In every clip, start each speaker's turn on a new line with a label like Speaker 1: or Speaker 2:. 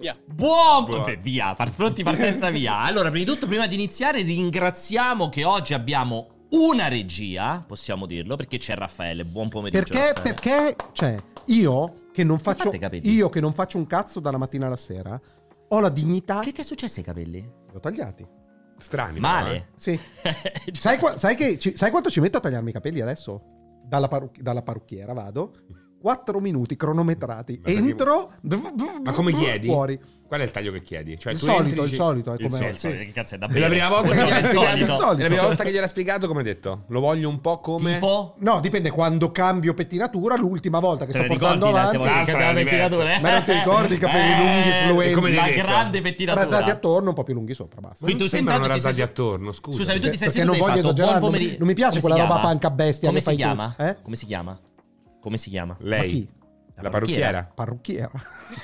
Speaker 1: Via.
Speaker 2: Buon
Speaker 3: Buon-
Speaker 2: Vabbè, via, par- pronti partenza via. Allora, prima di tutto, prima di iniziare, ringraziamo che oggi abbiamo una regia, possiamo dirlo, perché c'è Raffaele. Buon pomeriggio.
Speaker 4: Perché,
Speaker 2: Raffaele.
Speaker 4: perché, cioè, io che non faccio,
Speaker 2: fate i capelli?
Speaker 4: io che non faccio un cazzo dalla mattina alla sera, ho la dignità.
Speaker 2: Che ti è successo ai capelli?
Speaker 4: Li ho tagliati.
Speaker 3: Strani. però, eh.
Speaker 2: Male.
Speaker 4: Sì. Sai, qua- sai che ci- sai quanto ci metto a tagliarmi i capelli adesso? Dalla, parruc- dalla parrucchiera vado. 4 minuti cronometrati.
Speaker 3: Ma perché-
Speaker 4: Entro.
Speaker 3: Ma come chiedi?
Speaker 4: Fuori.
Speaker 3: Qual è il taglio che chiedi? Cioè,
Speaker 4: Il
Speaker 3: tu
Speaker 4: solito,
Speaker 3: entri e
Speaker 4: il
Speaker 3: dici-
Speaker 4: solito, è come-
Speaker 3: solito.
Speaker 2: Eh, sorry, che cazzo è da
Speaker 3: È la
Speaker 2: bere?
Speaker 3: prima volta che
Speaker 2: Buongiorno,
Speaker 3: gliel'ha
Speaker 2: il solito.
Speaker 3: spiegato. È la prima
Speaker 4: Solito.
Speaker 3: volta che gliel'ha spiegato, come hai detto? Lo voglio un po' come.
Speaker 2: Tipo?
Speaker 4: No, dipende quando cambio pettinatura. L'ultima volta che
Speaker 2: Te
Speaker 4: sto
Speaker 2: ne
Speaker 4: portando
Speaker 2: ricordi l'altra
Speaker 4: avanti.
Speaker 2: volta che
Speaker 3: L'altra
Speaker 2: abbiamo
Speaker 3: era
Speaker 2: la pettinatura?
Speaker 4: Ma non ti ricordi i capelli lunghi, fluenti?
Speaker 3: Come
Speaker 2: Eh, La
Speaker 3: l'hai detto?
Speaker 2: grande pettinatura.
Speaker 4: Rasati attorno, un po' più lunghi sopra. Basta.
Speaker 2: Quindi
Speaker 3: non
Speaker 2: tu sei
Speaker 3: sembrano
Speaker 2: entrato e ti sei
Speaker 3: rasati
Speaker 2: seduto-
Speaker 3: attorno, scusa.
Speaker 2: Scusami, tu ti sei
Speaker 4: Perché
Speaker 2: seduto e
Speaker 4: non
Speaker 2: hai
Speaker 4: voglio
Speaker 2: fatto
Speaker 4: esagerare,
Speaker 2: buon
Speaker 4: non mi-
Speaker 2: pomeriggio.
Speaker 4: non mi
Speaker 2: Come
Speaker 4: piace
Speaker 2: si
Speaker 4: quella roba
Speaker 2: chiama?
Speaker 4: panca bestia
Speaker 2: Come
Speaker 4: che
Speaker 2: si
Speaker 4: fai tu,
Speaker 2: chiama?
Speaker 4: eh?
Speaker 2: Come si chiama? Come si chiama?
Speaker 4: Ma
Speaker 3: Lei,
Speaker 4: chi?
Speaker 3: la parrucchiera.
Speaker 4: Parrucchiera.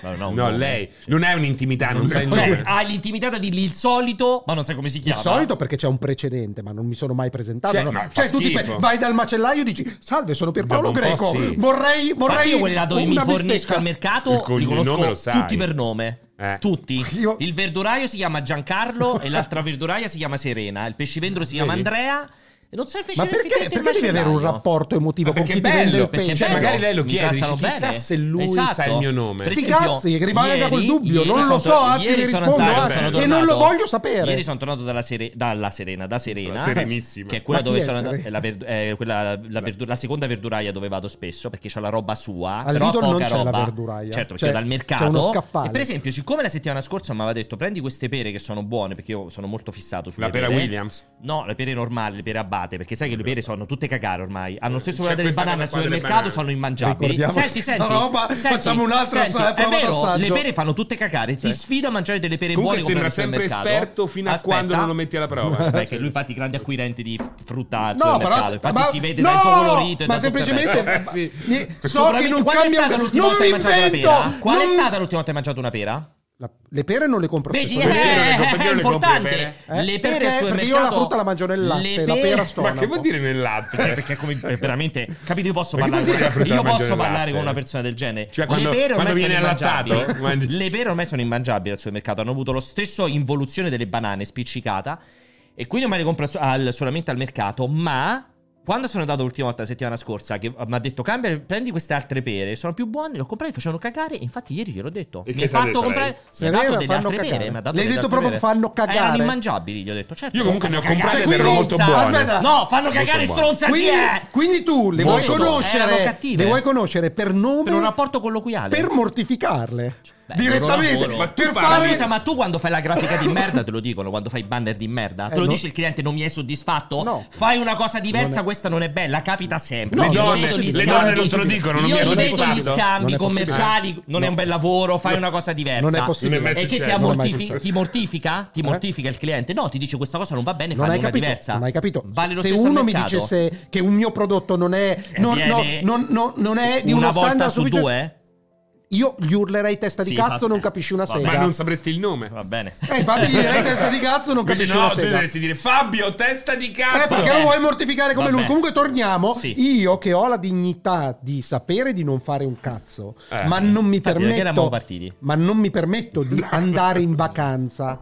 Speaker 2: No, no, un
Speaker 3: No,
Speaker 2: uomo.
Speaker 3: lei. Non è un'intimità, non sai il
Speaker 2: Cioè,
Speaker 3: nome.
Speaker 2: ha l'intimità di dirgli il solito, ma non sai come si
Speaker 4: Il
Speaker 2: chiama.
Speaker 4: solito perché c'è un precedente, ma non mi sono mai presentato.
Speaker 3: Cioè,
Speaker 4: no?
Speaker 3: ma fa
Speaker 4: Cioè, tu ti
Speaker 3: schifo.
Speaker 4: pe- vai dal macellaio e dici: Salve, sono Pierpaolo
Speaker 3: Vabbè, un po'
Speaker 4: Greco.
Speaker 3: sì.
Speaker 4: Vorrei,
Speaker 2: Ma
Speaker 4: vorrei.
Speaker 2: io quelli là dove mi
Speaker 4: una
Speaker 2: fornisco
Speaker 4: bistecca."
Speaker 2: al mercato
Speaker 3: Il cogn-
Speaker 2: li
Speaker 3: il nome
Speaker 2: conosco
Speaker 3: lo sai.
Speaker 2: tutti per nome.
Speaker 3: Eh.
Speaker 2: Tutti.
Speaker 4: Io-
Speaker 2: Il verduraio si chiama Giancarlo e l'altra verduraia si chiama Serena. Il pescivendolo si chiama
Speaker 3: Vedi?
Speaker 2: Andrea. E non so il
Speaker 4: Ma
Speaker 2: pescivendolo.
Speaker 4: perché, perché devi avere un rapporto emotivo
Speaker 3: Ma
Speaker 4: con
Speaker 3: perché
Speaker 4: chi
Speaker 3: è
Speaker 4: ti vende
Speaker 3: bello,
Speaker 4: il
Speaker 3: perché è
Speaker 4: pesce?
Speaker 2: cioè,
Speaker 3: bello. Magari lei lo
Speaker 2: Mi
Speaker 3: chiede,
Speaker 2: trattano
Speaker 3: dici, chissà
Speaker 2: bene.
Speaker 3: se lui
Speaker 2: Esatto.
Speaker 3: sa il mio nome.
Speaker 2: Per
Speaker 4: Sti
Speaker 2: esempio,
Speaker 4: cazzi, che rimanga
Speaker 2: ieri-
Speaker 4: col dubbio, non
Speaker 2: ieri
Speaker 4: lo
Speaker 2: sono
Speaker 4: so,
Speaker 2: tor-
Speaker 4: anzi,
Speaker 2: ieri
Speaker 4: mi
Speaker 2: sono
Speaker 4: rispondo,
Speaker 2: andato,
Speaker 3: ah,
Speaker 2: sono
Speaker 3: e
Speaker 2: tornato.
Speaker 4: non lo voglio sapere.
Speaker 2: Ieri sono tornato dalla, Sere- dalla Serena, da Serena.
Speaker 3: La Serenissima.
Speaker 2: Che è quella
Speaker 4: Ma chi
Speaker 2: dove
Speaker 4: è
Speaker 2: sono
Speaker 4: Serena?
Speaker 2: è la, verdu- eh, quella- la verdu- la seconda verduraia dove vado spesso perché c'ha la roba sua.
Speaker 4: Al
Speaker 2: però
Speaker 4: Lidl non
Speaker 2: poca
Speaker 4: c'è la
Speaker 2: roba.
Speaker 4: verduraia.
Speaker 2: Certo, perché
Speaker 4: C'è-
Speaker 2: dal
Speaker 4: c'è
Speaker 2: mercato.
Speaker 4: uno scaffale.
Speaker 2: E per esempio, siccome la settimana scorsa mi aveva detto prendi queste pere che sono buone perché io sono molto fissato sulle
Speaker 3: La pera
Speaker 2: pere.
Speaker 3: Williams.
Speaker 2: No, le pere normali, le pere abate, perché sai che le pere sono tutte cagare ormai. Hanno lo stesso
Speaker 3: Esatto. C'è
Speaker 2: valore delle
Speaker 3: questa
Speaker 2: banane al
Speaker 3: cosa qua delle
Speaker 2: supermercato,
Speaker 3: banane.
Speaker 2: sono immangiabili.
Speaker 4: Ricordiamo
Speaker 2: senti,
Speaker 4: questa
Speaker 2: senti,
Speaker 4: roba,
Speaker 2: senti,
Speaker 4: facciamo un'altra
Speaker 2: senti,
Speaker 4: sa- prova
Speaker 2: È vero,
Speaker 4: d'assaggio.
Speaker 2: le pere fanno tutte cagare. Ti sfido a mangiare delle pere
Speaker 3: Comunque
Speaker 2: buone
Speaker 3: sembra
Speaker 2: comprate
Speaker 3: sempre
Speaker 2: al supermercato.
Speaker 3: esperto fino a
Speaker 2: Aspetta.
Speaker 3: quando non lo metti alla prova.
Speaker 2: Beh, che lui infatti grandi acquirenti di f- frutta al
Speaker 4: No,
Speaker 2: supermercato.
Speaker 4: però
Speaker 2: infatti
Speaker 4: ma-
Speaker 2: si vede
Speaker 4: no,
Speaker 2: dal tuo colorito e
Speaker 4: ma
Speaker 2: da tutto il
Speaker 4: semplicemente
Speaker 2: resto.
Speaker 4: ma-
Speaker 3: Sì.
Speaker 4: mi- so
Speaker 2: Sicuramente-
Speaker 4: che non
Speaker 2: quando
Speaker 4: cambia
Speaker 2: è stata l'ultima
Speaker 4: non
Speaker 2: volta
Speaker 4: mi
Speaker 2: che hai mangiato
Speaker 4: invento.
Speaker 2: una pera? Qual è
Speaker 4: non-
Speaker 2: stata l'ultima volta che hai mangiato una pera?
Speaker 4: La- le pere non le compro
Speaker 2: Vedi, eh,
Speaker 4: spesso.
Speaker 3: perché non le compri-
Speaker 2: è
Speaker 3: perché non le compri le
Speaker 2: importante.
Speaker 3: pere?
Speaker 4: Eh?
Speaker 2: Le pere
Speaker 4: Perché-
Speaker 2: al supermercato-
Speaker 4: perché io la frutta la mangio nel latte,
Speaker 2: Le
Speaker 4: la pera
Speaker 2: pere-
Speaker 4: stona
Speaker 3: Ma che vuol dire Cioè, nel latte?
Speaker 2: Eh, perché come veramente capito io posso
Speaker 3: Ma che
Speaker 2: parlare
Speaker 3: vuol
Speaker 2: con-
Speaker 3: dire la frutta
Speaker 2: io
Speaker 3: la mangia
Speaker 2: posso
Speaker 3: nel
Speaker 2: parlare
Speaker 3: latte?
Speaker 2: con una persona del genere
Speaker 3: Cioè, quando-
Speaker 2: le pere ormai
Speaker 3: quando
Speaker 2: sono
Speaker 3: viene allattato,
Speaker 2: immangiabili.
Speaker 3: mangi-
Speaker 2: le pere ormai sono immangiabili al supermercato hanno avuto lo stesso involuzione delle banane spiccicata e quindi ormai le compro so- al- solamente al mercato ma quando sono andato l'ultima volta la settimana scorsa che mi ha detto cambia prendi queste altre pere sono più buone le ho comprate facevano cagare e infatti ieri gliel'ho detto
Speaker 3: E
Speaker 2: mi
Speaker 3: che
Speaker 2: hai
Speaker 3: t'ha
Speaker 2: fatto
Speaker 3: detto
Speaker 2: comprare mi
Speaker 3: lei?
Speaker 2: ha
Speaker 4: Serena,
Speaker 2: dato delle
Speaker 4: fanno
Speaker 2: altre
Speaker 4: cagare.
Speaker 2: pere mi ha dato
Speaker 4: Le hai
Speaker 2: delle
Speaker 4: detto
Speaker 2: altre
Speaker 4: proprio
Speaker 2: pere.
Speaker 4: fanno cagare.
Speaker 2: erano immangiabili gli ho detto certo
Speaker 3: Io comunque
Speaker 2: fanno
Speaker 3: ne ho comprate
Speaker 2: cagare,
Speaker 4: ed erano molto
Speaker 2: stronza.
Speaker 4: buone. Aspetta.
Speaker 2: no fanno cagare
Speaker 3: buone.
Speaker 2: stronza chi
Speaker 4: Quindi,
Speaker 2: è
Speaker 4: quindi tu le vuoi,
Speaker 2: Molto. Erano
Speaker 4: conoscere,
Speaker 2: cattive.
Speaker 4: le vuoi conoscere per nome
Speaker 2: Per un rapporto colloquiale.
Speaker 4: per mortificarle
Speaker 2: Beh, loro
Speaker 4: direttamente
Speaker 2: lavoro.
Speaker 3: Ma tu
Speaker 4: per
Speaker 3: parli-
Speaker 4: fare
Speaker 2: Ma scusa, ma tu quando fai la grafica di merda te lo dicono, quando fai i banner di merda, te
Speaker 4: Eh,
Speaker 2: lo
Speaker 4: no.
Speaker 2: dice il cliente non mi è soddisfatto?
Speaker 4: No.
Speaker 2: Fai una cosa diversa,
Speaker 4: Non è-
Speaker 2: questa non è bella, capita sempre.
Speaker 4: No,
Speaker 2: Io
Speaker 4: le
Speaker 2: gli
Speaker 4: donne-
Speaker 2: vedo gli
Speaker 4: le
Speaker 2: scambi-
Speaker 4: donne non te lo
Speaker 3: dicono, non
Speaker 2: io
Speaker 3: mi è
Speaker 2: gli vedo gli
Speaker 3: soddisfatto.
Speaker 4: Non
Speaker 2: scambi
Speaker 4: è possibile.
Speaker 2: commerciali, non è
Speaker 4: No.
Speaker 2: un bel lavoro, fai una cosa diversa.
Speaker 4: non è possibile
Speaker 3: Non è mai
Speaker 2: E che ti,
Speaker 3: successo.
Speaker 4: Non è mai
Speaker 2: ammortifi-
Speaker 4: successo.
Speaker 2: ti mortifica? Ti
Speaker 4: Eh?
Speaker 2: mortifica il cliente? No, ti dice questa cosa non va bene,
Speaker 4: non
Speaker 2: fanno
Speaker 4: hai
Speaker 2: una
Speaker 4: capito,
Speaker 2: diversa.
Speaker 4: non hai capito.
Speaker 2: Vale lo
Speaker 4: se
Speaker 2: stesso al
Speaker 4: uno mi
Speaker 2: mercato. Eh,
Speaker 4: dicesse che un mio prodotto non è, non, no-
Speaker 2: viene
Speaker 4: non- no- non è di
Speaker 2: una
Speaker 4: uno
Speaker 2: volta
Speaker 4: standard
Speaker 2: su
Speaker 4: sufficiente-
Speaker 2: due?
Speaker 4: io gli urlerei testa di
Speaker 2: Sì,
Speaker 4: cazzo,
Speaker 2: vabbè.
Speaker 4: non capisci una
Speaker 2: Vabbè.
Speaker 4: sega.
Speaker 3: Ma non sapresti il nome.
Speaker 2: Va bene.
Speaker 4: Eh, infatti gli direi testa di cazzo, non
Speaker 3: Invece
Speaker 4: capisci
Speaker 3: no,
Speaker 4: una
Speaker 3: tu
Speaker 4: sega.
Speaker 3: dovresti dire Fabio, testa di
Speaker 4: Eh,
Speaker 3: cazzo.
Speaker 4: perché
Speaker 2: Vabbè.
Speaker 4: lo vuoi mortificare come
Speaker 2: Vabbè.
Speaker 4: lui? Comunque torniamo.
Speaker 2: Sì.
Speaker 4: Io che ho la dignità di sapere di non fare un cazzo,
Speaker 3: Eh,
Speaker 4: ma non mi
Speaker 2: Infatti, perché eravamo
Speaker 4: permetto.
Speaker 2: partiti?
Speaker 4: Ma non mi permetto di andare in vacanza.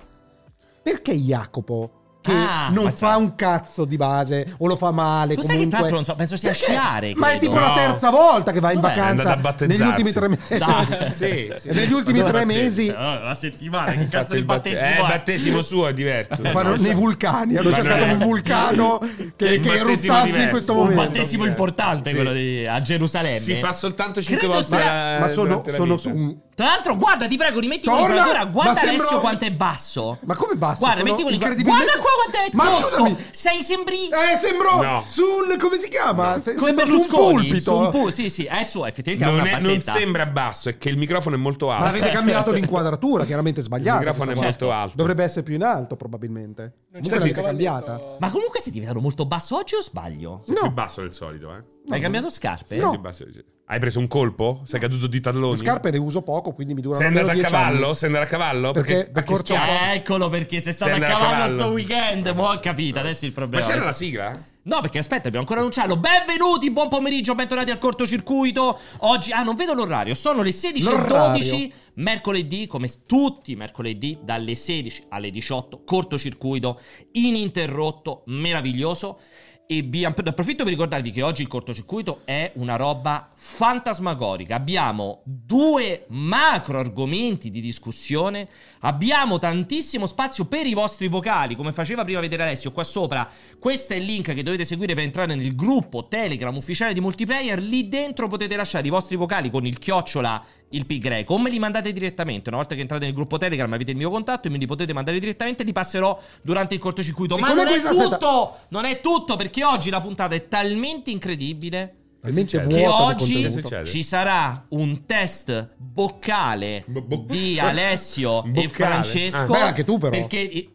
Speaker 4: Perché Jacopo? Che
Speaker 2: Ah,
Speaker 4: non
Speaker 2: ammazza.
Speaker 4: fa un cazzo di base o lo fa male.
Speaker 2: Lo sai
Speaker 4: comunque.
Speaker 2: che tra l'altro non so, penso sia
Speaker 4: Perché?
Speaker 2: sciare,
Speaker 4: Ma è
Speaker 2: credo.
Speaker 4: tipo la
Speaker 3: No.
Speaker 4: terza volta che vai in
Speaker 2: Vabbè, è
Speaker 3: andata a
Speaker 4: vacanza negli
Speaker 3: battezzarsi.
Speaker 4: ultimi tre mesi.
Speaker 2: Dai.
Speaker 3: Sì, sì.
Speaker 4: Negli ultimi
Speaker 3: Ma dove
Speaker 4: tre
Speaker 3: batte-
Speaker 4: mesi
Speaker 2: Eh, Una settimana, che
Speaker 3: Infatti
Speaker 2: cazzo di
Speaker 3: il batte-
Speaker 2: battesimo
Speaker 3: Eh, il
Speaker 2: è?
Speaker 3: battesimo suo è diverso.
Speaker 2: Esatto.
Speaker 4: fanno nei vulcani. Hanno
Speaker 3: Ma
Speaker 4: cercato
Speaker 3: non è-
Speaker 4: un vulcano
Speaker 3: È
Speaker 4: che,
Speaker 3: un
Speaker 4: che
Speaker 3: battesimo
Speaker 4: eruttasse in
Speaker 3: diverso.
Speaker 4: questo
Speaker 3: Un
Speaker 2: un
Speaker 4: momento.
Speaker 2: battesimo
Speaker 3: Sì.
Speaker 2: importante quello di, a Gerusalemme.
Speaker 3: Si fa soltanto 5
Speaker 2: Credo
Speaker 3: volte
Speaker 2: sia-
Speaker 3: la-
Speaker 4: ma sono,
Speaker 3: durante la
Speaker 4: sono
Speaker 3: vita.
Speaker 4: su un
Speaker 2: Tra l'altro, guarda, ti prego, rimetti
Speaker 4: Torna,
Speaker 2: l'inquadratura. Guarda
Speaker 4: ma sembra-
Speaker 2: adesso quanto è basso.
Speaker 4: Ma come basso?
Speaker 2: Guarda,
Speaker 4: Sono
Speaker 2: metti quello
Speaker 4: incredibilmente-
Speaker 2: Guarda qua quanto è
Speaker 4: Ma
Speaker 2: grosso.
Speaker 4: scusami.
Speaker 2: Sei sembri
Speaker 4: Eh, sembrò
Speaker 3: No.
Speaker 4: su un come si chiama? Se-
Speaker 2: come
Speaker 4: sembra su un
Speaker 2: Berlusconi.
Speaker 4: pulpito.
Speaker 2: su un pul- sì, sì, è su, effettivamente ha
Speaker 3: Non,
Speaker 2: una
Speaker 3: è- non
Speaker 2: bassetta.
Speaker 3: sembra basso, è che il microfono è molto
Speaker 4: Ma
Speaker 3: alto.
Speaker 4: avete cambiato l'inquadratura, chiaramente
Speaker 3: Il
Speaker 4: sbagliato.
Speaker 3: microfono è
Speaker 4: questa
Speaker 3: molto
Speaker 4: qua.
Speaker 3: alto.
Speaker 4: Dovrebbe essere più in alto, probabilmente.
Speaker 1: Non
Speaker 4: Comunque
Speaker 1: c'è
Speaker 4: l'avete
Speaker 1: il cavalletto.
Speaker 4: cambiata.
Speaker 2: Ma comunque sei diventato molto basso oggi o sbaglio?
Speaker 3: Più
Speaker 4: No,
Speaker 3: basso del solito, eh.
Speaker 2: Hai
Speaker 4: no.
Speaker 2: cambiato scarpe?
Speaker 4: No.
Speaker 3: Senti, basso- Hai preso un colpo? Sei caduto di
Speaker 4: Le
Speaker 3: talloni?
Speaker 4: scarpe le uso poco, quindi mi durano
Speaker 3: Sei andato
Speaker 4: almeno
Speaker 3: a
Speaker 4: 10
Speaker 3: cavallo?
Speaker 4: anni.
Speaker 3: Sei andato a cavallo?
Speaker 4: Perché
Speaker 3: Perché,
Speaker 4: da
Speaker 3: perché
Speaker 4: corto-
Speaker 3: schiacci.
Speaker 2: Eccolo perché sei stato
Speaker 3: Sei
Speaker 2: a
Speaker 3: andato a
Speaker 2: cavallo,
Speaker 3: cavallo.
Speaker 2: sto weekend. Mo' ho capito, adesso il
Speaker 3: Ma
Speaker 2: problema.
Speaker 3: c'era la sigla?
Speaker 2: No, perché aspetta, dobbiamo ancora annunciarlo. Benvenuti, buon pomeriggio, bentornati al cortocircuito. Oggi, ah, non vedo l'orario, sono le 16.12,
Speaker 4: L'orario.
Speaker 2: mercoledì, come tutti i mercoledì, dalle 16 alle 18, cortocircuito ininterrotto, meraviglioso. E vi app- approfitto per ricordarvi che oggi il cortocircuito è una roba fantasmagorica. Abbiamo due macro argomenti di discussione. Abbiamo tantissimo spazio per i vostri vocali, come faceva prima vedere Alessio qua sopra. Questo è il link che dovete seguire per entrare nel gruppo Telegram ufficiale di multiplayer. Lì dentro potete lasciare i vostri vocali con il chiocciola il pi greco o me li mandate direttamente. Una volta che entrate nel gruppo Telegram avete il mio contatto e me li potete mandare direttamente. Li passerò durante il cortocircuito. Ma
Speaker 4: Siccome
Speaker 2: non è
Speaker 4: questa- aspetta.
Speaker 2: tutto! Non è tutto perché oggi la puntata è talmente incredibile
Speaker 4: Talmente
Speaker 3: Che
Speaker 2: che
Speaker 4: vuota di
Speaker 2: oggi
Speaker 4: contenuto.
Speaker 3: succede?
Speaker 2: ci sarà un test boccale
Speaker 3: Bo- bo-
Speaker 2: di Alessio
Speaker 3: Boccale?
Speaker 2: e Francesco.
Speaker 4: Ah, beh, anche tu però.
Speaker 2: Perché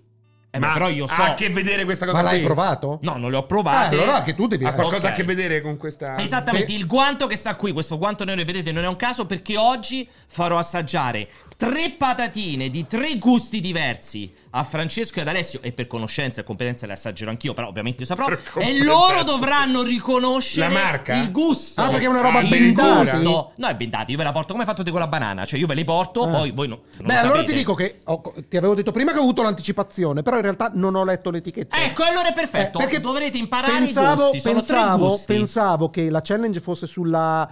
Speaker 2: eh, ma però io so.
Speaker 3: Ha a che vedere questa cosa
Speaker 4: Ma l'hai
Speaker 3: qui?
Speaker 4: provato?
Speaker 2: No, non le ho
Speaker 4: Ah,
Speaker 2: provate.
Speaker 4: allora che tu devi...
Speaker 3: Ha qualcosa
Speaker 2: Ok.
Speaker 3: a che vedere con questa...
Speaker 2: Esattamente,
Speaker 4: Sì.
Speaker 2: il guanto che sta qui, questo guanto nero che vedete non è un caso perché oggi farò assaggiare tre patatine di tre gusti diversi a Francesco ed Alessio e per conoscenza e competenza le assaggerò anch'io, però ovviamente io saprò
Speaker 3: Per
Speaker 2: e
Speaker 3: competenza.
Speaker 2: loro dovranno riconoscere
Speaker 3: La marca?
Speaker 2: il gusto.
Speaker 4: Ah, perché è una roba
Speaker 2: il
Speaker 4: bendata?
Speaker 2: gusto. No, è bendati, io ve la porto come fate te con la banana, cioè io ve le porto,
Speaker 4: Ah.
Speaker 2: poi voi no, non
Speaker 4: Beh,
Speaker 2: lo
Speaker 4: allora
Speaker 2: sapete.
Speaker 4: ti dico che ho- ti avevo detto prima che ho avuto l'anticipazione, però in realtà non ho letto l'etichetta.
Speaker 2: Ecco, allora è perfetto.
Speaker 4: Eh, perché
Speaker 2: Dovrete imparare
Speaker 4: pensavo,
Speaker 2: i gusti, sono
Speaker 4: pensavo,
Speaker 2: tre gusti.
Speaker 4: pensavo che la challenge fosse sulla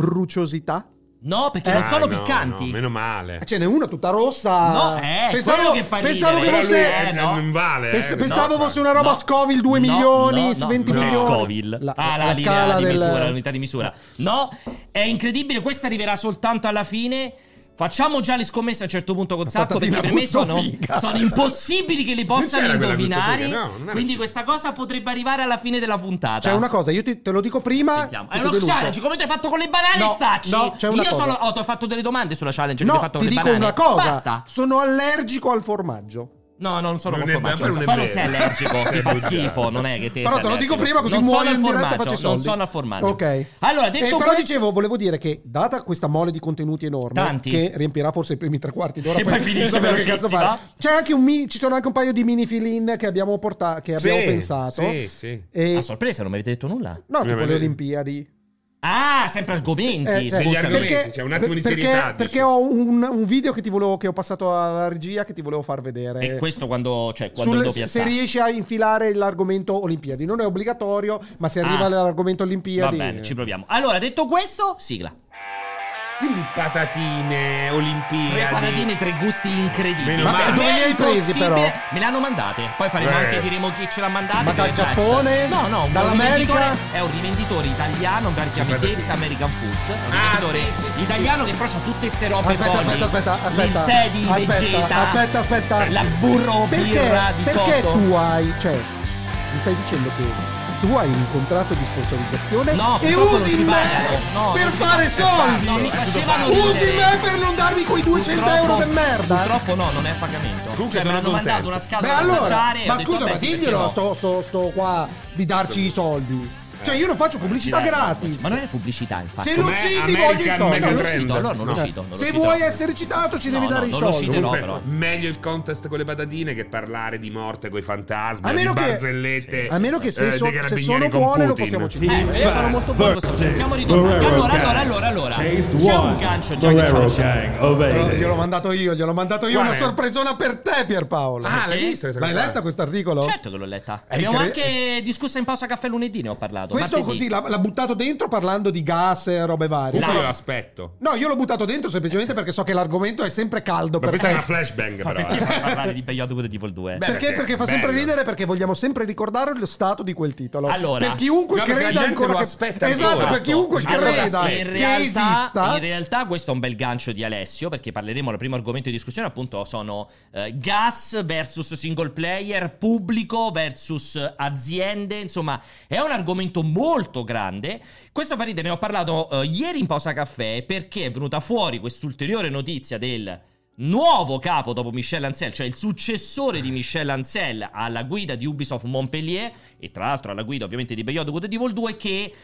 Speaker 4: bruciosità.
Speaker 2: no, perché
Speaker 4: Eh,
Speaker 2: non sono
Speaker 3: Ah, no,
Speaker 2: piccanti.
Speaker 3: no, meno male.
Speaker 4: Eh, Ce n'è una tutta rossa.
Speaker 2: No, eh, quello che fa ridere.
Speaker 4: pensavo che
Speaker 3: Però lui
Speaker 4: fosse,
Speaker 2: eh,
Speaker 3: è-
Speaker 2: no.
Speaker 3: non vale.
Speaker 4: cioè, pens-
Speaker 3: eh,
Speaker 4: pensavo
Speaker 3: no.
Speaker 4: fosse una roba
Speaker 2: No.
Speaker 4: Scoville 2
Speaker 2: No,
Speaker 4: milioni,
Speaker 2: no, no,
Speaker 4: 20
Speaker 2: non è
Speaker 4: milioni.
Speaker 2: Scoville. ah, la, linea di misura, l'unità di misura. No, è incredibile, questa arriverà soltanto alla fine. Facciamo già le scommesse a un certo punto con Sacco
Speaker 4: patatina
Speaker 2: perché per me
Speaker 4: gusto
Speaker 2: sono,
Speaker 4: figa.
Speaker 2: sono impossibili che li possano
Speaker 3: c'era quella gusto
Speaker 2: indovinare.
Speaker 3: figa, no, non era
Speaker 2: quindi
Speaker 3: figa.
Speaker 2: questa cosa potrebbe arrivare alla fine della puntata.
Speaker 4: C'è una cosa, io ti- te lo dico prima.
Speaker 2: Ah. Sentiamo. Eh, È
Speaker 4: e ti
Speaker 2: una
Speaker 4: denuncio.
Speaker 2: challenge, come ti hai fatto con le banane,
Speaker 4: No,
Speaker 2: stacci?
Speaker 4: no, c'è una
Speaker 2: Io
Speaker 4: cosa.
Speaker 2: sono. Oh, ti ho fatto delle domande sulla challenge che ti hai
Speaker 4: No,
Speaker 2: fatto
Speaker 4: ti
Speaker 2: con le
Speaker 4: dico
Speaker 2: banane.
Speaker 4: una cosa.
Speaker 2: Basta.
Speaker 4: Sono allergico al formaggio.
Speaker 2: No, no, non sono
Speaker 3: Non
Speaker 2: con
Speaker 3: è-
Speaker 2: formaggio.
Speaker 3: ma non è
Speaker 2: Poi non
Speaker 3: vero.
Speaker 2: sei allergico, ti fa
Speaker 3: Bugia.
Speaker 2: schifo, non è che te
Speaker 4: Cioè, Però
Speaker 2: sei
Speaker 4: te lo dico
Speaker 2: allergico.
Speaker 4: prima così
Speaker 2: non
Speaker 4: muoio
Speaker 2: sono al
Speaker 4: in diretta e
Speaker 2: formaggio,
Speaker 4: faccio i soldi.
Speaker 2: Non sono al formaggio.
Speaker 4: Ok.
Speaker 2: Allora,
Speaker 4: Eh,
Speaker 2: detto
Speaker 4: però
Speaker 2: questo,
Speaker 4: dicevo, volevo dire che data questa mole di contenuti enorme
Speaker 2: Tanti.
Speaker 4: che riempirà forse i primi tre quarti d'ora
Speaker 2: E poi finisce
Speaker 4: sappiamo che cazzo
Speaker 2: velocissima.
Speaker 4: fare. C'è anche un mi- ci sono anche un paio di mini fill-in che abbiamo portato che
Speaker 3: Sì,
Speaker 4: abbiamo pensato.
Speaker 3: Sì, sì.
Speaker 4: E-
Speaker 2: a Ah, sorpresa, non mi avete detto nulla.
Speaker 4: no, tipo
Speaker 3: Vabbè,
Speaker 4: le
Speaker 3: vabbè.
Speaker 4: Olimpiadi.
Speaker 2: Ah, sempre argomenti.
Speaker 4: Eh,
Speaker 3: degli
Speaker 4: eh,
Speaker 2: scusa.
Speaker 3: argomenti, cioè, un attimo di
Speaker 4: perché-
Speaker 3: serietà,
Speaker 4: Perché,
Speaker 3: dici.
Speaker 4: ho un, un video che ti volevo che ho passato alla regia che ti volevo far vedere.
Speaker 2: E Eh, questo quando, cioè, quando
Speaker 4: Sul-
Speaker 2: il doppia
Speaker 4: se
Speaker 2: sta.
Speaker 4: riesci a infilare l'argomento Olimpiadi, non è obbligatorio, ma se arriva
Speaker 2: Ah.
Speaker 4: all'argomento
Speaker 2: Va
Speaker 4: Olimpiadi,
Speaker 2: bene, ci proviamo. Allora, detto questo, sigla.
Speaker 3: Quindi patatine, olimpiadi.
Speaker 2: Tre patatine, tre gusti incredibili.
Speaker 3: Meno
Speaker 2: Ma
Speaker 3: male.
Speaker 2: per me
Speaker 4: Dove
Speaker 2: è
Speaker 4: li hai presi,
Speaker 2: impossibile.
Speaker 4: però?
Speaker 2: Me le hanno mandate. Poi faremo
Speaker 3: Eh.
Speaker 2: anche diremo chi ce l'ha mandata.
Speaker 4: Ma dal
Speaker 2: Basta.
Speaker 4: Giappone?
Speaker 2: No, no, un
Speaker 4: Dall'America?
Speaker 2: rivenditore- È un rivenditore italiano, mi pare si chiama
Speaker 3: Aspetta.
Speaker 2: Dave's American Foods. È Un
Speaker 3: Ah,
Speaker 2: rivenditore
Speaker 3: sì, sì, sì,
Speaker 2: italiano che però ha tutte ste robe
Speaker 4: Aspetta,
Speaker 2: buone.
Speaker 4: aspetta, aspetta, aspetta.
Speaker 2: Il tè di
Speaker 4: aspetta,
Speaker 2: vegeta.
Speaker 4: aspetta, aspetta.
Speaker 2: La burro birra
Speaker 4: Perché,
Speaker 2: di
Speaker 4: perché
Speaker 2: coso.
Speaker 4: tu hai, cioè, mi stai dicendo che tu hai un contratto di sponsorizzazione
Speaker 2: No,
Speaker 4: e
Speaker 2: purtroppo non
Speaker 4: usi
Speaker 2: ci
Speaker 4: me
Speaker 2: pagano. No,
Speaker 4: per
Speaker 2: non ci
Speaker 4: fare soldi.
Speaker 2: No, mi facevano
Speaker 4: usi
Speaker 2: ridere.
Speaker 4: me per non darmi quei 200
Speaker 2: Purtroppo-
Speaker 4: euro di merda.
Speaker 2: Purtroppo no, non è a pagamento.
Speaker 3: Comunque
Speaker 2: cioè,
Speaker 3: sono
Speaker 2: me l'hanno
Speaker 3: contento.
Speaker 2: mandato una scatola
Speaker 4: Beh,
Speaker 2: da
Speaker 4: allora,
Speaker 2: assaggiare. e ho
Speaker 4: ma
Speaker 2: detto,
Speaker 4: scusa,
Speaker 2: vabbè,
Speaker 4: ma
Speaker 2: sì, perché
Speaker 4: diglielo,
Speaker 2: no.
Speaker 4: sto, sto, sto qua di darci i soldi. Cioè, io non faccio pubblicità
Speaker 2: Dai, no,
Speaker 4: gratis.
Speaker 2: Eh, Ma non è pubblicità, infatti.
Speaker 4: Se lo
Speaker 3: Com'è?
Speaker 4: citi,
Speaker 3: American
Speaker 4: voglio i soldi.
Speaker 3: Mega
Speaker 2: non lo
Speaker 3: Trend.
Speaker 2: cito, allora non lo
Speaker 3: No.
Speaker 2: cito. non lo
Speaker 4: Cioè, Se
Speaker 2: cito.
Speaker 4: vuoi essere citato, ci
Speaker 2: No,
Speaker 4: devi
Speaker 2: no,
Speaker 4: dare i
Speaker 2: non lo
Speaker 4: soldi.
Speaker 2: citerò,
Speaker 3: Comunque,
Speaker 2: però.
Speaker 3: meglio il contest con le patatine che parlare di morte con i fantasmi,
Speaker 4: A meno
Speaker 3: di
Speaker 4: che-
Speaker 3: barzellette.
Speaker 4: a meno che se
Speaker 3: dei
Speaker 4: so- se
Speaker 3: carabinieri
Speaker 4: sono
Speaker 3: con
Speaker 4: buone lo
Speaker 3: Putin.
Speaker 4: possiamo citare.
Speaker 2: Eh, io sono molto buono questo. Siamo ritornati. Allora, allora, allora, allora. C'è un gancio già che ce l'ho.
Speaker 4: Però gliel'ho mandato io, gliel'ho mandato io
Speaker 3: Guarda.
Speaker 4: una sorpresona per te, Pierpaolo.
Speaker 3: Ah, l'hai vista? questa
Speaker 4: L'hai
Speaker 3: cosa?
Speaker 4: letta quest'articolo?
Speaker 2: Certo che l'ho letta.
Speaker 4: Eh,
Speaker 2: Abbiamo
Speaker 4: cre-
Speaker 2: anche discusso in pausa caffè lunedì, ne ho parlato.
Speaker 4: Questo
Speaker 2: Martedì.
Speaker 4: così l'ha, l'ha buttato dentro parlando di gas e robe varie.
Speaker 3: Comunque
Speaker 2: No.
Speaker 3: io l'aspetto.
Speaker 4: No, io l'ho buttato dentro semplicemente perché so che l'argomento è sempre caldo
Speaker 3: Ma
Speaker 4: per
Speaker 3: questa è
Speaker 4: te.
Speaker 3: una flashbang,
Speaker 2: Ma
Speaker 3: però.
Speaker 2: perché
Speaker 3: eh.
Speaker 2: fai parlare di Beyond Good e di Vol 2?
Speaker 3: Beh,
Speaker 4: Perché?
Speaker 3: perché-
Speaker 4: Perché fa sempre
Speaker 3: bello.
Speaker 4: ridere, perché vogliamo sempre ricordare lo stato di quel titolo.
Speaker 2: Allora.
Speaker 4: per chiunque
Speaker 3: No, perché la
Speaker 4: creda
Speaker 3: gente
Speaker 4: ancora
Speaker 3: lo
Speaker 4: che...
Speaker 3: aspetta
Speaker 4: Esatto,
Speaker 3: ancora.
Speaker 4: per chiunque
Speaker 3: Allora,
Speaker 4: creda
Speaker 3: in
Speaker 4: che
Speaker 2: realtà,
Speaker 4: esista.
Speaker 2: in realtà questo è un bel gancio di Alessio perché parleremo del primo argomento di discussione appunto sono eh, gas versus single player, pubblico versus eh, aziende, insomma è un argomento molto grande. Questo fa ridere, ne ho parlato eh, ieri in pausa caffè perché è venuta fuori quest'ulteriore notizia del nuovo capo dopo Michel Ancel, cioè il successore di Michel Ancel alla guida di Ubisoft Montpellier e tra l'altro alla guida ovviamente di Beyond Good e di Vol 2 che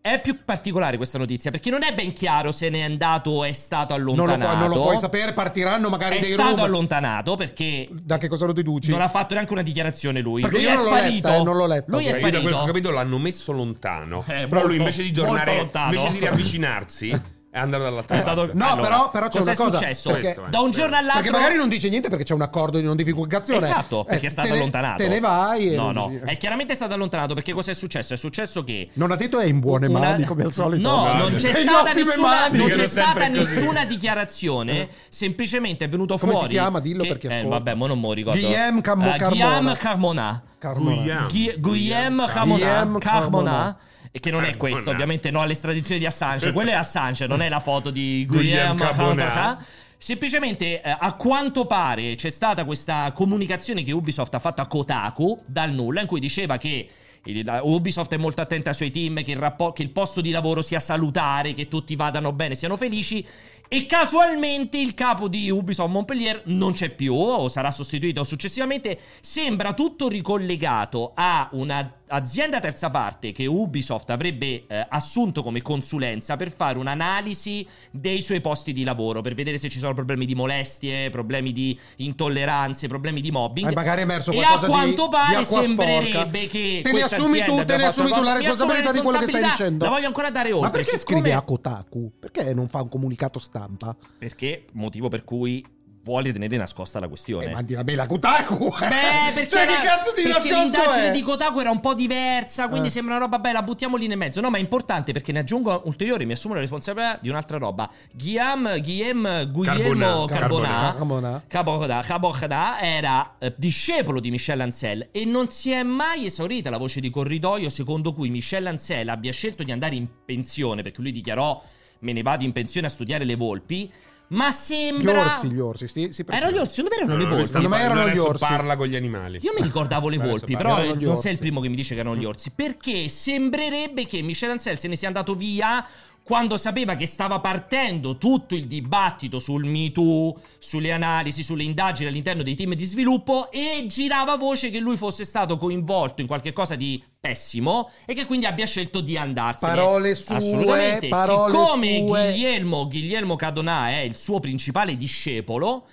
Speaker 2: È più particolare questa notizia perché non è ben chiaro se ne è andato o è stato
Speaker 4: Non lo,
Speaker 2: allontanato.
Speaker 4: puoi- non lo puoi sapere, partiranno magari
Speaker 2: È
Speaker 4: dei
Speaker 2: stato
Speaker 4: rumor.
Speaker 2: allontanato perché
Speaker 4: Da che cosa lo deduci?
Speaker 2: non ha fatto neanche una dichiarazione lui.
Speaker 4: Perché
Speaker 2: lui
Speaker 4: io
Speaker 2: è
Speaker 4: non l'ho
Speaker 2: sparito.
Speaker 4: letta, eh, non l'ho letta.
Speaker 2: Lui è
Speaker 3: Io da quello che ho
Speaker 2: sparito.
Speaker 3: capito l'hanno messo lontano.
Speaker 2: Eh,
Speaker 3: però
Speaker 2: molto-
Speaker 3: lui invece di
Speaker 2: molto
Speaker 3: tornare,
Speaker 2: lontano.
Speaker 3: invece di riavvicinarsi, è andato dall'altra
Speaker 2: È stato-
Speaker 3: parte.
Speaker 4: No,
Speaker 2: Allora,
Speaker 4: però, però c'è
Speaker 2: cos'è
Speaker 4: una cosa.
Speaker 2: successo?
Speaker 4: Perché,
Speaker 3: Questo, eh.
Speaker 2: Da un giorno all'altro.
Speaker 4: perché magari non dice niente perché c'è un accordo di non divulgazione.
Speaker 2: Esatto, perché
Speaker 4: Eh,
Speaker 2: è stato
Speaker 4: te ne-
Speaker 2: allontanato.
Speaker 4: Te ne vai e
Speaker 2: No,
Speaker 4: non
Speaker 2: no,
Speaker 4: dici-
Speaker 2: è chiaramente stato allontanato perché cosa è successo? È successo che
Speaker 4: Non ha detto è in buone
Speaker 2: Una-
Speaker 4: mani come al solito.
Speaker 2: No,
Speaker 3: No,
Speaker 2: non c'è
Speaker 4: È in
Speaker 2: stata,
Speaker 4: ottime
Speaker 2: nessuna,
Speaker 4: mani.
Speaker 2: non
Speaker 3: Dicono
Speaker 2: c'è stata
Speaker 3: sempre così.
Speaker 2: nessuna dichiarazione. Semplicemente è venuto
Speaker 4: Eh? Come si
Speaker 2: fuori.
Speaker 4: chiama? Dillo perché
Speaker 2: Eh,
Speaker 4: ascolto.
Speaker 2: vabbè, mo non me lo ricordo.
Speaker 4: Guillaume Cammo-
Speaker 2: Eh, Guillaume
Speaker 4: Carmona.
Speaker 2: Carmona.
Speaker 4: Carmona.
Speaker 3: Guglielmo.
Speaker 2: Gui- Guillaume Carmona.
Speaker 4: Guillaume
Speaker 2: Carmona.
Speaker 4: Carmona.
Speaker 2: E che non è questo,
Speaker 3: Carmona.
Speaker 2: ovviamente no all'estradizione di Assange. Quello è Assange, non è la foto di
Speaker 3: Guillaume
Speaker 2: Guillaume
Speaker 3: Carmona.
Speaker 2: Carmona. Semplicemente, eh, a quanto pare, c'è stata questa comunicazione che Ubisoft ha fatto a Kotaku dal nulla, in cui diceva che il- la- Ubisoft è molto attenta ai suoi team, che il, rappo- che il posto di lavoro sia salutare, che tutti vadano bene, siano felici. E casualmente il capo di Ubisoft Montpellier non c'è più o sarà sostituito successivamente. Sembra tutto ricollegato a un'azienda terza parte che Ubisoft avrebbe eh, assunto come consulenza per fare un'analisi dei suoi posti di lavoro, per vedere se ci sono problemi di molestie, problemi di intolleranze, problemi di mobbing.
Speaker 4: Eh, magari è emerso
Speaker 2: E
Speaker 4: qualcosa
Speaker 2: a quanto
Speaker 4: di-
Speaker 2: pare
Speaker 4: di acqua
Speaker 2: sembrerebbe
Speaker 4: sporca.
Speaker 2: che
Speaker 4: Te ne
Speaker 2: questa
Speaker 4: assumi
Speaker 2: azienda
Speaker 4: tu, te
Speaker 2: abbia
Speaker 4: ne
Speaker 2: fatto
Speaker 4: assumi
Speaker 2: una
Speaker 4: tu la
Speaker 2: cosa- mi assumo
Speaker 4: responsabilità di quello che stai
Speaker 2: responsabilità,
Speaker 4: dicendo.
Speaker 2: La voglio ancora dare oltre.
Speaker 4: Ma perché
Speaker 2: siccome-
Speaker 4: scrive a Kotaku? Perché non fa un comunicato stampa?
Speaker 2: Perché motivo per cui vuole tenere nascosta la questione.
Speaker 4: E mandi la mail a Kotaku!
Speaker 2: Beh, perché,
Speaker 4: cioè,
Speaker 2: era-
Speaker 4: che cazzo di
Speaker 2: perché
Speaker 4: nascosto
Speaker 2: l'indagine
Speaker 4: è?
Speaker 2: di Kotaku era un po' diversa, quindi
Speaker 4: Eh.
Speaker 2: sembra una roba bella, buttiamo lì nel mezzo. No, ma è importante perché ne aggiungo ulteriore, mi assumo la responsabilità di un'altra roba. Guillaume, Guillaume Guglielmo
Speaker 3: Carbonà.
Speaker 2: Carbonà,
Speaker 4: Carbonà.
Speaker 2: Carbonà, Carbonà era eh, discepolo di Michel Ancel e non si è mai esaurita la voce di corridoio secondo cui Michel Ancel abbia scelto di andare in pensione, perché lui dichiarò me ne vado in pensione a studiare le volpi, ma
Speaker 4: Gli
Speaker 2: sembra...
Speaker 4: orsi, gli orsi. Sì, sì, perché-
Speaker 2: Erano gli orsi, non erano le
Speaker 3: No, no,
Speaker 2: volpi?
Speaker 3: questa-
Speaker 4: Secondo me erano
Speaker 3: adesso
Speaker 4: gli orsi.
Speaker 3: parla con gli animali.
Speaker 2: Io mi ricordavo le
Speaker 3: Adesso
Speaker 2: volpi,
Speaker 3: parliamo
Speaker 2: però
Speaker 4: degli
Speaker 2: non
Speaker 4: orsi.
Speaker 2: sei il primo che mi dice che erano gli orsi. Perché sembrerebbe che Michel Ancel se ne sia andato via quando sapeva che stava partendo tutto il dibattito sul Me Too, sulle analisi, sulle indagini all'interno dei team di sviluppo e girava voce che lui fosse stato coinvolto in qualche cosa di pessimo e che quindi abbia scelto di andarsene.
Speaker 4: Parole sue,
Speaker 2: Assolutamente.
Speaker 4: parole
Speaker 2: Siccome
Speaker 4: sue.
Speaker 2: Guglielmo, Guglielmo Cadonà è il suo principale discepolo,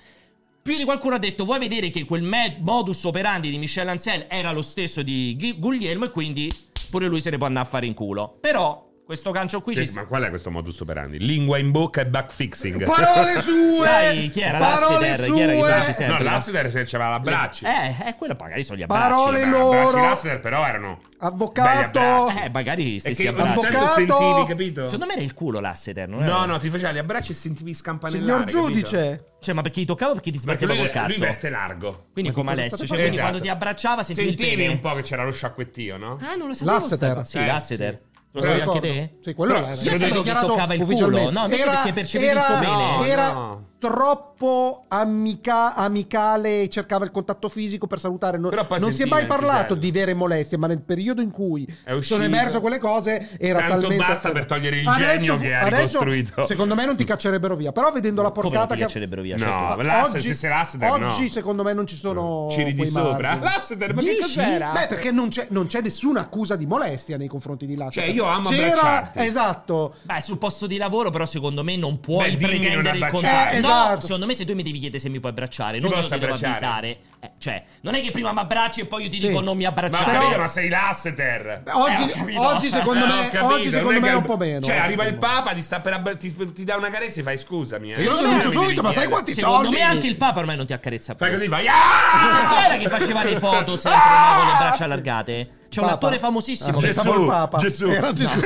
Speaker 2: più di qualcuno ha detto: Vuoi vedere che quel me- modus operandi di Michel Ancel era lo stesso di Ghi- Guglielmo? E quindi pure lui se ne può andare a fare in culo. Però questo gancio qui
Speaker 3: Cioè,
Speaker 2: ci sta.
Speaker 3: ma qual è questo modus operandi? Lingua in bocca e back fixing.
Speaker 4: Parole sue!
Speaker 2: Sai chi era
Speaker 4: Parole
Speaker 2: l'Assiter? Chi era che diceva
Speaker 4: sue!
Speaker 2: sempre?
Speaker 3: no, l'Asseder se c'aveva l'abbraccio.
Speaker 2: Eh, eh, quello magari sono gli abbracci.
Speaker 4: Parole
Speaker 3: Sì, ma
Speaker 4: loro.
Speaker 3: abbracci L'Asseder però erano...
Speaker 4: Avvocato!
Speaker 3: Belli
Speaker 2: Eh, magari
Speaker 3: E
Speaker 2: se si
Speaker 3: che
Speaker 2: abbraccia.
Speaker 3: ogni tanto
Speaker 4: Avvocato!
Speaker 3: sentivi, capito?
Speaker 2: Secondo me era il culo l'asseter, non era-
Speaker 3: No, no, ti faceva gli abbracci e sentivi scampanellare.
Speaker 4: Signor
Speaker 3: capito?
Speaker 4: giudice!
Speaker 2: Cioè, ma perché ti toccavo o perché ti
Speaker 3: Perché
Speaker 2: sbatteva
Speaker 3: lui,
Speaker 2: col cazzo?
Speaker 3: lui veste largo.
Speaker 2: Quindi
Speaker 4: Ma
Speaker 2: come
Speaker 4: di cosa
Speaker 2: Alessio, cioè,
Speaker 4: state
Speaker 2: quindi
Speaker 3: Esatto.
Speaker 2: quando ti abbracciava sentivi, il
Speaker 3: Sentivi
Speaker 2: pene.
Speaker 3: un po' che c'era lo sciacquettio, no?
Speaker 2: Ah, non lo sapevo.
Speaker 4: L'asseter.
Speaker 2: sta cosa. Sì,
Speaker 3: Eh,
Speaker 2: l'asseter. Lo
Speaker 4: Me lo
Speaker 2: sapevi anche
Speaker 4: ricordo.
Speaker 2: te?
Speaker 4: Sì, quello
Speaker 3: Però
Speaker 4: l'ha-
Speaker 3: io
Speaker 4: l'ha
Speaker 2: sapevo che
Speaker 4: dichiarato
Speaker 2: toccava il culo,
Speaker 4: ufficialmente.
Speaker 2: no, invece perché percepivi il
Speaker 4: era,
Speaker 2: suo pene.
Speaker 3: No,
Speaker 4: Era
Speaker 3: no.
Speaker 4: troppo amica- amicale, cercava il contatto fisico per salutare. Non,
Speaker 3: Però poi
Speaker 4: non si è
Speaker 3: sentiva
Speaker 4: mai
Speaker 3: anche
Speaker 4: parlato
Speaker 3: quello.
Speaker 4: di vere molestie, ma nel periodo in cui
Speaker 3: È uscito.
Speaker 4: sono emerse quelle cose era
Speaker 3: Tanto
Speaker 4: talmente...
Speaker 3: basta per togliere il genio che ha
Speaker 4: adesso,
Speaker 3: ricostruito.
Speaker 4: Secondo me non ti caccerebbero via, però vedendo la
Speaker 2: Come non
Speaker 4: portata
Speaker 2: ti
Speaker 4: che...
Speaker 2: caccerebbero via?
Speaker 3: No,
Speaker 2: certo.
Speaker 3: ma l'Asseder,
Speaker 4: oggi,
Speaker 3: se sei l'Asseder, no.
Speaker 4: oggi, secondo me non ci sono
Speaker 3: Giri di
Speaker 4: quei
Speaker 3: sopra?
Speaker 4: margini.
Speaker 3: L'Asseder, ma che
Speaker 4: Dici?
Speaker 3: cos'era?
Speaker 4: Beh, perché non c'è, non c'è nessuna accusa di molestia nei confronti di Lassiter.
Speaker 3: Cioè, io amo
Speaker 4: C'era,
Speaker 3: abbracciarti.
Speaker 4: esatto.
Speaker 2: Beh, sul posto di lavoro, però, secondo me non puoi
Speaker 3: Beh, dimmi non
Speaker 2: pretendere il
Speaker 3: abbracciare.
Speaker 2: contrario.
Speaker 4: Eh,
Speaker 2: No,
Speaker 4: esatto.
Speaker 2: secondo me, se tu mi devi chiedere se mi puoi abbracciare,
Speaker 3: Ti
Speaker 2: non io
Speaker 3: posso
Speaker 2: ti devo
Speaker 3: abbracciare?
Speaker 2: avvisare. Eh, cioè, non è che prima mi abbracci e poi io ti
Speaker 4: Sì.
Speaker 2: dico non mi
Speaker 3: Ma,
Speaker 2: abbracciare.
Speaker 3: capito, ma sei l'Asseder.
Speaker 4: Beh,
Speaker 2: Eh, ho
Speaker 4: Oggi,
Speaker 2: capito.
Speaker 4: oggi secondo
Speaker 3: Eh,
Speaker 4: me,
Speaker 3: ho capito,
Speaker 4: oggi secondo
Speaker 3: non
Speaker 4: me
Speaker 3: che-
Speaker 4: è un po' meno. eh.
Speaker 3: Cioè,
Speaker 4: Oggi
Speaker 3: arriva il
Speaker 4: secondo me.
Speaker 3: Papa, ti, sta per abbra- ti, ti dà una carezza e fai scusami. Eh.
Speaker 4: Io lo
Speaker 3: Non
Speaker 4: denuncio
Speaker 3: mi
Speaker 4: subito,
Speaker 3: devi
Speaker 4: ma fai
Speaker 3: chiedere.
Speaker 4: quanti
Speaker 2: Secondo
Speaker 4: soldi?
Speaker 2: me anche il Papa ormai non ti accarezza più.
Speaker 3: Fai così, fai.
Speaker 2: Ma
Speaker 3: Ah!
Speaker 2: chi era che faceva le foto sempre no, con le braccia allargate? C'è un
Speaker 4: Papa.
Speaker 2: attore famosissimo
Speaker 4: Ah,
Speaker 2: che
Speaker 4: Gesù, il Papa.
Speaker 3: Gesù.
Speaker 4: Era Gesù.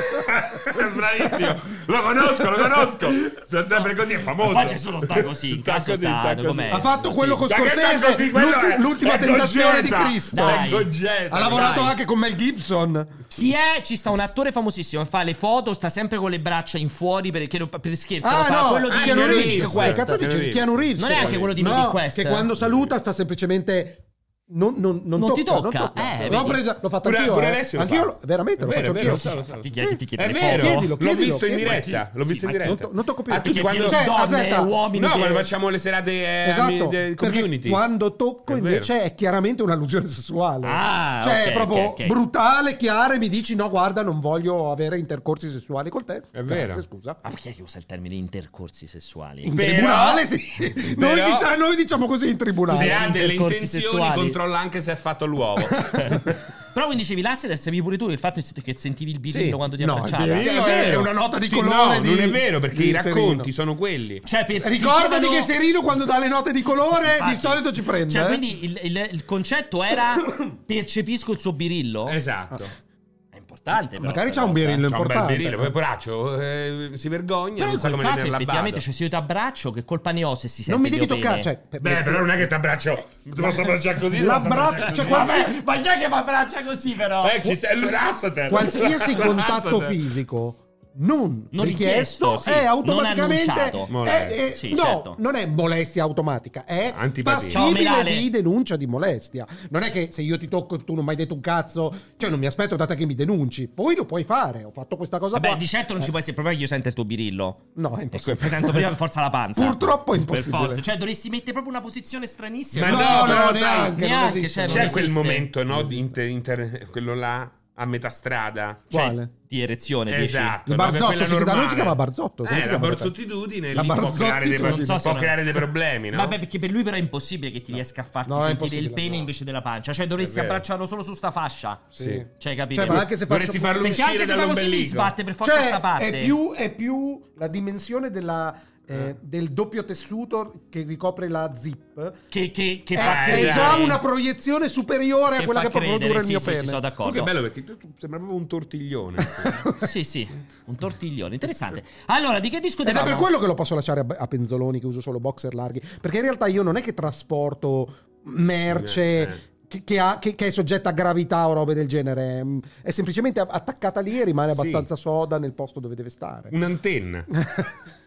Speaker 3: Bravissimo, lo conosco, lo conosco. Sta sempre così, è famoso.
Speaker 2: Ma Gesù non sta così, il cazzo sta- com'è?
Speaker 4: Ha fatto
Speaker 2: Sì.
Speaker 4: Ah, quello con
Speaker 3: Da che
Speaker 4: Scorsese,
Speaker 3: cazzo, Eh, sì, quello
Speaker 4: l'ulti-
Speaker 3: è-
Speaker 4: l'ultima
Speaker 3: è
Speaker 4: tentazione di
Speaker 3: Gogeta.
Speaker 4: Cristo.
Speaker 2: Dai.
Speaker 3: È Gogeta.
Speaker 4: Ha lavorato
Speaker 2: dai.
Speaker 4: anche con Mel Gibson.
Speaker 2: Chi è? Ci sta un attore famosissimo che fa le foto, sta sempre con le braccia in fuori perché per scherzo. lo
Speaker 4: Ah
Speaker 2: fa
Speaker 4: no,
Speaker 2: quello di
Speaker 3: anche
Speaker 4: Keanu
Speaker 3: Reeves.
Speaker 4: Reeves.
Speaker 2: Quest.
Speaker 4: Che cazzo dici?
Speaker 3: Keanu
Speaker 4: Keanu Reeves.
Speaker 2: Non è anche quello di Mythic
Speaker 4: No,
Speaker 2: Quest.
Speaker 4: che quando saluta sta semplicemente non, non, non,
Speaker 2: Non
Speaker 4: tocca,
Speaker 2: ti tocca,
Speaker 4: non tocca.
Speaker 2: eh,
Speaker 4: l'ho,
Speaker 2: vedi.
Speaker 4: presa, l'ho fatta
Speaker 3: Pure-
Speaker 4: anch'io.
Speaker 3: pure
Speaker 4: eh.
Speaker 3: Alessio lo
Speaker 4: anch'io
Speaker 3: fa.
Speaker 4: lo- veramente
Speaker 3: È
Speaker 4: lo
Speaker 3: vero,
Speaker 4: faccio
Speaker 3: è
Speaker 4: anch'io.
Speaker 3: vero, lo so, lo so.
Speaker 2: Ti chiedi, ti chiedi
Speaker 3: È
Speaker 2: le
Speaker 3: vero,
Speaker 2: foto.
Speaker 4: Chiedilo,
Speaker 3: l'ho
Speaker 4: chiedilo,
Speaker 3: visto in
Speaker 4: chiedilo.
Speaker 3: diretta. L'ho
Speaker 2: Sì,
Speaker 3: visto in
Speaker 2: ma chi-
Speaker 4: Non,
Speaker 3: diretta.
Speaker 4: to- non tocco più.
Speaker 2: Ah, tu
Speaker 3: Tutti
Speaker 2: ti
Speaker 3: quando-
Speaker 2: quando...
Speaker 4: Cioè,
Speaker 2: donne,
Speaker 4: aspetta.
Speaker 2: uomini
Speaker 3: No,
Speaker 2: che-
Speaker 3: quando facciamo le serate eh, ami- del
Speaker 4: Esatto, perché
Speaker 3: community.
Speaker 4: quando tocco
Speaker 3: È
Speaker 4: invece
Speaker 3: vero.
Speaker 4: è chiaramente un'allusione sessuale.
Speaker 2: Ah,
Speaker 4: cioè,
Speaker 2: ok,
Speaker 4: proprio
Speaker 2: ok, ok.
Speaker 4: brutale, chiara, e mi dici no, guarda, non voglio avere intercorsi sessuali con te.
Speaker 3: È
Speaker 4: Grazie,
Speaker 3: vero.
Speaker 4: scusa.
Speaker 2: Ah, Ma perché che usa il termine intercorsi sessuali?
Speaker 4: In
Speaker 3: Però-
Speaker 4: tribunale, sì.
Speaker 3: però-
Speaker 4: Noi, diciamo, noi diciamo così in tribunale.
Speaker 3: Se ha delle
Speaker 2: intercorsi
Speaker 3: intenzioni,
Speaker 2: sessuali.
Speaker 3: controlla anche se è fatto l'uovo.
Speaker 2: Però quindi dicevi l'asse sentivi pure tu il fatto che sentivi il birillo
Speaker 3: Sì.
Speaker 2: quando ti
Speaker 4: No, eh,
Speaker 2: abbracciava.
Speaker 4: il birillo-
Speaker 3: Sì,
Speaker 4: è vero, è una nota di
Speaker 3: Sì,
Speaker 4: colore
Speaker 3: No,
Speaker 4: di-
Speaker 3: non è vero perché
Speaker 4: di
Speaker 3: i racconti
Speaker 4: Serino.
Speaker 3: sono quelli.
Speaker 2: Cioè, per-
Speaker 4: eh, Ricordati
Speaker 2: dicevano-
Speaker 4: che Serino quando dà le note di colore
Speaker 2: Infatti.
Speaker 4: di solito ci prende.
Speaker 2: Cioè,
Speaker 4: eh.
Speaker 2: quindi il, il- il concetto era percepisco il suo birillo?
Speaker 4: Ah,
Speaker 3: Esatto.
Speaker 2: È importante però.
Speaker 4: Eh, Magari
Speaker 2: sta
Speaker 4: c'ha un
Speaker 2: cosa.
Speaker 4: birillo
Speaker 3: C'ha un bel
Speaker 4: importante.
Speaker 3: berillo, poi braccio eh, si vergogna,
Speaker 2: Però
Speaker 3: non
Speaker 2: in
Speaker 3: sa
Speaker 2: quel
Speaker 3: come
Speaker 2: caso
Speaker 3: metterla a bada.
Speaker 2: effettivamente cioè, se io ti abbraccio che colpa ne ho se si sente
Speaker 4: non mi
Speaker 2: il
Speaker 4: devi
Speaker 2: mio
Speaker 4: toccare.
Speaker 2: pene?
Speaker 4: Cioè, per-
Speaker 3: Beh,
Speaker 4: per-
Speaker 3: però non è che ti abbraccio, ti posso abbracciare così. ti posso
Speaker 4: L'abbraccio-
Speaker 3: abbracciare
Speaker 4: cioè,
Speaker 3: così.
Speaker 4: qualsiasi-
Speaker 2: Vabbè, ma chi è che mi abbraccia così però?
Speaker 3: Eh, ci stai, l'assater.
Speaker 4: qualsiasi contatto
Speaker 3: L'assater.
Speaker 4: fisico non,
Speaker 2: Non
Speaker 4: richiesto,
Speaker 2: richiesto, sì,
Speaker 4: è
Speaker 2: non
Speaker 4: automaticamente
Speaker 2: annunciato.
Speaker 3: Molestia.
Speaker 4: è- è-
Speaker 2: Sì,
Speaker 4: no,
Speaker 2: certo.
Speaker 4: non è molestia automatica, è
Speaker 3: Antipatia.
Speaker 2: Ciao,
Speaker 4: passibile
Speaker 2: Melale.
Speaker 4: di denuncia di molestia. Non è che se io ti tocco e tu non mi hai detto un cazzo, cioè non mi aspetto data che mi denunci, poi lo puoi fare. Ho fatto questa cosa
Speaker 2: Vabbè,
Speaker 4: qua. Eh,
Speaker 2: di certo non ci può essere proprio che io sento il tuo birillo.
Speaker 4: No, è
Speaker 2: Ecco,
Speaker 4: impossibile.
Speaker 2: presento prima per forza la panza.
Speaker 4: Purtroppo è
Speaker 2: Per
Speaker 4: impossibile.
Speaker 2: forza. Cioè, dovresti mettere proprio una posizione stranissima.
Speaker 3: Ma
Speaker 4: no,
Speaker 3: no,
Speaker 4: no,
Speaker 3: però sai,
Speaker 4: neanche, non
Speaker 2: neanche,
Speaker 4: esiste.
Speaker 2: cioè, non
Speaker 3: C'è quel
Speaker 2: esiste.
Speaker 3: momento, no? di inter- inter- quello là a metà strada.
Speaker 2: Cioè,
Speaker 4: Quale?
Speaker 2: di erezione, dici?
Speaker 3: Esatto,
Speaker 4: Il
Speaker 3: no?
Speaker 4: barzotto,
Speaker 3: Quella
Speaker 4: sì, che da
Speaker 3: normale.
Speaker 4: noi si chiama barzotto, come
Speaker 3: Eh,
Speaker 4: si
Speaker 3: la
Speaker 4: chiama?
Speaker 3: barzottitudine
Speaker 4: La
Speaker 3: lì può
Speaker 4: barzottitudine.
Speaker 3: creare dei, pro-
Speaker 2: Non so se
Speaker 3: può
Speaker 2: no.
Speaker 3: creare dei problemi, no?
Speaker 2: Vabbè, perché per lui però è impossibile che ti riesca a farti
Speaker 4: No, è
Speaker 2: sentire il
Speaker 4: impossibile,
Speaker 2: pene
Speaker 4: no.
Speaker 2: invece della pancia. Cioè, dovresti
Speaker 3: È vero.
Speaker 2: abbracciarlo solo su sta fascia.
Speaker 3: Sì.
Speaker 2: Cioè, capito?
Speaker 4: Cioè, ma anche se
Speaker 3: Dovresti
Speaker 4: faccio-
Speaker 3: farlo
Speaker 2: Perché
Speaker 3: uscire
Speaker 2: anche se fa così mi
Speaker 3: dall'ombelico.
Speaker 2: sbatte per forza
Speaker 4: Cioè,
Speaker 2: sta parte.
Speaker 4: È più, è più la dimensione della, eh, del doppio tessuto che ricopre la zip.
Speaker 2: Che, che, che
Speaker 4: è,
Speaker 2: fa
Speaker 4: Eh, è
Speaker 2: credere.
Speaker 4: già una proiezione superiore a
Speaker 2: Che
Speaker 4: quella
Speaker 2: fa
Speaker 4: che può
Speaker 2: credere,
Speaker 4: produrre il
Speaker 2: sì,
Speaker 4: mio
Speaker 2: sì,
Speaker 4: pene.
Speaker 2: Sì, sono d'accordo.
Speaker 3: Comunque è bello perché tu, tu sembra proprio un tortiglione.
Speaker 2: Sì, sì, un tortiglione, interessante. Allora, di che
Speaker 4: Ed è
Speaker 2: discutevamo?
Speaker 4: per quello che lo posso lasciare a, a penzoloni che uso solo boxer larghi. Perché in realtà io non è che trasporto merce.
Speaker 3: Eh, eh.
Speaker 4: Che, che ha- che- che è soggetta a gravità o robe del genere. Mm, È semplicemente attaccata lì e rimane
Speaker 3: Sì.
Speaker 4: abbastanza soda nel posto dove deve stare.
Speaker 3: Un'antenna.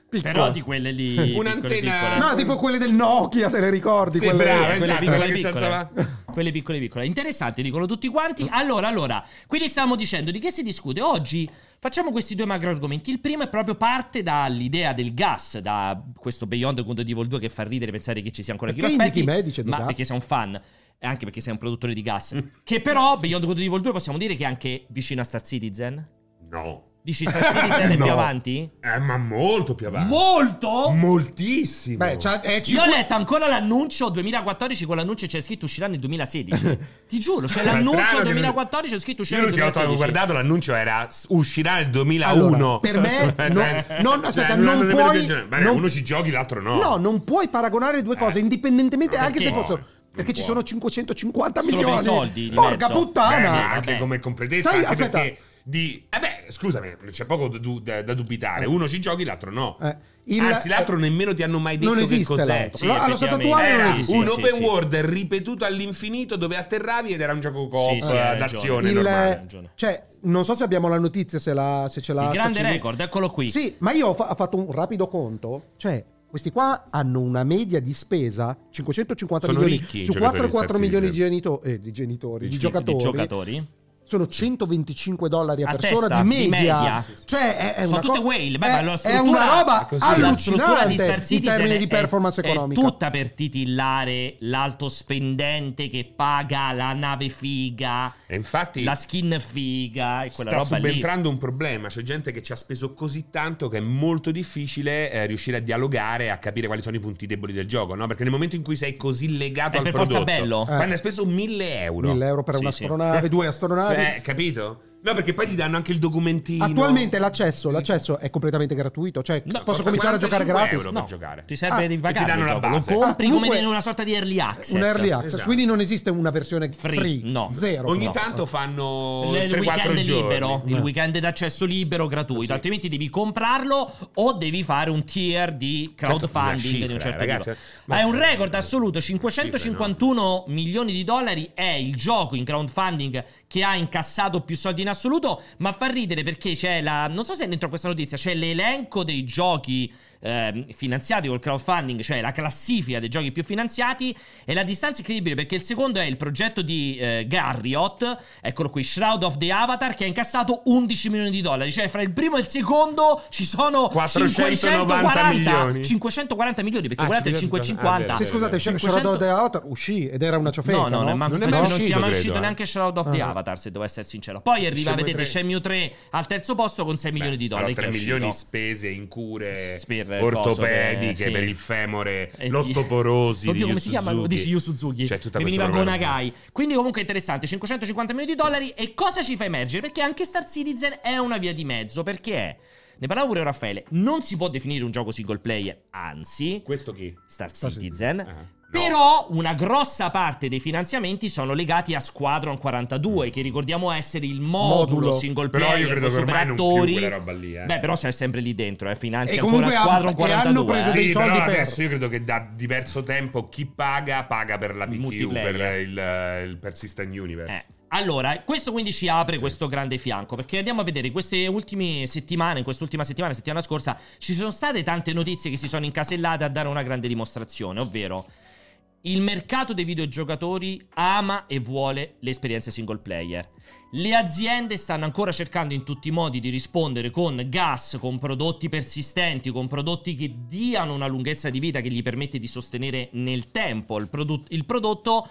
Speaker 4: Piccola.
Speaker 2: Mm. Però di quelle lì... di quelle
Speaker 3: Un'antenna-
Speaker 2: piccole.
Speaker 4: No, tipo quelle del Nokia, te le ricordi?
Speaker 3: Sì,
Speaker 4: quelle...
Speaker 3: brava,
Speaker 2: quelle
Speaker 3: esatto,
Speaker 2: piccole,
Speaker 3: quella che si
Speaker 2: piccole.
Speaker 3: alzava.
Speaker 2: Quelle piccole piccole. Interessante, dicono tutti quanti. Allora, allora, quindi stavamo dicendo di che si discute. Oggi facciamo questi due macro argomenti. Il primo è proprio parte dall'idea del gas, da questo Beyond Good and Evil 2 che fa ridere pensare che ci sia ancora
Speaker 4: Perché
Speaker 2: chi lo aspetti.
Speaker 4: indichi me, dice, di
Speaker 2: ma
Speaker 4: gas?
Speaker 2: perché sei un fan. E anche perché sei un produttore di gas. che però, Beyond Good and Evil 2 possiamo dire che è anche vicino a Star Citizen.
Speaker 3: No.
Speaker 2: Dici Star Citizen è
Speaker 3: No.
Speaker 2: più avanti?
Speaker 3: Eh, ma molto più avanti.
Speaker 2: Molto?
Speaker 3: Moltissimo.
Speaker 4: Beh, c'ha- è
Speaker 2: Io ho
Speaker 4: cinque-
Speaker 2: letto ancora l'annuncio 2014 con l'annuncio c'è scritto uscirà nel 2016. Ti giuro, c'è
Speaker 3: Ma strano
Speaker 2: Cioè, l'annuncio
Speaker 3: che non-
Speaker 2: 2014 c'è scritto uscirà
Speaker 3: Io
Speaker 2: nel
Speaker 3: l'ultima volta che avevo
Speaker 2: 2016.
Speaker 3: guardato l'annuncio era s- uscirà il 2001.
Speaker 4: Allora, per me,
Speaker 3: Cioè,
Speaker 4: no- non,
Speaker 3: cioè,
Speaker 4: aspetta,
Speaker 3: non-
Speaker 4: non,
Speaker 3: non è vero
Speaker 4: puoi.
Speaker 3: che- Vabbè,
Speaker 4: non-
Speaker 3: uno ci giochi, l'altro no.
Speaker 4: No, non puoi paragonare le due cose,
Speaker 3: Eh.
Speaker 4: indipendentemente,
Speaker 3: Non
Speaker 4: anche se
Speaker 2: puoi,
Speaker 4: fossero.
Speaker 3: non
Speaker 4: Perché ci
Speaker 3: puoi.
Speaker 4: sono 550
Speaker 2: Solo per i
Speaker 4: milioni.
Speaker 2: soldi di
Speaker 4: Porca
Speaker 2: mezzo.
Speaker 3: Beh,
Speaker 4: puttana!
Speaker 3: Eh, sì,
Speaker 2: vabbè.
Speaker 3: anche come completezza,
Speaker 4: Sai,
Speaker 3: anche
Speaker 4: aspetta.
Speaker 3: perché di... Eh beh, scusami, c'è poco du- da, da dubitare. Uno ci giochi, l'altro no.
Speaker 4: Eh, il-
Speaker 3: Anzi, l'altro nemmeno ti hanno mai detto che
Speaker 4: non esiste
Speaker 3: cos'è. Eh,
Speaker 4: l'altro.
Speaker 2: Sì,
Speaker 4: No, allo stato
Speaker 2: effettivamente.
Speaker 4: attuale non
Speaker 3: Era
Speaker 2: Eh, Sì,
Speaker 4: esiste.
Speaker 2: sì,
Speaker 3: un
Speaker 2: sì,
Speaker 3: open
Speaker 2: sì.
Speaker 3: world ripetuto all'infinito dove atterravi ed era un gioco
Speaker 2: Sì,
Speaker 3: coop
Speaker 2: sì, hai ragione.
Speaker 3: d'azione
Speaker 4: Il-
Speaker 3: normale.
Speaker 2: ragione.
Speaker 4: cioè, non so se abbiamo la notizia, se, la, se ce l'ha.
Speaker 2: Il
Speaker 4: se
Speaker 2: grande
Speaker 4: ce l'ha.
Speaker 2: record, eccolo qui.
Speaker 4: Sì, ma io ho, fa- ho fatto un rapido conto. Cioè, questi qua hanno una media di spesa 550
Speaker 3: Sono
Speaker 4: milioni
Speaker 3: ricchi i
Speaker 4: su
Speaker 3: giocatori
Speaker 4: 4,4
Speaker 3: di
Speaker 4: milioni di,
Speaker 3: Star
Speaker 4: genito- eh, di genitori, di,
Speaker 2: Di-
Speaker 4: giocatori.
Speaker 2: Di giocatori.
Speaker 4: sono 125 dollari a,
Speaker 2: A
Speaker 4: persona
Speaker 2: testa,
Speaker 4: di
Speaker 2: di
Speaker 4: media.
Speaker 2: media. Sì, sì.
Speaker 4: Cioè, è, è
Speaker 2: Sono
Speaker 4: una
Speaker 2: tutte
Speaker 4: co-
Speaker 2: whale, beh,
Speaker 4: è,
Speaker 2: ma la
Speaker 4: è
Speaker 2: struttura-
Speaker 4: una roba
Speaker 3: è così.
Speaker 2: La struttura di Star
Speaker 4: allucinante in
Speaker 2: Citizen
Speaker 4: termini di
Speaker 2: è-
Speaker 4: performance
Speaker 2: è
Speaker 4: economica.
Speaker 2: tutta per titillare l'alto spendente che paga la nave figa,
Speaker 3: E infatti
Speaker 2: la skin figa e quella
Speaker 3: sta
Speaker 2: roba lì.
Speaker 3: subentrando un problema. C'è gente che ci ha speso così tanto che è molto difficile eh, riuscire a dialogare, a capire quali sono i punti deboli del gioco. No? Perché nel momento in cui sei così legato
Speaker 2: È
Speaker 3: al
Speaker 2: per forza
Speaker 3: prodotto,
Speaker 2: bello.
Speaker 4: Eh.
Speaker 3: quando hai speso 1000 euro,
Speaker 4: 1000 euro per
Speaker 2: Sì,
Speaker 4: un'astronave, due astronavi.
Speaker 3: Cioè, capito? No, perché poi ti danno anche il documentino.
Speaker 4: Attualmente l'accesso, l'accesso è completamente gratuito, cioè
Speaker 2: No,
Speaker 4: posso
Speaker 2: costa
Speaker 4: cominciare a giocare
Speaker 3: 45
Speaker 4: gratis.
Speaker 3: euro. per giocare.
Speaker 2: Ti serve
Speaker 4: Ah,
Speaker 2: di
Speaker 4: e ti
Speaker 2: pagare
Speaker 3: danno
Speaker 2: il
Speaker 3: la
Speaker 2: gioco, lo
Speaker 3: base.
Speaker 2: compri
Speaker 4: Ah,
Speaker 2: come
Speaker 4: comunque-
Speaker 2: in una sorta di early access.
Speaker 4: Un early access,
Speaker 3: Esatto.
Speaker 4: quindi non esiste una versione
Speaker 2: Free,
Speaker 4: free,
Speaker 2: no.
Speaker 4: zero.
Speaker 3: Ogni
Speaker 2: No.
Speaker 3: tanto fanno
Speaker 2: il
Speaker 3: 3-4
Speaker 2: weekend
Speaker 3: giorni.
Speaker 2: libero, il
Speaker 4: Eh.
Speaker 2: weekend d'accesso libero gratuito, altrimenti devi comprarlo o devi fare un tier di crowdfunding
Speaker 3: Certo, cifra, eh,
Speaker 2: di un certo
Speaker 3: ragazzi,
Speaker 2: livello.
Speaker 3: ma-
Speaker 2: Ma è un record assoluto,
Speaker 3: Cifre,
Speaker 2: 551 milioni di dollari è il gioco in crowdfunding che ha incassato più soldi in assoluto, ma fa ridere perché c'è la non so se è dentro questa notizia, c'è l'elenco dei giochi eh, ehm, finanziati col crowdfunding, cioè la classifica dei giochi più finanziati, e la distanza è incredibile perché il secondo è il progetto di eh, Garriott, eccolo qui, Shroud of the Avatar, che ha incassato 11 milioni di dollari, cioè fra il primo e il secondo ci sono
Speaker 3: 490 milioni.
Speaker 2: 540 milioni, perché
Speaker 3: Ah,
Speaker 2: guardate il
Speaker 3: 540,
Speaker 2: 550.
Speaker 3: ah, vero.
Speaker 4: Se scusate,
Speaker 2: 500
Speaker 4: Shadow of the Avatar uscì ed era una ciofeca.
Speaker 2: No, no, non è manco-
Speaker 3: Non
Speaker 2: penso
Speaker 3: è mai
Speaker 2: non
Speaker 3: uscito,
Speaker 2: sia mai
Speaker 3: credo,
Speaker 2: uscito
Speaker 3: eh.
Speaker 2: neanche Shadow of the
Speaker 4: Ah.
Speaker 2: Avatar, se devo essere sincero. Poi arriva,
Speaker 3: Shenmue
Speaker 2: vedete,
Speaker 3: 3.
Speaker 2: Shenmue 3 al terzo posto con 6 milioni di dollari. che
Speaker 3: 3
Speaker 2: è uscito.
Speaker 3: milioni spese in cure
Speaker 2: S- per cose,
Speaker 3: ortopediche
Speaker 2: sì.
Speaker 3: per il femore,
Speaker 2: E di-
Speaker 3: l'ostoporosi.
Speaker 2: Oddio,
Speaker 3: di
Speaker 2: come
Speaker 3: Yu
Speaker 2: si chiama?
Speaker 3: Suzuki.
Speaker 2: Dici Yu Suzuki.
Speaker 3: Cioè, tutta
Speaker 2: Mi
Speaker 3: questa
Speaker 2: veniva
Speaker 3: problematica.
Speaker 2: Gonagai. Quindi comunque interessante, 550 milioni di dollari. E cosa ci fa emergere? Perché anche Star Citizen è una via di mezzo, perché... Ne parlavo pure Raffaele, non si può definire un gioco single player, anzi,
Speaker 3: Questo chi?
Speaker 2: Star
Speaker 4: Star
Speaker 2: Citizen.
Speaker 3: Ah, no.
Speaker 2: Però una grossa parte dei finanziamenti sono legati a Squadron 42, che ricordiamo essere il modulo,
Speaker 4: Modulo.
Speaker 2: single player
Speaker 3: Mm. Però io credo
Speaker 2: con
Speaker 3: che ormai non più
Speaker 2: superattori.
Speaker 3: quella roba lì. Eh.
Speaker 2: Beh, però c'è sempre lì dentro, eh. finanzia
Speaker 4: E
Speaker 2: ancora
Speaker 4: comunque ha-
Speaker 2: Squadron
Speaker 4: e hanno
Speaker 2: 42.
Speaker 4: preso
Speaker 2: eh.
Speaker 4: dei
Speaker 3: sì,
Speaker 4: soldi
Speaker 3: però
Speaker 4: per-
Speaker 3: adesso io credo che da diverso tempo chi paga, paga per la
Speaker 2: Il
Speaker 3: PQ,
Speaker 2: multiplayer.
Speaker 3: per il, eh, il Persistent
Speaker 2: Eh,
Speaker 3: Universe.
Speaker 2: Allora, questo quindi ci apre questo grande fianco, perché andiamo a vedere queste ultime settimane, in quest'ultima settimana, settimana scorsa, ci sono state tante notizie che si sono incasellate a dare una grande dimostrazione, ovvero il mercato dei videogiocatori ama e vuole le esperienze single player. Le aziende stanno ancora cercando in tutti i modi di rispondere con gas, con prodotti persistenti, con prodotti che diano una lunghezza di vita che gli permette di sostenere nel tempo il, produ- il prodotto.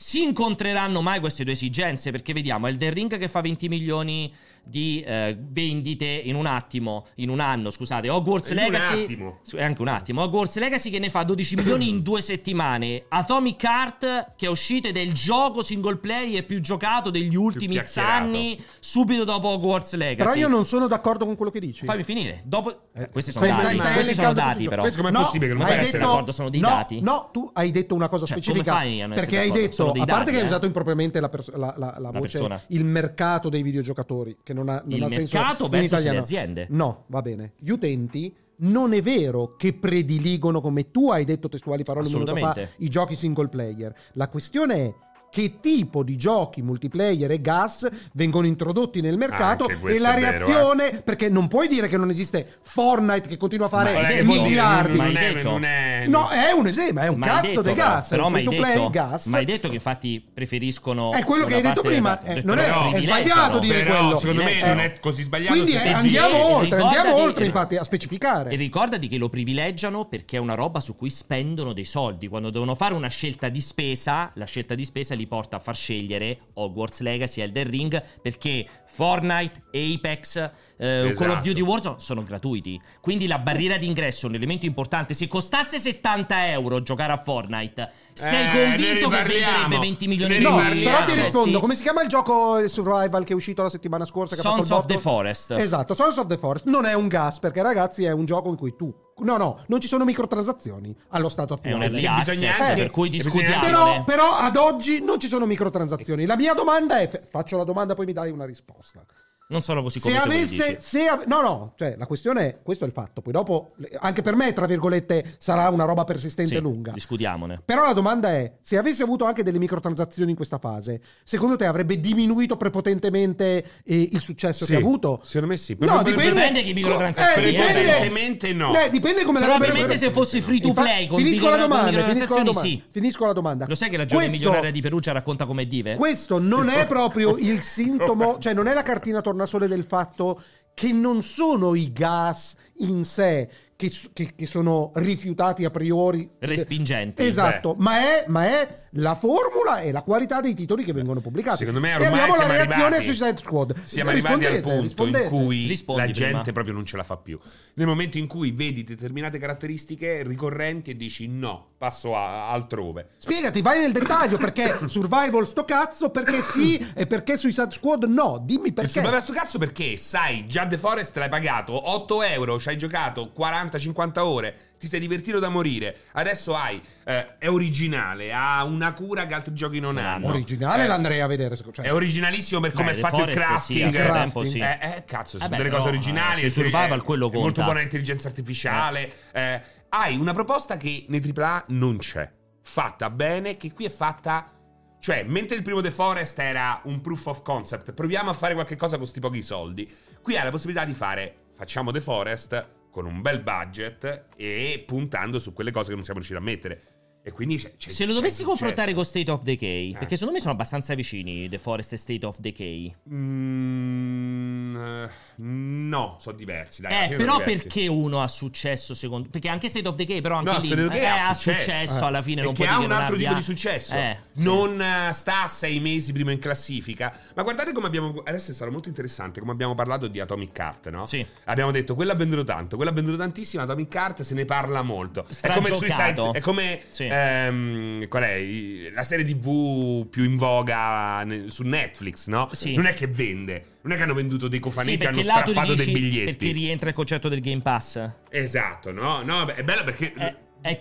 Speaker 2: Si incontreranno mai queste due esigenze? Perché vediamo Elden Ring che fa 20 milioni di eh, vendite in un attimo, in un anno, scusate, Hogwarts
Speaker 3: In un
Speaker 2: Legacy
Speaker 3: attimo.
Speaker 2: su- è anche un attimo. Hogwarts Legacy che ne fa 12 milioni in due settimane. Atomic Heart che è uscito ed è il gioco single player più giocato degli ultimi
Speaker 3: chiacchierato.
Speaker 2: anni, subito dopo Hogwarts Legacy.
Speaker 4: Però io non sono d'accordo con quello che dici.
Speaker 2: Fammi finire. Dopo...
Speaker 4: Eh,
Speaker 2: questi sono
Speaker 4: stai-
Speaker 2: dati,
Speaker 4: stai- stai
Speaker 2: questi sono
Speaker 4: elencando
Speaker 2: dati
Speaker 4: tutti i
Speaker 2: però.
Speaker 4: giochi.
Speaker 3: Questo com'è
Speaker 4: No,
Speaker 3: possibile che non
Speaker 4: hai
Speaker 3: puoi essere
Speaker 4: detto-
Speaker 2: d'accordo? Sono dei
Speaker 4: no,
Speaker 2: dati.
Speaker 4: No, tu hai detto una cosa
Speaker 2: Cioè, come
Speaker 4: specifica.
Speaker 2: fai a non essere
Speaker 4: perché hai
Speaker 2: d'accordo?
Speaker 4: detto,
Speaker 2: Sono
Speaker 4: a
Speaker 2: dei
Speaker 4: parte
Speaker 2: dati,
Speaker 4: che hai
Speaker 2: eh.
Speaker 4: usato impropriamente la, pers- la- la- la voce,
Speaker 2: persona.
Speaker 4: il mercato dei videogiocatori, che non ha, non
Speaker 2: Il
Speaker 4: ha senso
Speaker 2: mercato
Speaker 4: in
Speaker 2: versus
Speaker 4: italiano.
Speaker 2: le aziende.
Speaker 4: No, va bene. Gli utenti non è vero che prediligono, come tu hai detto testuali parole un minuto fa,
Speaker 2: Assolutamente.
Speaker 4: i giochi single player. La questione è che tipo di giochi multiplayer e gas vengono introdotti nel mercato
Speaker 3: Anche
Speaker 4: e
Speaker 3: questo
Speaker 4: la
Speaker 3: è vero,
Speaker 4: reazione perché non puoi dire che non esiste Fortnite che continua a fare
Speaker 2: Ma
Speaker 3: Eh,
Speaker 2: hai
Speaker 3: che
Speaker 2: detto-
Speaker 3: vuol dire?
Speaker 4: miliardi
Speaker 3: Non,
Speaker 2: hai
Speaker 3: non è,
Speaker 2: detto.
Speaker 3: non è-
Speaker 4: No, è un esempio, è un
Speaker 2: Ma hai
Speaker 4: cazzo
Speaker 2: detto
Speaker 4: di
Speaker 2: però,
Speaker 4: gas. è
Speaker 2: però
Speaker 4: un
Speaker 2: mi hai
Speaker 4: free to play
Speaker 2: detto-
Speaker 4: gas.
Speaker 2: Ma hai detto che infatti preferiscono...
Speaker 4: È quello che
Speaker 2: una
Speaker 4: hai detto
Speaker 2: parte della-
Speaker 4: prima,
Speaker 2: ho
Speaker 4: eh,
Speaker 2: detto
Speaker 4: non è-
Speaker 2: però,
Speaker 4: è
Speaker 2: privilegiano.
Speaker 4: sbagliato dire-
Speaker 3: Però,
Speaker 4: quello.
Speaker 3: secondo me
Speaker 2: Eh,
Speaker 3: non è così sbagliato.
Speaker 4: Quindi
Speaker 3: se
Speaker 4: eh,
Speaker 3: ti
Speaker 4: andiamo
Speaker 3: viene-
Speaker 4: oltre, andiamo
Speaker 2: ricordati-
Speaker 4: oltre, infatti, a specificare.
Speaker 2: E ricordati che lo privilegiano perché è una roba su cui spendono dei soldi. Quando devono fare una scelta di spesa, la scelta di spesa li porta a far scegliere Hogwarts Legacy, Elden Ring, perché Fortnite, Apex, eh,
Speaker 3: Esatto.
Speaker 2: Call of Duty Warzone sono gratuiti. Quindi la barriera d'ingresso è un elemento importante. Se costasse 70 euro giocare a Fortnite, sei
Speaker 3: Eh, ne
Speaker 2: convinto che
Speaker 3: riparliamo.
Speaker 2: venderebbe 20 milioni
Speaker 3: Ne
Speaker 2: di
Speaker 4: No,
Speaker 3: riparliamo.
Speaker 4: però ti
Speaker 2: accessi?
Speaker 4: rispondo, come si chiama il gioco il survival che è uscito la settimana scorsa? Che ha
Speaker 2: Sons
Speaker 4: fatto il
Speaker 2: of the
Speaker 4: botto?
Speaker 2: Forest.
Speaker 4: Esatto, Sons of the Forest non è un gas perché ragazzi è un gioco in cui tu... No, no, non ci sono microtransazioni allo stato
Speaker 2: È un
Speaker 4: attuale.
Speaker 2: early
Speaker 3: Eh, Bisogna
Speaker 2: access,
Speaker 4: anche-
Speaker 2: per cui
Speaker 3: bisogna-
Speaker 2: discutiamo.
Speaker 4: Però, però ad oggi non ci sono microtransazioni. La mia domanda è: faccio la domanda, poi mi dai una risposta.
Speaker 2: non sono così
Speaker 4: Se
Speaker 2: convinto come dici.
Speaker 4: avesse, se av- no, no, cioè la questione è: questo è il fatto. Poi dopo, le- anche per me, tra virgolette, sarà una roba persistente
Speaker 2: Sì,
Speaker 4: e lunga.
Speaker 2: Discutiamone.
Speaker 4: Però la domanda è: se avesse avuto anche delle microtransazioni in questa fase, secondo te avrebbe diminuito prepotentemente eh, il successo
Speaker 3: Sì,
Speaker 4: che ha avuto?
Speaker 3: secondo me sì.
Speaker 4: No,
Speaker 3: Dipende-
Speaker 4: dipende,
Speaker 2: dipende che microtransazioni,
Speaker 4: Eh, dipende-
Speaker 3: Prepotentemente no.
Speaker 4: Eh, dipende come
Speaker 2: Probabilmente
Speaker 4: l'avrebbero-
Speaker 2: se fossi free to
Speaker 4: Infa-
Speaker 2: play con
Speaker 4: finisco la
Speaker 2: micro- con
Speaker 4: domanda, finisco la
Speaker 2: microtransazioni,
Speaker 4: domanda.
Speaker 2: sì.
Speaker 4: Finisco la domanda.
Speaker 2: Lo sai che la giovane
Speaker 4: Questo-
Speaker 2: milionaria di Perugia racconta come dive?
Speaker 4: Questo non è proprio il sintomo, cioè non è la cartina tornasole del fatto che non sono i gas in sé che, s- che- che sono rifiutati a priori.
Speaker 2: Respingenti.
Speaker 4: Esatto, ma è, ma è la formula e la qualità dei titoli che vengono pubblicati.
Speaker 3: Secondo me
Speaker 4: e
Speaker 3: ormai
Speaker 4: abbiamo la
Speaker 3: siamo
Speaker 4: reazione
Speaker 3: arrivati-
Speaker 4: su Suicide Squad.
Speaker 3: Siamo arrivati al
Speaker 4: Rispondete,
Speaker 3: punto in
Speaker 4: rispondete.
Speaker 3: cui
Speaker 2: Rispondi
Speaker 3: la
Speaker 2: prima.
Speaker 3: gente proprio non ce la fa più. Nel momento in cui vedi determinate caratteristiche ricorrenti e dici no, passo a- altrove.
Speaker 4: Spiegati, vai nel dettaglio perché Survival sto cazzo, perché sì e perché Suicide Squad no. Dimmi
Speaker 3: Perché?
Speaker 4: perché.
Speaker 3: ma questo cazzo perché sai, già The Forest l'hai pagato 8 euro, ci hai giocato 40-50 ore, ti sei divertito da morire. Adesso hai, eh, è originale, ha una cura che altri giochi non
Speaker 2: Non
Speaker 3: hanno.
Speaker 2: hanno.
Speaker 4: Originale
Speaker 3: Eh,
Speaker 4: l'andrei a vedere. secondo- Cioè,
Speaker 3: È originalissimo per come è
Speaker 2: Beh,
Speaker 3: fatto il
Speaker 2: The Forest Eh, sì,
Speaker 3: crafting.
Speaker 2: a suo
Speaker 4: crafting.
Speaker 2: tempo sì.
Speaker 3: Eh, eh, cazzo, sono
Speaker 2: Vabbè,
Speaker 3: delle
Speaker 2: però,
Speaker 3: cose originali.
Speaker 2: eh, sui
Speaker 3: eh,
Speaker 2: survival quello
Speaker 3: è Molto
Speaker 2: conta.
Speaker 3: buona intelligenza artificiale. eh, hai una proposta che nei AAA non c'è. Fatta bene, che qui è fatta. Cioè, mentre il primo The Forest era un proof of concept, proviamo a fare qualche cosa con sti pochi soldi. Qui hai la possibilità di fare, facciamo The Forest con un bel budget e puntando su quelle cose che non siamo riusciti a mettere. E quindi c'è, c'è-
Speaker 2: Se lo
Speaker 3: c'è
Speaker 2: dovessi
Speaker 3: successo.
Speaker 2: confrontare con State of Decay,
Speaker 3: Eh.
Speaker 2: perché secondo me sono abbastanza vicini The Forest e State of Decay.
Speaker 3: Mm, eh, no, sono diversi. Dai, alla
Speaker 2: eh,
Speaker 3: fine sono
Speaker 2: però
Speaker 3: diversi.
Speaker 2: perché uno ha successo secondo Perché anche State of Decay, però anche
Speaker 3: No,
Speaker 2: lì
Speaker 3: State of Decay
Speaker 2: eh,
Speaker 3: ha
Speaker 2: ha
Speaker 3: successo.
Speaker 2: successo,
Speaker 4: Eh.
Speaker 2: alla fine. non
Speaker 3: Perché
Speaker 2: puoi
Speaker 3: ha
Speaker 2: dire
Speaker 3: un
Speaker 2: non
Speaker 3: altro tipo
Speaker 2: abbia-
Speaker 3: di successo.
Speaker 2: Eh, sì.
Speaker 3: Non eh, sta sei mesi prima in classifica. Ma guardate come abbiamo. Adesso è stato molto interessante come abbiamo parlato di Atomic Heart, no?
Speaker 2: Sì.
Speaker 3: Abbiamo detto quella ha venduto tanto, quella ha venduto tantissimo. Atomic Heart se ne parla molto. È come,
Speaker 2: Stragiocato.
Speaker 3: Suicide, è come
Speaker 2: Sì.
Speaker 3: ehm, qual è? I- la serie TV più in voga ne- su Netflix, no?
Speaker 2: Sì.
Speaker 3: Non è che vende, non è che hanno venduto dei cofanetti
Speaker 2: Sì,
Speaker 3: e hanno
Speaker 2: perché là tu gli
Speaker 3: strappato dei
Speaker 2: dici-
Speaker 3: biglietti.
Speaker 2: Perché rientra il concetto del Game Pass.
Speaker 3: Esatto, no? No, beh, è bello perché
Speaker 2: È- è
Speaker 3: sai che è un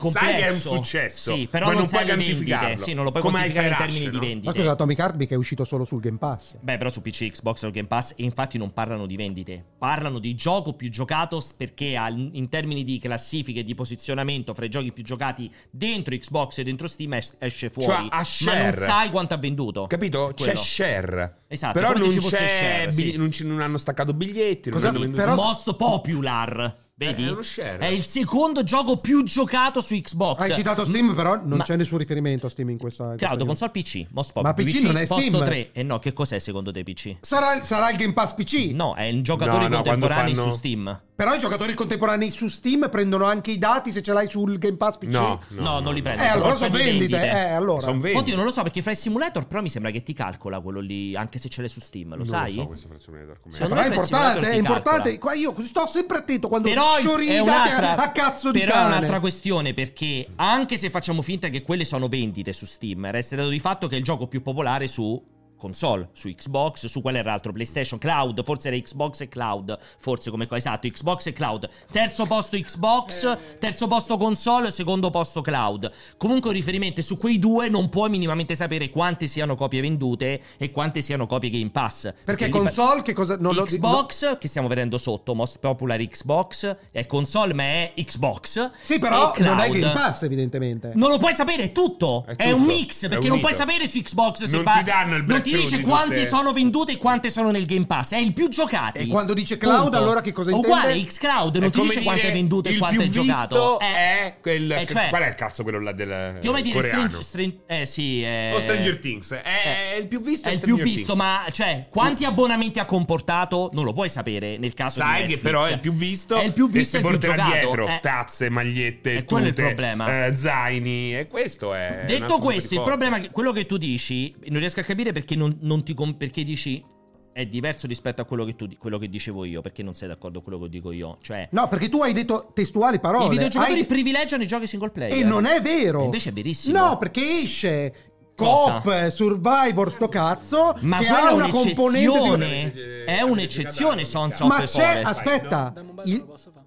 Speaker 2: complesso.
Speaker 3: successo,
Speaker 2: Sì, però
Speaker 3: ma
Speaker 2: non
Speaker 3: non
Speaker 2: sai
Speaker 3: puoi
Speaker 2: le vendite.
Speaker 3: quantificarlo.
Speaker 2: Sì, non lo puoi
Speaker 3: Come
Speaker 2: quantificare in
Speaker 3: Hi-Fi Rush,
Speaker 2: termini di Boh,
Speaker 3: no?
Speaker 4: Ma
Speaker 2: vendite.
Speaker 4: cosa Atomic Heart mica è uscito solo sul Game Pass?
Speaker 2: Beh, però su PC, Xbox o Game Pass, e infatti non parlano di vendite, parlano di gioco più giocato s- perché al- in termini di classifiche e di posizionamento fra i giochi più giocati dentro Xbox e dentro Steam es- esce fuori.
Speaker 3: Cioè, a
Speaker 2: ma non
Speaker 3: share.
Speaker 2: sai quanto ha venduto.
Speaker 3: Capito? C'è
Speaker 2: Quello.
Speaker 3: share.
Speaker 2: Esatto,
Speaker 3: però
Speaker 2: come se
Speaker 3: non,
Speaker 2: ci fosse
Speaker 3: c'è
Speaker 2: share,
Speaker 3: bigli-
Speaker 2: sì.
Speaker 3: non, ci- non hanno staccato biglietti.
Speaker 4: Cosa-
Speaker 3: non hanno venduto-
Speaker 4: però-
Speaker 2: Most popular. Vedi?
Speaker 3: Eh, è uno share.
Speaker 2: È il secondo gioco più giocato su Xbox.
Speaker 4: Hai citato Steam, però non
Speaker 2: ma-
Speaker 4: c'è nessun riferimento a Steam in questa. in
Speaker 2: Claudio,
Speaker 4: questa-
Speaker 2: console PC, most
Speaker 4: Ma
Speaker 2: popular.
Speaker 4: PC non è
Speaker 2: posto
Speaker 4: Steam?
Speaker 2: 3. E Eh, no, che cos'è secondo te PC?
Speaker 4: Sarà, sarà il Game Pass PC.
Speaker 2: No, è un
Speaker 3: No,
Speaker 2: giocatore
Speaker 3: no, quando
Speaker 2: contemporaneo
Speaker 3: fanno-
Speaker 2: su Steam.
Speaker 4: Però i giocatori contemporanei su Steam prendono anche i dati se ce l'hai sul Game Pass PC.
Speaker 3: No,
Speaker 2: No, non li prendo.
Speaker 4: Eh, allora
Speaker 2: Forza
Speaker 4: sono
Speaker 2: di
Speaker 4: vendite.
Speaker 2: vendite.
Speaker 4: Eh, allora.
Speaker 3: Sono venti.
Speaker 2: Oddio, non lo so perché fra i simulator però mi sembra che ti calcola quello lì, anche se ce l'hai su Steam, lo
Speaker 3: Non
Speaker 2: sai?
Speaker 3: so questo frazione com'è.
Speaker 2: Sono-
Speaker 4: Però è
Speaker 2: Secondo me
Speaker 4: importante,
Speaker 2: il simulator
Speaker 4: è
Speaker 2: ti
Speaker 4: importante. Qua io sto sempre attento quando
Speaker 2: Però
Speaker 4: sciorri
Speaker 2: è
Speaker 4: i dati a,
Speaker 2: un'altra,
Speaker 4: a cazzo di
Speaker 2: però è
Speaker 4: cane.
Speaker 2: un'altra questione perché anche se facciamo finta che quelle sono vendite su Steam, resta dato di fatto che è il gioco più popolare su console, su Xbox, su qual era l'altro PlayStation Cloud, forse era Xbox e Cloud, forse come qua esatto, Xbox e Cloud. Terzo posto Xbox, terzo posto console, secondo posto Cloud. Comunque un riferimento è su quei due non puoi minimamente sapere quante siano copie vendute e quante siano copie Game Pass.
Speaker 4: Perché
Speaker 2: lì-
Speaker 4: console che cosa... Non lo-
Speaker 2: Xbox, che stiamo vedendo sotto, Most Popular Xbox, è console ma è Xbox.
Speaker 4: Sì, però
Speaker 2: e
Speaker 4: non è
Speaker 2: cloud.
Speaker 4: Game Pass, evidentemente.
Speaker 2: Non lo puoi sapere, è tutto. È,
Speaker 3: È tutto.
Speaker 2: un mix,
Speaker 3: È
Speaker 2: perché
Speaker 3: un
Speaker 2: non
Speaker 3: mito.
Speaker 2: puoi sapere su Xbox se
Speaker 3: Non
Speaker 2: va-
Speaker 3: ti danno il
Speaker 2: Non ti
Speaker 3: breakthrough
Speaker 2: dice
Speaker 3: di
Speaker 2: quante
Speaker 3: tutte-
Speaker 2: sono vendute e quante sono nel Game Pass. È il più giocato.
Speaker 4: E quando dice cloud, allora che cosa intende?
Speaker 2: Uguale Xcloud, non
Speaker 3: È
Speaker 2: ti
Speaker 3: come
Speaker 2: dice
Speaker 3: dire,
Speaker 2: quanto è venduto e
Speaker 3: il
Speaker 2: quanto
Speaker 3: più
Speaker 2: è
Speaker 3: visto
Speaker 2: giocato.
Speaker 3: È quel,
Speaker 2: eh,
Speaker 3: che-
Speaker 2: cioè-
Speaker 3: qual è il cazzo quello là del
Speaker 2: Ti vuoi dire
Speaker 3: coreano?
Speaker 2: Strange, Strange- eh sì, eh,
Speaker 3: o Stranger Things. È, è il più visto.
Speaker 2: è il
Speaker 3: Stranger
Speaker 2: più visto,
Speaker 3: Things.
Speaker 2: ma cioè, quanti abbonamenti ha comportato? Non lo puoi sapere nel caso di
Speaker 3: Sai che
Speaker 2: Netflix.
Speaker 3: però è il più visto,
Speaker 2: È il più
Speaker 3: e
Speaker 2: visto
Speaker 3: si
Speaker 2: e il più
Speaker 3: porterà
Speaker 2: giocato,
Speaker 3: dietro
Speaker 2: eh.
Speaker 3: tazze, magliette,
Speaker 2: È quello il
Speaker 3: tute,
Speaker 2: problema.
Speaker 3: eh, zaini e questo è un altro
Speaker 2: Detto
Speaker 3: tipo di
Speaker 2: questo, il
Speaker 3: forza.
Speaker 2: problema è che quello che tu dici, non riesco a capire perché non, non ti com- perché dici è diverso rispetto a quello che, tu, di- quello che dicevo io, perché non sei d'accordo con quello che dico io. Cioè,
Speaker 4: No, perché tu hai detto testuali parole.
Speaker 2: i videogiocatori
Speaker 4: Hai-
Speaker 2: privilegiano i giochi single player.
Speaker 4: E non è vero.
Speaker 2: E Eh, invece è verissimo.
Speaker 4: No, perché esce
Speaker 2: Cosa?
Speaker 4: Cop, eh, Survivor, sto cazzo,
Speaker 2: ma
Speaker 4: che
Speaker 2: quella
Speaker 4: ha
Speaker 2: è
Speaker 4: una componente...
Speaker 2: un'eccezione.
Speaker 3: di-
Speaker 2: È un'eccezione Sons of
Speaker 4: Ma
Speaker 2: the
Speaker 4: c'è...
Speaker 2: Forest.
Speaker 4: Aspetta.
Speaker 1: Da mobile
Speaker 4: il-
Speaker 1: non lo posso fare.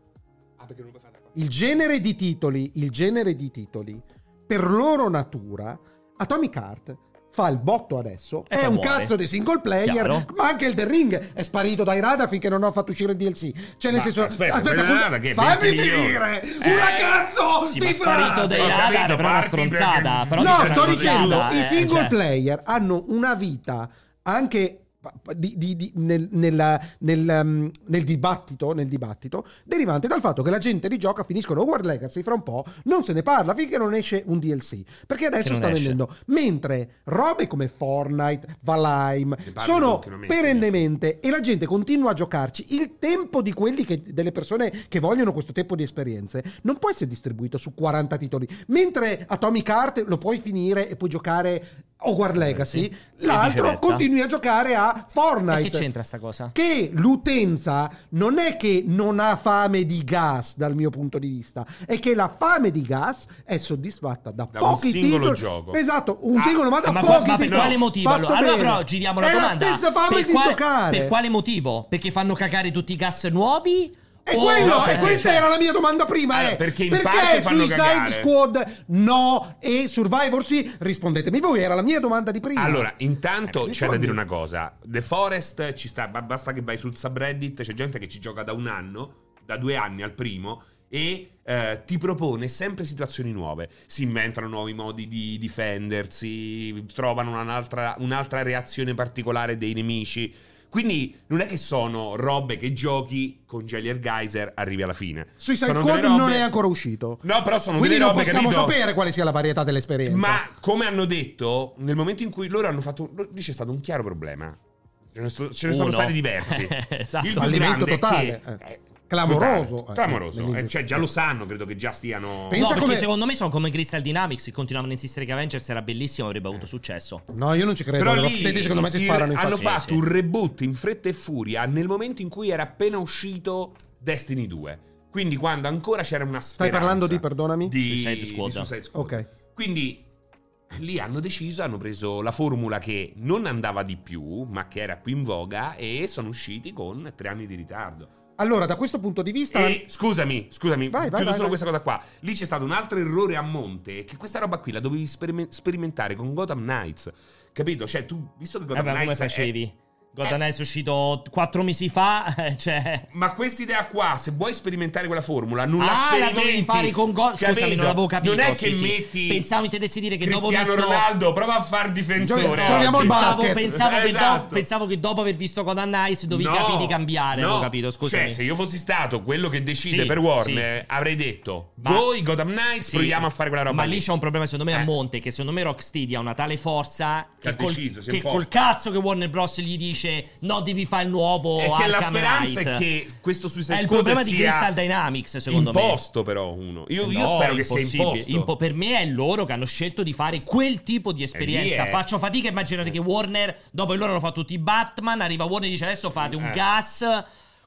Speaker 3: Ah, perché non lo puoi fare da qua.
Speaker 4: Il genere di titoli, il genere di titoli, per loro natura, Atomic Heart fa il botto adesso.
Speaker 2: E
Speaker 4: è
Speaker 2: poi
Speaker 4: un
Speaker 2: muore.
Speaker 4: cazzo di single player,
Speaker 2: Chiaro.
Speaker 4: ma anche il The Ring è sparito dai radar finché non ho fatto uscire il DLC. Cioè,
Speaker 3: Ma
Speaker 4: nel senso,
Speaker 3: aspetta, quello
Speaker 4: cu-
Speaker 3: radar che è
Speaker 4: fammi
Speaker 3: 20 milioni.
Speaker 4: finire!
Speaker 3: Eh,
Speaker 4: Una cazzo!
Speaker 2: Sì,
Speaker 4: di
Speaker 2: ma sparito
Speaker 4: frase!
Speaker 2: dei
Speaker 3: Ho
Speaker 2: radar, però
Speaker 3: capito,
Speaker 2: è una
Speaker 3: parti perché-
Speaker 2: stronzata. però
Speaker 4: No,
Speaker 2: dice una
Speaker 4: sto
Speaker 2: stronzata,
Speaker 4: dicendo,
Speaker 2: eh,
Speaker 4: i single
Speaker 2: cioè.
Speaker 4: player hanno una vita anche pa- pa- di- di- di- nel, nella- nel, um, nel dibattito, nel dibattito, derivante dal fatto che la gente di gioca finiscono Hogwarts Legacy fra un po', non se ne parla finché non esce un DLC, perché adesso
Speaker 2: non
Speaker 4: sta
Speaker 2: esce.
Speaker 4: vendendo. Mentre robe come Fortnite, Valheim,
Speaker 3: Ne parli
Speaker 4: sono
Speaker 3: continuamente.
Speaker 4: perennemente e la gente continua a giocarci, il tempo di quelli che, delle persone che vogliono questo tipo di esperienze non può essere distribuito su 40 titoli. Mentre Atomic Heart lo puoi finire e puoi giocare Hogwarts Legacy,
Speaker 2: Sì. E
Speaker 4: l'altro
Speaker 2: viceversa.
Speaker 4: continui a giocare a Fortnite.
Speaker 2: E che c'entra sta cosa?
Speaker 4: Che l'utenza non è che non ha fame di gas dal mio punto di vista, è che la fame di gas è soddisfatta da,
Speaker 3: Da un
Speaker 4: pochi
Speaker 3: singolo
Speaker 4: titoli.
Speaker 3: gioco.
Speaker 4: Esatto, un
Speaker 3: Ah,
Speaker 4: singolo, ma da
Speaker 2: Ma,
Speaker 4: pochi
Speaker 2: qua- ma per
Speaker 4: titoli.
Speaker 2: quale motivo?
Speaker 4: Fatto
Speaker 2: Allora, allora
Speaker 4: bene.
Speaker 2: però giriamo la
Speaker 4: è
Speaker 2: domanda.
Speaker 4: la stessa fame
Speaker 2: per
Speaker 4: di
Speaker 2: quale-
Speaker 4: giocare.
Speaker 2: Per quale motivo? Perché fanno cagare tutti i gas nuovi?
Speaker 4: E
Speaker 2: O-
Speaker 4: quello,
Speaker 2: no,
Speaker 4: e
Speaker 2: perché-
Speaker 4: questa
Speaker 2: cioè-
Speaker 4: era la mia domanda prima,
Speaker 3: Oh, Allora,
Speaker 4: eh.
Speaker 3: perché in parte
Speaker 4: perché
Speaker 3: fanno
Speaker 4: Suicide
Speaker 3: cagare?
Speaker 4: Squad no e Survivor sì? Rispondetemi voi, era la mia domanda di prima.
Speaker 3: Allora,
Speaker 4: Eh,
Speaker 3: intanto c'è da
Speaker 4: rispondi.
Speaker 3: dire una cosa: The Forest ci sta, ba- basta che vai sul subreddit, c'è gente che ci gioca da un anno, da due anni al primo. E eh, ti propone sempre situazioni nuove. Si inventano nuovi modi di difendersi, trovano un'altra, un'altra reazione particolare dei nemici. Quindi non è che sono robe che giochi con Jellier Geyser, arrivi alla fine.
Speaker 4: Suicide
Speaker 3: Sono
Speaker 4: Squad
Speaker 3: delle robe-
Speaker 4: non è ancora uscito.
Speaker 3: No, però sono
Speaker 4: Quindi
Speaker 3: delle
Speaker 4: non
Speaker 3: robe
Speaker 4: possiamo
Speaker 3: capito?
Speaker 4: sapere quale sia la varietà dell'esperienza.
Speaker 3: Ma come hanno detto, nel momento in cui loro hanno fatto. Lì c'è stato un chiaro problema. Ce ne, sto- ce ne sono
Speaker 2: Cioè, Uno.
Speaker 3: stati diversi.
Speaker 2: Esatto.
Speaker 3: Il più grande
Speaker 4: Fallimento
Speaker 3: è
Speaker 4: totale,
Speaker 3: che-
Speaker 4: eh. Clamoroso,
Speaker 3: totale,
Speaker 4: eh,
Speaker 3: clamoroso.
Speaker 4: nell'industria.
Speaker 3: Eh, cioè, già lo sanno, credo che già stiano.
Speaker 4: Pensa
Speaker 2: no, perché
Speaker 4: come-
Speaker 2: secondo me sono come Crystal Dynamics. Se continuavano a insistere che Avengers era bellissimo, avrebbe avuto successo.
Speaker 4: No, io non ci credo.
Speaker 3: Però
Speaker 4: Loro
Speaker 3: lì
Speaker 4: stessi, secondo me si
Speaker 3: il-
Speaker 4: sparano in
Speaker 3: hanno
Speaker 4: faccia.
Speaker 3: fatto
Speaker 2: Sì, sì.
Speaker 3: un reboot in fretta e furia nel momento in cui era appena uscito Destiny 2. Quindi quando ancora c'era una speranza.
Speaker 4: Stai parlando di, perdonami?
Speaker 3: di
Speaker 2: Suicide Squad.
Speaker 3: di Suicide Squad.
Speaker 4: Ok.
Speaker 3: Quindi lì hanno deciso, hanno preso la formula che non andava di più, ma che era più in voga e sono usciti con tre anni di ritardo.
Speaker 4: Allora, da questo punto di vista...
Speaker 3: E scusami, scusami,
Speaker 4: Vai, vai,
Speaker 3: chiudo
Speaker 4: vai,
Speaker 3: solo
Speaker 4: vai.
Speaker 3: questa cosa qua. Lì c'è stato un altro errore a monte, che questa roba qui la dovevi sperime- sperimentare con Gotham Knights. Capito? Cioè, tu, visto che Gotham
Speaker 2: Vabbè, come
Speaker 3: Knights è-
Speaker 2: facevi?
Speaker 3: Eh.
Speaker 2: Gotham Knights è uscito quattro mesi fa. Cioè.
Speaker 3: Ma quest'idea qua, se vuoi sperimentare quella formula, non la
Speaker 2: ah,
Speaker 3: sperimenti.
Speaker 2: la devi fare con gol. Scusami,
Speaker 3: capito?
Speaker 2: non l'avevo capito.
Speaker 3: Non è
Speaker 2: sì,
Speaker 3: che
Speaker 2: sì.
Speaker 3: metti
Speaker 2: Pensavo intendessi dire che dopo
Speaker 3: Cristiano
Speaker 2: visto
Speaker 3: Ronaldo, prova a far difensore.
Speaker 4: Gioia,
Speaker 3: oggi.
Speaker 4: proviamo il
Speaker 2: pensavo,
Speaker 4: basket.
Speaker 2: pensavo che
Speaker 3: Esatto.
Speaker 2: do- pensavo che dopo aver visto Gotham Knights dovevi
Speaker 3: No,
Speaker 2: capire di cambiare.
Speaker 3: no.
Speaker 2: Ho capito, scusami.
Speaker 3: Cioè, se io fossi stato quello che decide
Speaker 2: Sì,
Speaker 3: per Warner, avrei detto:
Speaker 2: Ma-
Speaker 3: Voi, Gotham Knights,
Speaker 2: Sì.
Speaker 3: proviamo a fare quella roba.
Speaker 2: Ma lì c'è un problema, secondo me,
Speaker 3: Eh.
Speaker 2: a monte. Che secondo me Rocksteady ha una tale forza
Speaker 3: Che ha
Speaker 2: col,
Speaker 3: deciso, si è
Speaker 2: che
Speaker 3: imposta.
Speaker 2: col cazzo che Warner Bros. gli dice: No, devi fare il nuovo.
Speaker 3: E che la
Speaker 2: Arkham
Speaker 3: speranza è
Speaker 2: Knight".
Speaker 3: che questo Suicide
Speaker 2: È il
Speaker 3: Squad
Speaker 2: problema di
Speaker 3: sia
Speaker 2: Crystal Dynamics, secondo me.
Speaker 3: imposto, però uno. Io, io
Speaker 2: No,
Speaker 3: spero che sia
Speaker 2: impossibile.
Speaker 3: imposto.
Speaker 2: Impo- per me è loro che hanno scelto di fare quel tipo di esperienza.
Speaker 3: lì è- Eh.
Speaker 2: Faccio fatica a immaginare che Warner, dopo che loro hanno fatto tutti i Batman, arriva Warner e dice adesso fate un
Speaker 3: Eh.
Speaker 2: gas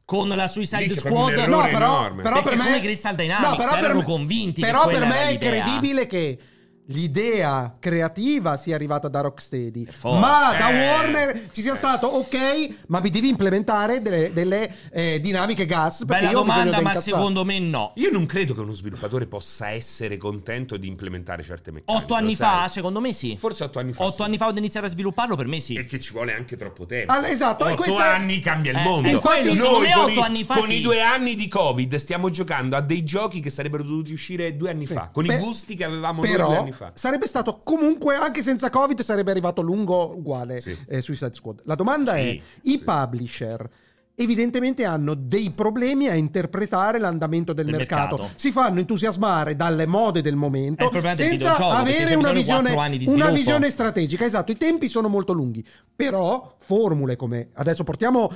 Speaker 2: con la
Speaker 3: Lì
Speaker 2: Suicide
Speaker 3: c'è proprio un
Speaker 2: Squad.
Speaker 3: errore
Speaker 4: No, però,
Speaker 3: enorme.
Speaker 4: però per
Speaker 2: Perché
Speaker 4: me
Speaker 2: come Crystal Dynamics erano convinti che
Speaker 4: Però
Speaker 2: quella
Speaker 4: per me
Speaker 2: era
Speaker 4: è
Speaker 2: l'idea.
Speaker 4: incredibile che l'idea creativa sia arrivata da Rocksteady,
Speaker 2: forte.
Speaker 4: ma da
Speaker 3: Eh.
Speaker 4: Warner ci sia stato ok, ma mi devi implementare delle, delle, eh, dinamiche gas perché
Speaker 2: Bella
Speaker 4: io ho bisogno
Speaker 2: domanda,
Speaker 4: da
Speaker 2: ma
Speaker 4: incassare.
Speaker 2: secondo me no.
Speaker 3: Io non credo che uno sviluppatore possa essere contento di implementare certe meccaniche.
Speaker 2: Otto
Speaker 3: Eh, lo
Speaker 2: anni
Speaker 3: sai.
Speaker 2: fa, secondo me sì.
Speaker 3: Forse otto anni fa.
Speaker 2: Otto
Speaker 3: sì.
Speaker 2: anni fa quando iniziato a svilupparlo, per me sì.
Speaker 3: E che ci vuole anche troppo tempo.
Speaker 4: Ah, esatto, e
Speaker 3: Otto
Speaker 4: questo è-
Speaker 3: anni cambia il
Speaker 2: Eh,
Speaker 3: mondo.
Speaker 2: e
Speaker 4: infatti
Speaker 3: Noi
Speaker 2: secondo me
Speaker 3: con,
Speaker 2: otto
Speaker 3: i,
Speaker 2: anni fa
Speaker 3: con
Speaker 2: sì.
Speaker 3: i due anni di Covid stiamo giocando a dei giochi che sarebbero dovuti uscire due anni fa, con
Speaker 4: Pe-
Speaker 3: i gusti che avevamo noi
Speaker 4: però
Speaker 3: due anni fa.
Speaker 4: sarebbe stato comunque anche senza covid sarebbe arrivato lungo uguale
Speaker 3: Sì.
Speaker 4: eh, Suicide Squad la domanda
Speaker 3: Sì,
Speaker 4: è i
Speaker 3: sì.
Speaker 4: publisher evidentemente hanno dei problemi a interpretare l'andamento del
Speaker 2: Del
Speaker 4: mercato.
Speaker 2: mercato.
Speaker 4: si fanno entusiasmare dalle mode del
Speaker 2: È
Speaker 4: momento
Speaker 2: il problema del
Speaker 4: senza
Speaker 2: videogioco,
Speaker 4: avere
Speaker 2: perché
Speaker 4: una
Speaker 2: bisogna
Speaker 4: visione,
Speaker 2: quattro anni di
Speaker 4: una
Speaker 2: sviluppo.
Speaker 4: visione strategica esatto i tempi sono molto lunghi però formule come adesso portiamo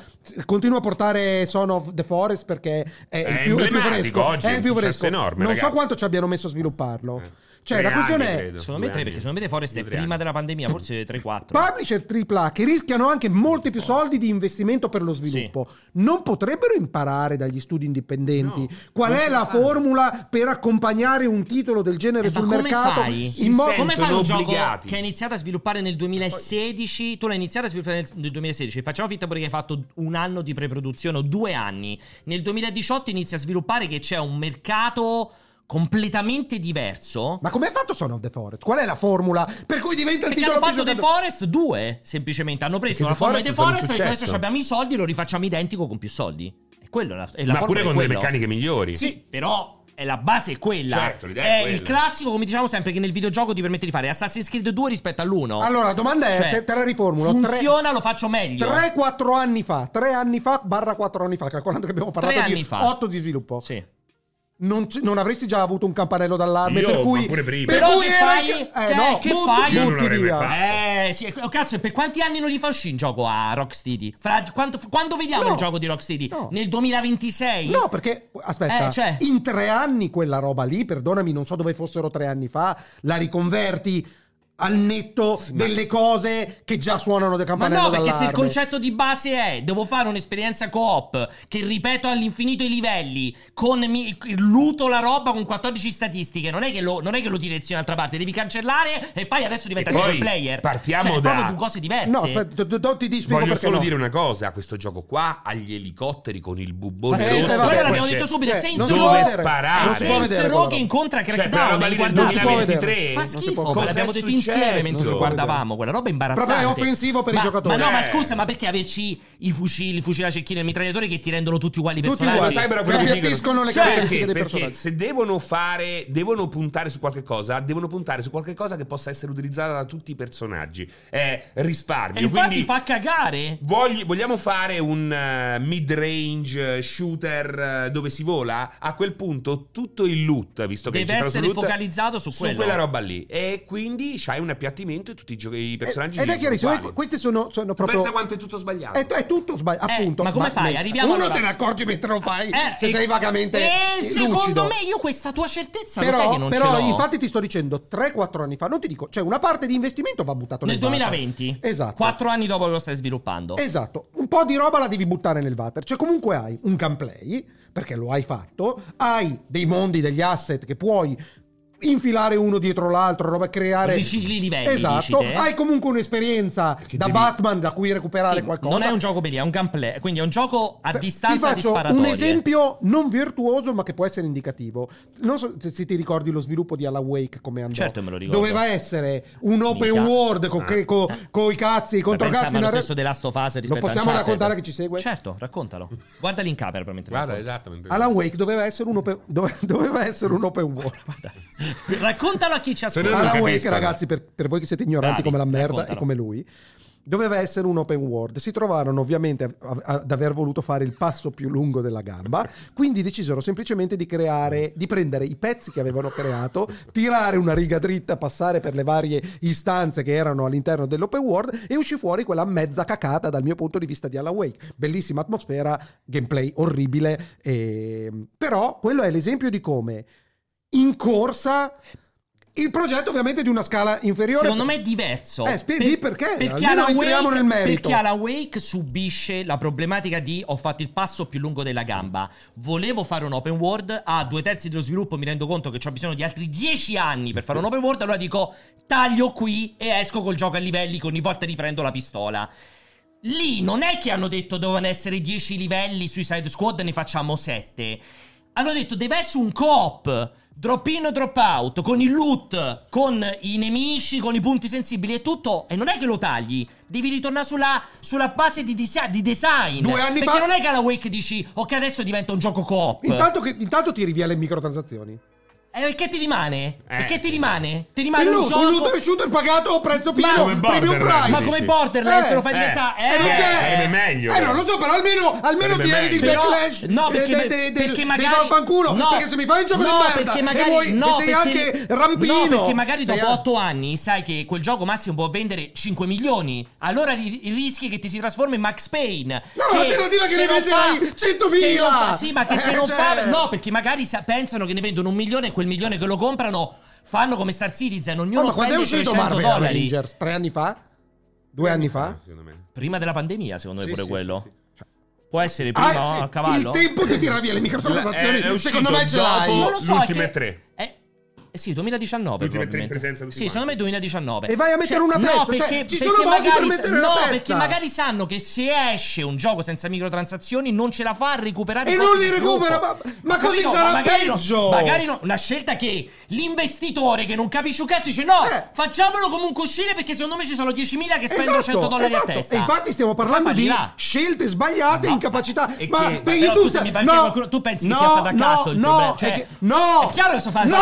Speaker 4: continuo a portare Son of the Forest perché
Speaker 3: È
Speaker 4: è, il, più, è il più
Speaker 3: emblematico,
Speaker 4: fresco
Speaker 3: oggi
Speaker 4: è
Speaker 3: è
Speaker 4: il
Speaker 3: un
Speaker 4: più
Speaker 3: successo
Speaker 4: fresco
Speaker 3: enorme,
Speaker 4: non so
Speaker 3: ragazzi.
Speaker 4: quanto ci abbiano messo a svilupparlo
Speaker 3: Eh.
Speaker 4: cioè
Speaker 3: Tre
Speaker 4: la questione
Speaker 3: anni,
Speaker 4: è
Speaker 3: credo.
Speaker 2: Secondo me
Speaker 3: Due
Speaker 2: tre,
Speaker 3: anni.
Speaker 2: perché secondo me The Forest è
Speaker 3: Due, tre
Speaker 2: prima
Speaker 3: anni.
Speaker 2: della pandemia, forse 3-4.
Speaker 4: Publisher AAA che rischiano anche molti più soldi di investimento per lo sviluppo non potrebbero imparare dagli studi indipendenti
Speaker 3: No,
Speaker 4: qual
Speaker 3: non
Speaker 4: è
Speaker 3: ce
Speaker 4: la
Speaker 3: la fanno.
Speaker 4: formula per accompagnare un titolo del genere
Speaker 2: Eh, ma
Speaker 4: sul
Speaker 2: come
Speaker 4: mercato
Speaker 2: fai?
Speaker 3: Si sente-
Speaker 2: Come fai un
Speaker 3: sentono
Speaker 2: gioco
Speaker 3: obbligati.
Speaker 2: che hai iniziato a sviluppare nel 2016? Tu l'hai iniziato a sviluppare nel- nel 2016. Facciamo finta pure che hai fatto un anno di preproduzione o due anni. Nel 2018 inizi a sviluppare che c'è un mercato completamente diverso.
Speaker 4: ma come ha fatto Son of the Forest? qual è la formula per cui diventa il
Speaker 2: Perché
Speaker 4: titolo
Speaker 2: Cioè, hanno
Speaker 4: più
Speaker 2: fatto The
Speaker 4: giocato?
Speaker 2: Forest 2, semplicemente. Hanno preso
Speaker 3: Perché
Speaker 2: la
Speaker 3: The
Speaker 2: forma di The
Speaker 3: Forest è stato un
Speaker 2: Forest e detto,
Speaker 3: successo.
Speaker 2: adesso abbiamo i soldi, lo rifacciamo identico con più soldi. E quello è la, è la
Speaker 3: Ma
Speaker 2: formula
Speaker 3: pure
Speaker 2: è
Speaker 3: con delle
Speaker 2: quello.
Speaker 3: meccaniche migliori.
Speaker 2: Sì, però è la base è quella.
Speaker 3: Certo, l'idea è
Speaker 2: il
Speaker 3: quella.
Speaker 2: classico, come diciamo sempre, che nel videogioco ti permette di fare Assassin's Creed 2 rispetto all'1.
Speaker 4: allora la domanda è
Speaker 2: Cioè,
Speaker 4: te, te la riformulo
Speaker 2: Funziona, lo faccio meglio.
Speaker 4: 3-4 anni fa 3 anni fa barra 4 anni fa calcolando che abbiamo
Speaker 2: Tre
Speaker 4: parlato
Speaker 2: anni
Speaker 4: di
Speaker 2: fa.
Speaker 4: 8 di sviluppo
Speaker 2: Sì.
Speaker 4: non, c- non avresti già avuto un campanello d'allarme
Speaker 3: Io,
Speaker 4: per cui
Speaker 3: ma pure prima.
Speaker 4: per
Speaker 2: Però
Speaker 4: cui
Speaker 2: che
Speaker 4: era
Speaker 2: fai?
Speaker 4: che-
Speaker 2: Che-
Speaker 4: eh, no,
Speaker 2: che
Speaker 4: butti-
Speaker 2: fai?
Speaker 3: Io non
Speaker 4: butti
Speaker 3: l'avrei
Speaker 4: via.
Speaker 3: fatto.
Speaker 2: Eh, sì, oh, cazzo, e per quanti anni non gli fa uscire in gioco a Rocksteady? Fra- quanto- quando vediamo
Speaker 4: No.
Speaker 2: il gioco di Rocksteady?
Speaker 4: No.
Speaker 2: Nel 2026?
Speaker 4: No, perché aspetta,
Speaker 2: Eh, cioè-
Speaker 4: in tre anni quella roba lì, perdonami, non so dove fossero tre anni fa, la riconverti al netto
Speaker 3: ma-
Speaker 4: delle cose che già suonano
Speaker 2: Ma
Speaker 4: del campanello
Speaker 2: no, perché se il
Speaker 4: d'allarme.
Speaker 2: concetto di base è devo fare un'esperienza co-op che ripeto all'infinito i livelli, con mi- luto la roba con 14 statistiche, non è che lo, non è che lo direzioni un'altra parte, devi cancellare e fai adesso diventa
Speaker 3: E poi
Speaker 2: single player.
Speaker 3: partiamo
Speaker 2: cioè,
Speaker 3: da-
Speaker 2: proprio due cose diverse.
Speaker 4: No, aspetta, do- do- ti, ti spiego
Speaker 3: Voglio
Speaker 4: perché
Speaker 3: solo
Speaker 4: no. Eh,
Speaker 3: dire una cosa: questo gioco qua ha gli elicotteri con il
Speaker 4: Ma
Speaker 3: bubbone
Speaker 4: sì,
Speaker 3: rosso. Cioè,
Speaker 4: eh, vabbè,
Speaker 3: che
Speaker 2: quello l'abbiamo
Speaker 3: c'è-
Speaker 2: detto subito,
Speaker 4: Eh,
Speaker 2: è Saints
Speaker 4: non si
Speaker 3: dove
Speaker 4: può
Speaker 2: Row-
Speaker 4: vedere,
Speaker 3: sparare?
Speaker 4: non si può
Speaker 2: Saints
Speaker 4: vedere
Speaker 2: Row
Speaker 4: quella
Speaker 2: che
Speaker 4: roba.
Speaker 2: incontra
Speaker 3: Cioè, quella
Speaker 2: Crackdown,
Speaker 3: roba
Speaker 2: è
Speaker 3: lì del
Speaker 4: guardate.
Speaker 2: inguardabile.
Speaker 4: Non si può
Speaker 3: 2023.
Speaker 2: Fa
Speaker 3: non si
Speaker 2: schifo,
Speaker 3: può-
Speaker 2: ve
Speaker 3: cosa
Speaker 2: l'abbiamo
Speaker 3: è
Speaker 2: detto in insieme mentre
Speaker 4: Non si può
Speaker 2: guardavamo
Speaker 4: vedere.
Speaker 2: quella roba imbarazzante.
Speaker 4: Proprio è offensivo per i
Speaker 2: Ma-
Speaker 4: giocatori.
Speaker 2: Ma no, ma
Speaker 3: Eh.
Speaker 2: scusa, ma perché averci i fucili, il fucile a cecchino e il mitragliatore che ti rendono tutti uguali i
Speaker 4: Tutti
Speaker 2: personaggi?
Speaker 3: eh,
Speaker 4: uguali,
Speaker 3: Ma sai però quello che dicono?
Speaker 4: Appiattiscono le
Speaker 3: Cioè,
Speaker 4: caratteristiche
Speaker 3: perché?
Speaker 4: dei
Speaker 3: Perché
Speaker 4: personaggi.
Speaker 3: Se devono fare, devono puntare su qualche cosa, devono puntare su qualche cosa che possa essere utilizzata da tutti i personaggi. È risparmio.
Speaker 2: E infatti
Speaker 3: quindi
Speaker 2: fa cagare.
Speaker 3: vogli- vogliamo fare un eh, mid-range eh, shooter eh, dove si vola? A quel punto tutto il loot, visto che
Speaker 2: Deve
Speaker 3: c'è
Speaker 2: essere focalizzato su quello.
Speaker 3: quella roba lì. E quindi c'hai un appiattimento e tutti i, gio- i personaggi
Speaker 4: Eh, Ed è
Speaker 3: sono
Speaker 4: chiarissimo,
Speaker 3: uguali.
Speaker 4: que- queste sono, sono proprio...
Speaker 3: Pensa quanto è tutto sbagliato.
Speaker 4: È, è tutto sbagliato,
Speaker 2: Eh,
Speaker 4: appunto.
Speaker 2: ma come fai?
Speaker 4: ne-
Speaker 2: Arriviamo
Speaker 4: Uno
Speaker 2: allora-
Speaker 4: te ne accorgi mentre lo fai,
Speaker 2: Eh,
Speaker 4: se
Speaker 2: e-
Speaker 4: sei vagamente
Speaker 2: Eh,
Speaker 4: lucido.
Speaker 2: secondo me io questa tua certezza Cioè, lo sai che non
Speaker 4: però
Speaker 2: ce l'ho.
Speaker 4: infatti ti sto dicendo 3-4 anni fa, non ti dico, cioè una parte di investimento va buttato nel,
Speaker 2: nel
Speaker 4: water.
Speaker 2: 2020,
Speaker 4: Esatto.
Speaker 2: 4 anni dopo che lo stai sviluppando.
Speaker 4: Esatto, un po' di roba la devi buttare nel water. Cioè, comunque hai un gameplay, perché lo hai fatto, hai dei mondi, degli asset che puoi infilare uno dietro l'altro, roba creare.
Speaker 2: Ricicli i livelli,
Speaker 4: Esatto,
Speaker 2: dici te.
Speaker 4: hai comunque un'esperienza da
Speaker 3: devi-
Speaker 4: Batman da cui recuperare
Speaker 2: Sì,
Speaker 4: qualcosa.
Speaker 2: Non è un gioco per lì, è un gameplay, quindi è un gioco a
Speaker 4: Per-
Speaker 2: distanza
Speaker 4: ti
Speaker 2: di
Speaker 4: faccio
Speaker 2: sparatorie.
Speaker 4: un esempio non virtuoso ma che può essere indicativo non so se, se ti ricordi lo sviluppo di Alan Wake come andò
Speaker 2: Certo che me lo ricordo.
Speaker 4: doveva essere un open
Speaker 2: Minchia.
Speaker 4: world con,
Speaker 3: Ah.
Speaker 4: i cazzi i
Speaker 2: Beh,
Speaker 4: contro
Speaker 2: pensa, ma
Speaker 4: cazzi
Speaker 2: lo
Speaker 4: una re-
Speaker 2: stesso The Last of Us rispetto
Speaker 4: lo possiamo
Speaker 2: a Uncharted.
Speaker 4: raccontare che ci segue?
Speaker 2: Certo, raccontalo. Guardali in camera per mentre
Speaker 3: Guarda,
Speaker 2: racconti.
Speaker 3: esattamente.
Speaker 4: Alan Wake doveva essere un open, dove- doveva essere un open world
Speaker 2: Guarda. Raccontalo a chi ci
Speaker 3: esatto. Se non
Speaker 2: ascolta.
Speaker 3: lo
Speaker 4: Alan Wake
Speaker 3: capiscono.
Speaker 4: ragazzi per, per voi che siete ignoranti
Speaker 2: Bravi,
Speaker 4: come la merda e
Speaker 2: raccontalo.
Speaker 4: come lui Doveva essere un open world. Si trovarono ovviamente a- a- ad aver voluto fare il passo più lungo della gamba, quindi decisero semplicemente di creare, di prendere i pezzi che avevano creato, tirare una riga dritta, passare per le varie istanze che erano all'interno dell'open world e uscì fuori quella mezza cacata dal mio punto di vista di Alan Wake. Bellissima atmosfera, gameplay orribile, ehm, però quello è l'esempio di come in corsa il progetto ovviamente è di una scala inferiore.
Speaker 2: Secondo me è diverso.
Speaker 4: Eh, spieghi perché,
Speaker 2: Perché
Speaker 4: almeno
Speaker 2: Alan,
Speaker 4: entriamo
Speaker 2: Wake,
Speaker 4: nel merito.
Speaker 2: perché Alan Wake subisce la problematica di ho fatto il passo più lungo della gamba. Volevo fare un open world, a due terzi dello sviluppo mi rendo conto che ho bisogno di altri dieci anni per fare un open world, allora dico taglio qui e esco col gioco a livelli che ogni volta riprendo la pistola. Lì non è che hanno detto dovevano essere 10 livelli sui side squad, ne facciamo 7. Hanno detto deve essere un co-op. Drop in o drop out, con il loot, con i nemici, con i punti sensibili e tutto. E non è che lo tagli, devi ritornare sulla, sulla base di, desi- di design.
Speaker 4: Due anni
Speaker 2: Perché
Speaker 4: fa-
Speaker 2: non è che alla Wake dici, ok, adesso diventa un gioco co-op. Eh,
Speaker 4: Intanto, che, intanto tiri via le microtransazioni.
Speaker 2: E che ti rimane?
Speaker 4: Eh.
Speaker 2: E che ti rimane? Ti rimane
Speaker 4: Il
Speaker 2: un
Speaker 4: loot,
Speaker 2: gioco.
Speaker 4: un looter shooter pagato a prezzo
Speaker 2: Ma-
Speaker 4: pieno,
Speaker 2: Come
Speaker 4: premium
Speaker 3: Borderlands,
Speaker 4: price.
Speaker 2: Ma
Speaker 3: Sì,
Speaker 2: come
Speaker 3: sì.
Speaker 2: Borderlands
Speaker 4: Eh,
Speaker 2: lo fai
Speaker 4: eh,
Speaker 2: diventare.
Speaker 3: eh,
Speaker 2: Eh,
Speaker 4: non c'è-
Speaker 3: sarebbe meglio,
Speaker 4: Eh,
Speaker 3: però.
Speaker 4: non lo so, però almeno, almeno
Speaker 3: Sarebbe
Speaker 4: ti eviti il
Speaker 3: meglio.
Speaker 4: backlash.
Speaker 2: no, perché,
Speaker 4: de- de- de-
Speaker 2: perché
Speaker 4: dei
Speaker 2: magari
Speaker 4: vaffanculo,
Speaker 2: no,
Speaker 4: perché se mi fai un gioco
Speaker 2: no,
Speaker 4: di merda
Speaker 2: perché
Speaker 4: e
Speaker 2: magari,
Speaker 4: vuoi
Speaker 2: no,
Speaker 4: e sei
Speaker 2: perché-
Speaker 4: anche rampino.
Speaker 2: no, perché magari
Speaker 4: sei
Speaker 2: dopo
Speaker 4: anche-
Speaker 2: 8 anni sai che quel gioco massimo può vendere 5 milioni allora ri- rischi che ti si trasformi in Max Payne
Speaker 4: No, ma l'alternativa è che
Speaker 2: se
Speaker 4: ne
Speaker 2: non
Speaker 4: venderai
Speaker 2: fa-
Speaker 4: 100.000.
Speaker 2: se non fa- sì ma che se
Speaker 4: Eh,
Speaker 2: non
Speaker 4: cioè.
Speaker 2: fa no perché magari sa- pensano che ne vendono un milione e quel milione che lo comprano fanno come Star Citizen
Speaker 4: No,
Speaker 2: ognuno
Speaker 4: Oh, ma quando è
Speaker 2: spende
Speaker 4: uscito
Speaker 2: 300
Speaker 4: Marvel
Speaker 2: dollari
Speaker 4: Avengers? Tre anni fa? Due anni fa?
Speaker 3: Eh, Secondo me.
Speaker 2: prima della pandemia secondo me
Speaker 3: Sì,
Speaker 2: pure
Speaker 3: sì,
Speaker 2: quello
Speaker 3: sì, sì.
Speaker 2: può essere prima
Speaker 4: Ah,
Speaker 2: no?
Speaker 4: sì,
Speaker 2: a cavallo
Speaker 4: Il tempo di tirare via le microtransazioni,
Speaker 3: Eh, è uscito
Speaker 4: secondo me ce l'hai.
Speaker 3: dopo-
Speaker 2: non lo so
Speaker 3: Eh, Le
Speaker 2: è
Speaker 3: ultime
Speaker 2: che-
Speaker 3: tre.
Speaker 2: eh, eh sì 2019
Speaker 3: Le ultime tre in
Speaker 2: probabilmente.
Speaker 3: presenza di tutti
Speaker 2: sì secondo me 2019
Speaker 4: E vai a mettere una
Speaker 2: no,
Speaker 4: pezza, cioè,
Speaker 2: perché, perché
Speaker 4: ci sono modi per
Speaker 2: magari,
Speaker 4: mettere
Speaker 2: no,
Speaker 4: una pezza.
Speaker 2: perché magari sanno che se esce un gioco senza microtransazioni non ce la fa a recuperare
Speaker 4: E
Speaker 2: i costi
Speaker 4: non li
Speaker 2: di sviluppo.
Speaker 4: recupera, ma- ma
Speaker 2: Ho
Speaker 4: così
Speaker 2: capito,
Speaker 4: sarà
Speaker 2: magari no-
Speaker 4: peggio.
Speaker 2: magari no una scelta che l'investitore che non capisce un cazzo dice no
Speaker 4: Eh.
Speaker 2: facciamolo comunque uscire perché secondo me ci sono 10.000 che spendono
Speaker 4: Esatto,
Speaker 2: 100 dollari
Speaker 4: esatto.
Speaker 2: a testa
Speaker 4: E infatti stiamo parlando
Speaker 2: Ma
Speaker 4: di
Speaker 2: fallirà.
Speaker 4: scelte sbagliate e incapacità.
Speaker 2: e
Speaker 4: ma
Speaker 2: che- ma
Speaker 4: perché
Speaker 2: però
Speaker 4: tu
Speaker 2: scusami,
Speaker 4: sei-
Speaker 2: perché qualcuno- tu pensi che sia stato a caso il
Speaker 4: no,
Speaker 2: problema? Cioè,
Speaker 4: è che- no,
Speaker 2: è chiaro che so fare
Speaker 4: no,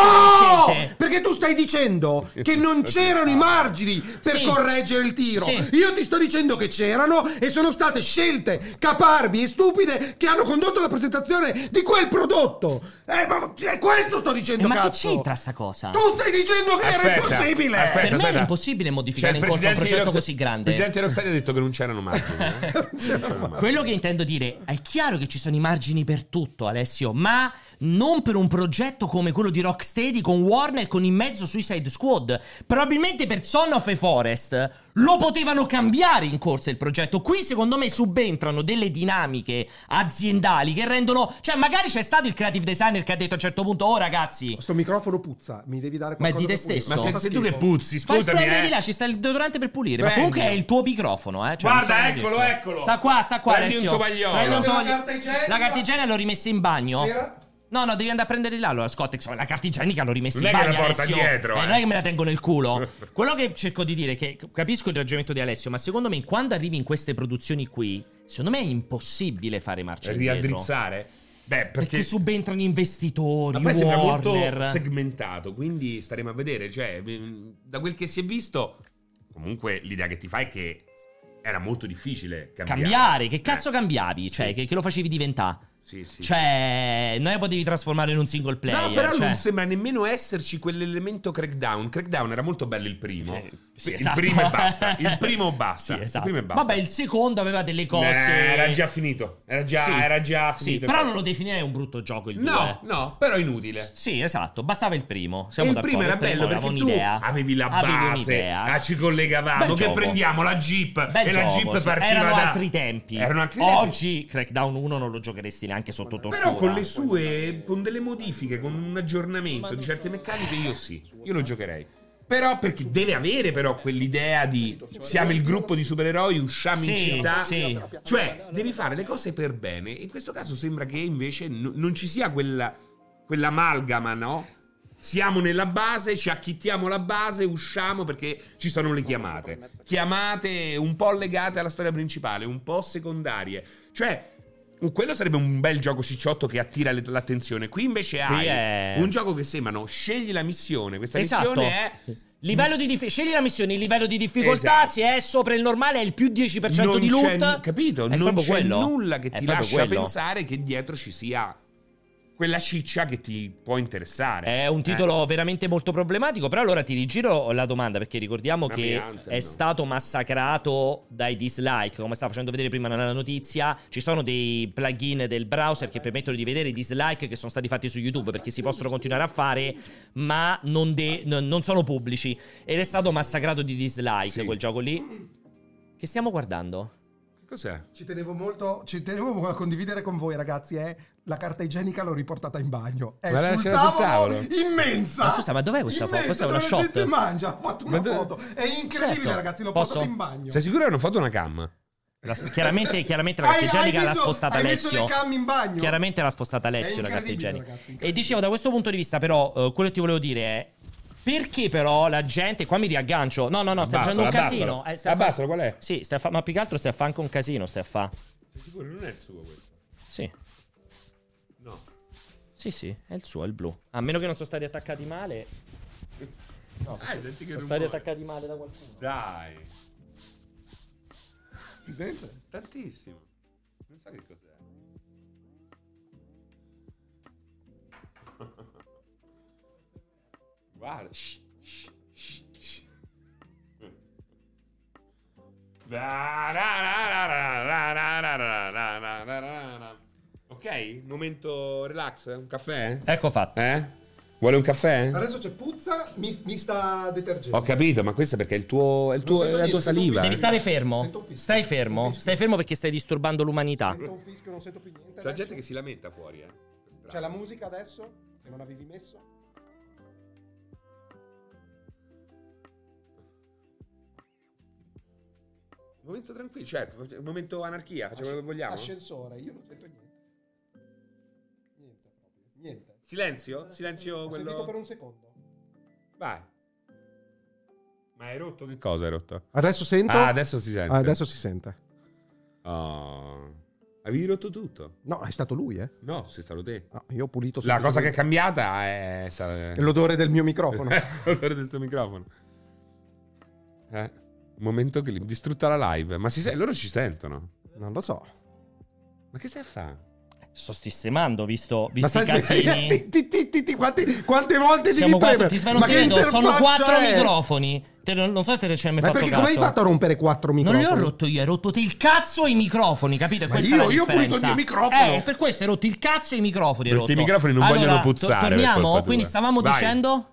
Speaker 2: delle scelte.
Speaker 4: perché tu stai dicendo che non c'erano i margini per
Speaker 2: Sì.
Speaker 4: correggere il tiro.
Speaker 2: Sì.
Speaker 4: Io ti sto dicendo che c'erano e sono state scelte caparbi e stupide che hanno condotto la presentazione di quel prodotto. Eh, ma eh, questo sto dicendo,
Speaker 2: Eh, ma che
Speaker 4: cazzo.
Speaker 2: c'entra sta cosa?
Speaker 4: Tu stai dicendo che Eh, era
Speaker 3: Aspetta,
Speaker 4: impossibile.
Speaker 3: aspetta,
Speaker 2: per me
Speaker 3: aspetta.
Speaker 2: era impossibile
Speaker 3: Cioè,
Speaker 2: modificare
Speaker 3: il
Speaker 2: in corso un
Speaker 3: presidente
Speaker 2: progetto
Speaker 3: di Rocksteady-
Speaker 2: così grande
Speaker 3: Il presidente di Rocksteady ha detto che non c'erano margini. eh?
Speaker 2: Quello che intendo dire è chiaro che ci sono i margini per tutto, Alessio, ma non per un progetto come quello di Rocksteady con Warner con in mezzo Suicide Squad. Probabilmente per Son of a Forest lo potevano cambiare in corso il progetto. Qui secondo me subentrano delle dinamiche aziendali che rendono, cioè magari c'è stato il creative designer che ha detto a un certo punto "Oh ragazzi,
Speaker 4: Sto microfono puzza, mi devi dare
Speaker 2: Ma è
Speaker 4: qualcosa
Speaker 2: di te
Speaker 4: da pulire.
Speaker 2: stesso?
Speaker 3: Ma se-
Speaker 4: Fa
Speaker 3: Cioè, sei tu che
Speaker 4: schifo.
Speaker 3: puzzi,
Speaker 2: Fai
Speaker 3: scusami.
Speaker 2: splendere di
Speaker 3: eh.
Speaker 2: là, ci sta il deodorante per pulire. Ma
Speaker 3: Prendilo.
Speaker 2: comunque è il tuo microfono, eh. cioè, non so
Speaker 3: Guarda,
Speaker 2: come
Speaker 3: eccolo,
Speaker 2: dirtelo.
Speaker 3: eccolo.
Speaker 2: Sta qua, sta qua.
Speaker 3: Prendi
Speaker 2: Alessio.
Speaker 3: un tovagliolo.
Speaker 2: Prendi un
Speaker 4: Prendete la
Speaker 2: tovaglio-
Speaker 4: carta igienica.
Speaker 2: La carta igienica l'ho rimessa in bagno.
Speaker 4: C'era?
Speaker 2: No, no, devi andare a prendere là. Allora, Scott, insomma, la carta igienica l'ho rimessa
Speaker 3: Non
Speaker 2: in
Speaker 3: è che
Speaker 2: bagno.
Speaker 3: la porta
Speaker 2: Alessio.
Speaker 3: dietro, eh.
Speaker 2: Non è che me la tengo nel culo. Quello che cerco di dire è che capisco il ragionamento di Alessio, ma secondo me quando arrivi in queste produzioni qui, secondo me è impossibile fare marcia indietro.
Speaker 3: Riaddrizzare? Beh,
Speaker 2: Perché,
Speaker 3: perché...
Speaker 2: subentrano investitori,
Speaker 3: Ma poi sembra molto
Speaker 2: Warner.
Speaker 3: segmentato, quindi staremo a vedere. Cioè, mh, da quel che si è visto, comunque l'idea che ti fai è che era molto difficile cambiare.
Speaker 2: Cambiare, che cazzo
Speaker 3: Eh,
Speaker 2: cambiavi? Cioè,
Speaker 3: Sì.
Speaker 2: che, che lo facevi diventare?
Speaker 3: sì, sì,
Speaker 2: Cioè, non è potevi trasformare in un single
Speaker 3: sì.
Speaker 2: player.
Speaker 3: No, però
Speaker 2: cioè.
Speaker 3: non sembra nemmeno esserci quell'elemento crackdown. Crackdown era molto bello il primo.
Speaker 2: Sì, sì,
Speaker 3: il
Speaker 2: esatto.
Speaker 3: primo e basta. Il primo basta.
Speaker 2: Sì, esatto.
Speaker 3: Il primo e basta.
Speaker 2: Vabbè, il secondo aveva delle
Speaker 3: Eh,
Speaker 2: cose.
Speaker 3: era già finito. Era già,
Speaker 2: Sì.
Speaker 3: era già
Speaker 2: Sì,
Speaker 3: finito.
Speaker 2: però non lo eh. definirei un brutto gioco il
Speaker 3: No,
Speaker 2: 2.
Speaker 3: no, però inutile.
Speaker 2: Sì, esatto, bastava il primo.
Speaker 3: E
Speaker 2: Siamo
Speaker 3: il primo
Speaker 2: d'accordo,
Speaker 3: era bello
Speaker 2: aveva
Speaker 3: perché tu
Speaker 2: un'idea.
Speaker 3: avevi la
Speaker 2: Avevi
Speaker 3: base,
Speaker 2: un'idea.
Speaker 3: ah, ci collegavamo,
Speaker 2: Bel
Speaker 3: che
Speaker 2: gioco.
Speaker 3: prendiamo la Jeep
Speaker 2: Bel
Speaker 3: e la
Speaker 2: gioco,
Speaker 3: Jeep
Speaker 2: sì.
Speaker 3: partiva
Speaker 2: Erano
Speaker 3: da...
Speaker 2: altri tempi.
Speaker 3: Erano altri tempi.
Speaker 2: Oggi Crackdown 1 non lo giocheresti neanche sotto tortura.
Speaker 3: Però con le sue, con delle modifiche, con un aggiornamento di certe meccaniche, io sì, io lo giocherei. Però perché deve avere però quell'idea di siamo il gruppo di supereroi, usciamo in
Speaker 2: Sì,
Speaker 3: città.
Speaker 2: sì.
Speaker 3: Cioè, devi fare le cose per bene. In questo caso sembra che invece n- non ci sia quella, quell'amalgama, no? Siamo nella base, ci acchittiamo la base, usciamo perché ci sono le chiamate. Chiamate un po' legate alla storia principale, un po' secondarie. Cioè, quello sarebbe un bel gioco cicciotto che attira le- l'attenzione. Qui invece
Speaker 2: Qui
Speaker 3: hai
Speaker 2: è-
Speaker 3: un gioco che sembrano scegli la missione. Questa
Speaker 2: Esatto.
Speaker 3: missione è
Speaker 2: Livello di dif- scegli la missione, il livello di difficoltà,
Speaker 3: Esatto.
Speaker 2: se è sopra il normale è il più 10%
Speaker 3: non
Speaker 2: di
Speaker 3: c'è
Speaker 2: loot.
Speaker 3: n- capito?
Speaker 2: È
Speaker 3: non
Speaker 2: proprio
Speaker 3: c'è
Speaker 2: quello.
Speaker 3: nulla che
Speaker 2: È
Speaker 3: ti
Speaker 2: proprio
Speaker 3: lascia
Speaker 2: quello.
Speaker 3: pensare che dietro ci sia quella ciccia che ti può interessare. Eh,
Speaker 2: È un titolo veramente molto problematico, però allora ti rigiro la domanda perché ricordiamo
Speaker 3: Ma
Speaker 2: che
Speaker 3: Hunter,
Speaker 2: è
Speaker 3: no.
Speaker 2: stato massacrato dai dislike, come stavo facendo vedere prima nella notizia, ci sono dei plugin del browser che permettono di vedere i dislike che sono stati fatti su YouTube perché si possono continuare a fare, ma non, de- n- non sono pubblici ed è stato massacrato di dislike
Speaker 3: Sì.
Speaker 2: quel gioco lì. Che stiamo guardando?
Speaker 3: Eh, Cos'è?
Speaker 1: Ci tenevo molto, ci tenevo a condividere con voi, ragazzi. Eh. La carta igienica l'ho riportata in bagno. È
Speaker 3: Guarda,
Speaker 1: sul
Speaker 3: c'era sul
Speaker 1: tavolo,
Speaker 3: tavolo.
Speaker 1: immensa.
Speaker 2: Ma scusa, ma dov'è questa foto?
Speaker 1: Immensa,
Speaker 2: Questa è una
Speaker 1: dove
Speaker 2: shot?
Speaker 1: La gente mangia. Ho fatto una
Speaker 3: Ma dove-
Speaker 1: foto. È incredibile,
Speaker 2: Certo.
Speaker 1: ragazzi. L'ho
Speaker 2: Posso?
Speaker 1: portata in bagno.
Speaker 3: Sei sicuro che hanno fatto una cam?
Speaker 2: La- chiaramente, chiaramente la
Speaker 1: Hai- hai
Speaker 2: carteggianica l'ha
Speaker 1: messo-
Speaker 2: spostata
Speaker 1: hai messo
Speaker 2: Alessio.
Speaker 1: le cam in bagno?
Speaker 2: Chiaramente l'ha spostata Alessio
Speaker 1: È
Speaker 2: la
Speaker 1: incredibile,
Speaker 2: carteggianica.
Speaker 1: ragazzi,
Speaker 2: E
Speaker 1: incredibile.
Speaker 2: dicevo, da questo punto di vista, però, eh, quello che ti volevo dire è. Perché però la gente. Qua mi riaggancio. No, no, no, stai facendo un
Speaker 3: Abbassalo,
Speaker 2: casino.
Speaker 3: abbassalo.
Speaker 2: Eh, stai a fa-
Speaker 3: Abbassalo, Ah, qual è?
Speaker 2: Sì, stai a fa- ma più che altro stai a fa anche un casino, stai a fa.
Speaker 3: Sei sicuro? Non è il suo questo.
Speaker 2: Sì.
Speaker 3: No.
Speaker 2: Sì, sì, è il suo, è il blu. A meno che non sono stati attaccati male. No, sono,
Speaker 3: Ah, senti
Speaker 2: sono
Speaker 3: che rumore.
Speaker 2: stati attaccati male da qualcuno.
Speaker 3: Dai.
Speaker 1: Si sente?
Speaker 3: Tantissimo. Non so che cos'è. Guarda. Shh, shh, shh, shh. Da, da, da, da, da, da, da, da, da, da, da, da. Ok, momento relax, un caffè?
Speaker 2: Ecco fatto.
Speaker 3: Eh? Vuole un caffè?
Speaker 1: Adesso c'è puzza, mi, mi sta detergendo.
Speaker 3: Ho capito, ma questo perché è il tuo, è il tuo-
Speaker 1: sento
Speaker 3: è la tua
Speaker 1: niente, sento
Speaker 3: saliva.
Speaker 1: un
Speaker 2: Devi
Speaker 1: Eh.
Speaker 2: stare fermo.
Speaker 1: Sento un fischio.
Speaker 2: Stai fermo.
Speaker 1: Un fischio.
Speaker 2: Stai fermo perché stai disturbando l'umanità.
Speaker 1: Sento un fischio, non sento più niente.
Speaker 3: C'è gente che si lamenta fuori, eh.
Speaker 1: C'è la musica adesso che non avevi messo.
Speaker 3: Un momento tranquillo, cioè, un momento anarchia, facciamo quello che vogliamo.
Speaker 1: Ascensore, io non sento niente. Niente proprio. Niente.
Speaker 3: Silenzio? Silenzio
Speaker 1: Ho sentito per
Speaker 3: quello.
Speaker 1: un secondo.
Speaker 3: Vai. Ma hai rotto che cosa hai rotto?
Speaker 4: Adesso sento.
Speaker 3: Ah, adesso si sente.
Speaker 4: Adesso si sente.
Speaker 3: Oh. Avevi rotto tutto.
Speaker 4: No, è stato lui, eh.
Speaker 3: No, sei stato te.
Speaker 4: Ah, io ho pulito
Speaker 3: La cosa che è
Speaker 4: semplicemente
Speaker 3: cambiata è sta-
Speaker 4: l'odore del mio microfono.
Speaker 3: l'odore del tuo microfono. Eh, un momento che li- distrutta la live, ma si sen- loro ci sentono.
Speaker 4: non lo so.
Speaker 3: Ma che stai a fare?
Speaker 2: Sto sistemando, visto,
Speaker 4: Ma
Speaker 2: visto i
Speaker 4: stai
Speaker 2: casini.
Speaker 4: ti, ti, ti, ti, ti, quante, quante volte
Speaker 2: Siamo
Speaker 4: devi
Speaker 2: quattro,
Speaker 4: premere?
Speaker 2: ti
Speaker 4: Ma che
Speaker 2: sveglio sono
Speaker 4: interfaccia
Speaker 2: quattro
Speaker 4: è?
Speaker 2: microfoni. Te non non so se te ci hai mai
Speaker 4: Ma
Speaker 2: fatto
Speaker 4: perché
Speaker 2: caso.
Speaker 4: come hai fatto a rompere quattro
Speaker 2: Non
Speaker 4: microfoni?
Speaker 2: li ho rotto io, hai rotto te il cazzo e i microfoni, capito?
Speaker 4: Ma
Speaker 2: Questa
Speaker 4: io-
Speaker 2: è la
Speaker 4: io ho pulito il
Speaker 2: differenza.
Speaker 4: mio microfono.
Speaker 2: Eh, per questo hai rotto il cazzo e i microfoni. hai
Speaker 3: Perché i
Speaker 2: rotto.
Speaker 3: microfoni non
Speaker 2: Allora,
Speaker 3: vogliono
Speaker 2: to-
Speaker 3: puzzare per colpa
Speaker 2: torniamo,
Speaker 3: tua.
Speaker 2: quindi stavamo
Speaker 3: Vai.
Speaker 2: dicendo...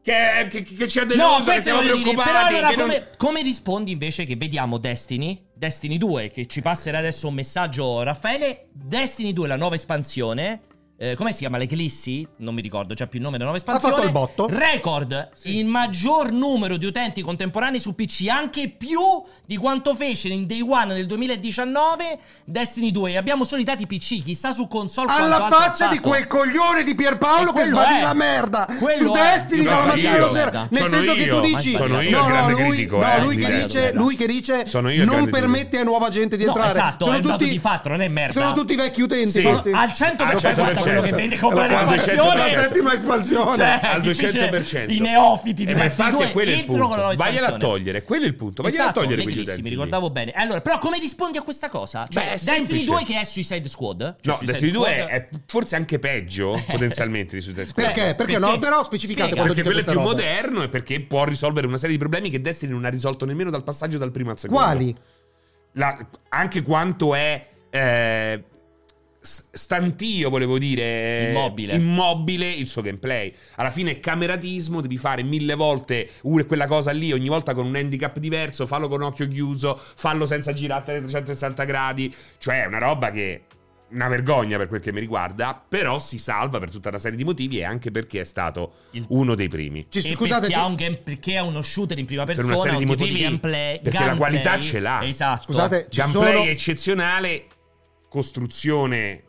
Speaker 3: Che, che, che ci ha
Speaker 2: No,
Speaker 3: deluso, che
Speaker 2: questo
Speaker 3: siamo
Speaker 2: voglio dire, però
Speaker 3: preoccupati.
Speaker 2: allora
Speaker 3: che non-
Speaker 2: come, come rispondi invece che vediamo Destiny, Destiny 2, che ci passerà adesso un messaggio Raffaele, Destiny 2, la nuova espansione, eh, come si chiama? L'Eclissi? Non mi ricordo già più il nome della nuova
Speaker 4: fatto
Speaker 2: espansione.
Speaker 4: il botto.
Speaker 2: Record,
Speaker 3: Sì.
Speaker 2: il maggior numero di utenti contemporanei su PC, anche più di quanto fece in Day One nel 2019 Destiny 2. Abbiamo solo i dati PC, chissà su console quanto
Speaker 4: Alla
Speaker 2: altro
Speaker 4: faccia
Speaker 2: ha
Speaker 4: di
Speaker 2: fatto.
Speaker 4: quel coglione di Pierpaolo
Speaker 2: E
Speaker 4: che
Speaker 2: Ecco, quello
Speaker 4: sbadì
Speaker 2: è.
Speaker 4: la merda
Speaker 2: Quello
Speaker 4: su
Speaker 2: è.
Speaker 4: Destiny
Speaker 2: Io
Speaker 4: dalla
Speaker 2: sono
Speaker 4: mattina
Speaker 2: io.
Speaker 4: alla sera.
Speaker 2: Merda.
Speaker 3: Sono
Speaker 4: Nel senso che
Speaker 3: io.
Speaker 4: tu dici:
Speaker 2: Sono io
Speaker 3: il
Speaker 4: no, no,
Speaker 3: grande
Speaker 4: lui,
Speaker 3: critico,
Speaker 4: no,
Speaker 3: eh,
Speaker 4: lui, che
Speaker 3: diverso,
Speaker 4: dice,
Speaker 2: merda.
Speaker 4: lui che dice:
Speaker 3: Sono io il
Speaker 4: non
Speaker 3: grande
Speaker 4: permette a nuova gente di
Speaker 2: No,
Speaker 4: entrare.
Speaker 2: esatto,
Speaker 4: sono
Speaker 2: è il dato di fatto, non è merda.
Speaker 4: Sono tutti vecchi utenti.
Speaker 3: Sì.
Speaker 4: questi.
Speaker 2: al 100% guarda quello che vende comprare
Speaker 3: Alla
Speaker 2: la
Speaker 3: quasi
Speaker 2: espansione
Speaker 3: 100%.
Speaker 4: La settima espansione.
Speaker 2: Cioè, è
Speaker 3: al
Speaker 2: difficile
Speaker 3: 200%.
Speaker 2: i neofiti di
Speaker 3: Eh, ma
Speaker 2: Destiny
Speaker 3: infatti
Speaker 2: 2
Speaker 3: è quello il
Speaker 2: entrano con la
Speaker 3: punto.
Speaker 2: nuova
Speaker 3: Vagliela a
Speaker 2: espansione.
Speaker 3: togliere, quello è il punto. Vagliela
Speaker 2: Esatto,
Speaker 3: a togliere quegli
Speaker 2: leggerissimi,
Speaker 3: utenti.
Speaker 2: mi
Speaker 3: lì.
Speaker 2: ricordavo bene. Allora, però come rispondi a questa cosa? Cioè,
Speaker 3: Beh, è
Speaker 2: Destiny
Speaker 3: semplice.
Speaker 2: 2 che è Suicide Squad? Cioè,
Speaker 3: No,
Speaker 2: Suicide
Speaker 3: Destiny 2 è,
Speaker 2: Squad-
Speaker 3: è forse anche peggio potenzialmente di Suicide Squad.
Speaker 4: Perché? Perché no?
Speaker 2: Perché?
Speaker 4: Però specificate
Speaker 2: Spiega.
Speaker 4: quando
Speaker 3: Perché
Speaker 4: dite
Speaker 3: quello è
Speaker 4: queste
Speaker 3: più
Speaker 4: robe.
Speaker 3: moderno e perché può risolvere una serie di problemi che Destiny non ha risolto nemmeno dal passaggio dal primo al secondo.
Speaker 4: Quali?
Speaker 3: La- anche quanto è eh, s- stantio, volevo dire, eh,
Speaker 2: Immobile.
Speaker 3: immobile il suo gameplay. Alla fine è cameratismo, devi fare mille volte una- quella cosa lì, ogni volta con un handicap diverso, fallo con occhio chiuso, fallo senza girarti a 360 gradi, cioè è una roba che una vergogna per quel che mi riguarda, però si salva per tutta una serie di motivi e anche perché è stato
Speaker 2: Il-
Speaker 3: uno dei primi.
Speaker 4: Ci-
Speaker 2: E
Speaker 4: scusate,
Speaker 2: perché,
Speaker 4: ci-
Speaker 2: ha un game- perché è uno shooter in prima
Speaker 3: Per
Speaker 2: persona
Speaker 3: una serie
Speaker 2: un
Speaker 3: di
Speaker 2: tipo
Speaker 3: motivi,
Speaker 2: gameplay,
Speaker 3: perché la
Speaker 2: gameplay.
Speaker 3: qualità ce l'ha.
Speaker 2: Esatto.
Speaker 4: Scusate, ci
Speaker 3: gameplay
Speaker 4: sono-
Speaker 3: eccezionale, costruzione.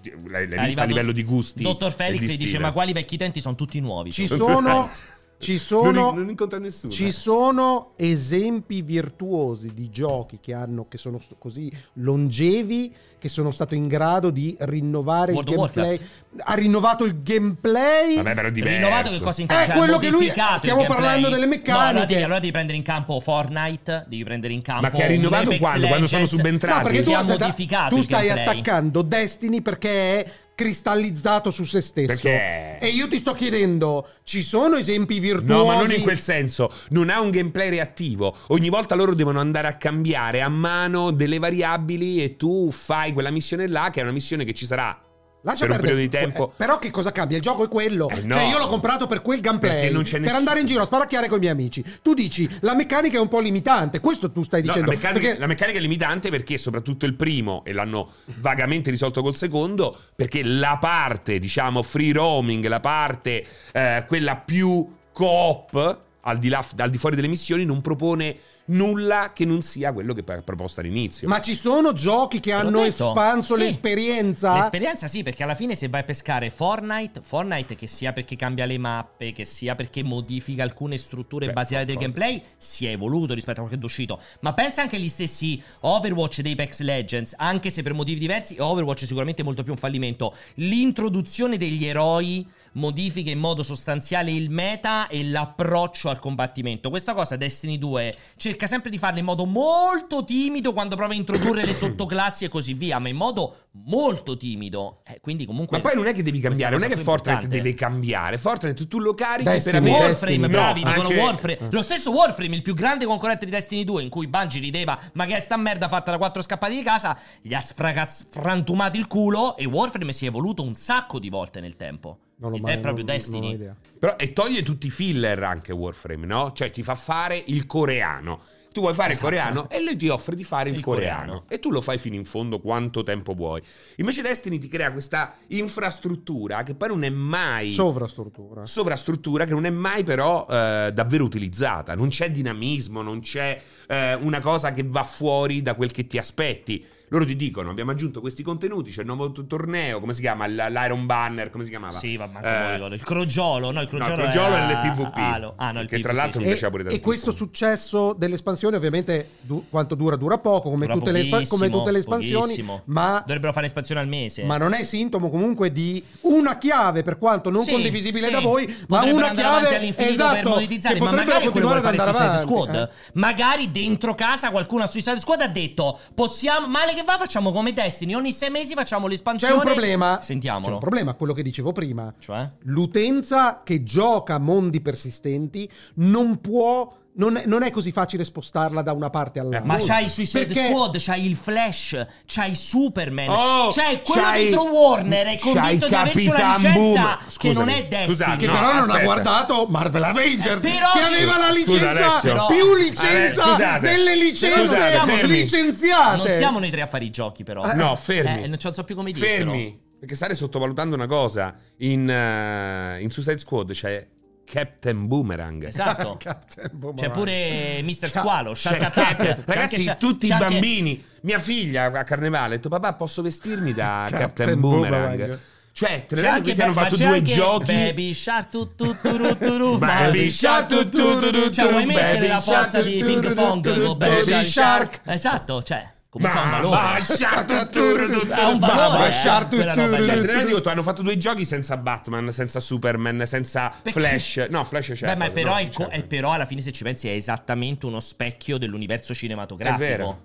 Speaker 3: di- L'hai, l'hai vista a
Speaker 2: Arrivato-
Speaker 3: livello di gusti.
Speaker 2: Dottor Felix
Speaker 3: e di
Speaker 2: dice:
Speaker 3: stile.
Speaker 2: Ma quali vecchi tenti sono tutti nuovi?
Speaker 4: Ci
Speaker 3: Non
Speaker 4: sono,
Speaker 3: so.
Speaker 4: ci
Speaker 3: Non,
Speaker 4: sono,
Speaker 3: non incontra nessuno. eh.
Speaker 4: ci sono esempi virtuosi di giochi che, hanno, che sono st- così longevi, che sono stato in grado di rinnovare
Speaker 2: World
Speaker 4: il
Speaker 2: of
Speaker 4: gameplay. Ha rinnovato il gameplay.
Speaker 3: Vabbè, però è diverso.
Speaker 2: Rinnovato che cosa intende?
Speaker 4: Eh,
Speaker 2: Cioè,
Speaker 4: quello che lui-
Speaker 2: modificato
Speaker 4: stiamo
Speaker 2: il gameplay.
Speaker 4: parlando delle meccaniche.
Speaker 2: No, allora, devi, allora devi prendere in campo Fortnite, devi prendere in campo
Speaker 3: Ma che ha rinnovato
Speaker 2: un Apex
Speaker 3: quando? Quando sono
Speaker 2: Legends.
Speaker 3: subentrati?
Speaker 4: No, perché tu,
Speaker 2: Che ha
Speaker 4: aspetta,
Speaker 2: modificato
Speaker 4: tu
Speaker 2: il
Speaker 4: stai
Speaker 2: gameplay.
Speaker 4: attaccando Destiny perché è cristallizzato su se stesso.
Speaker 3: Perché-
Speaker 4: E io ti sto chiedendo, ci sono esempi virtuosi?
Speaker 3: No, ma non in quel senso. Non ha un gameplay reattivo. Ogni volta loro devono andare a cambiare a mano delle variabili e tu fai quella missione là, che è una missione che ci sarà.
Speaker 4: Lascia
Speaker 3: per un
Speaker 4: perdere.
Speaker 3: periodo di tempo.
Speaker 4: Eh, Però che cosa cambia? Il gioco è quello.
Speaker 3: Eh, no.
Speaker 4: Cioè, io l'ho comprato per quel gameplay.
Speaker 3: Perché non c'è
Speaker 4: per
Speaker 3: nessun-
Speaker 4: andare in giro a sparacchiare con i miei amici. Tu dici, la meccanica è un po' limitante. Questo tu stai
Speaker 3: No,
Speaker 4: dicendo.
Speaker 3: la, meccanica,
Speaker 4: perché-
Speaker 3: la meccanica è limitante perché soprattutto il primo, e l'hanno vagamente risolto col secondo, perché la parte, diciamo, free roaming, la parte, eh, quella più coop, al di, là, al di fuori delle missioni, non propone nulla che non sia quello che era proposto all'inizio.
Speaker 4: Ma ci sono giochi che
Speaker 2: Te l'ho
Speaker 4: hanno
Speaker 2: detto.
Speaker 4: espanso
Speaker 2: Sì.
Speaker 4: l'esperienza?
Speaker 2: L'esperienza sì, perché alla fine se vai a pescare Fortnite, Fortnite che sia perché cambia le mappe, che sia perché modifica alcune strutture
Speaker 3: Beh,
Speaker 2: basilari del
Speaker 3: d'accordo.
Speaker 2: gameplay, si è evoluto rispetto a quello che è uscito. Ma pensa anche agli stessi Overwatch dei Apex Legends, anche se per motivi diversi, Overwatch è sicuramente molto più un fallimento. L'introduzione degli eroi modifica in modo sostanziale il meta e l'approccio al combattimento. Questa cosa Destiny 2 cerca sempre di farla in modo molto timido quando prova a introdurre le sottoclassi e così via, ma in modo molto timido. Eh, quindi comunque
Speaker 3: Ma poi non è che devi cambiare, non è
Speaker 2: questa
Speaker 3: che
Speaker 2: cosa qui è
Speaker 3: Fortnite
Speaker 2: importante.
Speaker 3: deve cambiare. Fortnite tu lo carichi
Speaker 4: Destiny,
Speaker 3: per avere
Speaker 2: Warframe,
Speaker 4: Destiny,
Speaker 2: bravi,
Speaker 3: No,
Speaker 2: dicono
Speaker 3: anche-
Speaker 2: Warframe. Lo
Speaker 4: eh.
Speaker 2: stesso Warframe, il più grande concorrente di Destiny 2, in cui Bungie rideva, ma che è sta merda fatta da quattro scappati di casa, gli ha sfragaz- frantumato il culo e Warframe si è evoluto un sacco di volte nel tempo.
Speaker 4: Non l'ho
Speaker 2: Ed
Speaker 4: mai-
Speaker 2: è proprio
Speaker 4: non-
Speaker 2: Destiny.
Speaker 4: non ho idea.
Speaker 3: Però, e toglie tutti i filler anche Warframe, no? Cioè ti fa fare il coreano. Tu vuoi fare
Speaker 2: Esatto.
Speaker 3: il coreano e lui ti offre di fare il,
Speaker 2: Il
Speaker 3: coreano.
Speaker 2: coreano.
Speaker 3: E tu lo fai fino in fondo quanto tempo vuoi. Invece Destiny ti crea questa infrastruttura che poi non è mai...
Speaker 4: Sovrastruttura.
Speaker 3: sovrastruttura che non è mai però eh, davvero utilizzata. Non c'è dinamismo, non c'è eh, una cosa che va fuori da quel che ti aspetti. Loro ti dicono: abbiamo aggiunto questi contenuti, c'è il nuovo t- torneo, come si chiama? L- L'iron Banner, come si chiamava?
Speaker 2: Sì, ma
Speaker 3: Eh,
Speaker 2: manco non ricordo. Il crogiolo, no, il
Speaker 3: no, il
Speaker 2: crogiolo,
Speaker 3: crogiolo è
Speaker 2: era-
Speaker 3: l'PvP.
Speaker 2: Ah, lo- ah, no, il
Speaker 3: che tra
Speaker 2: PvP, sì.
Speaker 3: l'altro mi
Speaker 4: E,
Speaker 3: piaceva pure
Speaker 4: e
Speaker 3: tantissimo.
Speaker 4: questo successo dell'espansione, ovviamente, du- quanto dura, dura poco, come,
Speaker 2: Dura
Speaker 4: tutte le, espa- come
Speaker 2: pochissimo,
Speaker 4: tutte le espansioni,
Speaker 2: pochissimo.
Speaker 4: ma,
Speaker 2: Dovrebbero fare espansione al mese.
Speaker 4: ma non è sintomo comunque di una chiave, per quanto non
Speaker 2: Sì,
Speaker 4: condivisibile
Speaker 2: sì.
Speaker 4: da voi, ma
Speaker 2: Potrebbero
Speaker 4: una
Speaker 2: andare avanti
Speaker 4: chiave
Speaker 2: all'infinito per
Speaker 4: esatto,
Speaker 2: monetizzare,
Speaker 4: che
Speaker 2: ma
Speaker 4: potrebbero
Speaker 2: magari
Speaker 4: continuare ad
Speaker 2: quello vuole
Speaker 4: andare
Speaker 2: fare
Speaker 4: avanti.
Speaker 2: Suicide
Speaker 4: eh.
Speaker 2: Squad. Magari dentro casa qualcuno a Suicide Squad ha detto possiamo male che va facciamo come Destiny, ogni sei mesi facciamo
Speaker 4: C'è
Speaker 2: l'espansione.
Speaker 4: un problema. C'è
Speaker 2: Sentiamolo.
Speaker 4: un problema, quello che dicevo prima.
Speaker 2: Cioè?
Speaker 4: L'utenza che gioca mondi persistenti non può. Non è, non è così facile spostarla da una parte all'altra.
Speaker 2: Ma c'hai Suicide
Speaker 4: Perché-
Speaker 2: Squad, c'hai il Flash, c'hai Superman,
Speaker 3: Oh,
Speaker 2: c'hai quello
Speaker 3: c'hai-
Speaker 2: dentro Warner, è
Speaker 3: c'hai
Speaker 2: convinto di averci una
Speaker 3: Capitan
Speaker 2: licenza
Speaker 3: Boom.
Speaker 2: che non
Speaker 3: Scusami,
Speaker 2: è Destiny.
Speaker 3: scusami,
Speaker 4: Che
Speaker 3: No,
Speaker 4: però non ha
Speaker 3: aspetta.
Speaker 4: guardato Marvel Avengers.
Speaker 2: Eh, però-
Speaker 4: che aveva la
Speaker 3: Scusa,
Speaker 4: licenza
Speaker 3: Alessio.
Speaker 4: più
Speaker 3: Alessio,
Speaker 4: licenza
Speaker 3: scusate.
Speaker 4: delle licenze
Speaker 3: Scusate, fermi.
Speaker 4: licenziate.
Speaker 2: Ah,
Speaker 4: Ah,
Speaker 2: eh, Non siamo noi tre a fare i giochi però.
Speaker 3: No, fermi.
Speaker 2: Eh, non so più come dirtelo.
Speaker 3: Fermi. Perché stare sottovalutando una cosa, in, eh, in Suicide Squad c'è Captain Boomerang.
Speaker 2: Esatto.
Speaker 1: Captain
Speaker 2: C'è
Speaker 1: Boomerang.
Speaker 2: pure Mr.
Speaker 1: Ciao.
Speaker 2: Squalo, Shark
Speaker 3: Cioè,
Speaker 2: Attack.
Speaker 3: Cap-
Speaker 2: c'è
Speaker 3: ragazzi,
Speaker 2: anche-
Speaker 3: tutti i
Speaker 2: c'è anche-
Speaker 3: bambini. Mia figlia a carnevale ha detto: Papà, posso vestirmi da Captain,
Speaker 1: Captain
Speaker 3: Boomerang?
Speaker 1: Boomerang.
Speaker 3: Cioè,
Speaker 2: C'è
Speaker 3: tra l'altro,
Speaker 2: anche
Speaker 3: che si hanno
Speaker 2: Ba- ma
Speaker 3: fatto
Speaker 2: c'è
Speaker 3: due
Speaker 2: anche
Speaker 3: giochi.
Speaker 2: Baby Shark tu tu tu ru, tu ru,
Speaker 3: Baby Shark tu tu tu tu
Speaker 2: Cioè,
Speaker 3: tu,
Speaker 2: vuoi mettere
Speaker 3: Baby
Speaker 2: la forza
Speaker 3: Shark tu
Speaker 2: di
Speaker 3: tu
Speaker 2: Pink
Speaker 3: tu
Speaker 2: Fong
Speaker 3: tu tu,
Speaker 2: con
Speaker 3: Baby Shark.
Speaker 2: Esatto, cioè, comunque ha un
Speaker 3: Ma, ma,
Speaker 2: valore.
Speaker 3: Shark, tu, tu, tu, tu,
Speaker 2: Ha un
Speaker 3: ma,
Speaker 2: valore,
Speaker 3: ma,
Speaker 2: eh,
Speaker 3: Shark, tu,
Speaker 2: quella
Speaker 3: tu,
Speaker 2: roba,
Speaker 3: tu,
Speaker 2: cioè.
Speaker 3: tu, tu, tu, tu. hanno fatto due giochi senza Batman, senza Superman, senza
Speaker 2: Perché?
Speaker 3: Flash. No, Flash c'è.
Speaker 2: Beh, ma
Speaker 3: no, certo.
Speaker 2: però,
Speaker 3: non
Speaker 2: è co-
Speaker 3: c'è.
Speaker 2: è però alla fine, se ci pensi, è esattamente uno specchio dell'universo cinematografico.
Speaker 3: È vero,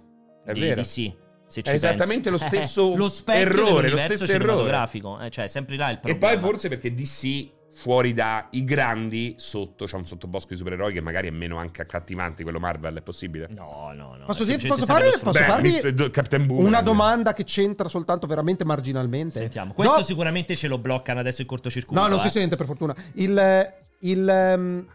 Speaker 3: è
Speaker 2: di
Speaker 3: vero.
Speaker 2: DC, se
Speaker 3: È
Speaker 2: ci pensi.
Speaker 3: esattamente lo
Speaker 2: Eh,
Speaker 3: stesso
Speaker 2: lo specchio
Speaker 3: errore, lo
Speaker 2: dell'universo
Speaker 3: stesso errore.
Speaker 2: cinematografico. Eh, cioè, è sempre là il
Speaker 3: E
Speaker 2: problema.
Speaker 3: poi forse perché DC fuori dai grandi sotto c'è un sottobosco di supereroi che magari è meno anche accattivante quello Marvel, è possibile?
Speaker 2: No, no, Eh, no.
Speaker 4: Posso
Speaker 2: è
Speaker 4: dire-
Speaker 2: semplicemente
Speaker 4: posso
Speaker 2: stato
Speaker 4: fare-
Speaker 2: lo strumento.
Speaker 4: posso
Speaker 3: Beh,
Speaker 4: farvi
Speaker 3: Mr. Do- Captain eh, Boomerang.
Speaker 4: Una domanda che c'entra soltanto veramente marginalmente.
Speaker 2: Sentiamo. Questo
Speaker 4: No,
Speaker 2: sicuramente ce lo bloccano adesso in cortocircuito.
Speaker 4: No, non
Speaker 2: eh.
Speaker 4: si sente per fortuna. Il, il, ehm,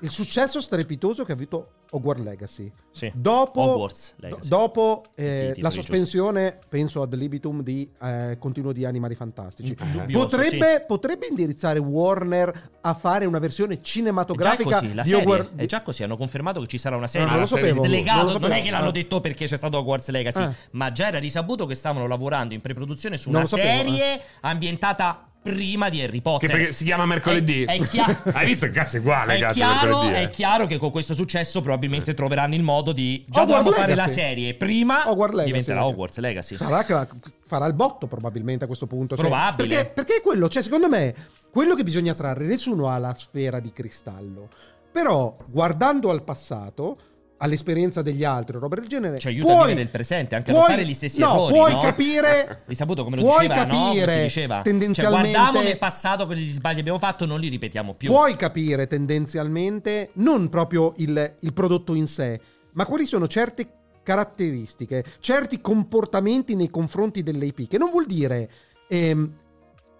Speaker 4: il successo strepitoso che ha avuto Hogwarts Legacy.
Speaker 2: Sì.
Speaker 4: Dopo,
Speaker 2: Eh, Hogwarts Legacy.
Speaker 4: do- dopo eh,
Speaker 2: I titoli,
Speaker 4: la sospensione, penso ad libitum di eh, continuo di Animali
Speaker 2: Mm,
Speaker 4: Fantastici,
Speaker 2: Dubbioso,
Speaker 4: Mm. potrebbe, potrebbe indirizzare Warner a fare una versione
Speaker 2: È già
Speaker 4: cinematografica
Speaker 2: così, la
Speaker 4: di
Speaker 2: serie
Speaker 4: Hogwarts
Speaker 2: è già così, hanno confermato che ci sarà una serie
Speaker 4: Ah, non lo
Speaker 2: la serie
Speaker 4: sapevo,
Speaker 2: slegato,
Speaker 4: non lo
Speaker 2: non,
Speaker 4: sapevo.
Speaker 2: è che l'hanno
Speaker 4: Ah.
Speaker 2: detto perché c'è stato Hogwarts Legacy,
Speaker 4: Ah.
Speaker 2: ma già era risaputo che stavano lavorando in pre-produzione su
Speaker 4: Non
Speaker 2: una
Speaker 4: lo sapevo, eh.
Speaker 2: serie ambientata prima di Harry
Speaker 3: Che
Speaker 2: Potter.
Speaker 3: perché si chiama mercoledì.
Speaker 2: È, è chiaro.
Speaker 3: Hai visto che cazzo è uguale,
Speaker 2: È
Speaker 3: cazzo,
Speaker 2: chiaro,
Speaker 3: mercoledì, eh?
Speaker 2: è chiaro che con questo successo probabilmente troveranno il modo di già
Speaker 4: Hogwarts
Speaker 2: dovevamo fare la
Speaker 4: Legacy.
Speaker 2: serie prima
Speaker 4: Hogwarts Legacy,
Speaker 2: diventerà
Speaker 4: sì.
Speaker 2: Hogwarts Legacy.
Speaker 4: Sarà che la- farà il botto probabilmente a questo punto. cioè,
Speaker 2: Probabile.
Speaker 4: perché, perché è quello, cioè secondo me, quello che bisogna trarre, nessuno ha la sfera di cristallo. Però guardando al passato, all'esperienza degli altri, roba del genere,
Speaker 2: Ci aiuta a
Speaker 4: puoi-
Speaker 2: vivere il presente, anche a
Speaker 4: puoi-
Speaker 2: non fare gli stessi
Speaker 4: no,
Speaker 2: errori.
Speaker 4: Puoi
Speaker 2: no?
Speaker 4: capire...
Speaker 2: Risaputo come lo
Speaker 4: puoi
Speaker 2: diceva, no? Come si
Speaker 4: capire
Speaker 2: diceva?
Speaker 4: tendenzialmente...
Speaker 2: Cioè, guardiamo nel passato quelli sbagli che abbiamo fatto, non li ripetiamo più.
Speaker 4: Puoi capire tendenzialmente non proprio il, il prodotto in sé, ma quali sono certe caratteristiche, certi comportamenti nei confronti delle IP, che non vuol dire ehm,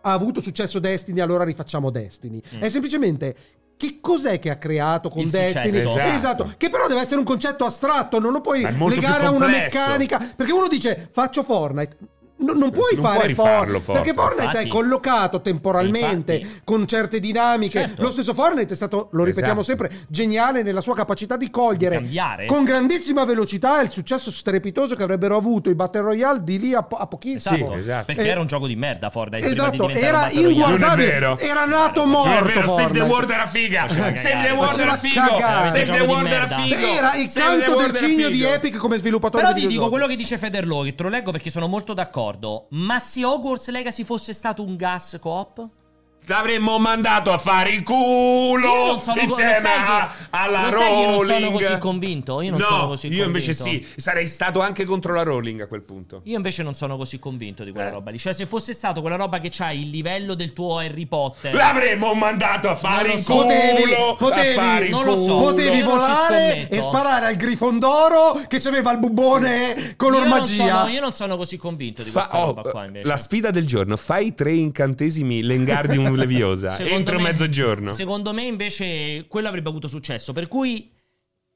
Speaker 4: ha avuto successo Destiny, allora rifacciamo Destiny.
Speaker 2: Mm.
Speaker 4: È semplicemente che cos'è che ha creato con
Speaker 2: Il
Speaker 4: Destiny?
Speaker 2: successo.
Speaker 3: Esatto.
Speaker 4: che però deve essere un concetto astratto, non lo puoi
Speaker 3: Ma è molto
Speaker 4: legare
Speaker 3: più
Speaker 4: a una
Speaker 3: complesso.
Speaker 4: meccanica, perché uno dice faccio Fortnite. No- non puoi
Speaker 3: Non
Speaker 4: fare
Speaker 3: puoi
Speaker 4: Fortnite,
Speaker 3: rifarlo,
Speaker 4: perché
Speaker 3: Fortnite.
Speaker 4: Fortnite è
Speaker 2: Infatti.
Speaker 4: collocato temporalmente
Speaker 2: Infatti.
Speaker 4: con certe dinamiche.
Speaker 2: Certo.
Speaker 4: Lo stesso Fortnite è stato, lo ripetiamo
Speaker 3: Esatto.
Speaker 4: sempre, geniale nella sua capacità di cogliere
Speaker 2: Di cambiare.
Speaker 4: con grandissima velocità il successo strepitoso che avrebbero avuto i Battle Royale di lì a, po- a pochissimo.
Speaker 2: Esatto,
Speaker 3: Sì, esatto.
Speaker 2: perché
Speaker 4: Eh,
Speaker 2: era un gioco di merda Fortnite prima
Speaker 4: Esatto,
Speaker 2: di diventare
Speaker 4: era
Speaker 2: un Battle Royale.
Speaker 3: Non è
Speaker 4: inguardabile,
Speaker 3: vero.
Speaker 4: era nato
Speaker 2: Non
Speaker 3: Non
Speaker 4: morto.
Speaker 3: è vero, Save the
Speaker 4: Fortnite.
Speaker 3: World era figa.
Speaker 2: Faceva cagare.
Speaker 3: Save the World era
Speaker 4: Faceva
Speaker 3: figo.
Speaker 4: cagare.
Speaker 3: Save the
Speaker 2: Gioco di
Speaker 3: World era
Speaker 2: merda.
Speaker 3: figo.
Speaker 4: Era il
Speaker 3: Save the
Speaker 4: canto
Speaker 3: World
Speaker 4: del
Speaker 3: era
Speaker 4: cigno di
Speaker 3: figo.
Speaker 4: Epic come sviluppatore
Speaker 2: Però
Speaker 4: di
Speaker 2: ti dico
Speaker 4: videogiochi.
Speaker 2: quello che dice Federlo, che te lo leggo perché sono molto d'accordo. Ma se Hogwarts Legacy fosse stato un gas co-op?
Speaker 3: L'avremmo mandato a fare
Speaker 2: Io
Speaker 3: il culo
Speaker 2: non sono co- lo
Speaker 3: insieme
Speaker 2: sai che-
Speaker 3: a-
Speaker 2: lo sai
Speaker 3: alla
Speaker 2: che io non
Speaker 3: Rowling.
Speaker 2: sono così convinto, io non
Speaker 3: no,
Speaker 2: sono così
Speaker 3: Io invece
Speaker 2: convinto.
Speaker 3: sì, sarei stato anche contro la Rowling a quel punto.
Speaker 2: Io invece non sono così convinto di quella
Speaker 3: Eh.
Speaker 2: roba lì. Cioè, se fosse stato quella roba che c'ha il livello del tuo Harry Potter.
Speaker 3: L'avremmo mandato a fare
Speaker 2: Non lo
Speaker 3: il
Speaker 2: so.
Speaker 3: culo.
Speaker 4: Potevi-
Speaker 3: a
Speaker 4: potevi-
Speaker 3: fare il
Speaker 2: non lo so.
Speaker 3: culo.
Speaker 4: Potevi
Speaker 2: Io non ci
Speaker 4: volare
Speaker 2: scommetto.
Speaker 4: e sparare al Grifondoro che c'aveva il bubone color
Speaker 2: Io non
Speaker 4: magia.
Speaker 2: sono- io non sono così convinto di
Speaker 3: Fa-
Speaker 2: questa
Speaker 3: oh,
Speaker 2: roba qua invece.
Speaker 3: la sfida del giorno, fai tre incantesimi Lengardium Leviosa
Speaker 2: Secondo
Speaker 3: entro
Speaker 2: me-
Speaker 3: mezzogiorno.
Speaker 2: Secondo me invece quello avrebbe avuto successo. Per cui,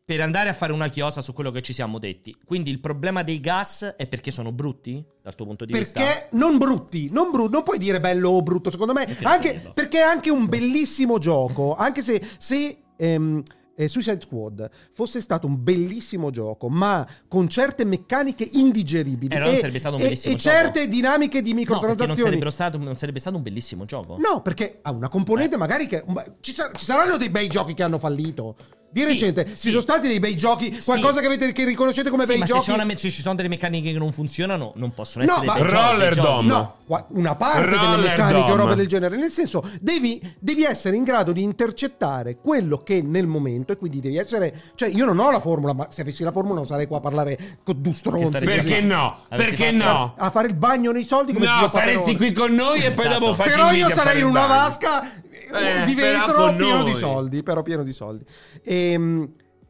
Speaker 2: per andare a fare una chiosa su quello che ci siamo detti, quindi il problema dei gas è perché sono brutti? Dal tuo punto di vista?
Speaker 4: Perché non brutti, non, bru- non puoi dire bello o brutto, secondo me, anche,
Speaker 2: bello.
Speaker 4: perché è anche un bellissimo gioco, anche se, se ehm, eh, Suicide Squad fosse stato un bellissimo gioco, ma con certe meccaniche indigeribili
Speaker 2: Eh, allora non sarebbe stato un
Speaker 4: e-
Speaker 2: bellissimo
Speaker 4: e
Speaker 2: gioco.
Speaker 4: certe dinamiche di
Speaker 2: No, perché non,
Speaker 4: microtransazioni.
Speaker 2: sarebbero stato- non sarebbe stato Eh. un bellissimo gioco.
Speaker 4: No, perché ha una componente magari che... ma Ci, sa- ci saranno dei bei giochi che hanno fallito. Di
Speaker 2: Sì,
Speaker 4: recente
Speaker 2: sì.
Speaker 4: ci sono stati dei bei giochi, qualcosa che, avete, che riconoscete come
Speaker 2: Sì,
Speaker 4: bei
Speaker 2: ma
Speaker 4: giochi.
Speaker 2: se c'è una me- se ci sono delle meccaniche che non funzionano, non possono
Speaker 4: No,
Speaker 2: essere
Speaker 4: ma-
Speaker 2: dei bei giochi,
Speaker 3: Roller
Speaker 2: dei giochi.
Speaker 3: Dom.
Speaker 4: No, qua- una parte delle
Speaker 3: Roller
Speaker 4: meccaniche o
Speaker 3: Dom.
Speaker 4: roba del genere. Nel senso, devi, devi essere in grado di intercettare quello che nel momento, e quindi devi essere. Cioè, io non ho la formula, ma se avessi la formula non sarei qua a parlare con du stronzi.
Speaker 2: staresti
Speaker 4: così.
Speaker 3: Perché no?
Speaker 2: Avresti
Speaker 3: Perché
Speaker 2: fatto-
Speaker 3: no?
Speaker 4: A fare il bagno nei soldi come
Speaker 3: No,
Speaker 4: zio
Speaker 3: saresti
Speaker 4: Paperone.
Speaker 3: qui con noi e poi
Speaker 2: Esatto.
Speaker 3: dopo facci
Speaker 4: Però io
Speaker 3: invidia a fare
Speaker 4: sarei in
Speaker 3: il
Speaker 4: una
Speaker 3: bagno.
Speaker 4: vasca eh,
Speaker 3: Eh,
Speaker 4: di
Speaker 3: però
Speaker 4: vetro
Speaker 3: con
Speaker 4: pieno
Speaker 3: noi.
Speaker 4: di soldi, però pieno di soldi. Ehm,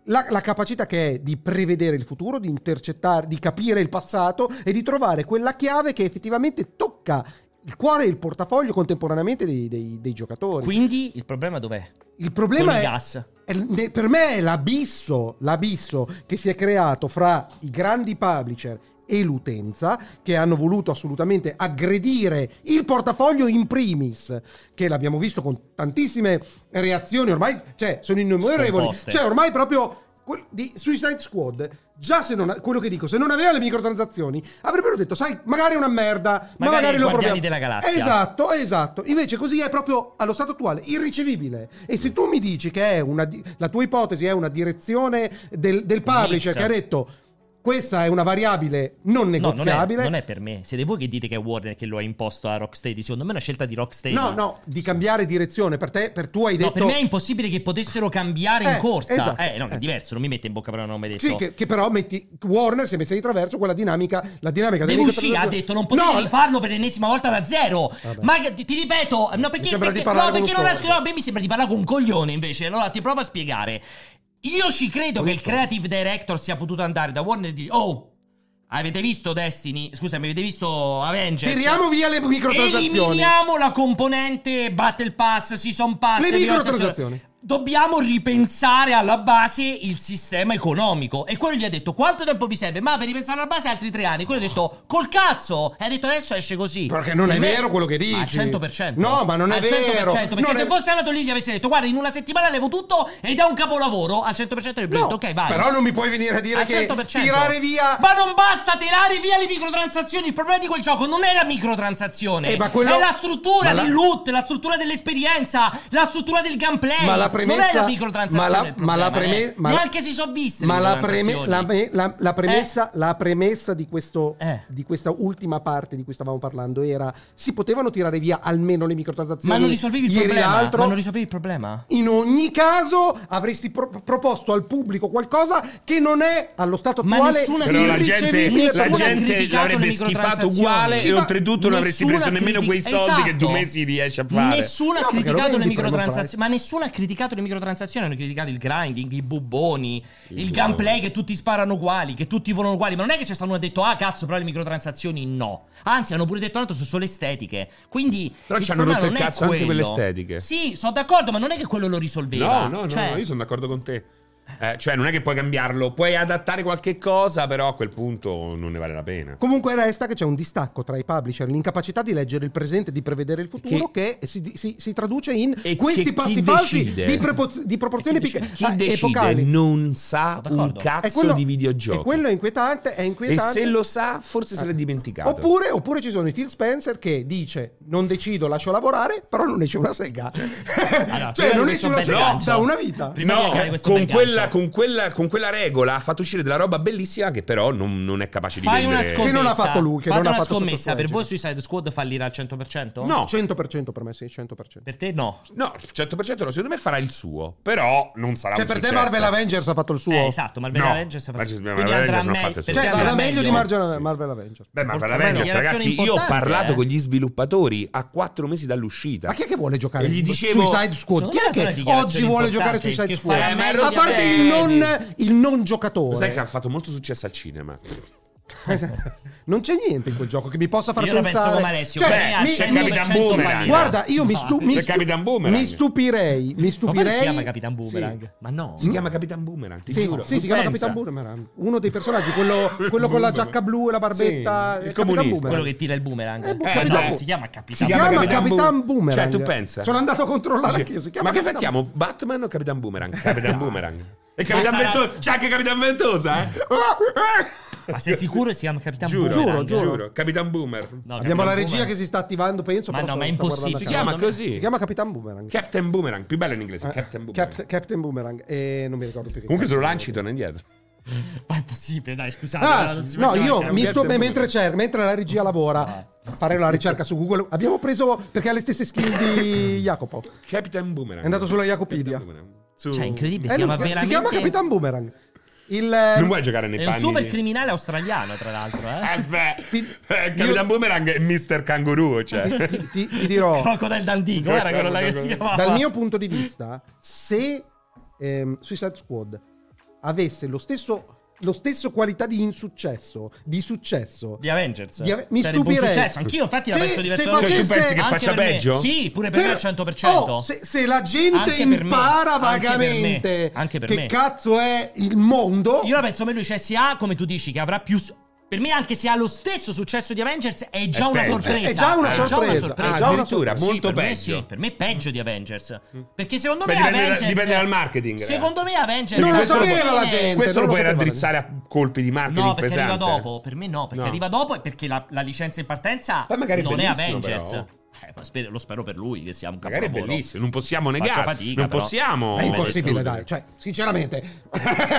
Speaker 4: la, la capacità che è di prevedere il futuro, di intercettare, di capire il passato e di trovare quella chiave che effettivamente tocca il cuore e il portafoglio contemporaneamente dei, dei- dei giocatori.
Speaker 2: Quindi il problema dov'è?
Speaker 4: il
Speaker 2: Con
Speaker 4: problema
Speaker 2: i
Speaker 4: è,
Speaker 2: gas.
Speaker 4: è- ne- per me è l'abisso, l'abisso che si è creato fra i grandi publisher e l'utenza, che hanno voluto assolutamente aggredire il portafoglio in primis, che l'abbiamo visto con tantissime reazioni, ormai cioè, sono innumerevoli,
Speaker 2: Scomposte.
Speaker 4: cioè ormai proprio que- di Suicide Squad. Già se non, quello che dico, se non aveva le microtransazioni, avrebbero detto, sai, magari è una merda, ma
Speaker 2: Magari
Speaker 4: magari
Speaker 2: i
Speaker 4: lo proviamo.
Speaker 2: Guardiani della Galassia.
Speaker 4: Esatto, esatto. Invece così è proprio allo stato attuale irricevibile. E se tu mi dici che è una di- la tua ipotesi è una direzione del, del publisher
Speaker 2: mix.
Speaker 4: che ha detto questa è una variabile non
Speaker 2: No, non è,
Speaker 4: negoziabile.
Speaker 2: non è per me. Siete voi che dite che è Warner che lo ha imposto a Rocksteady. Secondo me è una scelta di Rocksteady.
Speaker 4: No, no, di cambiare direzione per te, per tu hai detto
Speaker 2: No, per me è impossibile che potessero cambiare in
Speaker 4: Eh,
Speaker 2: corsa.
Speaker 4: esatto.
Speaker 2: eh, no, è
Speaker 4: Eh.
Speaker 2: diverso, non mi mette in bocca però non mi hai detto.
Speaker 4: Sì, che, che però metti Warner si è messa di traverso quella dinamica, la dinamica
Speaker 2: Devo
Speaker 4: delle
Speaker 2: uscire, ha
Speaker 4: microtransazioni.
Speaker 2: detto non potete
Speaker 4: No,
Speaker 2: rifarlo per l'ennesima volta da zero.
Speaker 4: Vabbè.
Speaker 2: Ma che- ti, ti ripeto, no
Speaker 4: Mi
Speaker 2: perché,
Speaker 4: sembra di
Speaker 2: perché-
Speaker 4: parlare
Speaker 2: no,
Speaker 4: con
Speaker 2: perché
Speaker 4: un
Speaker 2: non riesco,
Speaker 4: sordo.
Speaker 2: no, a me mi sembra di parlare con un coglione invece. Allora ti provo a spiegare. Io ci credo che il creative director sia potuto andare da Warner e dire "Oh, avete visto Destiny? Scusami, avete visto Avengers?"
Speaker 4: tiriamo via le microtransazioni.
Speaker 2: cioè, Eliminiamo la componente Battle Pass, Season Pass.
Speaker 4: Le
Speaker 2: e via-
Speaker 4: microtransazioni.
Speaker 2: Dobbiamo ripensare alla base il sistema economico. E quello gli ha detto: Quanto tempo vi serve? Ma per ripensare alla base altri tre anni. Quello ha detto: Col cazzo! E ha detto: Adesso esce così.
Speaker 4: Perché non è
Speaker 2: Per me-
Speaker 4: vero quello che
Speaker 2: Ma Al
Speaker 4: dici.
Speaker 2: 100%.
Speaker 4: No, ma non è
Speaker 2: Al 100%,
Speaker 4: vero.
Speaker 2: Perché
Speaker 4: Non
Speaker 2: se
Speaker 4: è-
Speaker 2: fosse andato lì gli avessi detto: Guarda, in una settimana levo tutto ed è un capolavoro. Al 100% avrebbe detto:
Speaker 4: No,
Speaker 2: Ok, vai.
Speaker 4: Però non mi puoi venire a dire
Speaker 2: Al
Speaker 4: che
Speaker 2: 100%.
Speaker 4: tirare via
Speaker 2: Ma non basta tirare via le microtransazioni. Il problema di quel gioco non è la microtransazione,
Speaker 4: Eh, ma quello-
Speaker 2: è la struttura
Speaker 4: ma la-
Speaker 2: del loot, la struttura dell'esperienza, la struttura del gameplay.
Speaker 4: ma la
Speaker 2: Eh, non è
Speaker 4: premessa
Speaker 2: la microtransazione. il
Speaker 4: ma la, ma la
Speaker 2: problema,
Speaker 4: preme-
Speaker 2: eh.
Speaker 4: ma la-
Speaker 2: neanche si sono viste. le
Speaker 4: ma la,
Speaker 2: microtransazioni.
Speaker 4: preme- la me- la- la premessa la premessa di questo
Speaker 2: Eh.
Speaker 4: di questa ultima parte di cui stavamo parlando era si potevano tirare via almeno le microtransazioni
Speaker 2: Ma non risolvevi il
Speaker 4: Ieri
Speaker 2: problema.
Speaker 4: l'altro-
Speaker 2: Ma non risolvevi il problema.
Speaker 4: in ogni caso avresti pro- proposto al pubblico qualcosa che non è allo stato
Speaker 2: Ma
Speaker 4: attuale
Speaker 2: nessuna-
Speaker 3: Però la gente,
Speaker 4: irricevibile
Speaker 3: la
Speaker 4: per
Speaker 2: nessuno ha
Speaker 3: gente
Speaker 2: criticato
Speaker 3: l'avrebbe
Speaker 2: le
Speaker 3: schifato
Speaker 2: microtransazioni.
Speaker 3: uguale
Speaker 4: Sì,
Speaker 3: e
Speaker 4: ma
Speaker 3: oltretutto non avresti
Speaker 2: Nessuno
Speaker 3: preso
Speaker 2: ha
Speaker 3: nemmeno
Speaker 2: criti-
Speaker 3: quei soldi
Speaker 2: Esatto.
Speaker 3: che tu mesi riesci a fare.
Speaker 2: Nessuno
Speaker 4: No,
Speaker 2: ha
Speaker 4: perché lo
Speaker 2: criticato le
Speaker 4: vendi per non
Speaker 2: microtransazioni. Ma nessuno ha criticato le microtransazioni. Hanno criticato il grinding, i bubboni, il, gameplay che tutti sparano uguali, che tutti volano uguali. Ma non è che c'è stato uno che ha detto, ah cazzo, però le microtransazioni no. Anzi, hanno pure detto tanto sono solo estetiche. Quindi.
Speaker 3: Però
Speaker 2: il
Speaker 3: ci hanno
Speaker 2: problema
Speaker 3: rotto il
Speaker 2: non è
Speaker 3: cazzo anche
Speaker 2: quello.
Speaker 3: quelle estetiche.
Speaker 2: Sì, sono d'accordo, ma non è che quello lo risolveva.
Speaker 3: No, no, no,
Speaker 2: Cioè,
Speaker 3: no, io sono d'accordo con te. Eh, cioè, non è che puoi cambiarlo, puoi adattare qualche cosa, però a quel punto non ne vale la pena.
Speaker 4: Comunque resta che c'è un distacco tra i publisher, l'incapacità di leggere il presente e di prevedere il futuro che, si, si- si traduce in
Speaker 3: E che
Speaker 4: questi
Speaker 3: chi
Speaker 4: passi falsi
Speaker 3: decide?
Speaker 4: di, prepo- di proporzioni
Speaker 2: E chi
Speaker 4: pic-
Speaker 2: decide?
Speaker 3: Chi
Speaker 4: ah,
Speaker 3: decide
Speaker 4: epocali.
Speaker 3: non sa
Speaker 2: Sono
Speaker 3: un
Speaker 2: d'accordo.
Speaker 3: cazzo
Speaker 4: È quello-
Speaker 3: di
Speaker 4: E
Speaker 3: videogiochi.
Speaker 4: quello è inquietante, è
Speaker 3: E
Speaker 4: inquietante.
Speaker 3: se lo sa, forse se l'è dimenticato.
Speaker 4: Ah. Oppure, oppure ci sono i Phil Spencer che dice non decido, lascio lavorare, però non esce una sega.
Speaker 2: allora, prima
Speaker 4: cioè
Speaker 2: di
Speaker 4: non esce
Speaker 2: questo
Speaker 4: una
Speaker 2: bel
Speaker 4: sega
Speaker 2: gancio-
Speaker 4: da una vita.
Speaker 2: Prima di
Speaker 3: No,
Speaker 2: attaccare questo
Speaker 3: con
Speaker 2: bel
Speaker 3: quella,
Speaker 2: gancio.
Speaker 3: con, quella, con quella regola ha fatto uscire della roba bellissima che però non, non è capace
Speaker 2: Fai
Speaker 3: di
Speaker 2: una
Speaker 3: vendere.
Speaker 2: scommessa.
Speaker 4: Che non ha fatto lui, che
Speaker 2: Fate
Speaker 4: non ha
Speaker 2: una
Speaker 4: fatto
Speaker 2: scommessa. Per
Speaker 4: Sottosuicide.
Speaker 2: voi Suicide Squad fallirà al 100%?
Speaker 3: No.
Speaker 4: 100% per me, sì, 100%.
Speaker 2: Per te no.
Speaker 3: No, 100% no, secondo me farà il suo, però non sarà
Speaker 4: Cioè
Speaker 3: un
Speaker 4: per te
Speaker 3: successo.
Speaker 4: Marvel Avengers ha fatto il suo.
Speaker 2: Eh, esatto, Marvel
Speaker 3: No,
Speaker 2: Avengers ha fatto
Speaker 3: Marvel
Speaker 2: quindi
Speaker 3: Avengers
Speaker 2: andrà
Speaker 3: non ha
Speaker 2: me-
Speaker 3: fatto il suo.
Speaker 2: perché
Speaker 4: Cioè
Speaker 2: andrà
Speaker 4: vada meglio di Marvel,
Speaker 3: Sì, sì.
Speaker 4: Marvel Avengers.
Speaker 3: Beh, Marvel
Speaker 2: Porca-
Speaker 3: Avengers,
Speaker 2: dichiarazione
Speaker 3: ragazzi, io ho
Speaker 2: importante,
Speaker 3: parlato
Speaker 2: eh.
Speaker 3: con gli sviluppatori a quattro mesi dall'uscita.
Speaker 4: Ma chi è che vuole giocare
Speaker 3: E gli
Speaker 4: su-
Speaker 3: dicevo-
Speaker 4: Suicide Squad? Chi
Speaker 2: Secondo me
Speaker 4: è
Speaker 2: è una
Speaker 4: che
Speaker 2: dichiarazione
Speaker 4: oggi vuole
Speaker 2: importante,
Speaker 4: giocare su Suicide
Speaker 2: che
Speaker 4: Squad?
Speaker 2: fa
Speaker 3: Eh, ma
Speaker 4: A parte il non, il non giocatore.
Speaker 3: Sai che ha fatto molto successo al cinema.
Speaker 4: Non c'è niente in quel gioco che mi possa far
Speaker 2: Io la
Speaker 4: pensare.
Speaker 2: penso come Alessio,
Speaker 4: Cioè,
Speaker 2: Brea,
Speaker 4: mi-
Speaker 3: c'è
Speaker 4: mi-
Speaker 3: Capitan Boomerang.
Speaker 4: Guarda, io mi, stu- mi
Speaker 3: C'è
Speaker 4: stu-
Speaker 3: Capitan Boomerang.
Speaker 4: mi stupirei. Mi
Speaker 2: Ma poi non
Speaker 4: stupirei.
Speaker 2: si chiama Capitan Boomerang.
Speaker 4: Sì.
Speaker 2: Ma no.
Speaker 3: Si chiama Capitan Boomerang, ti
Speaker 4: Mm. Sì,
Speaker 3: giuro.
Speaker 4: sì,
Speaker 3: Tu
Speaker 4: si chiama
Speaker 3: pensa.
Speaker 4: Capitan Boomerang. Uno dei personaggi, quello, quello con la giacca blu e la barbetta. eh,
Speaker 3: Sì, il
Speaker 4: Capitan
Speaker 3: comunista.
Speaker 4: Boomerang.
Speaker 2: quello che tira il boomerang.
Speaker 4: Eh,
Speaker 2: Ma
Speaker 4: Capitan
Speaker 2: no,
Speaker 4: Bo-
Speaker 2: si chiama
Speaker 3: Si
Speaker 2: Capitan
Speaker 4: Si
Speaker 3: chiama
Speaker 4: chiama
Speaker 2: Boomerang.
Speaker 4: Capitan,
Speaker 3: Capitan Boom-
Speaker 4: Boomerang.
Speaker 3: Cioè, tu pensa.
Speaker 4: Sono andato a controllare
Speaker 3: Dice,
Speaker 4: anch'io, si chiama
Speaker 3: ma che
Speaker 4: Capitan
Speaker 3: facciamo? Batman o Capitan Boomerang? Capitan Boomerang. E
Speaker 4: Cioè,
Speaker 3: Capitan
Speaker 2: sarà-
Speaker 3: Ventosa. C'è anche Capitan Ventosa, eh?
Speaker 4: Ah, eh!
Speaker 2: Ma sei sicuro si chiama Capitan
Speaker 3: Giuro,
Speaker 2: Boomerang?
Speaker 3: giuro, Capitan Boomer.
Speaker 2: No,
Speaker 4: Abbiamo
Speaker 2: Capitan
Speaker 4: la regia
Speaker 2: Boomerang.
Speaker 4: che si sta attivando, penso.
Speaker 2: Ma
Speaker 4: però
Speaker 2: no, ma è
Speaker 4: sto guardando
Speaker 2: impossibile.
Speaker 3: Si
Speaker 4: a
Speaker 3: chiama
Speaker 2: Secondo me-
Speaker 3: così.
Speaker 4: Si chiama Capitan Boomerang. Eh,
Speaker 3: Captain Boomerang, più bello in inglese, Captain Boomerang.
Speaker 4: Cap- Captain Boomerang. E non mi ricordo più che
Speaker 3: Comunque se lo
Speaker 4: cazzo era.
Speaker 3: lanci torna indietro.
Speaker 2: Ma è possibile, dai, scusate.
Speaker 4: Ah,
Speaker 2: non si
Speaker 4: no,
Speaker 2: può
Speaker 4: io
Speaker 2: chiamare
Speaker 4: mi
Speaker 2: Capitan
Speaker 4: sto
Speaker 2: Boomerang.
Speaker 4: mentre, c'è, mentre la regia lavora
Speaker 3: Ah.
Speaker 4: a fare la ricerca su Google. Abbiamo preso perché ha le stesse skill di Jacopo.
Speaker 3: Captain Boomerang.
Speaker 4: È andato sulla Jacopedia.
Speaker 3: Captain Boomerang. Su-
Speaker 2: Cioè, è incredibile,
Speaker 4: Eh,
Speaker 2: si
Speaker 4: lui
Speaker 2: chiama
Speaker 4: si,
Speaker 2: veramente...
Speaker 4: si chiama Capitan Boomerang. Il, eh,
Speaker 3: Non vuoi giocare nei
Speaker 2: È un
Speaker 3: panni?
Speaker 2: super
Speaker 3: di-
Speaker 2: criminale australiano, tra l'altro, eh.
Speaker 3: Eh beh,
Speaker 4: Ti-
Speaker 3: eh, Capitan
Speaker 4: io-
Speaker 3: Boomerang e Mr. Kangaroo, cioè.
Speaker 4: eh, ti, ti- ti dirò
Speaker 2: Crocodile Dundee, guarda quello là che si chiamava.
Speaker 4: dal mio punto di vista, se ehm, Suicide Squad avesse lo stesso lo stesso qualità di insuccesso, di successo
Speaker 2: Di Avengers.
Speaker 4: Di Ave- mi
Speaker 2: Sarebbe un
Speaker 4: stupirei.
Speaker 2: successo, anch'io infatti la
Speaker 4: Se-
Speaker 2: penso
Speaker 4: se
Speaker 2: diversamente.
Speaker 3: Cioè, tu
Speaker 4: facesse-
Speaker 3: pensi che
Speaker 2: Anche
Speaker 3: faccia
Speaker 2: per me.
Speaker 3: peggio?
Speaker 2: Sì, pure per me al 100%.
Speaker 4: Oh, se, se la gente
Speaker 2: Anche per me,
Speaker 4: impara
Speaker 2: anche
Speaker 4: vagamente
Speaker 2: per me, anche per
Speaker 4: che
Speaker 2: me.
Speaker 4: cazzo è il mondo,
Speaker 2: cioè, Io la penso meglio di CSA, come tu dici, che avrà più. s- Per me, anche se ha lo stesso successo di Avengers, è già
Speaker 3: È
Speaker 2: una
Speaker 3: peggio.
Speaker 2: sorpresa.
Speaker 4: È già una sorpresa.
Speaker 3: Ah,
Speaker 4: È già una
Speaker 3: addirittura,
Speaker 4: sorpresa.
Speaker 2: Sì,
Speaker 3: molto
Speaker 2: per me
Speaker 3: peggio. Mm.
Speaker 2: sì, per me è peggio di Avengers. Perché secondo
Speaker 3: Beh,
Speaker 2: me
Speaker 3: dipende da-
Speaker 2: Avengers
Speaker 3: dipende dal marketing, eh.
Speaker 2: Secondo me Avengers
Speaker 4: Non
Speaker 3: lo
Speaker 2: Questo
Speaker 3: sapeva
Speaker 2: viene-
Speaker 4: la gente.
Speaker 3: Questo lo
Speaker 4: non lo
Speaker 3: puoi
Speaker 4: sapevano.
Speaker 3: raddrizzare a colpi di marketing
Speaker 2: No, perché
Speaker 3: pesante.
Speaker 2: arriva dopo. Per me no, perché
Speaker 3: No.
Speaker 2: arriva dopo e perché la, la licenza in partenza
Speaker 3: Poi magari è
Speaker 2: non è
Speaker 3: bellissimo,
Speaker 2: Avengers.
Speaker 3: però.
Speaker 2: Eh, ma spero- lo spero per lui che sia un
Speaker 3: Magari è
Speaker 2: capolavoro.
Speaker 3: bellissimo, non possiamo
Speaker 2: Faccio
Speaker 3: negarlo.
Speaker 2: fatica,
Speaker 3: non
Speaker 2: però.
Speaker 3: possiamo.
Speaker 4: È impossibile,
Speaker 3: escludere.
Speaker 4: dai. Cioè, sinceramente,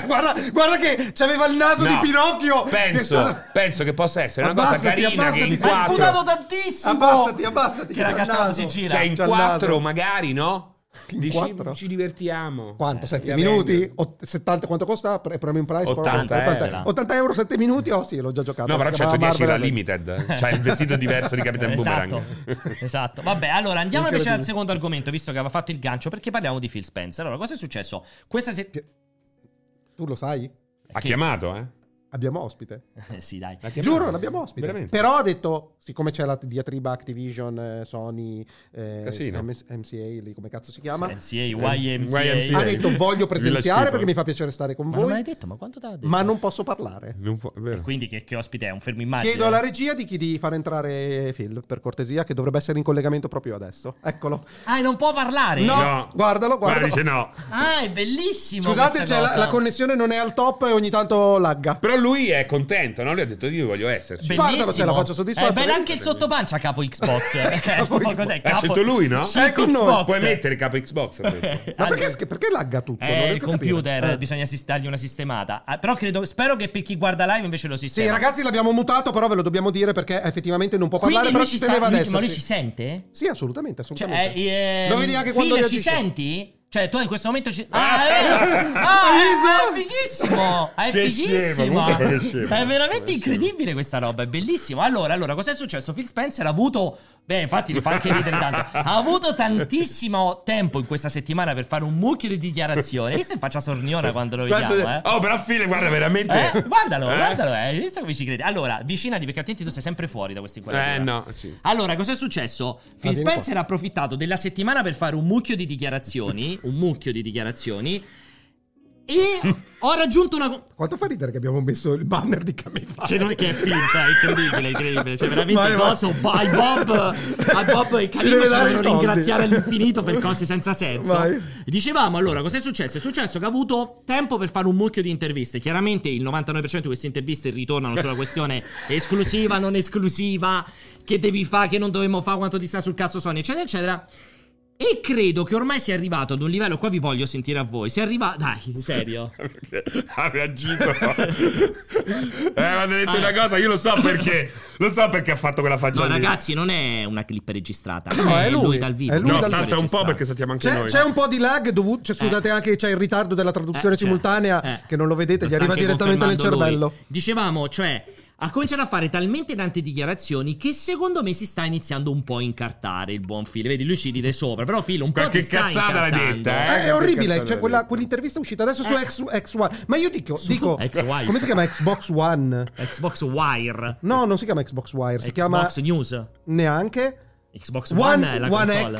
Speaker 4: guarda, guarda che c'aveva il naso di
Speaker 3: No,
Speaker 4: Pinocchio. che
Speaker 3: Penso,
Speaker 4: sta-
Speaker 3: penso che possa essere una cosa
Speaker 4: Abbassati,
Speaker 3: carina che in
Speaker 4: abbassati,
Speaker 2: Ma ha
Speaker 4: Quattro.
Speaker 2: sputato
Speaker 3: quattro,
Speaker 2: tantissimo.
Speaker 4: Abbassati, abbassati.
Speaker 2: Che la
Speaker 4: c'è il
Speaker 2: cazzata
Speaker 4: naso.
Speaker 2: si gira.
Speaker 3: cioè in
Speaker 4: C'ha il naso.
Speaker 3: quattro magari, no?
Speaker 4: In
Speaker 3: Dici,
Speaker 4: quattro?
Speaker 3: ci divertiamo.
Speaker 4: Quanto? 7
Speaker 3: Eh,
Speaker 4: minuti?
Speaker 3: Avengers.
Speaker 4: Ott- 70 quanto costa? Pre- Premium price?
Speaker 3: 80
Speaker 2: eh,
Speaker 4: 80,
Speaker 3: euro.
Speaker 4: 80 euro 7 minuti? Oh sì, l'ho già giocato.
Speaker 3: No, però
Speaker 4: Si chiamava
Speaker 2: certo,
Speaker 3: 110 la
Speaker 4: Barbara Lee.
Speaker 3: limited. C'ha il vestito diverso di Capitan
Speaker 2: esatto,
Speaker 3: Boomerang.
Speaker 2: esatto. Vabbè, allora andiamo invece al
Speaker 4: Incredibile.
Speaker 2: secondo argomento, visto che aveva fatto il gancio, perché parliamo di Phil Spencer. Allora, cosa è successo? Questa settimana.
Speaker 4: Tu lo sai?
Speaker 3: ha chiamato, eh?
Speaker 4: Abbiamo ospite.
Speaker 2: sì, dai.
Speaker 3: Ha chiamato.
Speaker 4: Giuro, l'abbiamo ospite.
Speaker 3: Veramente.
Speaker 4: Però ha detto, siccome c'è la diatriba Activision, eh, Sony, eh,
Speaker 3: Casino.
Speaker 4: MS- MCA, lì, come cazzo si chiama?
Speaker 2: MCA, YMCA.
Speaker 3: YMCA.
Speaker 4: Ha detto voglio presenziare
Speaker 3: Village
Speaker 4: perché mi fa piacere stare con
Speaker 2: Ma non me l'hai
Speaker 4: voi,
Speaker 2: detto, ma quanto te l'ha detto?
Speaker 4: ma non posso parlare.
Speaker 3: Non può- è vero.
Speaker 2: Quindi che, che ospite è? Un fermo immagine?
Speaker 4: Chiedo alla regia di chi di far entrare Phil, per cortesia, che dovrebbe essere in collegamento proprio adesso. Eccolo.
Speaker 2: Ah, non può parlare?
Speaker 4: No,
Speaker 3: No.
Speaker 4: guardalo,
Speaker 3: Guarda,
Speaker 4: guardalo.
Speaker 3: dice no.
Speaker 2: Ah, è bellissimo
Speaker 4: Scusate,
Speaker 2: questa
Speaker 4: c'è la,
Speaker 2: cosa.
Speaker 4: la connessione non è al top e ogni tanto lagga.
Speaker 3: Però lui è contento, no? Lui ha detto io voglio esserci.
Speaker 2: Bellissimo.
Speaker 4: Guardalo, ce la faccio soddisfatta.
Speaker 2: È bello anche il sottopancia capo Xbox. Eh,
Speaker 4: Capo
Speaker 2: ma
Speaker 4: Xbox.
Speaker 2: cos'è?
Speaker 3: Ha scelto lui, no?
Speaker 2: Sì,
Speaker 4: È con noi.
Speaker 2: Xbox.
Speaker 3: Puoi mettere capo Xbox. ha detto.
Speaker 4: Ma perché, perché lagga tutto? Non
Speaker 2: Eh, il
Speaker 4: riesco a capire.
Speaker 2: computer,
Speaker 4: Eh.
Speaker 2: bisogna sis- dargli una sistemata. Ah, però credo, spero che per chi guarda live invece lo
Speaker 4: Sì,
Speaker 2: sistema.
Speaker 4: ragazzi, l'abbiamo mutato, però ve lo dobbiamo dire perché effettivamente non può
Speaker 2: Quindi
Speaker 4: parlare,
Speaker 2: lui
Speaker 4: però
Speaker 2: ci
Speaker 4: ci
Speaker 2: sta-
Speaker 4: teneva
Speaker 2: lui-
Speaker 4: adesso.
Speaker 2: Ma lui ci sente?
Speaker 4: Sì, assolutamente,
Speaker 2: Cioè,
Speaker 4: assolutamente.
Speaker 2: eh,
Speaker 4: Lo vedi anche quando
Speaker 2: Phil, ci
Speaker 4: reagisce.
Speaker 2: senti? Cioè, tu in questo momento ci... Ah, è vero! Ah, è, è fighissimo! È
Speaker 3: Che scemo,
Speaker 2: fighissimo!
Speaker 3: comunque che scemo.
Speaker 2: È veramente
Speaker 3: Che
Speaker 2: incredibile questa roba, è bellissimo. Allora, allora, cos'è successo? Phil Spencer ha avuto... Beh, infatti mi fa anche ridere tanto. Ha avuto tantissimo tempo in questa settimana per fare un mucchio di dichiarazioni. Hai visto in faccia sorniona quando lo
Speaker 3: Quanto-
Speaker 2: vediamo, eh?
Speaker 3: Oh, però fine, guarda, veramente.
Speaker 2: Eh, guardalo,
Speaker 3: Eh?
Speaker 2: guardalo, eh, hai visto come ci credi? Allora, vicinati perché altrimenti tu sei sempre fuori da questi inquadratura.
Speaker 3: Eh, no, sì.
Speaker 2: Allora, cos'è successo? Phil
Speaker 4: Ah, vieni qua.
Speaker 2: Spencer ha approfittato della settimana per fare un mucchio di dichiarazioni, un mucchio di dichiarazioni e ho raggiunto una co-
Speaker 4: Quanto fa ridere che abbiamo messo il banner di Camifà?
Speaker 2: che, non- che è finta, è incredibile, incredibile. Cioè, veramente
Speaker 4: Vai, vai.
Speaker 2: coso. Ai Bob, ai Bob e
Speaker 4: Ci
Speaker 2: Calino
Speaker 4: deve
Speaker 2: ci
Speaker 4: dare
Speaker 2: vogliono
Speaker 4: i soldi.
Speaker 2: ringraziare all'infinito per cose senza senso.
Speaker 4: Vai.
Speaker 2: Dicevamo allora, cos'è successo? È successo che ha avuto tempo per fare un mucchio di interviste. Chiaramente il 99% di queste interviste ritornano sulla questione esclusiva, non esclusiva, che devi fare, che non dovremmo fare, quanto ti sta sul cazzo Sony, eccetera, eccetera. E credo che ormai sia arrivato ad un livello, qua vi voglio sentire a voi, si è arrivato... Dai, in serio.
Speaker 3: Perché ha reagito. eh, ma ti ho detto
Speaker 2: Ah.
Speaker 3: una cosa, io lo so perché. Lo so perché ha fatto quella faccia.
Speaker 2: No,
Speaker 3: lì.
Speaker 2: Cioè, ragazzi, non è una clip registrata.
Speaker 4: Cioè, No,
Speaker 2: è,
Speaker 4: è
Speaker 2: lui.
Speaker 4: lui.
Speaker 2: dal vivo.
Speaker 4: È lui
Speaker 3: No,
Speaker 4: dal-
Speaker 3: salta un po'
Speaker 2: registrato.
Speaker 3: perché saltiamo anche
Speaker 4: C'è,
Speaker 3: noi.
Speaker 4: c'è un po' di lag dovuto. cioè, scusate, anche c'è il ritardo della traduzione
Speaker 2: Eh, cioè,
Speaker 4: simultanea
Speaker 2: eh,
Speaker 4: che non lo
Speaker 2: lo
Speaker 4: vedete, gli
Speaker 2: sta
Speaker 4: arriva
Speaker 2: anche
Speaker 4: direttamente nel
Speaker 2: confermando lui.
Speaker 4: cervello.
Speaker 2: Dicevamo, cioè, ha cominciato a fare talmente tante dichiarazioni che secondo me si sta iniziando un po' a incartare il buon Phil. Vedi, lui ci ride sopra, però Phil un po'
Speaker 3: Qualche
Speaker 2: ti sta
Speaker 3: cazzata l'ha
Speaker 2: incartando.
Speaker 3: detta, eh.
Speaker 4: Eh, è orribile,
Speaker 3: cazzo
Speaker 4: cioè
Speaker 3: l'ha
Speaker 4: quella-
Speaker 3: detto?
Speaker 4: quell'intervista è uscita adesso su X, X1. Ma io dico,
Speaker 2: Eh. Su
Speaker 4: dico
Speaker 2: X-Wife.
Speaker 4: come si chiama Xbox One?
Speaker 2: Xbox Wire.
Speaker 4: No, non si chiama Xbox Wire, eh? si
Speaker 2: Xbox
Speaker 4: chiama
Speaker 2: News.
Speaker 4: neanche
Speaker 2: Xbox One, è
Speaker 4: One,
Speaker 2: la
Speaker 4: One
Speaker 2: console.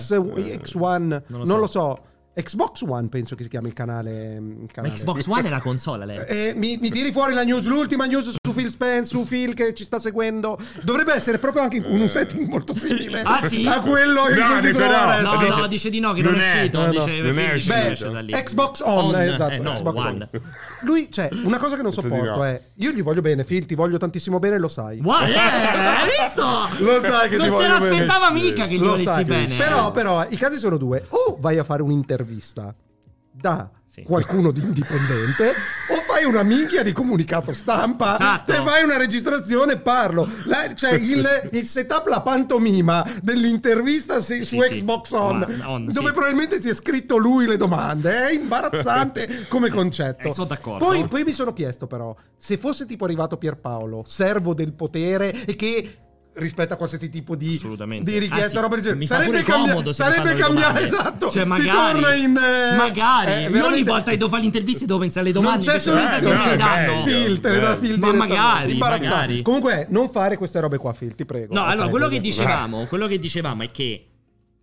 Speaker 4: X, X1,
Speaker 2: Non
Speaker 4: non
Speaker 2: lo
Speaker 4: lo,
Speaker 2: so.
Speaker 4: so. Xbox One penso che si chiami il canale. mm, il
Speaker 2: Ma
Speaker 4: canale.
Speaker 2: Xbox One è la console, lei.
Speaker 4: Eh, mi, mi tiri fuori la news, l'ultima news su Phil Spence, su Phil che ci sta seguendo. Dovrebbe essere proprio anche in un setting molto simile
Speaker 2: Ah, sì?
Speaker 4: a quello che
Speaker 3: No,
Speaker 4: così
Speaker 3: dice
Speaker 4: trova
Speaker 3: no,
Speaker 4: adesso.
Speaker 2: No,
Speaker 3: dice-
Speaker 2: no, dice di no, che non,
Speaker 3: non
Speaker 2: è
Speaker 3: è,
Speaker 2: uscito.
Speaker 4: no, no.
Speaker 2: dice
Speaker 3: Non è
Speaker 2: Phil,
Speaker 3: uscito.
Speaker 2: dice
Speaker 4: Beh,
Speaker 2: uscito da lì.
Speaker 4: Xbox On, eh, esatto,
Speaker 2: eh, no,
Speaker 4: Xbox
Speaker 2: One.
Speaker 4: On. Lui, cioè, una cosa che non
Speaker 3: Detto di
Speaker 4: sopporto
Speaker 3: no.
Speaker 4: è io gli voglio bene, Phil, ti voglio tantissimo bene, lo sai.
Speaker 2: Wow, eh, hai visto?
Speaker 4: Lo sai che
Speaker 2: non
Speaker 4: ti
Speaker 2: se
Speaker 4: voglio
Speaker 2: l'aspettava mica che gli
Speaker 4: Lo
Speaker 2: volessi
Speaker 4: sai.
Speaker 2: bene. eh.
Speaker 4: Però, però, i casi sono due. O vai a fare un'intervista da
Speaker 2: Sì.
Speaker 4: qualcuno di indipendente o fai una minchia di comunicato stampa
Speaker 2: Esatto.
Speaker 4: te fai una registrazione e parlo La- cioè il, il setup la pantomima dell'intervista se-
Speaker 2: Sì,
Speaker 4: su
Speaker 2: sì.
Speaker 4: Xbox On,
Speaker 2: Ma- on,
Speaker 4: dove
Speaker 2: sì.
Speaker 4: probabilmente si è scritto lui le domande è imbarazzante come concetto
Speaker 2: Eh, sono d'accordo.
Speaker 4: poi, poi mi sono chiesto però se fosse tipo arrivato Pierpaolo servo del potere e che rispetto a qualsiasi tipo di
Speaker 2: Assolutamente.
Speaker 4: di richiesta,
Speaker 2: Anzi,
Speaker 4: roba del genere.
Speaker 2: mi fa
Speaker 4: Sarebbe,
Speaker 2: pure
Speaker 4: cambia-
Speaker 2: comodo se mi
Speaker 4: sarebbe
Speaker 2: fanno le
Speaker 4: cambiare,
Speaker 2: domande.
Speaker 4: esatto.
Speaker 2: Cioè,
Speaker 4: Ti
Speaker 2: magari.
Speaker 4: torna in, eh,
Speaker 2: magari.
Speaker 4: eh,
Speaker 2: Io ogni
Speaker 4: veramente-
Speaker 2: volta che devo fare l'intervista devo pensare alle domande. cioè,
Speaker 4: non
Speaker 2: che
Speaker 4: c'è
Speaker 2: sono mezze
Speaker 4: soluzione,
Speaker 2: se me le
Speaker 3: eh,
Speaker 2: danno.
Speaker 3: meglio.
Speaker 4: Phil, te le dà Phil
Speaker 2: Ma
Speaker 4: direttamente.
Speaker 2: magari,
Speaker 4: Imbarazzante.
Speaker 2: magari.
Speaker 4: Comunque, non fare queste robe qua, Phil, ti prego. Eh,
Speaker 2: No,
Speaker 4: Ok,
Speaker 2: allora, quello che
Speaker 4: quindi-
Speaker 2: dicevamo, quello che dicevamo è che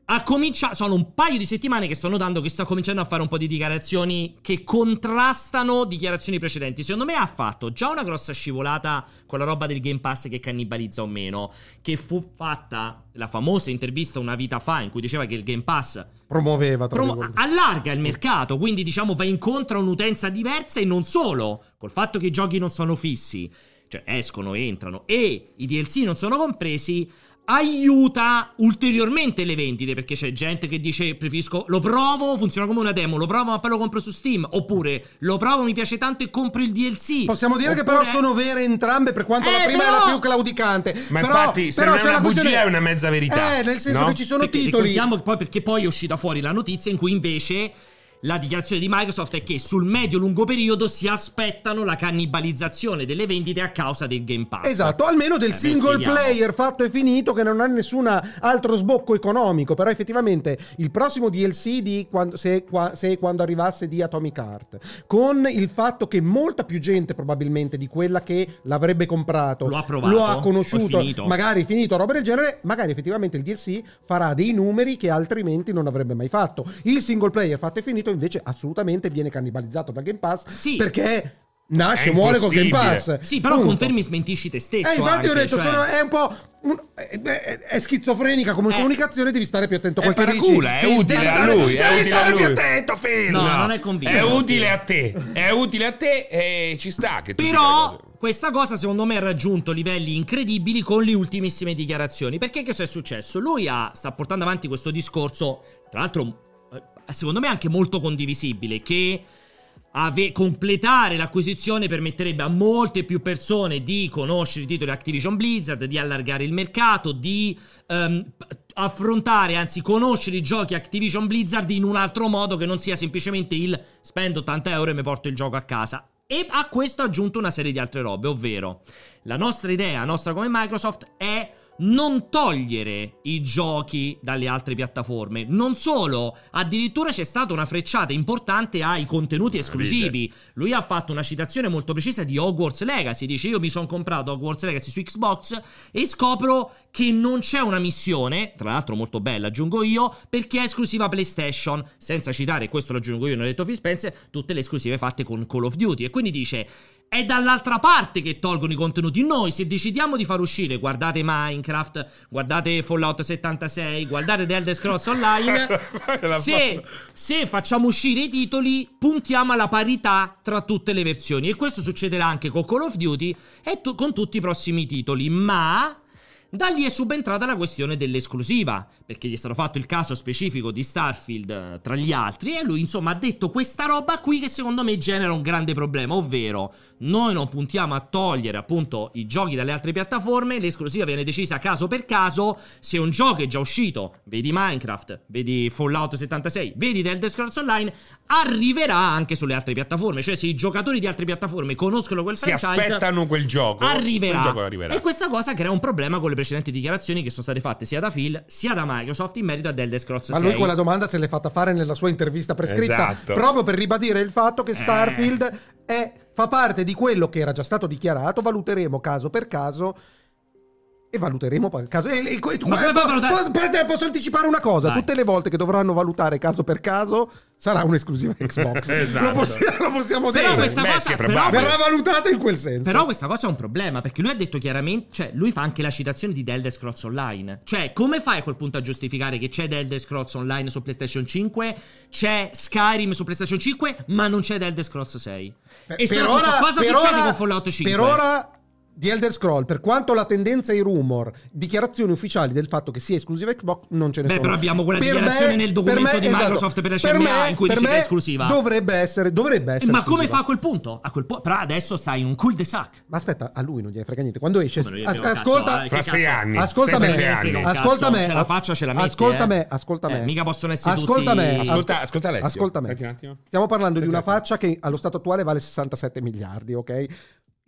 Speaker 2: Ha cominciato, sono un paio di settimane che sto notando che sta cominciando a fare un po' di dichiarazioni che contrastano dichiarazioni precedenti. Secondo me ha fatto già una grossa scivolata con la roba del Game Pass che cannibalizza o meno, che fu fatta la famosa intervista una vita fa in cui diceva che il Game Pass
Speaker 4: Promuoveva, tra
Speaker 2: Promo-
Speaker 4: virgolette.
Speaker 2: allarga il mercato, quindi diciamo va incontro a un'utenza diversa e non solo, col fatto che i giochi non sono fissi, cioè escono, entrano e i DLC non sono compresi, aiuta ulteriormente le vendite perché c'è gente che dice preferisco lo provo, funziona come una demo, lo provo ma poi lo compro su Steam, oppure lo provo, mi piace tanto e compro il DLC.
Speaker 4: Possiamo dire che però
Speaker 2: Oppure-
Speaker 4: sono vere entrambe, per quanto la
Speaker 2: Eh,
Speaker 4: prima
Speaker 2: però-
Speaker 4: è la più claudicante.
Speaker 3: Ma
Speaker 4: Però-
Speaker 3: infatti, se
Speaker 4: però
Speaker 3: non è
Speaker 4: c'è
Speaker 3: una
Speaker 4: la
Speaker 3: bugia,
Speaker 4: questione-
Speaker 3: è una mezza verità,
Speaker 4: Eh, nel senso
Speaker 3: no?
Speaker 4: che ci sono
Speaker 2: Perché
Speaker 4: titoli.
Speaker 2: ricordiamo che poi perché poi è uscita fuori la notizia in cui invece la dichiarazione di Microsoft è che sul medio-lungo periodo si aspettano la cannibalizzazione delle vendite a causa del Game Pass.
Speaker 4: Esatto, almeno del
Speaker 2: Eh,
Speaker 4: single
Speaker 2: spieghiamo.
Speaker 4: player fatto e finito che non ha nessun altro sbocco economico, però effettivamente il prossimo DLC di quando- se, qua- se quando arrivasse di Atomic Heart, con il fatto che molta più gente probabilmente di quella che l'avrebbe comprato
Speaker 2: Lo ha provato,
Speaker 4: lo ha
Speaker 2: o
Speaker 4: conosciuto,
Speaker 2: è finito.
Speaker 4: magari finito, roba del genere, magari effettivamente il DLC farà dei numeri che altrimenti non avrebbe mai fatto. Il single player fatto e finito invece assolutamente viene cannibalizzato dal Game Pass
Speaker 2: Sì.
Speaker 4: perché nasce
Speaker 3: È
Speaker 4: e muore col Game
Speaker 3: impossibile.
Speaker 4: Pass.
Speaker 2: Sì, però
Speaker 4: Punto.
Speaker 2: confermi e smentisci te stesso.
Speaker 4: Eh, infatti
Speaker 2: anche,
Speaker 4: ho detto,
Speaker 2: cioè-
Speaker 4: sono- è un po'. un- è, è- è schizofrenica come
Speaker 2: Eh.
Speaker 4: comunicazione, devi stare più attento a
Speaker 3: È
Speaker 4: quel che dici.
Speaker 3: paracula, è
Speaker 4: Devi-
Speaker 3: utile
Speaker 4: devi
Speaker 3: a
Speaker 4: stare-
Speaker 3: lui, è
Speaker 4: devi
Speaker 3: utile a
Speaker 4: stare
Speaker 3: lui.
Speaker 4: più attento, Phil.
Speaker 2: No, non è convinto.
Speaker 3: È utile a te, è utile a te e ci sta che tu dica le
Speaker 2: Però
Speaker 3: cose.
Speaker 2: questa cosa secondo me ha raggiunto livelli incredibili con le ultimissime dichiarazioni. Perché che cosa è successo? Lui ha- sta portando avanti questo discorso, tra l'altro eh, secondo me anche molto condivisibile, che ave- completare l'acquisizione permetterebbe a molte più persone di conoscere i titoli Activision Blizzard, di allargare il mercato, di ehm, p- affrontare, anzi conoscere i giochi Activision Blizzard in un altro modo che non sia semplicemente il spendo 80 euro e mi porto il gioco a casa. E a questo ho aggiunto una serie di altre robe, ovvero la nostra idea, la nostra come Microsoft, è non togliere i giochi dalle altre piattaforme. Non solo, addirittura c'è stata una frecciata importante ai contenuti esclusivi. Lui ha fatto una citazione molto precisa di Hogwarts Legacy. Dice: Io mi sono comprato Hogwarts Legacy su Xbox e scopro che non c'è una missione, tra l'altro molto bella, aggiungo io, perché è esclusiva PlayStation. Senza citare, questo lo aggiungo io, non ho detto Phil Spencer, tutte le esclusive fatte con Call of Duty. E quindi dice: è dall'altra parte che tolgono i contenuti. Noi, se decidiamo di far uscire, guardate Minecraft, guardate Fallout 76, guardate The Elder Scrolls Online.
Speaker 3: La
Speaker 2: se, se facciamo uscire i titoli, puntiamo alla parità tra tutte le versioni. E questo succederà anche con Call of Duty e tu- con tutti i prossimi titoli. Ma. Da lì è subentrata la questione dell'esclusiva, perché gli è stato fatto il caso specifico di Starfield eh, tra gli altri e lui insomma ha detto questa roba qui che secondo me genera un grande problema, ovvero noi non puntiamo a togliere appunto i giochi dalle altre piattaforme, l'esclusiva viene decisa caso per caso, se un gioco è già uscito, vedi Minecraft, vedi Fallout 76, vedi The Elder Scrolls Online, arriverà anche sulle altre piattaforme, cioè se i giocatori di altre piattaforme conoscono quel
Speaker 3: Si
Speaker 2: franchise
Speaker 3: aspettano quel gioco,
Speaker 2: arriverà.
Speaker 3: quel gioco arriverà.
Speaker 2: E questa cosa crea un problema con le precedenti dichiarazioni che sono state fatte sia da Phil sia da Microsoft in merito a The Elder Scrolls
Speaker 4: Ma
Speaker 2: 6.
Speaker 4: lui quella domanda se l'è fatta fare nella sua intervista prescritta
Speaker 3: Esatto. Eh.
Speaker 4: proprio per ribadire il fatto che Starfield è- fa parte di quello che era già stato dichiarato, valuteremo caso per caso e valuteremo pa- caso e, e- e-
Speaker 2: Ma come fa a valutare-
Speaker 4: posso, posso- posso anticipare una cosa,
Speaker 2: Vai.
Speaker 4: tutte le volte che dovranno valutare caso per caso sarà un'esclusiva Xbox.
Speaker 3: Esatto.
Speaker 4: lo, possiamo, lo possiamo
Speaker 2: Però
Speaker 4: dire.
Speaker 2: questa
Speaker 3: beh,
Speaker 2: cosa-
Speaker 3: sì, è
Speaker 2: però
Speaker 3: probabile.
Speaker 4: Verrà valutata in quel senso.
Speaker 2: Però questa cosa è un problema perché lui ha detto chiaramente, cioè lui fa anche la citazione di The Elder Scrolls Online. Cioè, come fai a quel punto a giustificare che c'è The Elder Scrolls Online su PlayStation 5, c'è Skyrim su PlayStation 5, ma non c'è The Elder Scrolls 6? e soprattutto, cosa
Speaker 4: per
Speaker 2: succede
Speaker 4: ora-
Speaker 2: con Fallout 5?
Speaker 4: Per ora di Elder Scroll, per quanto la tendenza ai rumor, dichiarazioni ufficiali del fatto che sia esclusiva Xbox non ce ne
Speaker 2: Beh,
Speaker 4: sono.
Speaker 2: però abbiamo quella dichiarazione nel documento di Microsoft per la CMA in cui
Speaker 4: esatto. per
Speaker 2: dice che è
Speaker 4: me
Speaker 2: esclusiva.
Speaker 4: Dovrebbe essere, dovrebbe
Speaker 2: Eh,
Speaker 4: essere
Speaker 2: ma
Speaker 4: esclusiva.
Speaker 2: come fa a quel punto? A quel po- però adesso sta in un cul de sac.
Speaker 4: Ma aspetta, a lui non gliene frega niente. Quando esce,
Speaker 2: Come non gliene
Speaker 4: as-
Speaker 2: frega un
Speaker 4: ascolta,
Speaker 2: cazzo, eh,
Speaker 3: Fra
Speaker 2: che
Speaker 3: sei
Speaker 2: cazzo?
Speaker 3: anni,
Speaker 4: Ascolta
Speaker 3: sei,
Speaker 4: me,
Speaker 3: sette
Speaker 2: Me ne
Speaker 3: anni.
Speaker 2: frega un
Speaker 4: ascolta
Speaker 2: cazzo,
Speaker 4: me,
Speaker 2: ce la faccia, ce la metti,
Speaker 4: ascolta
Speaker 2: eh.
Speaker 4: me, ascolta me.
Speaker 2: Eh, mica possono essere
Speaker 4: ascolta
Speaker 2: tutti-
Speaker 4: Me,
Speaker 3: Ascolta, ascolta Alessio.
Speaker 4: Ascolta me.
Speaker 3: Senti un attimo.
Speaker 4: Stiamo parlando di
Speaker 3: Senti
Speaker 4: una
Speaker 3: un attimo.
Speaker 4: faccia che allo stato attuale vale 67 miliardi, ok?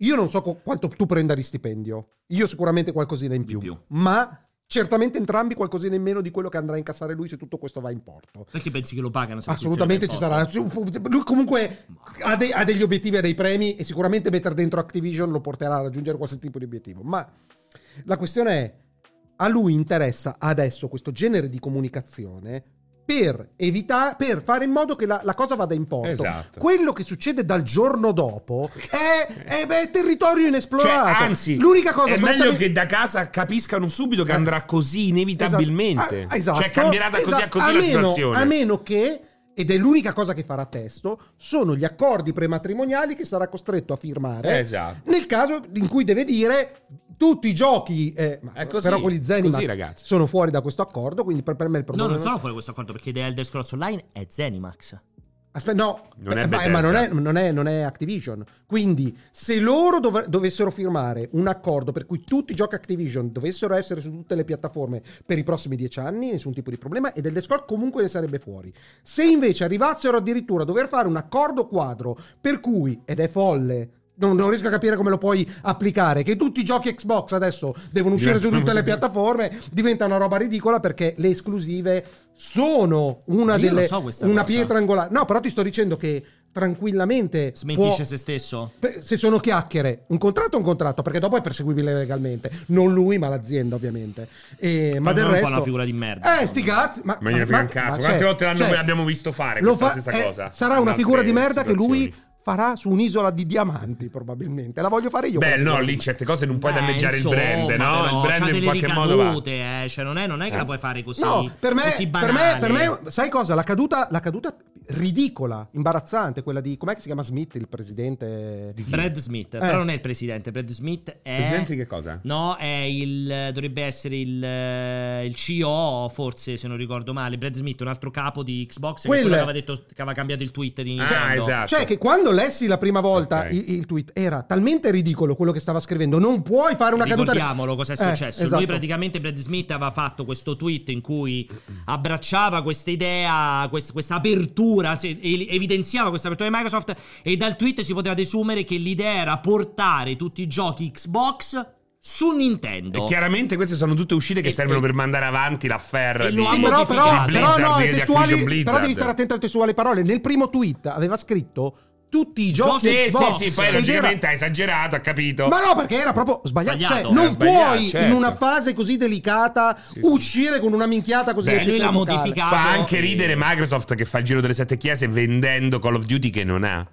Speaker 4: Io non so co- quanto tu prenda di stipendio. Io sicuramente qualcosina in più,
Speaker 2: più.
Speaker 4: ma certamente entrambi qualcosina in meno di quello che andrà a incassare lui se tutto questo va in porto.
Speaker 2: Perché pensi che lo pagano? se
Speaker 4: Assolutamente
Speaker 2: funziona
Speaker 4: ci
Speaker 2: per poco?
Speaker 4: sarà. Lui comunque ha, dei- ha degli obiettivi e dei premi e sicuramente mettere dentro Activision lo porterà a raggiungere qualsiasi tipo di obiettivo. Ma la questione è, a lui interessa adesso questo genere di comunicazione per evitare, per fare in modo che la, la cosa vada in porto.
Speaker 3: Esatto.
Speaker 4: Quello che succede dal giorno dopo è, è- beh, è territorio
Speaker 3: Cioè,
Speaker 4: inesplorato.
Speaker 3: anzi,
Speaker 4: l'unica cosa
Speaker 3: è meglio
Speaker 4: smettami-
Speaker 3: che da casa capiscano subito che
Speaker 4: Eh.
Speaker 3: andrà così inevitabilmente.
Speaker 4: Esatto. Ah, esatto.
Speaker 3: Cioè, cambierà da così a
Speaker 4: Esatto.
Speaker 3: così
Speaker 4: A
Speaker 3: la
Speaker 4: meno-
Speaker 3: situazione.
Speaker 4: A meno che, ed è l'unica cosa che farà testo, sono gli accordi prematrimoniali che sarà costretto a firmare.
Speaker 3: Esatto.
Speaker 4: Nel caso in cui deve dire tutti i giochi, eh, ma-
Speaker 3: È così,
Speaker 4: però quelli Zenimax
Speaker 3: così, ragazzi.
Speaker 4: sono fuori da questo accordo, quindi per, per me il
Speaker 2: No,
Speaker 4: problema
Speaker 2: non sono fuori questo accordo perché The Elder Scrolls Online è Zenimax.
Speaker 4: Aspetta, no,
Speaker 3: Non
Speaker 4: beh,
Speaker 3: è
Speaker 4: ma, eh,
Speaker 3: Bethesda.
Speaker 4: ma non, è, non è- non è Activision. Quindi, se loro dov- dovessero firmare un accordo per cui tutti i giochi Activision dovessero essere su tutte le piattaforme per i prossimi dieci anni, nessun tipo di problema, e del Discord comunque ne sarebbe fuori. Se invece arrivassero addirittura a dover fare un accordo quadro per cui, ed è folle. Non, non riesco a capire come lo puoi applicare. Che tutti i giochi Xbox adesso devono uscire su
Speaker 3: Diventano-
Speaker 4: tutte le piattaforme. Diventa una roba ridicola perché le esclusive sono una
Speaker 2: Io lo
Speaker 4: delle.
Speaker 2: so questa
Speaker 4: una
Speaker 2: cosa.
Speaker 4: pietra angolare. No, però ti sto dicendo che tranquillamente.
Speaker 2: Smentisce
Speaker 4: può-
Speaker 2: se stesso.
Speaker 4: pe- Se sono chiacchiere, un contratto è un contratto, perché dopo è perseguibile legalmente. Non lui, ma l'azienda, ovviamente. E- ma
Speaker 2: Ma
Speaker 4: del
Speaker 2: non è un po'
Speaker 4: resto.
Speaker 2: una figura di merda.
Speaker 4: Eh, sti cazzi. Ma,
Speaker 3: Ma gliene frega un cazzo. Quante
Speaker 4: cioè-
Speaker 3: volte l'hanno-
Speaker 4: cioè,
Speaker 3: l'abbiamo visto fare
Speaker 4: lo
Speaker 3: questa
Speaker 4: fa-
Speaker 3: stessa
Speaker 4: eh,
Speaker 3: cosa?
Speaker 4: Sarà
Speaker 3: In
Speaker 4: una
Speaker 3: altre
Speaker 4: figura di merda che lui
Speaker 3: situazioni.
Speaker 4: farà su un'isola di diamanti, probabilmente. La voglio fare io.
Speaker 3: Beh,
Speaker 4: qualche
Speaker 3: no,
Speaker 4: giorno.
Speaker 3: lì certe cose non puoi
Speaker 2: Eh,
Speaker 3: danneggiare
Speaker 2: insomma,
Speaker 3: il brand, no?
Speaker 2: però
Speaker 3: il
Speaker 2: c'ha
Speaker 3: brand in
Speaker 2: delle
Speaker 3: qualche modo va.
Speaker 2: ricadute, eh, cioè, non, è, non è che
Speaker 3: Eh.
Speaker 2: la puoi fare così.
Speaker 4: No, per me,
Speaker 2: così
Speaker 4: per me,
Speaker 2: banale.
Speaker 4: per me- sai cosa? La caduta, la caduta ridicola, imbarazzante, quella di, com'è che si chiama Smith, il presidente?
Speaker 2: Brad Smith,
Speaker 4: Eh.
Speaker 2: però non è il presidente. Brad Smith è.
Speaker 3: Presidente di che cosa?
Speaker 2: No, è il, dovrebbe essere il, eh, il CEO, forse se non ricordo male. Brad Smith, un altro capo di Xbox.
Speaker 4: Quello
Speaker 2: Quello che
Speaker 4: è-
Speaker 2: aveva, detto, che aveva cambiato il tweet di Nintendo.
Speaker 3: Ah, esatto.
Speaker 4: Cioè che quando lessi la prima volta
Speaker 3: Ok.
Speaker 4: il, il tweet era talmente ridicolo quello che stava scrivendo, non puoi fare una caduta...
Speaker 2: Ricordiamolo cosa è
Speaker 4: Eh,
Speaker 2: successo.
Speaker 4: esatto.
Speaker 2: Lui praticamente Brad Smith aveva fatto questo tweet in cui abbracciava questa idea, quest- questa apertura, anzi, e- evidenziava questa apertura di Microsoft e dal tweet si poteva desumere che l'idea era portare tutti i giochi Xbox su Nintendo.
Speaker 3: E chiaramente queste sono tutte uscite che
Speaker 2: E-
Speaker 3: servono
Speaker 2: e-
Speaker 3: per mandare avanti l'affair
Speaker 2: e
Speaker 3: di
Speaker 2: lo
Speaker 4: Sì,
Speaker 2: ha
Speaker 4: però, però,
Speaker 2: modificato.
Speaker 4: però, no,
Speaker 3: Blizzard,
Speaker 4: i
Speaker 3: di
Speaker 4: testuali,
Speaker 3: Activision Blizzard.
Speaker 4: però devi stare attento alle testuali parole. Nel primo tweet aveva scritto tutti i
Speaker 2: Sì,
Speaker 4: giochi
Speaker 2: sì,
Speaker 4: Xbox.
Speaker 3: Sì, poi
Speaker 4: Ed era-
Speaker 3: logicamente ha esagerato, ha capito.
Speaker 4: Ma no, perché era proprio sbagliato.
Speaker 2: Sbagliato,
Speaker 4: Cioè, non
Speaker 3: era sbagliato,
Speaker 4: puoi
Speaker 3: certo.
Speaker 4: in una fase così delicata
Speaker 3: Sì, sì.
Speaker 4: uscire con una minchiata così.
Speaker 3: Beh,
Speaker 4: epita
Speaker 2: lui l'ha
Speaker 4: e vocale.
Speaker 2: modificato.
Speaker 3: Fa
Speaker 2: Capo.
Speaker 3: anche ridere Microsoft che fa il giro delle sette chiese vendendo Call of Duty che non ha.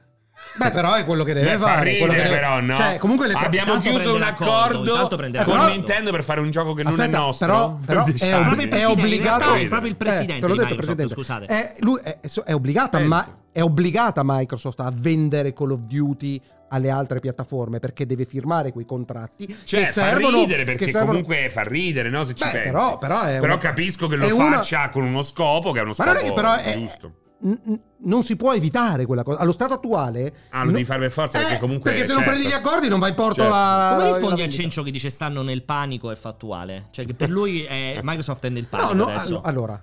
Speaker 4: Beh, però è quello che deve
Speaker 3: Beh, fa
Speaker 4: fare. quello
Speaker 3: ridere,
Speaker 4: che deve-
Speaker 3: però, no?
Speaker 4: Cioè, comunque le
Speaker 3: Abbiamo
Speaker 2: Intanto
Speaker 3: chiuso un
Speaker 2: prende l'accordo,
Speaker 3: accordo
Speaker 2: intanto prende
Speaker 3: con
Speaker 4: l'accordo.
Speaker 3: Nintendo per fare un gioco che non
Speaker 4: Aspetta,
Speaker 3: è nostro.
Speaker 4: però- però
Speaker 3: Per dieci
Speaker 4: è
Speaker 3: anni.
Speaker 2: Proprio il
Speaker 4: È
Speaker 2: presidente, in
Speaker 4: obbligato-
Speaker 2: realtà È proprio il presidente.
Speaker 4: Eh, te l'ho
Speaker 2: di
Speaker 4: detto,
Speaker 2: Microsoft,
Speaker 4: presidente.
Speaker 2: Scusate.
Speaker 4: Eh, lui è, è obbligata,
Speaker 3: Penso.
Speaker 4: ma è obbligata Microsoft a vendere Call of Duty alle altre piattaforme perché deve firmare quei contratti
Speaker 3: Cioè,
Speaker 4: che
Speaker 3: fa
Speaker 4: servono
Speaker 3: ridere perché
Speaker 4: che servono-
Speaker 3: comunque fa ridere, no? Se ci
Speaker 4: Beh,
Speaker 3: pensi.
Speaker 4: però- però è una-
Speaker 3: capisco che
Speaker 4: è
Speaker 3: lo
Speaker 4: una-
Speaker 3: faccia con uno scopo, che è uno
Speaker 4: Ma
Speaker 3: scopo
Speaker 4: non è che però è-
Speaker 3: giusto.
Speaker 4: N- n- non si può evitare quella cosa allo stato attuale
Speaker 3: Ah, lo
Speaker 4: no-
Speaker 3: devi fare per forza, perché
Speaker 4: Eh,
Speaker 3: comunque-
Speaker 4: perché se non
Speaker 3: certo.
Speaker 4: prendi gli accordi non vai in porto
Speaker 3: Certo.
Speaker 4: la
Speaker 2: Come
Speaker 4: la-
Speaker 2: rispondi
Speaker 4: Ah, la-
Speaker 2: a Cencio che dice stanno nel panico è fattuale? Cioè che per lui è- Microsoft è nel
Speaker 4: No,
Speaker 2: panico
Speaker 4: no,
Speaker 2: adesso.
Speaker 4: allo- allora.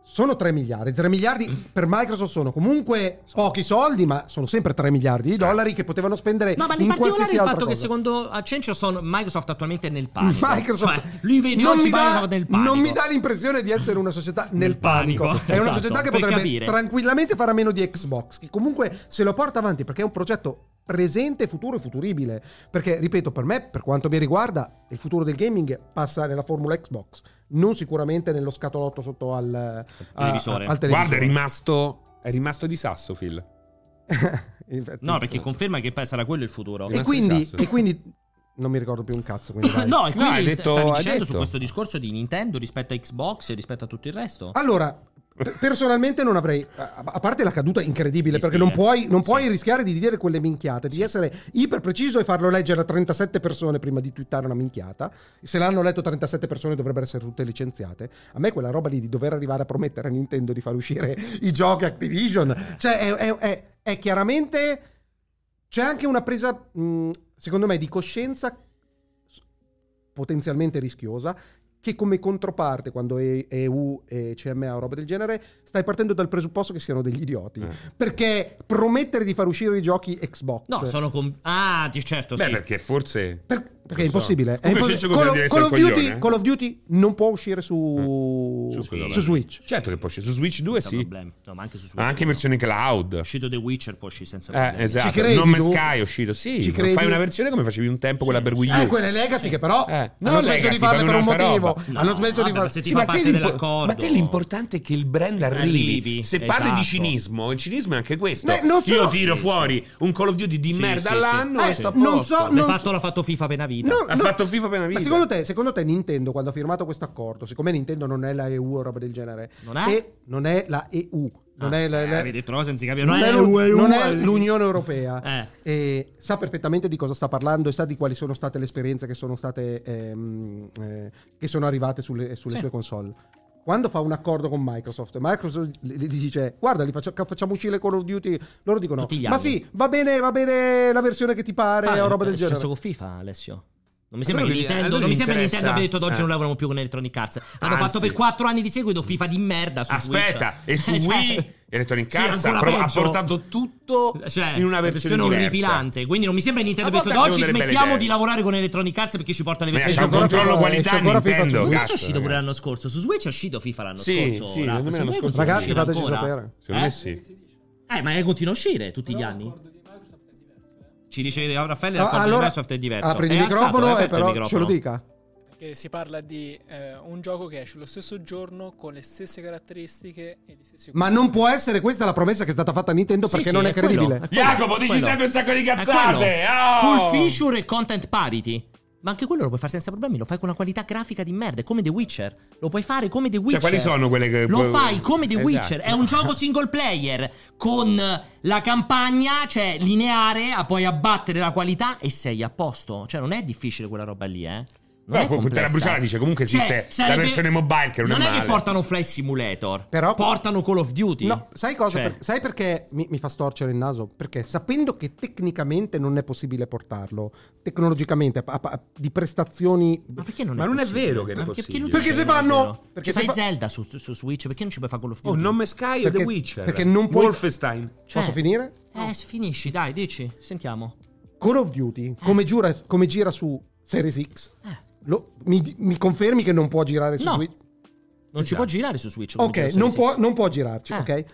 Speaker 4: Sono 3 miliardi. 3 miliardi per Microsoft sono comunque pochi soldi, ma sono sempre 3 miliardi di dollari che potevano spendere
Speaker 2: No, ma in,
Speaker 4: in
Speaker 2: particolare
Speaker 4: qualsiasi
Speaker 2: il
Speaker 4: altra
Speaker 2: fatto che
Speaker 4: cosa.
Speaker 2: secondo Accencio sono Microsoft attualmente è nel panico.
Speaker 4: Microsoft
Speaker 2: Cioè, lui vede oggi
Speaker 4: mi dà,
Speaker 2: Microsoft nel panico.
Speaker 4: non mi dà l'impressione di essere una società nel,
Speaker 2: Nel
Speaker 4: panico.
Speaker 2: panico,
Speaker 4: È una
Speaker 2: esatto,
Speaker 4: società che
Speaker 2: per
Speaker 4: potrebbe
Speaker 2: capire.
Speaker 4: tranquillamente fare a meno di Xbox, che comunque se lo porta avanti perché è un progetto presente, futuro e futuribile. Perché, ripeto, per me, per quanto mi riguarda, il futuro del gaming passa nella formula Xbox, non sicuramente nello scatolotto sotto al, a-
Speaker 2: televisore.
Speaker 4: al
Speaker 3: Guarda, è
Speaker 4: televisore.
Speaker 3: rimasto, è rimasto di sasso, Phil.
Speaker 4: Infatti. eh.
Speaker 2: No, perché conferma che poi sarà quello il futuro.
Speaker 3: rimasto
Speaker 4: e, quindi,
Speaker 3: di sasso.
Speaker 4: e quindi non mi ricordo più un cazzo. Quindi vai.
Speaker 2: No, e
Speaker 3: No, hai
Speaker 2: quindi
Speaker 3: detto-
Speaker 2: stavi
Speaker 3: hai
Speaker 2: dicendo su
Speaker 3: detto.
Speaker 2: questo discorso di Nintendo rispetto a Xbox e rispetto a tutto il resto?
Speaker 3: Ah,
Speaker 4: Allora, pe- personalmente non avrei. A a parte la caduta incredibile,
Speaker 2: Di
Speaker 4: perché
Speaker 2: stile.
Speaker 4: non puoi, non puoi
Speaker 2: Sì.
Speaker 4: rischiare di dire quelle minchiate, di essere iper preciso e farlo leggere a 37 persone prima di twittare una minchiata. Se l'hanno letto 37 persone dovrebbero essere tutte licenziate. A me quella roba lì di dover arrivare a promettere a Nintendo di far uscire i giochi Activision. Cioè, è, è- è- è chiaramente. C'è anche una presa, mh, secondo me, di coscienza s- potenzialmente rischiosa che come controparte quando E- EU e CMA o roba del genere stai partendo dal presupposto che siano degli idioti
Speaker 3: Eh.
Speaker 4: perché promettere di far uscire i giochi Xbox
Speaker 2: No, sono con... Ah, di certo,
Speaker 3: cioè. Beh,
Speaker 2: sì.
Speaker 3: perché forse...
Speaker 4: Per- Perché è impossibile. È
Speaker 3: Comunque Cecco
Speaker 4: impossibile. Call,
Speaker 3: continua a dire
Speaker 4: of- Call of
Speaker 3: sei un
Speaker 4: Duty,
Speaker 3: coglione, eh.
Speaker 4: Call of Duty non può uscire su,
Speaker 3: Su
Speaker 4: su,
Speaker 3: quello, vabbè.
Speaker 4: Switch.
Speaker 3: Certo che può uscire. Su Switch 2
Speaker 2: senza
Speaker 3: sì.
Speaker 2: problemi. No, ma anche su Switch.
Speaker 3: Anche in
Speaker 2: no.
Speaker 3: versione cloud.
Speaker 2: È uscito The Witcher, poi uscì senza
Speaker 3: Eh,
Speaker 2: problemi.
Speaker 3: esatto.
Speaker 4: credi,
Speaker 3: non me
Speaker 4: tu?
Speaker 3: Sky è uscito. Sì,
Speaker 4: Ci
Speaker 3: ma
Speaker 4: credi?
Speaker 3: fai una versione come facevi un tempo quella per Wii U.
Speaker 4: Eh, quelle Legacy che però
Speaker 3: Eh, no,
Speaker 4: hanno smesso
Speaker 3: Legacy,
Speaker 4: di farle per
Speaker 3: fanno
Speaker 4: un
Speaker 3: un'altra
Speaker 4: motivo.
Speaker 3: roba.
Speaker 2: No,
Speaker 4: hanno smesso di
Speaker 2: vabbè,
Speaker 4: farle.
Speaker 2: se ti
Speaker 3: Sì,
Speaker 2: fa
Speaker 3: ma te
Speaker 2: parte
Speaker 3: l'impo-
Speaker 2: dell'accordo.
Speaker 3: ma te l'importante è che il brand arrivi.
Speaker 2: Arrivi,
Speaker 3: Se parli di
Speaker 2: esatto. Eh,
Speaker 3: cinismo, il cinismo è anche questo.
Speaker 4: Beh, non so-
Speaker 3: Io tiro fuori un Call of Duty di
Speaker 2: Sì,
Speaker 3: merda
Speaker 2: sì,
Speaker 3: all'anno
Speaker 2: sì.
Speaker 3: e
Speaker 2: Eh,
Speaker 3: sto a
Speaker 4: non
Speaker 3: posto.
Speaker 4: so-
Speaker 2: L'ha
Speaker 4: non
Speaker 2: fatto, l'ha fatto FIFA appena vita.
Speaker 4: No,
Speaker 3: Ha
Speaker 4: no.
Speaker 3: fatto FIFA appena vita.
Speaker 4: Ma secondo te, secondo te Nintendo quando ha firmato questo accordo, siccome Nintendo non è la EU o roba del genere,
Speaker 2: Non è?
Speaker 4: e non è la EU, non
Speaker 2: Ah,
Speaker 4: è la-
Speaker 2: eh,
Speaker 4: la-
Speaker 2: avete detto una cosa senza capire.
Speaker 4: non
Speaker 2: Non,
Speaker 4: è
Speaker 2: è
Speaker 4: l'U-
Speaker 2: l'UE,
Speaker 4: non è
Speaker 2: l'UE.
Speaker 4: l'Unione Europea
Speaker 2: Eh.
Speaker 4: e sa perfettamente di cosa sta parlando e sa di quali sono state le esperienze che sono state ehm, eh, che sono arrivate sulle, sulle
Speaker 2: Sì.
Speaker 4: sue console. Quando fa un accordo con Microsoft, Microsoft gli gli dice: Guarda, li faccia- facciamo uscire Call of Duty. Loro dicono:
Speaker 2: Tutti gli
Speaker 4: Ma
Speaker 2: anni."
Speaker 4: sì, va bene, va bene la versione che ti pare
Speaker 2: Ah,
Speaker 4: o roba
Speaker 2: è
Speaker 4: del genere.
Speaker 2: successo con FIFA, Alessio. Non mi sembra
Speaker 3: loro
Speaker 2: che
Speaker 3: gli- a
Speaker 2: Nintendo,
Speaker 3: loro
Speaker 2: non mi
Speaker 3: gli
Speaker 2: sembra che
Speaker 3: interessa-
Speaker 2: Nintendo abbia detto ad oggi
Speaker 3: eh.
Speaker 2: non lavoriamo più con Electronic Arts. Hanno
Speaker 3: Anzi.
Speaker 2: fatto per quattro anni di seguito FIFA di merda su
Speaker 3: Aspetta,
Speaker 2: Switch.
Speaker 3: e su
Speaker 2: Eh, cioè-
Speaker 3: Wii Electronic
Speaker 2: Sì,
Speaker 3: Arts ha,
Speaker 2: ancora
Speaker 3: pro- ha
Speaker 2: peggio.
Speaker 3: portato tutto
Speaker 2: Cioè,
Speaker 3: in una versione, diversa.
Speaker 2: orripilante. Quindi non mi sembra che Nintendo
Speaker 3: A
Speaker 2: abbia detto
Speaker 3: volte
Speaker 2: ad oggi
Speaker 3: abbiamo delle
Speaker 2: smettiamo
Speaker 3: belle idee.
Speaker 2: di lavorare con Electronic Arts perché ci porta le
Speaker 3: Ma
Speaker 2: versioni
Speaker 3: c'è un
Speaker 4: ancora
Speaker 3: controllo
Speaker 4: FIFA-
Speaker 3: qualità
Speaker 4: c'è ancora FIFA
Speaker 3: Nintendo.
Speaker 4: su
Speaker 2: Su
Speaker 4: Switch.
Speaker 2: Switch
Speaker 3: cazzo,
Speaker 2: è uscito pure
Speaker 3: ragazzi.
Speaker 2: l'anno scorso. Su Switch è uscito FIFA l'anno
Speaker 3: Sì,
Speaker 2: scorso.
Speaker 3: sì,
Speaker 2: Ralph.
Speaker 3: secondo me l'anno
Speaker 2: Secondo me
Speaker 3: scorso
Speaker 2: continua
Speaker 4: Ragazzi,
Speaker 2: a uscire
Speaker 4: fateci
Speaker 2: ancora.
Speaker 4: sapere.
Speaker 3: Secondo me
Speaker 2: Eh?
Speaker 3: sì.
Speaker 2: Eh, ma continua a uscire tutti gli anni.
Speaker 3: eh.
Speaker 2: Ci dice Raffaele,
Speaker 4: Ah,
Speaker 2: l'accordo
Speaker 4: allora,
Speaker 2: di Microsoft è diverso.
Speaker 4: apri
Speaker 2: È
Speaker 4: il
Speaker 2: alzato,
Speaker 4: microfono
Speaker 2: è
Speaker 4: e
Speaker 2: aperto il
Speaker 4: però ce
Speaker 2: microfono.
Speaker 4: lo dica.
Speaker 5: Perché si parla di eh, un gioco che esce lo stesso giorno con le stesse caratteristiche e gli stessi
Speaker 4: Ma non può essere questa la promessa che è stata fatta a Nintendo
Speaker 2: Sì,
Speaker 4: perché
Speaker 2: sì,
Speaker 4: non è,
Speaker 2: è quello, Ah,
Speaker 4: credibile.
Speaker 2: è
Speaker 3: Jacopo, dici
Speaker 2: Quello.
Speaker 3: sempre un sacco di
Speaker 2: È
Speaker 3: cazzate.
Speaker 2: quello.
Speaker 3: Oh!
Speaker 2: Full feature e content parity. Ma anche quello lo puoi fare senza problemi. Lo fai con una qualità grafica di merda. È come The Witcher. Lo puoi fare come The Witcher.
Speaker 3: Cioè, quali sono quelle che
Speaker 2: Lo
Speaker 3: puoi-
Speaker 2: fai come The
Speaker 3: Esatto.
Speaker 2: Witcher. È un gioco single player con la campagna, cioè lineare, a poi abbattere la qualità e sei a posto. Cioè, non è difficile quella roba lì, eh. Non
Speaker 3: No,
Speaker 2: è
Speaker 3: puoi buttare
Speaker 2: complessa. Cioè,
Speaker 3: a bruciare, dice, comunque esiste la versione mobile che non è
Speaker 2: Non è
Speaker 3: male.
Speaker 2: che portano Flight Simulator.
Speaker 4: Però-
Speaker 2: portano Call of Duty.
Speaker 4: No, sai cosa?
Speaker 2: Cioè-
Speaker 4: Per- sai perché mi, mi fa storcere il naso? Perché sapendo che tecnicamente non è possibile portarlo, tecnologicamente, a- a- di prestazioni...
Speaker 2: Ma perché non
Speaker 3: Ma
Speaker 2: è
Speaker 3: non è
Speaker 2: possibile?
Speaker 3: vero che è
Speaker 2: Ma
Speaker 3: possibile.
Speaker 2: perché
Speaker 4: Perché se
Speaker 2: non è
Speaker 4: fanno-
Speaker 2: vero?
Speaker 4: perché
Speaker 2: Ci
Speaker 4: se
Speaker 2: fai
Speaker 4: fa-
Speaker 2: Zelda su, su Switch, perché non ci puoi fare Call of
Speaker 3: Oh,
Speaker 2: Duty?
Speaker 3: non me Sky o The
Speaker 4: Perché-
Speaker 3: Witcher.
Speaker 4: perché non puoi-
Speaker 3: Wolfenstein.
Speaker 2: Cioè-
Speaker 4: Posso finire?
Speaker 2: Eh, finisci, dai, dici, sentiamo.
Speaker 4: Call of Duty, come, giura- come gira su Series X,
Speaker 2: Eh.
Speaker 4: lo- mi, di- mi confermi che non può girare su
Speaker 2: No.
Speaker 4: Switch?
Speaker 2: Non ci può girare su Switch. come
Speaker 4: Esatto. Ok,
Speaker 2: gira su
Speaker 4: non
Speaker 2: Series
Speaker 4: può, Eh.
Speaker 2: X.
Speaker 4: non può girarci,
Speaker 2: Ah.
Speaker 4: ok?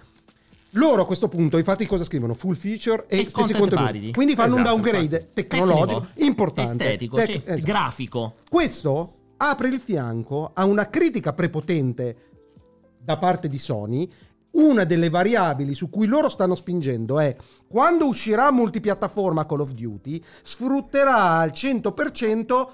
Speaker 4: Loro a questo punto, infatti, cosa scrivono? Full feature e,
Speaker 2: E
Speaker 4: stessi
Speaker 2: content
Speaker 4: contenuti.
Speaker 2: parity.
Speaker 4: Quindi fanno
Speaker 3: Esatto,
Speaker 4: un downgrade
Speaker 3: infatti.
Speaker 4: tecnologico
Speaker 2: Tecnico,
Speaker 4: importante.
Speaker 2: Estetico,
Speaker 4: Tec-
Speaker 2: sì.
Speaker 4: esatto.
Speaker 2: Grafico.
Speaker 4: Questo apre il fianco a una critica prepotente da parte di Sony. Una delle variabili su cui loro stanno spingendo è quando uscirà multipiattaforma Call of Duty, sfrutterà al 100%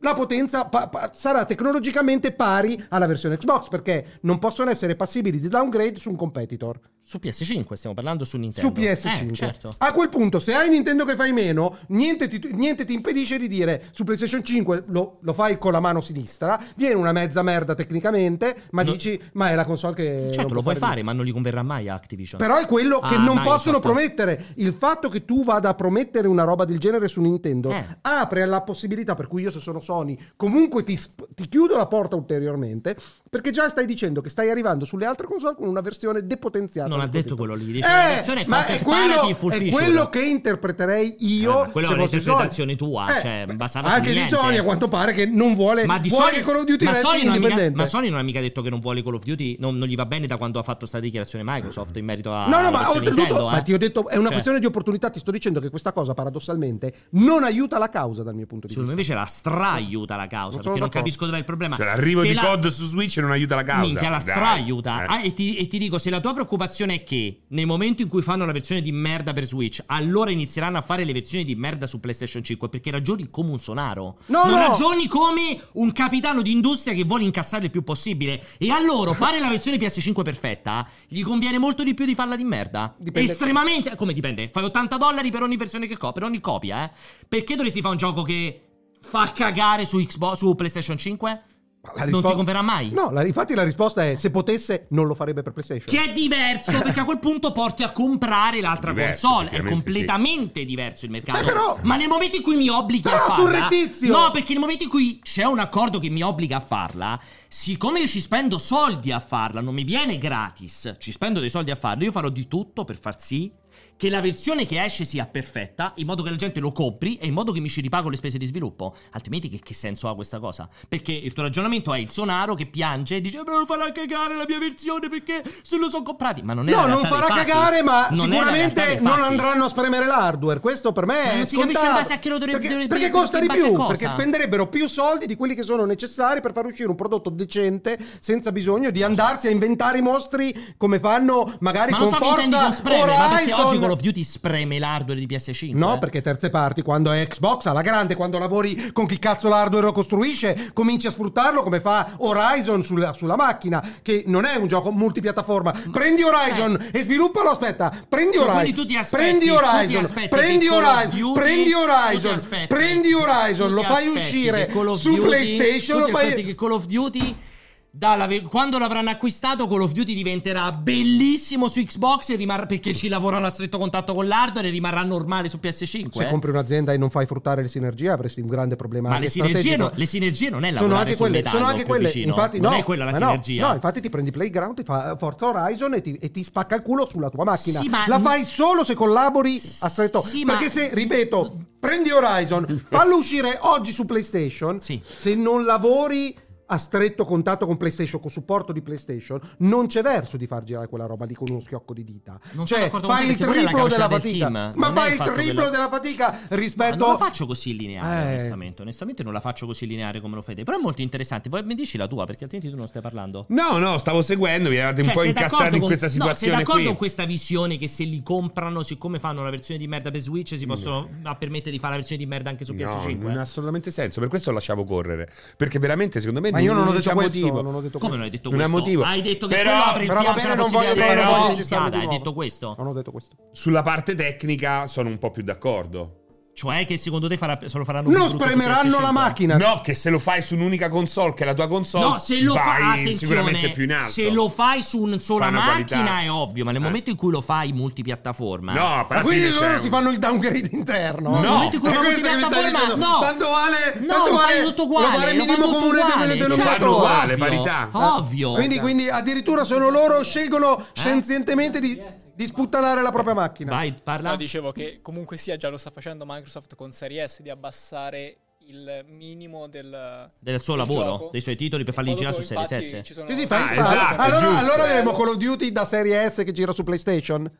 Speaker 4: la potenza pa- pa- sarà tecnologicamente pari alla versione Xbox perché non possono essere passibili di downgrade su un competitor
Speaker 2: Su PS5 stiamo parlando su
Speaker 4: su
Speaker 2: Nintendo.
Speaker 4: PS5.
Speaker 2: Eh, certo.
Speaker 4: A quel punto, se hai Nintendo che fai meno, niente ti, niente ti impedisce di dire su PlayStation 5 lo, lo fai con la mano sinistra, viene una mezza merda tecnicamente, ma
Speaker 2: No.
Speaker 4: dici, ma è la console che... non
Speaker 2: Certo,
Speaker 4: può
Speaker 2: lo puoi fare,
Speaker 4: niente".
Speaker 2: ma non gli converrà mai a Activision.
Speaker 4: Però è quello che
Speaker 2: Ah,
Speaker 4: non
Speaker 2: Microsoft.
Speaker 4: possono promettere. Il fatto che tu vada a promettere una roba del genere su Nintendo
Speaker 2: Eh.
Speaker 4: apre alla possibilità, per cui io se sono Sony, comunque ti, sp- ti chiudo la porta ulteriormente, perché già stai dicendo che stai arrivando sulle altre console con una versione depotenziata.
Speaker 2: Non ha
Speaker 4: del
Speaker 2: detto
Speaker 4: titolo.
Speaker 2: quello lì.
Speaker 4: Eh,
Speaker 2: dice, la versione
Speaker 4: ma
Speaker 2: content
Speaker 4: è quello,
Speaker 2: parity full
Speaker 4: è
Speaker 2: feature.
Speaker 4: quello che interpreterei io.
Speaker 2: Eh, ma quella
Speaker 4: se
Speaker 2: è
Speaker 4: fossi
Speaker 2: un'interpretazione
Speaker 4: Sony.
Speaker 2: tua, cioè,
Speaker 4: beh,
Speaker 2: basata su
Speaker 4: Anche di
Speaker 2: niente.
Speaker 4: Sony, a quanto pare, che non vuole.
Speaker 2: Ma di
Speaker 4: vuole
Speaker 2: Sony,
Speaker 4: che Call of Duty
Speaker 2: ma
Speaker 4: resti
Speaker 2: Sony non ha mica-
Speaker 4: indipendente.
Speaker 2: ma Sony non ha mica detto che non vuole Call of Duty. Non, non gli va bene da quando ha fatto sta dichiarazione Microsoft in merito a.
Speaker 4: No, no,
Speaker 2: alla
Speaker 4: ma
Speaker 2: versione
Speaker 4: oltretutto,
Speaker 2: Nintendo, eh.
Speaker 4: ma ti ho detto, è una
Speaker 2: Cioè,
Speaker 4: questione di opportunità. Ti sto dicendo che questa cosa, paradossalmente, non aiuta la causa dal mio punto di
Speaker 2: Secondo me
Speaker 4: vista.
Speaker 2: invece la straiuta la causa.
Speaker 4: Non sono
Speaker 2: perché non
Speaker 4: d'accordo.
Speaker 2: capisco dove è il problema.
Speaker 3: Cioè, l'arrivo
Speaker 2: Se
Speaker 3: di
Speaker 2: la-
Speaker 3: COD su Switch non aiuta la causa.
Speaker 2: Minchia, la
Speaker 3: Dai.
Speaker 2: straiuta.
Speaker 3: Eh.
Speaker 2: Ah, e, ti, e ti dico, se la tua preoccupazione è che nel momento in cui fanno la versione di merda per Switch, allora inizieranno a fare le versioni di merda su PlayStation 5, perché ragioni come un sonaro.
Speaker 4: No,
Speaker 2: non
Speaker 4: no.
Speaker 2: ragioni come un capitano di industria che vuole incassare il più possibile. E a loro fare la versione PS5 perfetta gli conviene molto di più di farla di merda.
Speaker 4: Dipende-
Speaker 2: Estremamente. Come dipende? Fai 80 dollari per ogni versione che copre, per ogni copia, eh. Perché dovresti fare un gioco che fa cagare su Xbox, su PlayStation 5?
Speaker 4: Ma la
Speaker 2: Non ti
Speaker 4: risposta-
Speaker 2: converrà mai.
Speaker 4: No, la- infatti la risposta è: se potesse, non lo farebbe per PlayStation.
Speaker 2: Che è diverso perché a quel punto porti a comprare l'altra
Speaker 3: Diverso,
Speaker 2: console. È
Speaker 3: effettivamente,
Speaker 2: completamente diverso il mercato.
Speaker 4: Eh, però-
Speaker 2: Ma nel momento in cui mi obblighi
Speaker 4: Però
Speaker 2: a farla.
Speaker 4: surrettizio!
Speaker 2: No, perché nel momento in cui c'è un accordo che mi obbliga a farla, siccome io ci spendo soldi a farla, non mi viene gratis, ci spendo dei soldi a farla, io farò di tutto per far sì che la versione che esce sia perfetta, in modo che la gente lo compri e in modo che mi ci ripago le spese di sviluppo. Altrimenti che, che senso ha questa cosa? Perché il tuo ragionamento è il sonaro che piange e dice "Me lo farà cagare la mia versione perché se lo sono comprati". Ma non è la
Speaker 4: No, non
Speaker 2: realtà
Speaker 4: farà
Speaker 2: dei fatti.
Speaker 4: cagare, ma
Speaker 2: Non è la realtà
Speaker 4: sicuramente
Speaker 2: dei
Speaker 4: non
Speaker 2: fatti.
Speaker 4: andranno a spremere l'hardware. Questo per me
Speaker 2: Ma
Speaker 4: è.
Speaker 2: non si capisce
Speaker 4: scontato.
Speaker 2: in base a che lo dovrebbe-
Speaker 4: Perché,
Speaker 2: dovrebbe-
Speaker 4: perché costa
Speaker 2: in
Speaker 4: di
Speaker 2: base a
Speaker 4: più.
Speaker 2: cosa?
Speaker 4: Perché spenderebbero più soldi di quelli che sono necessari per far uscire un prodotto decente senza bisogno di andarsi a inventare i mostri come fanno magari
Speaker 2: Ma
Speaker 4: con
Speaker 2: non so che intendi
Speaker 4: forza
Speaker 2: con spreme, ma perché
Speaker 4: Horizon.
Speaker 2: oggi Call of Duty spreme l'hardware di PS5?
Speaker 4: No,
Speaker 2: eh?
Speaker 4: perché terze parti, quando è Xbox alla grande, quando lavori con chi cazzo l'hardware lo costruisce, cominci a sfruttarlo come fa Horizon sulla, sulla macchina, che non è un gioco multipiattaforma. prendi Horizon e sviluppalo, aspetta, prendi
Speaker 2: Cioè,
Speaker 4: Horizon.
Speaker 2: eh. quindi tu ti aspetti-
Speaker 4: prendi
Speaker 2: tu ti
Speaker 4: Horizon,
Speaker 2: aspetti
Speaker 4: prendi
Speaker 2: che Call of
Speaker 4: Horizon,
Speaker 2: Duty-
Speaker 4: prendi
Speaker 2: tu ti
Speaker 4: Horizon,
Speaker 2: aspetti-
Speaker 4: prendi Horizon,
Speaker 2: tu
Speaker 4: lo
Speaker 2: ti
Speaker 4: fai
Speaker 2: aspetti
Speaker 4: uscire
Speaker 2: che Call of
Speaker 4: su
Speaker 2: Duty-
Speaker 4: PlayStation,
Speaker 2: tu
Speaker 4: lo
Speaker 2: ti
Speaker 4: fai
Speaker 2: aspetti che Call of Duty dalla ve- quando l'avranno acquistato Call of Duty diventerà bellissimo su Xbox e rimar- perché ci lavorano a stretto contatto con l'hardware e rimarrà normale su PS5
Speaker 4: se
Speaker 2: eh.
Speaker 4: compri un'azienda e non fai fruttare le sinergie avresti un grande problema
Speaker 2: ma
Speaker 4: anche
Speaker 2: le sinergie,
Speaker 4: strategico.
Speaker 2: no- le sinergie non è
Speaker 4: sono
Speaker 2: lavorare
Speaker 4: anche
Speaker 2: sul
Speaker 4: quelle,
Speaker 2: metallo
Speaker 4: sono anche
Speaker 2: più
Speaker 4: quelle
Speaker 2: vicino.
Speaker 4: infatti
Speaker 2: non
Speaker 4: no,
Speaker 2: è quella la
Speaker 4: ma no,
Speaker 2: sinergia
Speaker 4: No, infatti ti prendi Playground, ti fa eh, Forza Horizon e ti, e ti spacca il culo sulla tua macchina.
Speaker 2: Sì, ma-
Speaker 4: La fai solo se collabori a stretto.
Speaker 2: Sì, ma-
Speaker 4: perché se, ripeto, prendi Horizon, fallo uscire oggi su PlayStation,
Speaker 2: Sì.
Speaker 4: se non lavori a stretto contatto con PlayStation, con supporto di PlayStation, non c'è verso di far girare quella roba lì con uno schiocco di dita.
Speaker 2: Non sono
Speaker 4: cioè,
Speaker 2: d'accordo con
Speaker 4: fai
Speaker 2: te,
Speaker 4: il
Speaker 2: perché quella è la
Speaker 4: triplo
Speaker 2: capacità
Speaker 4: della
Speaker 2: del
Speaker 4: fatica.
Speaker 2: team.
Speaker 4: Ma
Speaker 2: Non è
Speaker 4: fai
Speaker 2: il
Speaker 4: il
Speaker 2: fatto che
Speaker 4: triplo
Speaker 2: la-
Speaker 4: della fatica
Speaker 2: Ma
Speaker 4: rispetto
Speaker 2: non la faccio così lineare,
Speaker 4: Eh.
Speaker 2: onestamente. Onestamente non la faccio così lineare come lo fai te. Però è molto interessante. Poi mi dici la tua, perché altrimenti tu non stai parlando.
Speaker 3: No, no, stavo seguendo, vi eravate un
Speaker 2: Cioè,
Speaker 3: po'
Speaker 2: sei d'accordo
Speaker 3: incastrati in
Speaker 2: con-
Speaker 3: questa
Speaker 2: no, sei
Speaker 3: situazione
Speaker 2: d'accordo
Speaker 3: qui.
Speaker 2: con questa visione che se li comprano, siccome fanno la versione di merda per Switch, si possono ah, permettere di fare la versione di merda anche su PS5?
Speaker 3: No, non ha assolutamente senso, per questo lo lasciavo correre. Perché veramente, secondo me,
Speaker 4: Ma io non ho
Speaker 3: c'è
Speaker 4: detto questo,
Speaker 3: motivo.
Speaker 4: non ho
Speaker 2: Diciamo
Speaker 4: detto
Speaker 2: Come
Speaker 4: questo.
Speaker 2: non hai detto
Speaker 3: Non ha
Speaker 2: questo?
Speaker 3: motivo.
Speaker 2: Hai detto che
Speaker 3: Però-
Speaker 2: quello apre il
Speaker 4: Però va
Speaker 2: fianco
Speaker 4: bene,
Speaker 2: alla
Speaker 4: non voglio,
Speaker 2: possibilità
Speaker 4: non
Speaker 2: di
Speaker 4: voglio
Speaker 2: una
Speaker 4: citarlo
Speaker 2: potenziata,
Speaker 4: di
Speaker 2: Hai
Speaker 4: nuovo.
Speaker 2: detto questo?
Speaker 4: Non ho detto questo.
Speaker 3: Sulla parte tecnica sono un po' più d'accordo.
Speaker 2: Cioè, che secondo te farà, se lo faranno
Speaker 4: Non
Speaker 2: più brutto su
Speaker 4: spremeranno la
Speaker 2: PS5?
Speaker 4: macchina.
Speaker 3: No, che se lo fai su un'unica console, che è la tua console,
Speaker 2: No, se lo fa-
Speaker 3: vai
Speaker 2: attenzione,
Speaker 3: sicuramente più in alto.
Speaker 2: Se lo fai su una sola
Speaker 3: Fa una
Speaker 2: macchina
Speaker 3: qualità.
Speaker 2: è ovvio, ma nel
Speaker 3: Eh.
Speaker 2: momento in cui lo fai multipiattaforma,
Speaker 3: No,
Speaker 4: Ma
Speaker 3: però
Speaker 4: quindi
Speaker 3: fine c'è
Speaker 4: loro
Speaker 3: un-
Speaker 4: si fanno il downgrade interno.
Speaker 3: No,
Speaker 2: momento in cui
Speaker 4: è
Speaker 2: lo
Speaker 4: questo che mi stai
Speaker 2: multipiattaforma,
Speaker 4: dicendo.
Speaker 2: no.
Speaker 4: Tanto vale,
Speaker 2: No,
Speaker 4: tanto
Speaker 2: lo
Speaker 4: vale,
Speaker 2: fanno tutto uguale,
Speaker 4: lo vale
Speaker 2: lo
Speaker 4: minimo
Speaker 2: fanno tutto
Speaker 4: comune
Speaker 2: uguale,
Speaker 4: del
Speaker 2: certo,
Speaker 3: Lo fanno uguale,
Speaker 2: ovvio,
Speaker 3: parità.
Speaker 2: Ovvio.
Speaker 4: Quindi, quindi addirittura sono loro scelgono scienzientemente di, di sputtanare la propria macchina.
Speaker 2: Eh? Vai, parla.
Speaker 5: No, dicevo che comunque sia già lo sta facendo Microsoft con Series S di abbassare il minimo del,
Speaker 2: del suo
Speaker 5: del
Speaker 2: lavoro,
Speaker 5: gioco.
Speaker 2: dei suoi titoli per
Speaker 5: In
Speaker 2: farli
Speaker 5: modo
Speaker 2: girare su
Speaker 5: che
Speaker 2: Series
Speaker 5: infatti
Speaker 2: S.
Speaker 5: ci sono-
Speaker 4: Sì, sì,
Speaker 3: Ah,
Speaker 4: fai sta-
Speaker 3: esatto,
Speaker 4: allora,
Speaker 3: giusto.
Speaker 4: allora avremo Call of Duty da serie S che gira su PlayStation.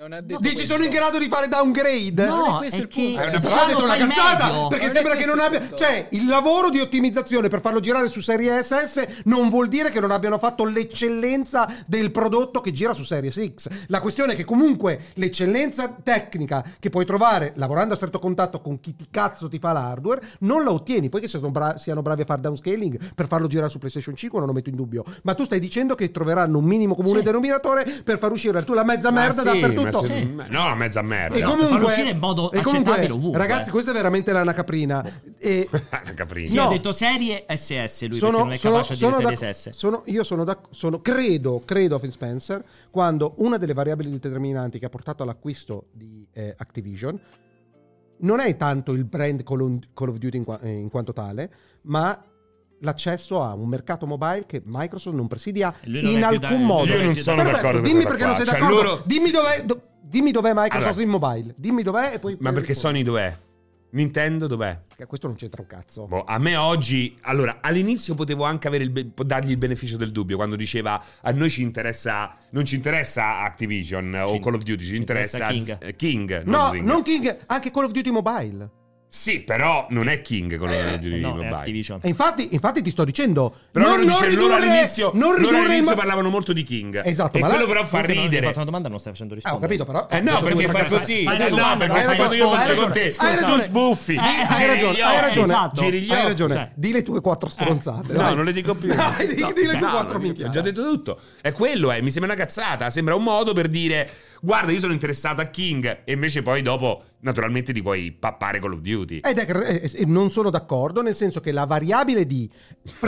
Speaker 5: Non ha detto
Speaker 4: Dici
Speaker 5: questo.
Speaker 4: sono in grado di fare downgrade?
Speaker 5: Non è
Speaker 2: No,
Speaker 5: questo
Speaker 2: è
Speaker 5: il punto.
Speaker 2: che
Speaker 5: È una-
Speaker 4: Però
Speaker 2: già
Speaker 4: ha detto
Speaker 2: lo
Speaker 4: una
Speaker 2: Diciamo fai
Speaker 4: cazzata
Speaker 2: meglio.
Speaker 4: perché
Speaker 5: Non è
Speaker 4: sembra che
Speaker 5: questo
Speaker 4: non
Speaker 5: il
Speaker 4: abbia
Speaker 5: punto.
Speaker 4: cioè il lavoro di ottimizzazione per farlo girare su serie SS non vuol dire che non abbiano fatto l'eccellenza del prodotto che gira su series X la questione è che comunque l'eccellenza tecnica che puoi trovare lavorando a stretto contatto con chi ti cazzo ti fa l'hardware non la ottieni poi che siano, bra- siano bravi a fare downscaling per farlo girare su PlayStation 5 non lo metto in dubbio ma tu stai dicendo che troveranno un minimo comune
Speaker 2: Sì.
Speaker 4: denominatore per far uscire tu la mezza
Speaker 3: Ma
Speaker 4: merda
Speaker 3: sì, ma
Speaker 4: dappertutto
Speaker 3: se- ma No, mezza merda.
Speaker 4: e
Speaker 2: Eh, No,
Speaker 4: comunque,
Speaker 2: per farlo uscire in modo
Speaker 4: e comunque
Speaker 2: accettabile ovunque. eh.
Speaker 4: ragazzi, questa è veramente l'ana caprina. E
Speaker 3: La caprina.
Speaker 2: Sì,
Speaker 4: No.
Speaker 2: ha detto serie SS lui perché
Speaker 4: sono,
Speaker 2: non è
Speaker 4: sono,
Speaker 2: capace di dire
Speaker 4: sono
Speaker 2: serie
Speaker 4: d'ac-
Speaker 2: S.
Speaker 4: sono- io sono, d'ac- sono credo, credo a Phil Spencer, quando una delle variabili determinanti che ha portato all'acquisto di eh, Activision non è tanto il brand Call of, Call of Duty in, qua- eh, in quanto tale, ma l'accesso a un mercato mobile che Microsoft non presidia
Speaker 2: E lui non
Speaker 4: in
Speaker 2: è più
Speaker 4: alcun
Speaker 2: da-
Speaker 4: modo.
Speaker 2: lui
Speaker 3: Io non
Speaker 2: Perfetto,
Speaker 3: sono
Speaker 4: Perfetto,
Speaker 3: d'accordo con
Speaker 4: dimmi
Speaker 3: questa
Speaker 4: perché
Speaker 3: qua.
Speaker 4: non sei
Speaker 3: Cioè,
Speaker 4: d'accordo.
Speaker 3: loro-
Speaker 4: Dimmi dov'è do- dimmi dov'è Microsoft
Speaker 3: Allora.
Speaker 4: in mobile. Dimmi dov'è e poi
Speaker 3: Ma perché
Speaker 4: sono
Speaker 3: Sony dov'è? Nintendo dov'è?
Speaker 4: Che questo non c'entra un cazzo.
Speaker 3: Boh, a me oggi, allora, all'inizio potevo anche avere il be- dargli il beneficio del dubbio quando diceva a noi ci interessa, non ci interessa Activision eh, o
Speaker 2: Ci-
Speaker 3: Call of Duty, ci,
Speaker 2: ci
Speaker 3: interessa,
Speaker 2: interessa
Speaker 3: King.
Speaker 2: King.
Speaker 3: King non
Speaker 4: no,
Speaker 3: Zing.
Speaker 4: non King, anche Call of Duty Mobile.
Speaker 3: Sì, però non è King Call of Duty
Speaker 2: Eh, No, è
Speaker 3: Mobile.
Speaker 2: Activision.
Speaker 4: E infatti, infatti ti sto dicendo,
Speaker 3: Però
Speaker 4: non,
Speaker 3: loro,
Speaker 4: non
Speaker 3: dice- loro
Speaker 4: ridurre,
Speaker 3: all'inizio,
Speaker 4: non
Speaker 3: loro
Speaker 4: ridurre
Speaker 3: all'inizio
Speaker 4: ma-
Speaker 3: parlavano molto di King.
Speaker 4: Esatto,
Speaker 3: e
Speaker 4: ma la-
Speaker 3: quello però fa
Speaker 2: Scusa, non ti ho
Speaker 3: ridere.
Speaker 2: fatto una domanda, non lo stai facendo
Speaker 4: Ah, ho
Speaker 2: rispondere.
Speaker 4: capito, però
Speaker 3: Eh no,
Speaker 4: Ho detto
Speaker 3: perché
Speaker 4: come
Speaker 3: fai
Speaker 4: trattare.
Speaker 3: così.
Speaker 2: Fai la
Speaker 3: Eh no,
Speaker 2: domanda,
Speaker 3: perché
Speaker 4: hai
Speaker 3: sai cosa io
Speaker 4: ragione,
Speaker 3: faccio
Speaker 4: hai
Speaker 3: con
Speaker 4: ragione,
Speaker 3: te?
Speaker 4: hai
Speaker 3: Tu
Speaker 4: ragione.
Speaker 3: sbuffi.
Speaker 2: Eh, hai
Speaker 3: giri
Speaker 4: ragione,
Speaker 3: gli
Speaker 4: hai
Speaker 3: occhi,
Speaker 4: ragione.
Speaker 2: Esatto.
Speaker 3: Giri gli
Speaker 4: Hai
Speaker 3: occhi.
Speaker 4: ragione,
Speaker 2: cioè-
Speaker 4: di le tue quattro stronzate.
Speaker 3: No,
Speaker 4: Ah, dai.
Speaker 3: non le dico più.
Speaker 4: Dai, di, di le tue
Speaker 3: No,
Speaker 4: quattro
Speaker 3: non dico più, Ho già
Speaker 4: minchiate.
Speaker 3: detto tutto. È quello, eh, mi sembra una cazzata. Sembra un modo per dire: guarda, io sono interessato a King. E invece poi dopo, naturalmente, ti puoi pappare Call of Duty.
Speaker 4: Ed è- eh, eh, non sono d'accordo, nel senso che la variabile di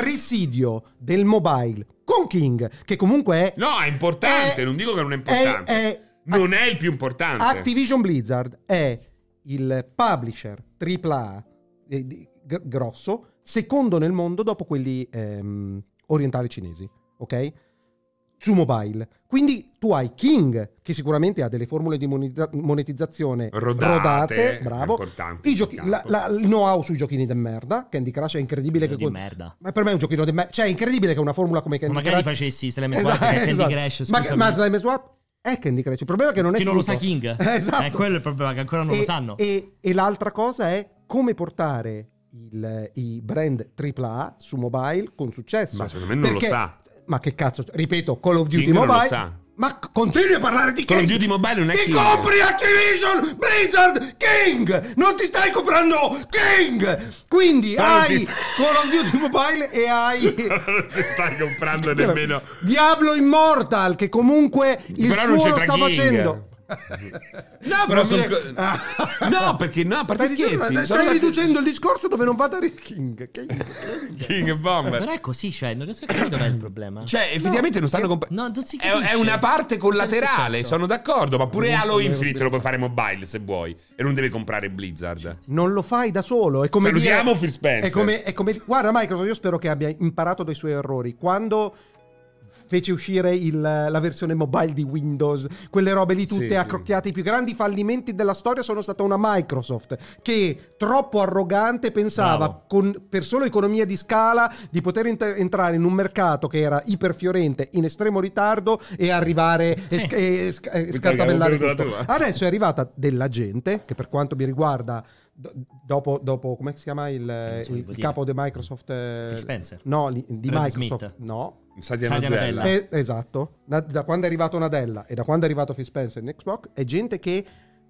Speaker 4: presidio del mobile con King, che comunque è...
Speaker 3: No, è importante.
Speaker 4: È-
Speaker 3: non dico che non è importante.
Speaker 4: è- è-
Speaker 3: non è il più importante.
Speaker 4: Activision Blizzard è il publisher AAA eh, di- gr- grosso, secondo nel mondo dopo quelli ehm, orientali cinesi, ok? su mobile. Quindi tu hai King, che sicuramente ha delle formule di moneta- monetizzazione
Speaker 3: Rodate,
Speaker 4: bravo.
Speaker 3: importanti
Speaker 4: I
Speaker 3: sul
Speaker 4: giochi-
Speaker 3: campo.
Speaker 4: la- la- il know-how sui giochini de merda, Candy Crush è incredibile che...
Speaker 2: di
Speaker 4: quel-
Speaker 2: merda.
Speaker 4: ma per me è un giochino de merda, cioè è incredibile che una formula come Candy
Speaker 2: Ma
Speaker 4: Crush...
Speaker 2: magari facessi Slime Swap che è Candy Crash,
Speaker 4: Esatto, Ma-
Speaker 2: scusami.
Speaker 4: Ma, Slime Swap è Candy Crash, il problema è che non è...
Speaker 2: Chi non lo sa
Speaker 4: finito.
Speaker 2: King.
Speaker 4: Esatto.
Speaker 2: È quello il problema, che ancora non lo sanno.
Speaker 4: E, e l'altra cosa è come portare il- i brand AAA su mobile con successo.
Speaker 3: Ma secondo me non lo
Speaker 4: Perché-
Speaker 3: sa.
Speaker 4: Ma che cazzo, ripeto, Call of Duty
Speaker 3: King non lo
Speaker 4: Mobile.
Speaker 3: sa.
Speaker 4: Ma c- continui a parlare di
Speaker 3: Call of
Speaker 4: King.
Speaker 3: Duty Mobile non è
Speaker 4: Ti
Speaker 3: King.
Speaker 4: compri Activision, Blizzard, King. Non ti stai comprando King. Quindi
Speaker 3: Ma non ti
Speaker 4: hai
Speaker 3: sta-
Speaker 4: Call of Duty Mobile e hai Cioè,
Speaker 3: non ti stai comprando nemmeno.
Speaker 4: Diablo Immortal che comunque il
Speaker 3: Però non
Speaker 4: suo lo
Speaker 3: c'entra
Speaker 4: sta
Speaker 3: King.
Speaker 4: facendo.
Speaker 3: No, però
Speaker 4: Non
Speaker 3: son
Speaker 4: mi-
Speaker 3: co-
Speaker 4: Ah.
Speaker 3: No, perché no, a parte
Speaker 4: Stai dicendo-
Speaker 3: scherzi.
Speaker 4: Stai
Speaker 3: sono-
Speaker 4: riducendo il discorso dove non va da Rick King. King.
Speaker 3: King e Bomber.
Speaker 2: Però è così, cioè, non riesco a capire dov'è il problema.
Speaker 3: Cioè, effettivamente non stanno comp-
Speaker 2: no, non si
Speaker 3: è,
Speaker 2: capisce.
Speaker 3: è una
Speaker 2: Cosa
Speaker 3: parte
Speaker 2: è
Speaker 3: collaterale,
Speaker 2: successo?
Speaker 3: sono d'accordo, ma pure
Speaker 4: Non
Speaker 3: Halo
Speaker 4: so,
Speaker 3: Infinite
Speaker 4: non
Speaker 3: lo puoi fare mobile se vuoi e non devi comprare Blizzard.
Speaker 4: Non lo fai da solo. È come
Speaker 3: Salutiamo
Speaker 4: dire-
Speaker 3: Phil Spencer.
Speaker 4: È come, è come- guarda, Microsoft, io spero che abbia imparato dai suoi errori. Quando fece uscire il- la versione mobile di Windows, quelle robe lì tutte
Speaker 3: Sì, sì.
Speaker 4: accrocchiate, i più grandi fallimenti della storia sono stata una Microsoft che troppo arrogante pensava
Speaker 2: Bravo.
Speaker 4: con, per solo economia di scala di poter ent- entrare in un mercato che era iperfiorente, in estremo ritardo e arrivare e,
Speaker 2: Sì.
Speaker 4: sc- e sc-
Speaker 3: Pensavo che
Speaker 4: e
Speaker 3: avevo
Speaker 4: scartabellare
Speaker 3: preso la
Speaker 4: tutto.
Speaker 3: tua.
Speaker 4: Adesso è arrivata della gente che per quanto mi riguarda do- dopo, dopo come si chiama il,
Speaker 2: Non so che
Speaker 4: il
Speaker 2: vuol dire.
Speaker 4: capo di Microsoft eh,
Speaker 2: Phil Spencer.
Speaker 4: no li- di
Speaker 2: Brad
Speaker 4: Microsoft
Speaker 2: Smith.
Speaker 4: no
Speaker 3: Sadia
Speaker 2: Satya
Speaker 3: Nadella.
Speaker 2: Nadella.
Speaker 4: Eh, esatto Na- da quando è arrivato Nadella e da quando è arrivato Phil Spencer in Xbox è gente che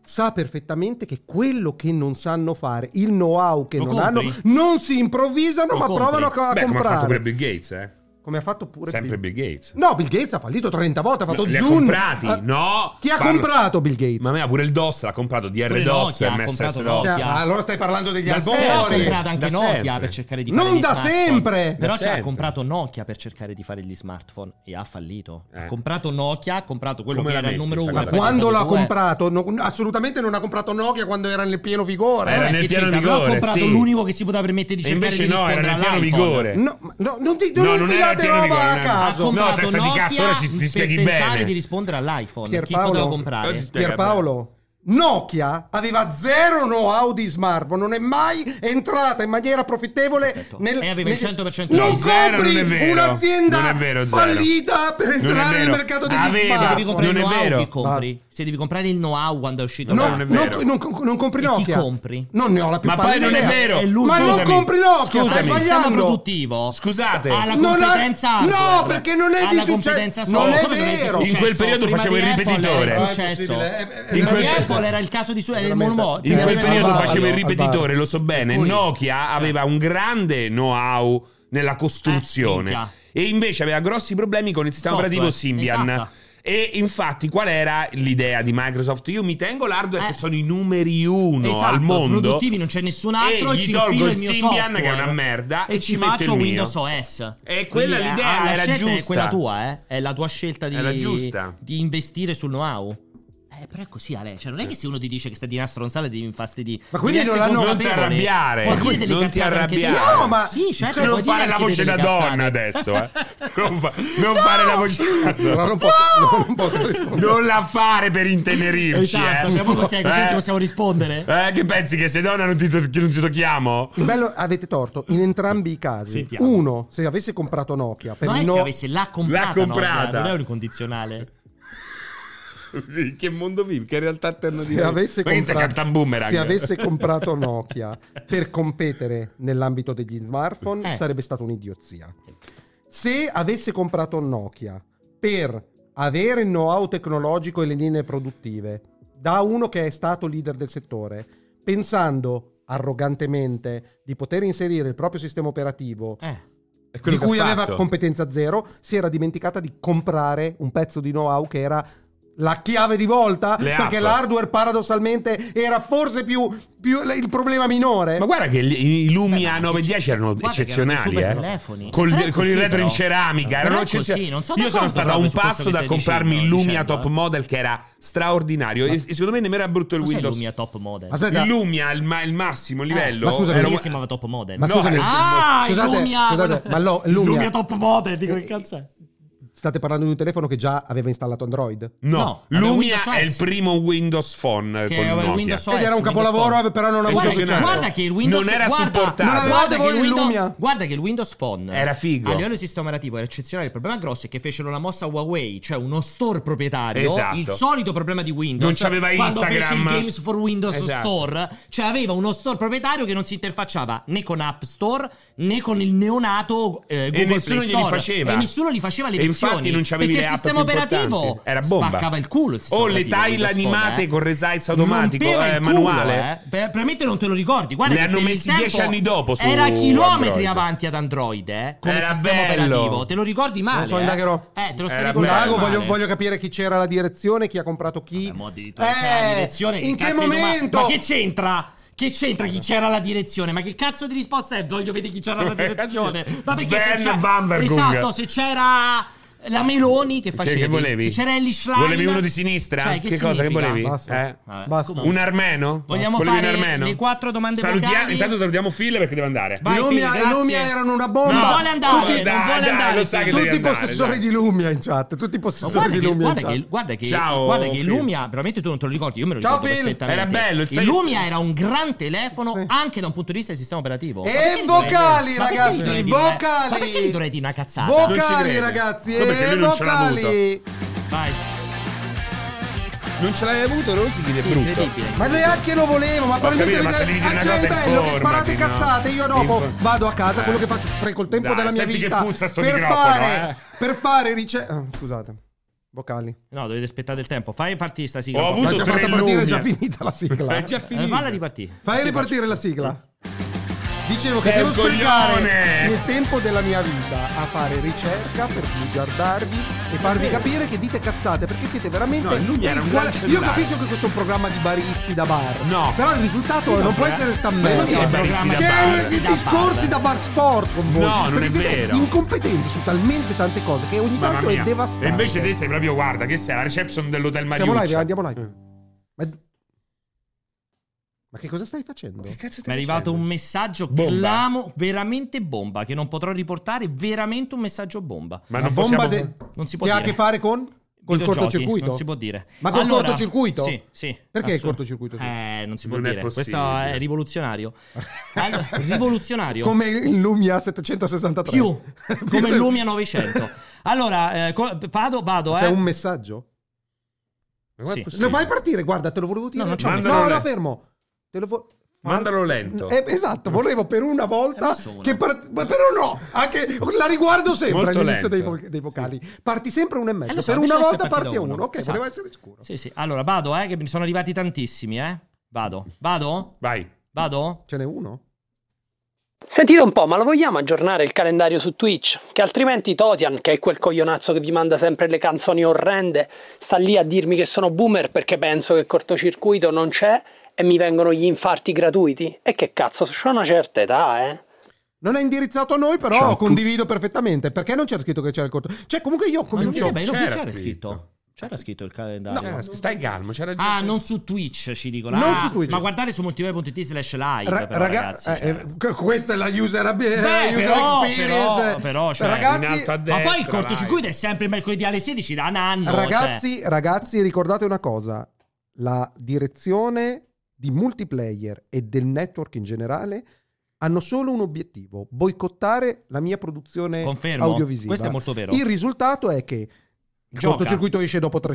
Speaker 4: sa perfettamente che quello che non sanno fare il know-how che
Speaker 2: Lo
Speaker 4: non
Speaker 2: compri?
Speaker 4: hanno non si improvvisano
Speaker 2: Lo
Speaker 4: ma
Speaker 2: compri?
Speaker 4: provano Eh, a, a
Speaker 3: Beh, come ha fatto
Speaker 4: comprare
Speaker 3: pure Bill Gates, eh?
Speaker 4: come ha fatto pure
Speaker 3: Sempre
Speaker 4: Bill-
Speaker 3: Bill Gates.
Speaker 4: no Bill Gates ha fallito 30 volte ha fatto
Speaker 3: li ha
Speaker 4: Zoom
Speaker 3: comprati,
Speaker 4: Ah,
Speaker 3: no!
Speaker 4: chi ha
Speaker 3: Parlo-
Speaker 4: comprato Bill Gates
Speaker 3: Ma me ha pure il DOS, l'ha comprato
Speaker 2: Pure
Speaker 3: DRDOS,
Speaker 2: Nokia ha
Speaker 3: MSS
Speaker 2: comprato
Speaker 3: DOS.
Speaker 2: Nokia.
Speaker 4: Cioè,
Speaker 2: Ossia.
Speaker 4: ma allora stai parlando degli
Speaker 3: Da
Speaker 2: Però ha
Speaker 3: sempre.
Speaker 4: albori
Speaker 2: comprato anche
Speaker 3: Da
Speaker 2: Nokia
Speaker 3: sempre.
Speaker 2: per cercare di fare
Speaker 4: non
Speaker 2: gli
Speaker 4: da
Speaker 2: smartphone.
Speaker 4: sempre
Speaker 2: Però
Speaker 3: Da
Speaker 2: cioè, ha
Speaker 3: sempre.
Speaker 2: comprato Nokia per cercare di fare gli smartphone e ha fallito.
Speaker 3: Eh.
Speaker 2: Ha comprato Nokia, ha comprato quello
Speaker 3: Come
Speaker 2: che
Speaker 3: la
Speaker 2: era il
Speaker 3: metti,
Speaker 2: numero
Speaker 3: sta
Speaker 2: uno.
Speaker 4: Ma
Speaker 3: cosa?
Speaker 2: poi è
Speaker 4: quando l'ha
Speaker 2: diventato due.
Speaker 4: comprato? No, assolutamente non ha comprato Nokia quando era nel pieno vigore.
Speaker 3: Era
Speaker 2: Eh,
Speaker 3: nel
Speaker 2: che
Speaker 3: pieno
Speaker 2: c'entra? Però
Speaker 3: vigore,
Speaker 2: Ha comprato
Speaker 3: sì.
Speaker 2: l'unico che si poteva permettere di
Speaker 3: E
Speaker 2: cercare
Speaker 3: invece
Speaker 2: di
Speaker 3: no, era
Speaker 2: rispondere
Speaker 3: nel pieno
Speaker 2: all'iPhone.
Speaker 3: vigore.
Speaker 4: No, ma- no, non ti
Speaker 3: No,
Speaker 4: non
Speaker 3: non era
Speaker 4: infilate
Speaker 3: pieno
Speaker 4: roba
Speaker 3: vigore,
Speaker 4: a
Speaker 3: no.
Speaker 2: Ha
Speaker 4: caso.
Speaker 3: No,
Speaker 2: comprato
Speaker 3: testa di
Speaker 2: Nokia
Speaker 3: cazzo, ora ci- ti spieghi
Speaker 2: per tentare
Speaker 3: bene.
Speaker 2: di rispondere all'iPhone. Chi
Speaker 4: Pierpaolo?
Speaker 2: poteva
Speaker 3: Oggi si
Speaker 2: comprare?
Speaker 3: Eh, spiega
Speaker 4: Pierpaolo. Nokia aveva zero know-how di smartphone, non è mai entrata in maniera profittevole
Speaker 2: Perfetto.
Speaker 4: nel,
Speaker 2: E aveva il
Speaker 4: nel-
Speaker 2: 100%
Speaker 4: Non
Speaker 3: Zero,
Speaker 4: compri
Speaker 3: non è vero. Non
Speaker 4: un'azienda
Speaker 3: è vero, zero.
Speaker 4: fallita per
Speaker 3: Non è
Speaker 4: entrare nel
Speaker 3: vero.
Speaker 4: mercato degli
Speaker 3: Aveva.
Speaker 2: Se devi
Speaker 4: smartphone.
Speaker 2: comprare il
Speaker 3: Non è
Speaker 2: know-how,
Speaker 3: vero.
Speaker 2: chi compri? Se devi comprare il know-how quando è uscito.
Speaker 4: No,
Speaker 3: Ah. Non
Speaker 2: Nokia.
Speaker 3: è
Speaker 4: non,
Speaker 3: vero.
Speaker 4: non co- non compri
Speaker 2: E chi
Speaker 4: Nokia.
Speaker 2: compri?
Speaker 4: Non ne ho la più
Speaker 3: Ma
Speaker 4: pallida
Speaker 3: poi non è
Speaker 4: idea.
Speaker 3: vero.
Speaker 2: È lui,
Speaker 4: Ma non
Speaker 3: Scusami.
Speaker 4: compri Nokia, stai
Speaker 3: Scusami.
Speaker 2: Il sistema
Speaker 4: sbagliando.
Speaker 2: produttivo
Speaker 3: Scusate.
Speaker 2: ha la
Speaker 4: Non ha-
Speaker 2: competenza
Speaker 4: No, perché non è
Speaker 2: ha
Speaker 4: di
Speaker 2: la
Speaker 4: succe-
Speaker 2: competenza
Speaker 4: non
Speaker 2: sola.
Speaker 4: è
Speaker 2: Come non di
Speaker 4: vero.
Speaker 2: successo?
Speaker 3: In quel periodo
Speaker 2: Prima
Speaker 3: facevo
Speaker 2: di
Speaker 3: il
Speaker 2: Apple
Speaker 3: ripetitore.
Speaker 2: era
Speaker 4: No,
Speaker 2: il
Speaker 4: è
Speaker 2: successo.
Speaker 4: possibile, è- è-
Speaker 2: Prima di
Speaker 4: veramente-
Speaker 2: Apple era il caso di su- era il
Speaker 4: Veramente.
Speaker 2: monomo-
Speaker 3: In quel
Speaker 2: veramente-
Speaker 3: periodo
Speaker 2: al bar.
Speaker 3: facevo il
Speaker 4: al
Speaker 3: ripetitore,
Speaker 4: bar.
Speaker 3: lo so bene.
Speaker 2: Per cui- Eh.
Speaker 3: Nokia aveva un grande know-how nella costruzione
Speaker 2: Eh, minchia.
Speaker 3: e invece aveva grossi problemi con il sistema
Speaker 2: Software,
Speaker 3: operativo Symbian.
Speaker 2: esatto.
Speaker 3: E infatti, qual era l'idea di Microsoft? Io mi tengo l'hardware
Speaker 2: Eh.
Speaker 3: che sono i numeri uno
Speaker 2: Esatto,
Speaker 3: al mondo.
Speaker 2: produttivi non c'è nessun altro,
Speaker 3: E
Speaker 2: ci
Speaker 3: gli
Speaker 2: infilo
Speaker 3: tolgo
Speaker 2: il
Speaker 3: il
Speaker 2: mio
Speaker 3: Symbian,
Speaker 2: software.
Speaker 3: che è una merda,
Speaker 2: e ci
Speaker 3: metto
Speaker 2: faccio
Speaker 3: il mio.
Speaker 2: Windows OS.
Speaker 3: E quella
Speaker 2: Quindi,
Speaker 3: l'idea
Speaker 2: ah, la
Speaker 3: era
Speaker 2: scelta
Speaker 3: giusta.
Speaker 2: È quella tua, eh? È la tua scelta di,
Speaker 3: Era giusta.
Speaker 2: di investire sul know-how. Eh, però è così, Ale. Cioè, non è che se uno ti dice che stai di una stronzata devi infastidire.
Speaker 4: Ma quindi
Speaker 2: Devi
Speaker 4: non
Speaker 2: essere
Speaker 4: l'hanno-
Speaker 3: Non ti
Speaker 2: consapevole.
Speaker 3: arrabbiare,
Speaker 2: Puoi dire delle
Speaker 3: non ti
Speaker 2: cazzate anche te.
Speaker 3: arrabbiare.
Speaker 4: No, ma-
Speaker 2: Sì, certo,
Speaker 4: cioè,
Speaker 2: puoi
Speaker 3: non
Speaker 2: dire
Speaker 3: fare la
Speaker 2: anche
Speaker 3: voce
Speaker 2: delle
Speaker 3: da
Speaker 2: cazzate.
Speaker 3: donna adesso, eh. Non, fa- non fare la voce da donna.
Speaker 4: Però non posso, non posso rispondere.
Speaker 3: Non la fare per intenerirci.
Speaker 2: Esatto,
Speaker 3: eh.
Speaker 2: cioè, proprio così, così
Speaker 3: Eh.
Speaker 2: ti possiamo rispondere.
Speaker 3: Eh, che pensi che se donna non ti, to- non ti tocchiamo?
Speaker 4: Il bello, avete torto in entrambi i casi.
Speaker 2: Sentiamo.
Speaker 4: Uno, se avesse comprato Nokia, per
Speaker 2: Non è
Speaker 4: il
Speaker 2: se
Speaker 4: no-
Speaker 2: avesse l'ha comprata.
Speaker 3: L'ha comprata.
Speaker 2: no, non è un condizionale.
Speaker 3: che mondo vivi? Che realtà
Speaker 4: se
Speaker 3: alternativa?
Speaker 4: avesse
Speaker 3: Ma che sei
Speaker 4: comprato,
Speaker 3: Captain Boomerang?
Speaker 4: se avesse comprato Nokia per competere nell'ambito degli smartphone,
Speaker 2: Eh.
Speaker 4: sarebbe stata un'idiozia. Se avesse comprato Nokia per avere il know-how tecnologico e le linee produttive da uno che è stato leader del settore, pensando arrogantemente di poter inserire il proprio sistema operativo
Speaker 2: Eh.
Speaker 3: È quello
Speaker 4: di
Speaker 3: che
Speaker 4: cui
Speaker 3: ha
Speaker 4: aveva
Speaker 3: fatto.
Speaker 4: competenza zero, si era dimenticata di comprare un pezzo di know-how che era la chiave di volta,
Speaker 3: Le
Speaker 4: perché
Speaker 3: app.
Speaker 4: l'hardware paradossalmente era forse più, più il problema minore.
Speaker 3: Ma guarda che gli- i lumi
Speaker 2: Beh, ma
Speaker 3: a 910 erano
Speaker 2: guarda che
Speaker 3: eccezionali,
Speaker 2: erano i super
Speaker 3: eh.
Speaker 2: telefoni.
Speaker 3: Col,
Speaker 2: Però è
Speaker 3: con
Speaker 2: così,
Speaker 3: il retro
Speaker 2: però.
Speaker 3: in ceramica,
Speaker 2: Però
Speaker 3: erano
Speaker 2: è così,
Speaker 3: eccezionali.
Speaker 2: non so
Speaker 3: Io sono
Speaker 2: d'accordo
Speaker 3: stato a
Speaker 2: proprio
Speaker 3: un
Speaker 2: su questo
Speaker 3: passo
Speaker 2: che
Speaker 3: da
Speaker 2: stai
Speaker 3: comprarmi il
Speaker 2: dicendo,
Speaker 3: Lumia
Speaker 2: dicendo,
Speaker 3: top
Speaker 2: eh.
Speaker 3: model che era straordinario e, e secondo me nemmeno era brutto il
Speaker 2: Cos'è
Speaker 3: Windows.
Speaker 2: Lumia top Eh, model?
Speaker 4: Aspetta,
Speaker 3: Il Lumia il, ma- il massimo livello.
Speaker 4: ma scusa,
Speaker 2: Quello
Speaker 3: era
Speaker 2: che
Speaker 3: un-
Speaker 2: si chiamava top model.
Speaker 4: ma
Speaker 3: no,
Speaker 4: scusami,
Speaker 2: Ah, il
Speaker 4: scusate,
Speaker 2: Lumia!
Speaker 4: scusate, ma no, il Lumia- Eh,
Speaker 2: top model, dico che cazzo è?
Speaker 4: state parlando di un telefono che già aveva installato Android.
Speaker 3: No,
Speaker 2: No,
Speaker 3: Lumia
Speaker 2: aveva Windows
Speaker 3: è il
Speaker 2: OS.
Speaker 3: primo Windows Phone
Speaker 2: Che
Speaker 3: con
Speaker 2: era il
Speaker 3: Nokia.
Speaker 2: Windows OS,
Speaker 4: Ed era un
Speaker 2: Windows
Speaker 4: capolavoro, eh,
Speaker 2: Phone.
Speaker 4: però non avevo
Speaker 2: guarda,
Speaker 3: Eccezionale.
Speaker 2: guarda che il Windows
Speaker 3: Non era
Speaker 2: guarda,
Speaker 3: supportato.
Speaker 4: Non
Speaker 2: guarda,
Speaker 4: avevate
Speaker 2: che
Speaker 4: voi
Speaker 2: il
Speaker 4: il
Speaker 2: Windows,
Speaker 4: Lumia?
Speaker 2: guarda che il Windows Phone
Speaker 3: Era figo.
Speaker 2: a livello di sistema operativo era eccezionale. Il problema grosso è che fecero la mossa Huawei, cioè uno store proprietario.
Speaker 3: Esatto.
Speaker 2: Il solito problema di Windows.
Speaker 3: Non c'aveva
Speaker 2: quando
Speaker 3: Instagram.
Speaker 2: fece il Games for Windows
Speaker 3: Esatto.
Speaker 2: Store, cioè aveva uno store proprietario che non si interfacciava né con App Store né con il neonato eh, Google
Speaker 3: e nessuno
Speaker 2: Play
Speaker 3: glieli
Speaker 2: Store.
Speaker 3: faceva.
Speaker 2: E nessuno gli faceva le
Speaker 3: E
Speaker 2: versioni.
Speaker 3: infatti non c'avevi
Speaker 2: perché
Speaker 3: le
Speaker 2: il
Speaker 3: app
Speaker 2: sistema
Speaker 3: più importanti.
Speaker 2: operativo
Speaker 3: Era bomba.
Speaker 2: spaccava il culo. Il sistema
Speaker 3: O le
Speaker 2: operativo di
Speaker 3: tile
Speaker 2: Windows Phone,
Speaker 3: animate
Speaker 2: eh.
Speaker 3: con resize automatico,
Speaker 2: Rompeva il
Speaker 3: eh,
Speaker 2: culo,
Speaker 3: manuale.
Speaker 2: eh. Per- Probabilmente non te lo ricordi. Guarda,
Speaker 3: Le
Speaker 2: che
Speaker 3: hanno
Speaker 2: per il
Speaker 3: messi
Speaker 2: tempo
Speaker 3: dieci anni dopo su
Speaker 2: Era chilometri
Speaker 3: Android.
Speaker 2: avanti ad Android, eh, come
Speaker 3: Era
Speaker 2: sistema
Speaker 3: bello.
Speaker 2: operativo. Te lo ricordi male?
Speaker 4: Non so,
Speaker 2: eh?
Speaker 4: indagherò.
Speaker 2: Eh, te lo stai ricordando.
Speaker 3: Era
Speaker 4: Indago,
Speaker 3: bello.
Speaker 2: male.
Speaker 4: voglio, voglio capire chi c'era alla direzione, chi ha comprato chi. Eh,
Speaker 2: Vabbè, mo addirittura c'era
Speaker 3: Eh,
Speaker 2: la direzione.
Speaker 4: In che
Speaker 2: cazzo di domanda-
Speaker 4: momento?
Speaker 2: Ma che c'entra? Che c'entra chi c'era la direzione? Ma che cazzo di risposta è? Voglio vedere chi c'era la direzione. Ma perché se
Speaker 3: Sven
Speaker 2: c'era-
Speaker 3: Vanberghe.
Speaker 2: Esatto, se c'era la Meloni che facevi?
Speaker 3: che volevi?
Speaker 2: Se c'era Ellie Schlein.
Speaker 3: Volevi uno di sinistra?
Speaker 2: Cioè, che,
Speaker 3: Che cosa che
Speaker 2: significa?
Speaker 3: volevi?
Speaker 4: Basta.
Speaker 3: Eh?
Speaker 2: Vabbè,
Speaker 4: Basta.
Speaker 2: comunque.
Speaker 3: Un armeno?
Speaker 2: Vogliamo
Speaker 3: Volevi un
Speaker 2: fare
Speaker 3: armeno?
Speaker 2: le quattro domande
Speaker 3: Salutia-
Speaker 2: vocali?
Speaker 3: Intanto salutiamo Phil perché deve andare.
Speaker 2: Vai,
Speaker 4: I Lumia,
Speaker 2: Fili,
Speaker 4: i
Speaker 2: grazie.
Speaker 4: Lumia erano una bomba.
Speaker 2: Non vuole andare,
Speaker 4: tutti
Speaker 2: non vuole andare.
Speaker 3: lo sa che
Speaker 4: tutti
Speaker 3: devi
Speaker 4: i
Speaker 3: andare,
Speaker 4: possessori
Speaker 3: dai.
Speaker 4: di Lumia in chat. Tutti i
Speaker 2: Ma
Speaker 4: possessori
Speaker 2: guarda,
Speaker 4: di
Speaker 2: che,
Speaker 4: Lumia in
Speaker 2: guarda,
Speaker 4: chat.
Speaker 2: che, guarda che
Speaker 3: Ciao,
Speaker 2: guarda che il
Speaker 3: Phil.
Speaker 2: Lumia veramente tu non te lo ricordi io me lo
Speaker 4: Ciao,
Speaker 2: ricordo
Speaker 4: Phil.
Speaker 2: perfettamente
Speaker 3: Era bello, il
Speaker 2: il
Speaker 3: sai-
Speaker 2: Lumia era un gran telefono
Speaker 4: Sì.
Speaker 2: anche da un punto di vista del sistema
Speaker 3: Oh,
Speaker 2: operativo Ma perché
Speaker 4: E
Speaker 2: gli dovrei-
Speaker 4: vocali,
Speaker 2: ma perché gli dovrei
Speaker 4: ragazzi,
Speaker 2: dire-
Speaker 4: vocali.
Speaker 2: ma perché gli dovrei dire una cazzata
Speaker 3: Non ci
Speaker 4: Vocali,
Speaker 3: crede.
Speaker 4: ragazzi,
Speaker 3: Ma perché
Speaker 4: e
Speaker 3: lui non ce l'ha
Speaker 4: vocali.
Speaker 2: vai
Speaker 3: Non ce l'hai avuto, Rosy? Che è
Speaker 2: Sì,
Speaker 3: brutto.
Speaker 2: incredibile
Speaker 4: Ma neanche lo volevo, ma probabilmente
Speaker 3: capito, ma se devi
Speaker 4: vedete-
Speaker 3: dire
Speaker 4: ah,
Speaker 3: una
Speaker 4: c'è il
Speaker 3: cosa,
Speaker 4: bello che
Speaker 3: informati,
Speaker 4: sparate
Speaker 3: no?
Speaker 4: cazzate, io dopo
Speaker 3: Info-
Speaker 4: vado a casa,
Speaker 3: Eh.
Speaker 4: quello che faccio spreco il tempo
Speaker 3: Dai,
Speaker 4: della mia
Speaker 3: senti che
Speaker 4: vita
Speaker 3: puzza sto
Speaker 4: per
Speaker 3: microfono,
Speaker 4: fare
Speaker 3: eh.
Speaker 4: per fare rice- ah, scusate. Vocali.
Speaker 2: no dovete aspettare il tempo fai farti sta sigla
Speaker 3: Ho
Speaker 2: un po'.
Speaker 3: avuto
Speaker 4: L'ha già
Speaker 3: tre
Speaker 4: fatta partire, è
Speaker 3: Lumia.
Speaker 4: già finita la sigla.
Speaker 3: È già
Speaker 2: Eh,
Speaker 3: finito.
Speaker 2: falla ripartire
Speaker 4: Fai ripartire la sigla. Dicevo che
Speaker 3: Sei
Speaker 4: devo
Speaker 3: un coglione!
Speaker 4: sprecare il tempo della mia vita a fare ricerca per bugiardarvi e farvi capire che dite cazzate perché siete veramente.
Speaker 3: No, lui era un
Speaker 4: Guarda,
Speaker 3: gran
Speaker 4: Io
Speaker 3: cellulare.
Speaker 4: capisco che questo è un programma di baristi da bar.
Speaker 3: No. eh.
Speaker 4: Però il risultato non può essere sta merda.
Speaker 3: dire baristi da
Speaker 4: Che
Speaker 3: bar?
Speaker 4: erano dei
Speaker 2: Da
Speaker 4: discorsi
Speaker 2: bar.
Speaker 4: da bar sport con voi.
Speaker 3: No, non
Speaker 4: perché
Speaker 3: è
Speaker 4: siete
Speaker 3: vero.
Speaker 4: incompetenti su talmente tante cose che ogni
Speaker 3: Mamma
Speaker 4: tanto
Speaker 3: mia.
Speaker 4: è devastante.
Speaker 3: E invece te sei proprio, guarda, che sei la reception dell'hotel
Speaker 4: Siamo
Speaker 3: Mariuccia.
Speaker 4: live, andiamo live. Ma... Ma che cosa stai facendo?
Speaker 3: Che cazzo
Speaker 2: mi
Speaker 3: stai
Speaker 2: è arrivato
Speaker 3: facendo?
Speaker 2: un messaggio
Speaker 3: Bomba.
Speaker 2: clamo veramente bomba che non potrò riportare veramente un messaggio bomba
Speaker 3: Ma
Speaker 4: Una
Speaker 3: Ah, non
Speaker 4: bomba
Speaker 3: possiamo...
Speaker 4: de-
Speaker 2: non si può
Speaker 4: che ha a
Speaker 2: dire.
Speaker 4: che fare con col
Speaker 2: Videogiochi,
Speaker 4: cortocircuito?
Speaker 2: Non si può dire.
Speaker 4: Ma col
Speaker 2: Allora-
Speaker 4: cortocircuito?
Speaker 2: Sì, sì.
Speaker 4: Perché il
Speaker 2: assolut-
Speaker 4: cortocircuito? sì?
Speaker 2: Eh, non si può
Speaker 3: Non è
Speaker 2: dire. Questo
Speaker 3: possibile.
Speaker 2: è rivoluzionario. Allora, rivoluzionario.
Speaker 4: Come il Lumia 763.
Speaker 2: più come il Lumia 900. Allora, eh, co- vado, vado,
Speaker 4: C'è
Speaker 2: eh.
Speaker 4: un messaggio?
Speaker 3: Ma com'è
Speaker 2: Sì.
Speaker 3: possibile?
Speaker 4: Lo fai partire, guarda, te lo volevo dire.
Speaker 2: No, non c'è
Speaker 4: no,
Speaker 3: un messaggio.
Speaker 4: no, fermo. Te lo vo-
Speaker 3: Mandalo lento.
Speaker 4: Eh, esatto, volevo per una volta
Speaker 2: Adesso una.
Speaker 4: che par- ma però no, anche la riguardo sempre
Speaker 3: Molto
Speaker 4: all'inizio dei,
Speaker 3: lento.
Speaker 4: vo- dei vocali. Parti sempre uno e mezzo,
Speaker 2: Eh, lo so,
Speaker 4: per
Speaker 2: invece
Speaker 4: una
Speaker 2: adesso è
Speaker 4: volta
Speaker 2: partito
Speaker 4: parti a uno. Ok,
Speaker 2: Esatto.
Speaker 4: volevo essere sicuro.
Speaker 2: Sì, sì. Allora, vado, eh, che mi sono arrivati tantissimi, eh. Vado. Vado?
Speaker 3: Vai.
Speaker 2: Vado?
Speaker 4: Ce n'è uno?
Speaker 6: Sentite un po', ma lo vogliamo aggiornare il calendario su Twitch? Che altrimenti Totian, che è quel coglionazzo che vi manda sempre le canzoni orrende, sta lì a dirmi che sono boomer perché penso che il cortocircuito non c'è e mi vengono gli infarti gratuiti? E che cazzo, c'ho una certa età, eh?
Speaker 4: Non è indirizzato a noi, però
Speaker 6: Ciao a tutti.
Speaker 4: condivido perfettamente. Perché non c'era scritto che c'era il corto? Cioè, comunque io
Speaker 2: Ma non mi
Speaker 4: comincio.
Speaker 2: sembra, io non
Speaker 3: c'era
Speaker 2: c'era scritto.
Speaker 3: scritto.
Speaker 2: C'era scritto il calendario.
Speaker 3: C'era- Eh, Stai calmo, c'era già...
Speaker 2: Ah, non su Twitch ci dicono.
Speaker 4: Non
Speaker 2: Ah,
Speaker 4: su Twitch.
Speaker 2: Ma guardate su multiplayer.it slash live.
Speaker 4: Ra-
Speaker 2: però,
Speaker 4: raga-
Speaker 2: ragazzi.
Speaker 4: eh,
Speaker 2: cioè.
Speaker 4: eh, c- questa è la user, ab- user
Speaker 2: però,
Speaker 4: Eh, experience.
Speaker 2: però, però, cioè,
Speaker 3: in
Speaker 4: ragazzi,
Speaker 3: alto a
Speaker 2: Ma
Speaker 3: destra,
Speaker 2: poi il cortocircuito è sempre mercoledì alle 16 da un anno.
Speaker 4: ragazzi, ragazzi, ricordate una cosa: la direzione di multiplayer e del network in generale hanno solo un obiettivo: boicottare la mia produzione
Speaker 2: cioè, confermo.
Speaker 4: audiovisiva.
Speaker 2: Questo è molto vero.
Speaker 4: Il risultato è che il
Speaker 2: Gioca.
Speaker 4: cortocircuito esce dopo tre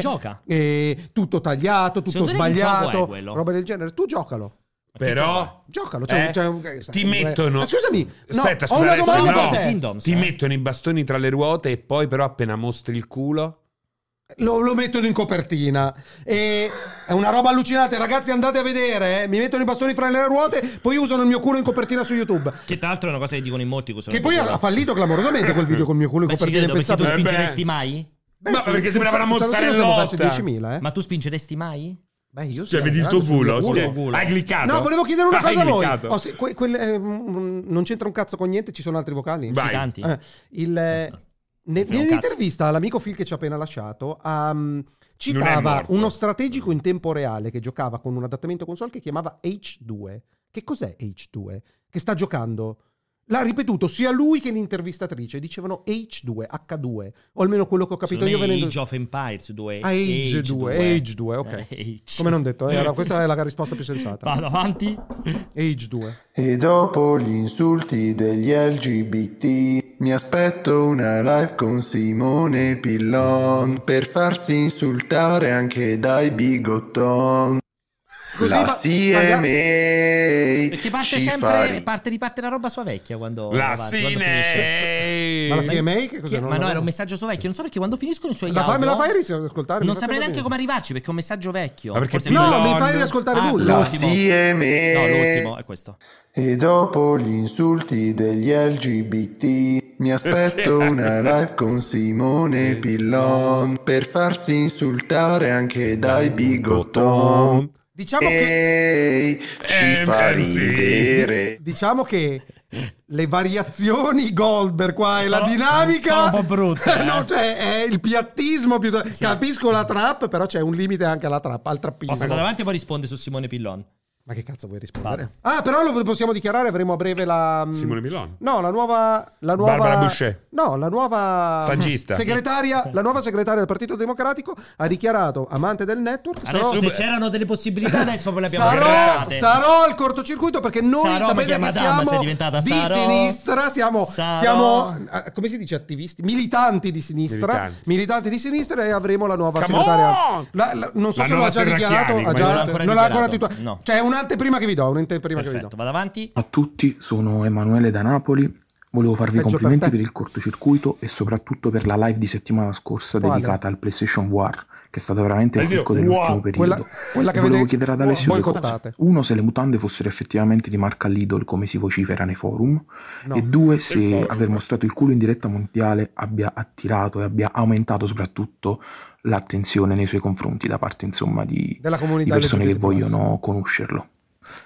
Speaker 2: cioè, Gioca.
Speaker 4: e Eh, tutto tagliato, tutto
Speaker 2: Secondo te che gioco è
Speaker 4: sbagliato,
Speaker 2: quello?
Speaker 4: roba del genere. Tu giocalo.
Speaker 3: Però...
Speaker 4: Giocalo. C'è,
Speaker 3: Eh,
Speaker 4: c'è un-
Speaker 3: ti mettono.
Speaker 4: Ma scusami, no,
Speaker 3: Aspetta,
Speaker 4: ho
Speaker 3: scusa,
Speaker 4: una
Speaker 3: adesso
Speaker 4: domanda
Speaker 3: no.
Speaker 4: per te.
Speaker 2: Kingdoms,
Speaker 3: Ti
Speaker 2: eh.
Speaker 3: mettono i bastoni tra le ruote e poi però appena mostri il culo...
Speaker 4: Lo, lo mettono in copertina. E è una roba allucinante. Ragazzi, andate a vedere. eh. Mi mettono i bastoni fra le ruote, poi usano il mio culo in copertina su YouTube.
Speaker 2: Che tra l'altro è una cosa che dicono in molti.
Speaker 4: Che poi ha ha fallito clamorosamente quel video col mio culo in
Speaker 2: Ma ci
Speaker 4: copertina.
Speaker 2: credo perché tu
Speaker 4: Pensato-
Speaker 3: Eh, beh.
Speaker 2: spingeresti mai?
Speaker 4: Beh,
Speaker 3: Ma
Speaker 4: sul-
Speaker 3: perché
Speaker 4: sul-
Speaker 3: sembrava una
Speaker 4: sul- sul- sul- siamo persi
Speaker 3: mozzarella.
Speaker 4: 10.000, eh.
Speaker 2: Ma tu spingeresti mai?
Speaker 4: Beh, io sì,
Speaker 3: Cioè, vedi il
Speaker 4: guarda,
Speaker 3: tuo
Speaker 4: sul mio
Speaker 3: culo? Cioè,
Speaker 2: culo.
Speaker 3: Hai cliccato?
Speaker 4: No, volevo chiedere una
Speaker 3: Hai
Speaker 4: cosa a voi.
Speaker 3: cliccato?
Speaker 4: Oh, sì, que- quel- eh, mm, non c'entra un cazzo con niente, ci sono altri vocali.
Speaker 3: Vai.
Speaker 2: Sì, tanti.
Speaker 4: Eh, il, eh, ne-
Speaker 2: frega un
Speaker 4: nell'intervista all'amico Phil che ci ha appena lasciato, ehm,
Speaker 3: Non è
Speaker 4: citava
Speaker 3: morto.
Speaker 4: uno strategico in tempo reale che giocava con un adattamento console che chiamava H2. Che cos'è H2? Che sta giocando? L'ha ripetuto sia lui che l'intervistatrice. Dicevano H2, H2, o almeno quello che ho capito io
Speaker 2: Secondo me
Speaker 4: venendo.
Speaker 2: Age of Empires 2.
Speaker 4: Ah, Age 2, Age 2, ok.
Speaker 2: Eh, Age.
Speaker 4: Come non detto, eh, allora, questa è la risposta più sensata.
Speaker 2: Vado avanti.
Speaker 4: Age 2.
Speaker 7: E dopo gli insulti degli LGBT mi aspetto una live con Simone Pillon per farsi insultare anche dai bigotton.
Speaker 4: Così
Speaker 7: la
Speaker 4: va-
Speaker 7: CMA
Speaker 2: Perché parte
Speaker 7: ci fa
Speaker 2: sempre
Speaker 7: ri-
Speaker 2: parte, riparte la roba sua vecchia quando va
Speaker 3: La
Speaker 2: avanti, quando finisce.
Speaker 3: Sine!
Speaker 4: Ma la CMA che
Speaker 2: Chi-
Speaker 4: cos'è? Non
Speaker 2: ma
Speaker 4: la-
Speaker 2: no, era un messaggio suo vecchio. Non so perché quando finiscono i suoi
Speaker 4: La fai,
Speaker 2: audio
Speaker 4: me la fai riascoltare?
Speaker 2: Cioè, Non
Speaker 4: Mi fai
Speaker 2: saprei neanche
Speaker 4: capire.
Speaker 2: come arrivarci perché è un messaggio vecchio.
Speaker 3: Ma perché eh,
Speaker 2: Forse
Speaker 3: prima-
Speaker 2: mi-
Speaker 4: No, mi
Speaker 3: Madonna.
Speaker 4: fai riascoltare
Speaker 2: Ah,
Speaker 4: nulla.
Speaker 7: La
Speaker 2: L'ultimo. No, l'ultimo
Speaker 7: CMA
Speaker 2: è questo.
Speaker 7: E dopo gli insulti degli LGBT mi aspetto una live con Simone Pillon per farsi insultare anche dai bigotton.
Speaker 4: Diciamo
Speaker 7: Eh,
Speaker 4: che.
Speaker 7: Ehi, ci
Speaker 3: Eh,
Speaker 7: fa
Speaker 3: beh, sì.
Speaker 7: ridere.
Speaker 4: Diciamo che le variazioni Goldberg qua e la
Speaker 2: Sono-
Speaker 4: dinamica
Speaker 2: sono un po' brutte, eh.
Speaker 4: no, cioè, è il piattismo piuttosto- capisco la trap però c'è un limite anche alla trap al trappismo
Speaker 2: Posso andare avanti e poi risponde su Simone Pillon.
Speaker 4: ma che cazzo vuoi rispondere ah però lo possiamo dichiarare avremo a breve la mm,
Speaker 3: Simone Milon.
Speaker 4: no la nuova la nuova
Speaker 3: Barbara Boucher.
Speaker 4: no la nuova
Speaker 3: Stagista.
Speaker 4: segretaria la nuova segretaria del Partito Democratico ha dichiarato amante del network
Speaker 2: Adesso
Speaker 4: sarò,
Speaker 2: se c'erano delle possibilità adesso ve le abbiamo
Speaker 4: sarò,
Speaker 2: create.
Speaker 4: sarò al cortocircuito perché noi
Speaker 2: Sarò,
Speaker 4: sapete
Speaker 2: ma
Speaker 4: che
Speaker 2: chi è Madama, sei
Speaker 4: siamo
Speaker 2: diventata
Speaker 4: di
Speaker 2: Sarò?
Speaker 4: sinistra, siamo,
Speaker 2: Sarò?
Speaker 4: siamo, eh, come si dice attivisti, militanti di sinistra,
Speaker 3: Militanti.
Speaker 4: militanti, di sinistra e avremo la nuova
Speaker 3: Come on!
Speaker 4: segretaria. La- la- non so
Speaker 3: La
Speaker 4: se l'ha
Speaker 3: nuova
Speaker 4: già
Speaker 3: Serracchiani,
Speaker 4: dichiarato,
Speaker 3: ma
Speaker 4: ha già-
Speaker 2: non l'ha ancora
Speaker 4: non l'ha ancora
Speaker 2: dichiarato.
Speaker 4: titolato.
Speaker 2: No.
Speaker 4: Cioè un'anteprima che vi do, un'anteprima che vi
Speaker 2: Perfetto,
Speaker 4: do.
Speaker 2: vado avanti.
Speaker 8: A tutti, sono Emanuele da Napoli. Volevo farvi i
Speaker 4: Peggio per
Speaker 8: complimenti
Speaker 4: te.
Speaker 8: per, il cortocircuito e soprattutto per la live di settimana scorsa
Speaker 4: Quale?
Speaker 8: dedicata al PlayStation War, che è stato veramente il
Speaker 3: Oddio,
Speaker 8: picco dell'ultimo
Speaker 3: wow,
Speaker 8: periodo.
Speaker 4: Quella, quella che
Speaker 8: Volevo
Speaker 4: avete
Speaker 8: chiedere ad Alessio due
Speaker 4: boicottate.
Speaker 8: cose. Uno, se le mutande fossero effettivamente di marca Lidl come si vocifera nei forum.
Speaker 4: No.
Speaker 8: E due,
Speaker 3: Per
Speaker 8: se
Speaker 3: forza.
Speaker 8: aver mostrato il culo in diretta mondiale abbia attirato e abbia aumentato soprattutto l'attenzione nei suoi confronti da parte insomma di,
Speaker 4: Della
Speaker 8: di
Speaker 4: comunità
Speaker 8: persone che
Speaker 4: LGBT+.
Speaker 8: vogliono conoscerlo.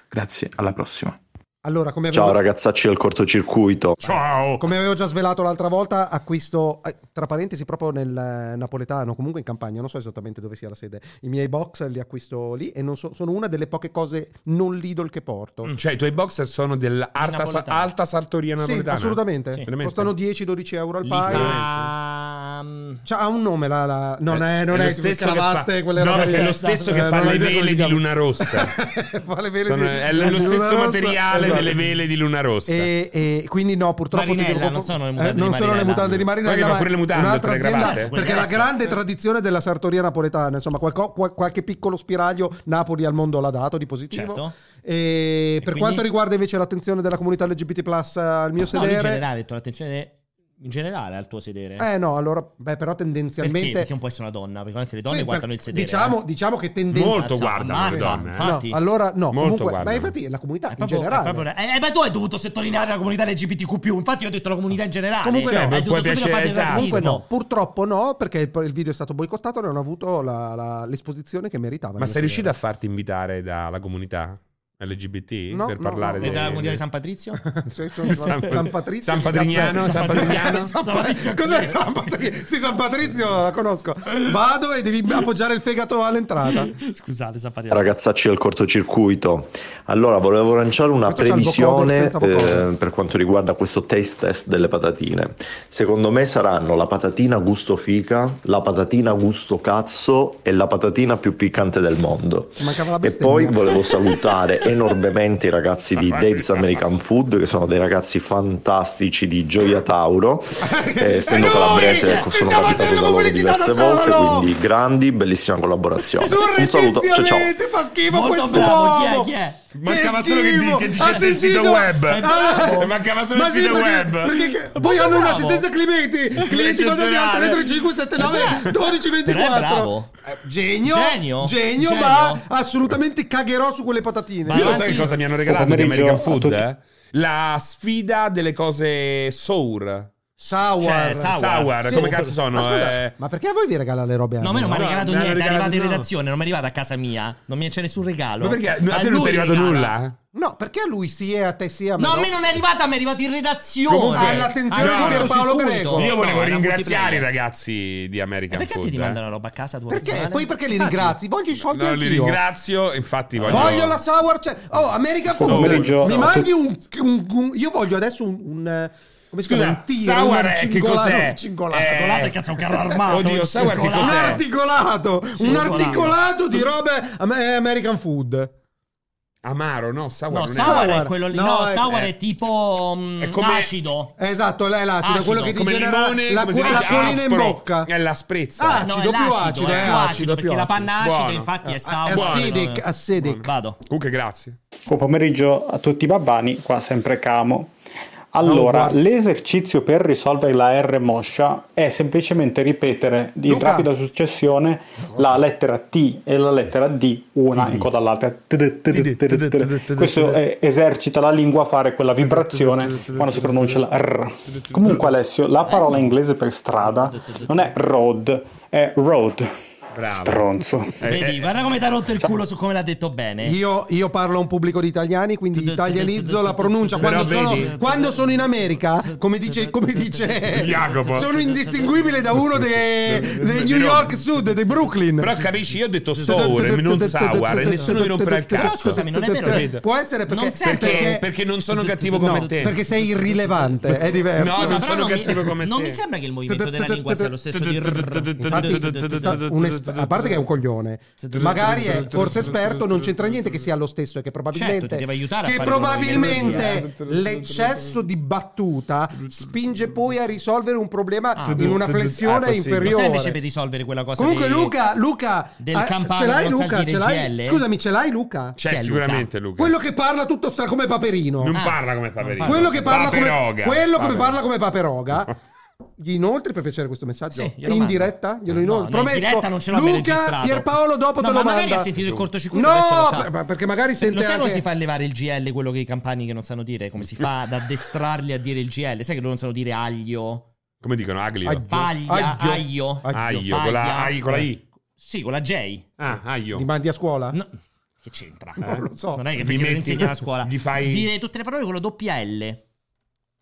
Speaker 8: Grazie, alla prossima.
Speaker 4: Allora, come
Speaker 9: Ciao
Speaker 4: avevo-
Speaker 9: ragazzacci del cortocircuito.
Speaker 3: Ciao!
Speaker 4: Come avevo già svelato l'altra volta, acquisto, eh, tra parentesi, proprio nel eh, napoletano, comunque in campagna, non so esattamente dove sia la sede. I miei box li acquisto lì e non so- sono una delle poche cose non Lidl che porto.
Speaker 3: Cioè, i tuoi boxer sono dell'alta sa-
Speaker 2: Napoletano.
Speaker 3: alta sartoria
Speaker 4: Sì,
Speaker 3: napoletana.
Speaker 4: assolutamente.
Speaker 2: Sì.
Speaker 3: Veramente?
Speaker 4: Costano 10-12 euro al
Speaker 3: Li
Speaker 4: paio.
Speaker 3: fa- Eh,
Speaker 2: Ah,
Speaker 4: Cioè, ha un nome la, la- non è, non è,
Speaker 3: lo stesso che
Speaker 4: cravatte,
Speaker 3: fa-
Speaker 4: quelle
Speaker 3: no,
Speaker 4: robe
Speaker 3: perché
Speaker 4: lì.
Speaker 3: è lo stesso che
Speaker 4: Eh,
Speaker 3: fa
Speaker 4: non ho
Speaker 3: le
Speaker 4: idea come
Speaker 3: vele di
Speaker 4: si chiama.
Speaker 3: Luna Rossa.
Speaker 4: Fa le vele
Speaker 3: Sono-
Speaker 4: di-
Speaker 3: è lo
Speaker 4: di
Speaker 3: stesso
Speaker 4: Luna Rossa.
Speaker 3: materiale
Speaker 4: Esatto.
Speaker 3: delle vele di Luna Rossa.
Speaker 4: E, e quindi no, purtroppo ti
Speaker 2: Marinella,
Speaker 4: devo
Speaker 2: non sono le
Speaker 4: eh,
Speaker 2: mutande di
Speaker 4: non sono
Speaker 2: Marinella.
Speaker 4: le mutande di Marinella,
Speaker 3: Poi che fa
Speaker 4: ma
Speaker 3: pure le mutande,
Speaker 4: un'altra
Speaker 3: oltre le
Speaker 4: azienda,
Speaker 3: cravatte.
Speaker 4: perché la grande tradizione della sartoria napoletana, insomma, qualco- qual- qualche piccolo spiraglio Napoli al mondo l'ha dato di positivo.
Speaker 2: certo.
Speaker 4: E per
Speaker 2: quindi?
Speaker 4: quanto riguarda invece l'attenzione della comunità LGBT+ eh, al mio
Speaker 2: No, in
Speaker 4: sedere,
Speaker 2: generale, ho detto l'attenzione in generale al tuo sedere.
Speaker 4: eh no, allora beh, però
Speaker 2: perché?
Speaker 4: tendenzialmente
Speaker 2: Perché non può essere una donna, perché anche le donne
Speaker 4: Sì,
Speaker 2: guardano
Speaker 4: per-
Speaker 2: il sedere.
Speaker 4: Diciamo,
Speaker 2: eh.
Speaker 4: diciamo che
Speaker 3: Molto
Speaker 4: tendenza
Speaker 3: guardano le
Speaker 2: ammazza,
Speaker 3: donne, eh.
Speaker 2: fa- infatti.
Speaker 4: No, allora no,
Speaker 3: Molto
Speaker 4: comunque,
Speaker 3: guardano.
Speaker 4: ma infatti è la comunità
Speaker 2: È
Speaker 4: in
Speaker 2: proprio- è
Speaker 4: generale.
Speaker 2: proprio- eh, eh, ma tu hai dovuto sottolineare la comunità LGBTQ. Infatti, io ho detto la comunità in generale.
Speaker 4: Ah,
Speaker 2: Cioè,
Speaker 4: Comunque no.
Speaker 2: hai
Speaker 4: Beh,
Speaker 2: dovuto
Speaker 3: può
Speaker 2: subito
Speaker 3: Eh, piacere,
Speaker 2: fare del
Speaker 3: esatto.
Speaker 2: razzismo.
Speaker 4: Comunque no, purtroppo no, perché il, il video è stato boicottato e non ha avuto la- la- l'esposizione che meritava.
Speaker 3: Ma sei riuscito a farti invitare dalla comunità LGBT
Speaker 4: No,
Speaker 3: per
Speaker 4: no,
Speaker 3: parlare
Speaker 4: no,
Speaker 2: E
Speaker 3: di...
Speaker 2: dalla comunità di San Patrizio?
Speaker 4: San, San Patrizio.
Speaker 3: San Patrignano,
Speaker 4: Cazzo è?
Speaker 3: San Patrignano.
Speaker 4: Eh, San Patrizio. Cos'è San Patrizio? Sì, San Patrizio la conosco. Vado e devi appoggiare il fegato all'entrata.
Speaker 2: Scusate, San Patrizio.
Speaker 9: Ragazzacci del cortocircuito. Allora, volevo lanciare una
Speaker 4: Questo c'ha il vocoder
Speaker 9: previsione
Speaker 4: senza vocoder.
Speaker 9: eh, per quanto riguarda questo taste test delle patatine. Secondo me saranno la patatina gusto fica, la patatina gusto cazzo e la patatina più piccante del mondo.
Speaker 4: Mancava la
Speaker 9: E
Speaker 4: bestemmia.
Speaker 9: poi volevo salutare enormemente i ragazzi di Dave's American Food, che sono dei ragazzi fantastici di Gioia Tauro. Eh, essendo
Speaker 4: È lui!
Speaker 9: calabrese,
Speaker 4: Mi
Speaker 9: sono
Speaker 4: sta
Speaker 9: capitato
Speaker 4: facendo
Speaker 9: da loro
Speaker 4: pubblicità da
Speaker 9: diverse
Speaker 4: solo!
Speaker 9: volte, quindi grandi, bellissima collaborazione. Un saluto, ciao ciao.
Speaker 4: Surrettiziamente fa schifo
Speaker 2: Molto
Speaker 4: questo
Speaker 2: bravo, chi è? Chi è?
Speaker 3: Mancava solo che, di- che
Speaker 4: Ah,
Speaker 3: dicesse il sito web. Eh, Mancava solo il sito web.
Speaker 4: poi hanno
Speaker 2: bravo. Eh,
Speaker 4: un'assistenza Clementi. Clementi cosa si alza? 3579
Speaker 2: Però è
Speaker 4: 1224.
Speaker 2: bravo.
Speaker 4: Eh, Genio,
Speaker 2: Genio?
Speaker 4: genio,
Speaker 2: Genio.
Speaker 4: ma assolutamente cagherò su quelle
Speaker 3: Io
Speaker 4: patatine.
Speaker 3: lo
Speaker 2: Avanti.
Speaker 3: sai che cosa mi hanno regalato di American Food? eh? La sfida delle cose sour.
Speaker 4: Sour.
Speaker 10: Cioè, sour.
Speaker 3: Sour,
Speaker 4: Sì.
Speaker 3: come cazzo sono?
Speaker 4: Ma, scusa,
Speaker 3: Eh,
Speaker 4: ma perché a voi vi regala le robe a
Speaker 2: No, a me non mi ha
Speaker 3: No,
Speaker 2: regalato
Speaker 3: no, non
Speaker 2: niente, è
Speaker 3: regalato,
Speaker 2: arrivato in
Speaker 3: no.
Speaker 2: redazione, non mi è arrivato a casa mia, non mi c'è nessun regalo.
Speaker 3: ma perché a te non
Speaker 2: lui
Speaker 3: ti è arrivato
Speaker 2: regala.
Speaker 3: nulla?
Speaker 4: No, perché a lui sì e a te sì e a me
Speaker 2: No,
Speaker 4: no?
Speaker 2: a me non è arrivata, mi è arrivato in redazione.
Speaker 3: Comunque-
Speaker 4: All'attenzione
Speaker 3: di
Speaker 4: Pierpaolo Greco.
Speaker 3: Io volevo
Speaker 2: Oh, No, era
Speaker 3: ringraziare i
Speaker 2: multiplayer.
Speaker 3: ragazzi di
Speaker 2: E
Speaker 3: American
Speaker 2: perché
Speaker 3: Food.
Speaker 2: ti ti
Speaker 3: eh.
Speaker 2: mandano la roba a casa tua?
Speaker 4: Perché?
Speaker 2: personale?
Speaker 4: Poi perché li
Speaker 2: Infatti.
Speaker 4: ringrazi? Voglio i soldi
Speaker 3: No, li
Speaker 4: anch'io.
Speaker 3: ringrazio, infatti voglio...
Speaker 4: Voglio la sour cioè- Oh, America Food.
Speaker 9: pomeriggio-
Speaker 4: Mi
Speaker 9: no,
Speaker 4: mandi un, un- un- Io voglio adesso un... un, eh, come si chiama?
Speaker 3: Scusa,
Speaker 4: Un tiro,
Speaker 3: sour
Speaker 4: un
Speaker 3: è- che
Speaker 4: cingolato-
Speaker 3: cos'è?
Speaker 4: un cingolato.
Speaker 3: Eh,
Speaker 2: Colato è cazzo un carro armato.
Speaker 3: Oddio,
Speaker 2: un
Speaker 3: sai guarda che
Speaker 2: circolare.
Speaker 4: Un
Speaker 3: cos'è?
Speaker 4: articolato, un
Speaker 2: colato.
Speaker 4: articolato di robe am- eh, American Food.
Speaker 3: Amaro, no, sour
Speaker 2: No,
Speaker 3: non è
Speaker 2: sour
Speaker 4: sour.
Speaker 2: è quello lì.
Speaker 4: No,
Speaker 2: No,
Speaker 4: è-
Speaker 2: sour
Speaker 3: eh.
Speaker 2: è tipo mm,
Speaker 3: È come-
Speaker 2: acido.
Speaker 4: Esatto, è l'acido,
Speaker 2: Acido,
Speaker 4: quello che ti
Speaker 3: come
Speaker 4: genera
Speaker 3: limone,
Speaker 4: la,
Speaker 3: come si
Speaker 4: la
Speaker 3: dice,
Speaker 4: colina in
Speaker 3: aspro.
Speaker 4: bocca.
Speaker 3: È l'asprezza.
Speaker 4: Ah,
Speaker 2: No,
Speaker 4: acido,
Speaker 2: è
Speaker 4: più
Speaker 2: l'acido,
Speaker 4: acido,
Speaker 2: è
Speaker 4: eh,
Speaker 2: più
Speaker 4: acido,
Speaker 2: acido, Eh,
Speaker 4: più
Speaker 2: perché la
Speaker 4: acido.
Speaker 2: panna acida
Speaker 3: Buono.
Speaker 2: infatti è sour.
Speaker 4: Acidic, acidic.
Speaker 2: Vado.
Speaker 3: Comunque, grazie.
Speaker 7: Buon pomeriggio a tutti i babbani, qua sempre Camo. Allora,
Speaker 4: Oh, guarda.
Speaker 7: l'esercizio per risolvere la R moscia è semplicemente ripetere in
Speaker 4: Luca.
Speaker 7: rapida successione la lettera T e la lettera D, una in coda all'altra. Questo eh, esercita la lingua a fare quella vibrazione quando si pronuncia la R. Comunque, Alessio, la parola inglese per strada non è road, è road.
Speaker 3: Bravo. Eh,
Speaker 7: Stronzo.
Speaker 2: Vedi, guarda come ti ha rotto il culo su come l'ha detto bene.
Speaker 4: Eh, Io, io parlo a un pubblico di italiani, quindi italianizzo la pronuncia. Quando
Speaker 3: Però vedi-
Speaker 4: sono, quando sono in America, come dice, come dice
Speaker 3: Jacopo.
Speaker 4: sono indistinguibile da uno dei dei New York Sud, dei Brooklyn.
Speaker 3: Però capisci, io ho detto sour, e non sour, e nessuno mi romperà il
Speaker 2: Però
Speaker 3: cazzo.
Speaker 2: scusami, non è vero.
Speaker 3: Capito?
Speaker 4: Può essere perché,
Speaker 2: Non serve.
Speaker 3: Perché, perché non sono cattivo
Speaker 4: no,
Speaker 3: come te.
Speaker 4: perché sei irrilevante, è diverso.
Speaker 3: No,
Speaker 2: Scusa,
Speaker 3: non
Speaker 2: però
Speaker 3: sono
Speaker 2: mi-
Speaker 3: cattivo come
Speaker 2: Non
Speaker 3: te.
Speaker 2: mi sembra che il movimento della lingua sia lo stesso di
Speaker 4: Sta- un es- a parte che è un coglione, magari è forse esperto, non c'entra niente che sia lo stesso e che probabilmente,
Speaker 2: Certo, ti deve aiutare a
Speaker 4: che
Speaker 2: fare un
Speaker 4: probabilmente
Speaker 2: Eh.
Speaker 4: l'eccesso di battuta spinge poi a risolvere un problema in una flessione
Speaker 3: Ah, possibile.
Speaker 2: Lo sai invece per
Speaker 4: inferiore.
Speaker 2: risolvere quella cosa
Speaker 4: Comunque
Speaker 2: di-
Speaker 4: Luca, Luca,
Speaker 2: del
Speaker 4: ah,
Speaker 2: campano
Speaker 4: ce l'hai
Speaker 2: non sa
Speaker 4: Luca,
Speaker 2: dire
Speaker 4: ce l'hai?
Speaker 2: GL?
Speaker 4: Scusami, ce l'hai Luca?
Speaker 2: Chi
Speaker 3: C'è
Speaker 2: è Luca?
Speaker 3: sicuramente Luca.
Speaker 4: Quello che parla tutto sta come paperino.
Speaker 3: Non
Speaker 2: Ah,
Speaker 3: parla come
Speaker 2: non
Speaker 3: Paperino.
Speaker 2: parla.
Speaker 4: quello che parla come
Speaker 3: Paperoga.
Speaker 4: quello come
Speaker 3: Vabbè.
Speaker 4: parla come paperoga Gli inoltri per piacere questo messaggio
Speaker 2: Sì, glielo
Speaker 4: in
Speaker 2: mando. Eh,
Speaker 4: diretta? Glielo
Speaker 2: No,
Speaker 4: inoltro.
Speaker 2: no, in
Speaker 4: Promesso.
Speaker 2: diretta non ce l'ho mai
Speaker 4: Luca
Speaker 2: registrato.
Speaker 4: Pierpaolo dopo
Speaker 2: No,
Speaker 4: te lo
Speaker 2: ma
Speaker 4: manda.
Speaker 2: magari ha sentito il cortocircuito, adesso lo
Speaker 4: No,
Speaker 2: sa.
Speaker 4: per- ma- perché magari sente
Speaker 2: Lo sai
Speaker 4: anche
Speaker 2: come si fa a levare il GL quello che i campani che non sanno dire? Come si fa ad addestrarli a dire il GL? Sai che loro non sanno dire aglio,
Speaker 3: Come dicono, Ah, Aglio.
Speaker 2: paglia,
Speaker 4: aglio,
Speaker 2: aglio.
Speaker 3: Aglio, con la,
Speaker 2: Aglio.
Speaker 3: ai- con la I.
Speaker 2: Eh, Sì, con la J.
Speaker 3: Ah, aglio.
Speaker 4: Li mandi a scuola?
Speaker 2: No, Che c'entra?
Speaker 4: Non Ah. Eh, lo so.
Speaker 2: Non è che
Speaker 3: Mi
Speaker 2: perché
Speaker 3: metti-
Speaker 2: lo insegna a scuola.
Speaker 3: gli fai-
Speaker 2: Dire tutte le parole con la doppia L.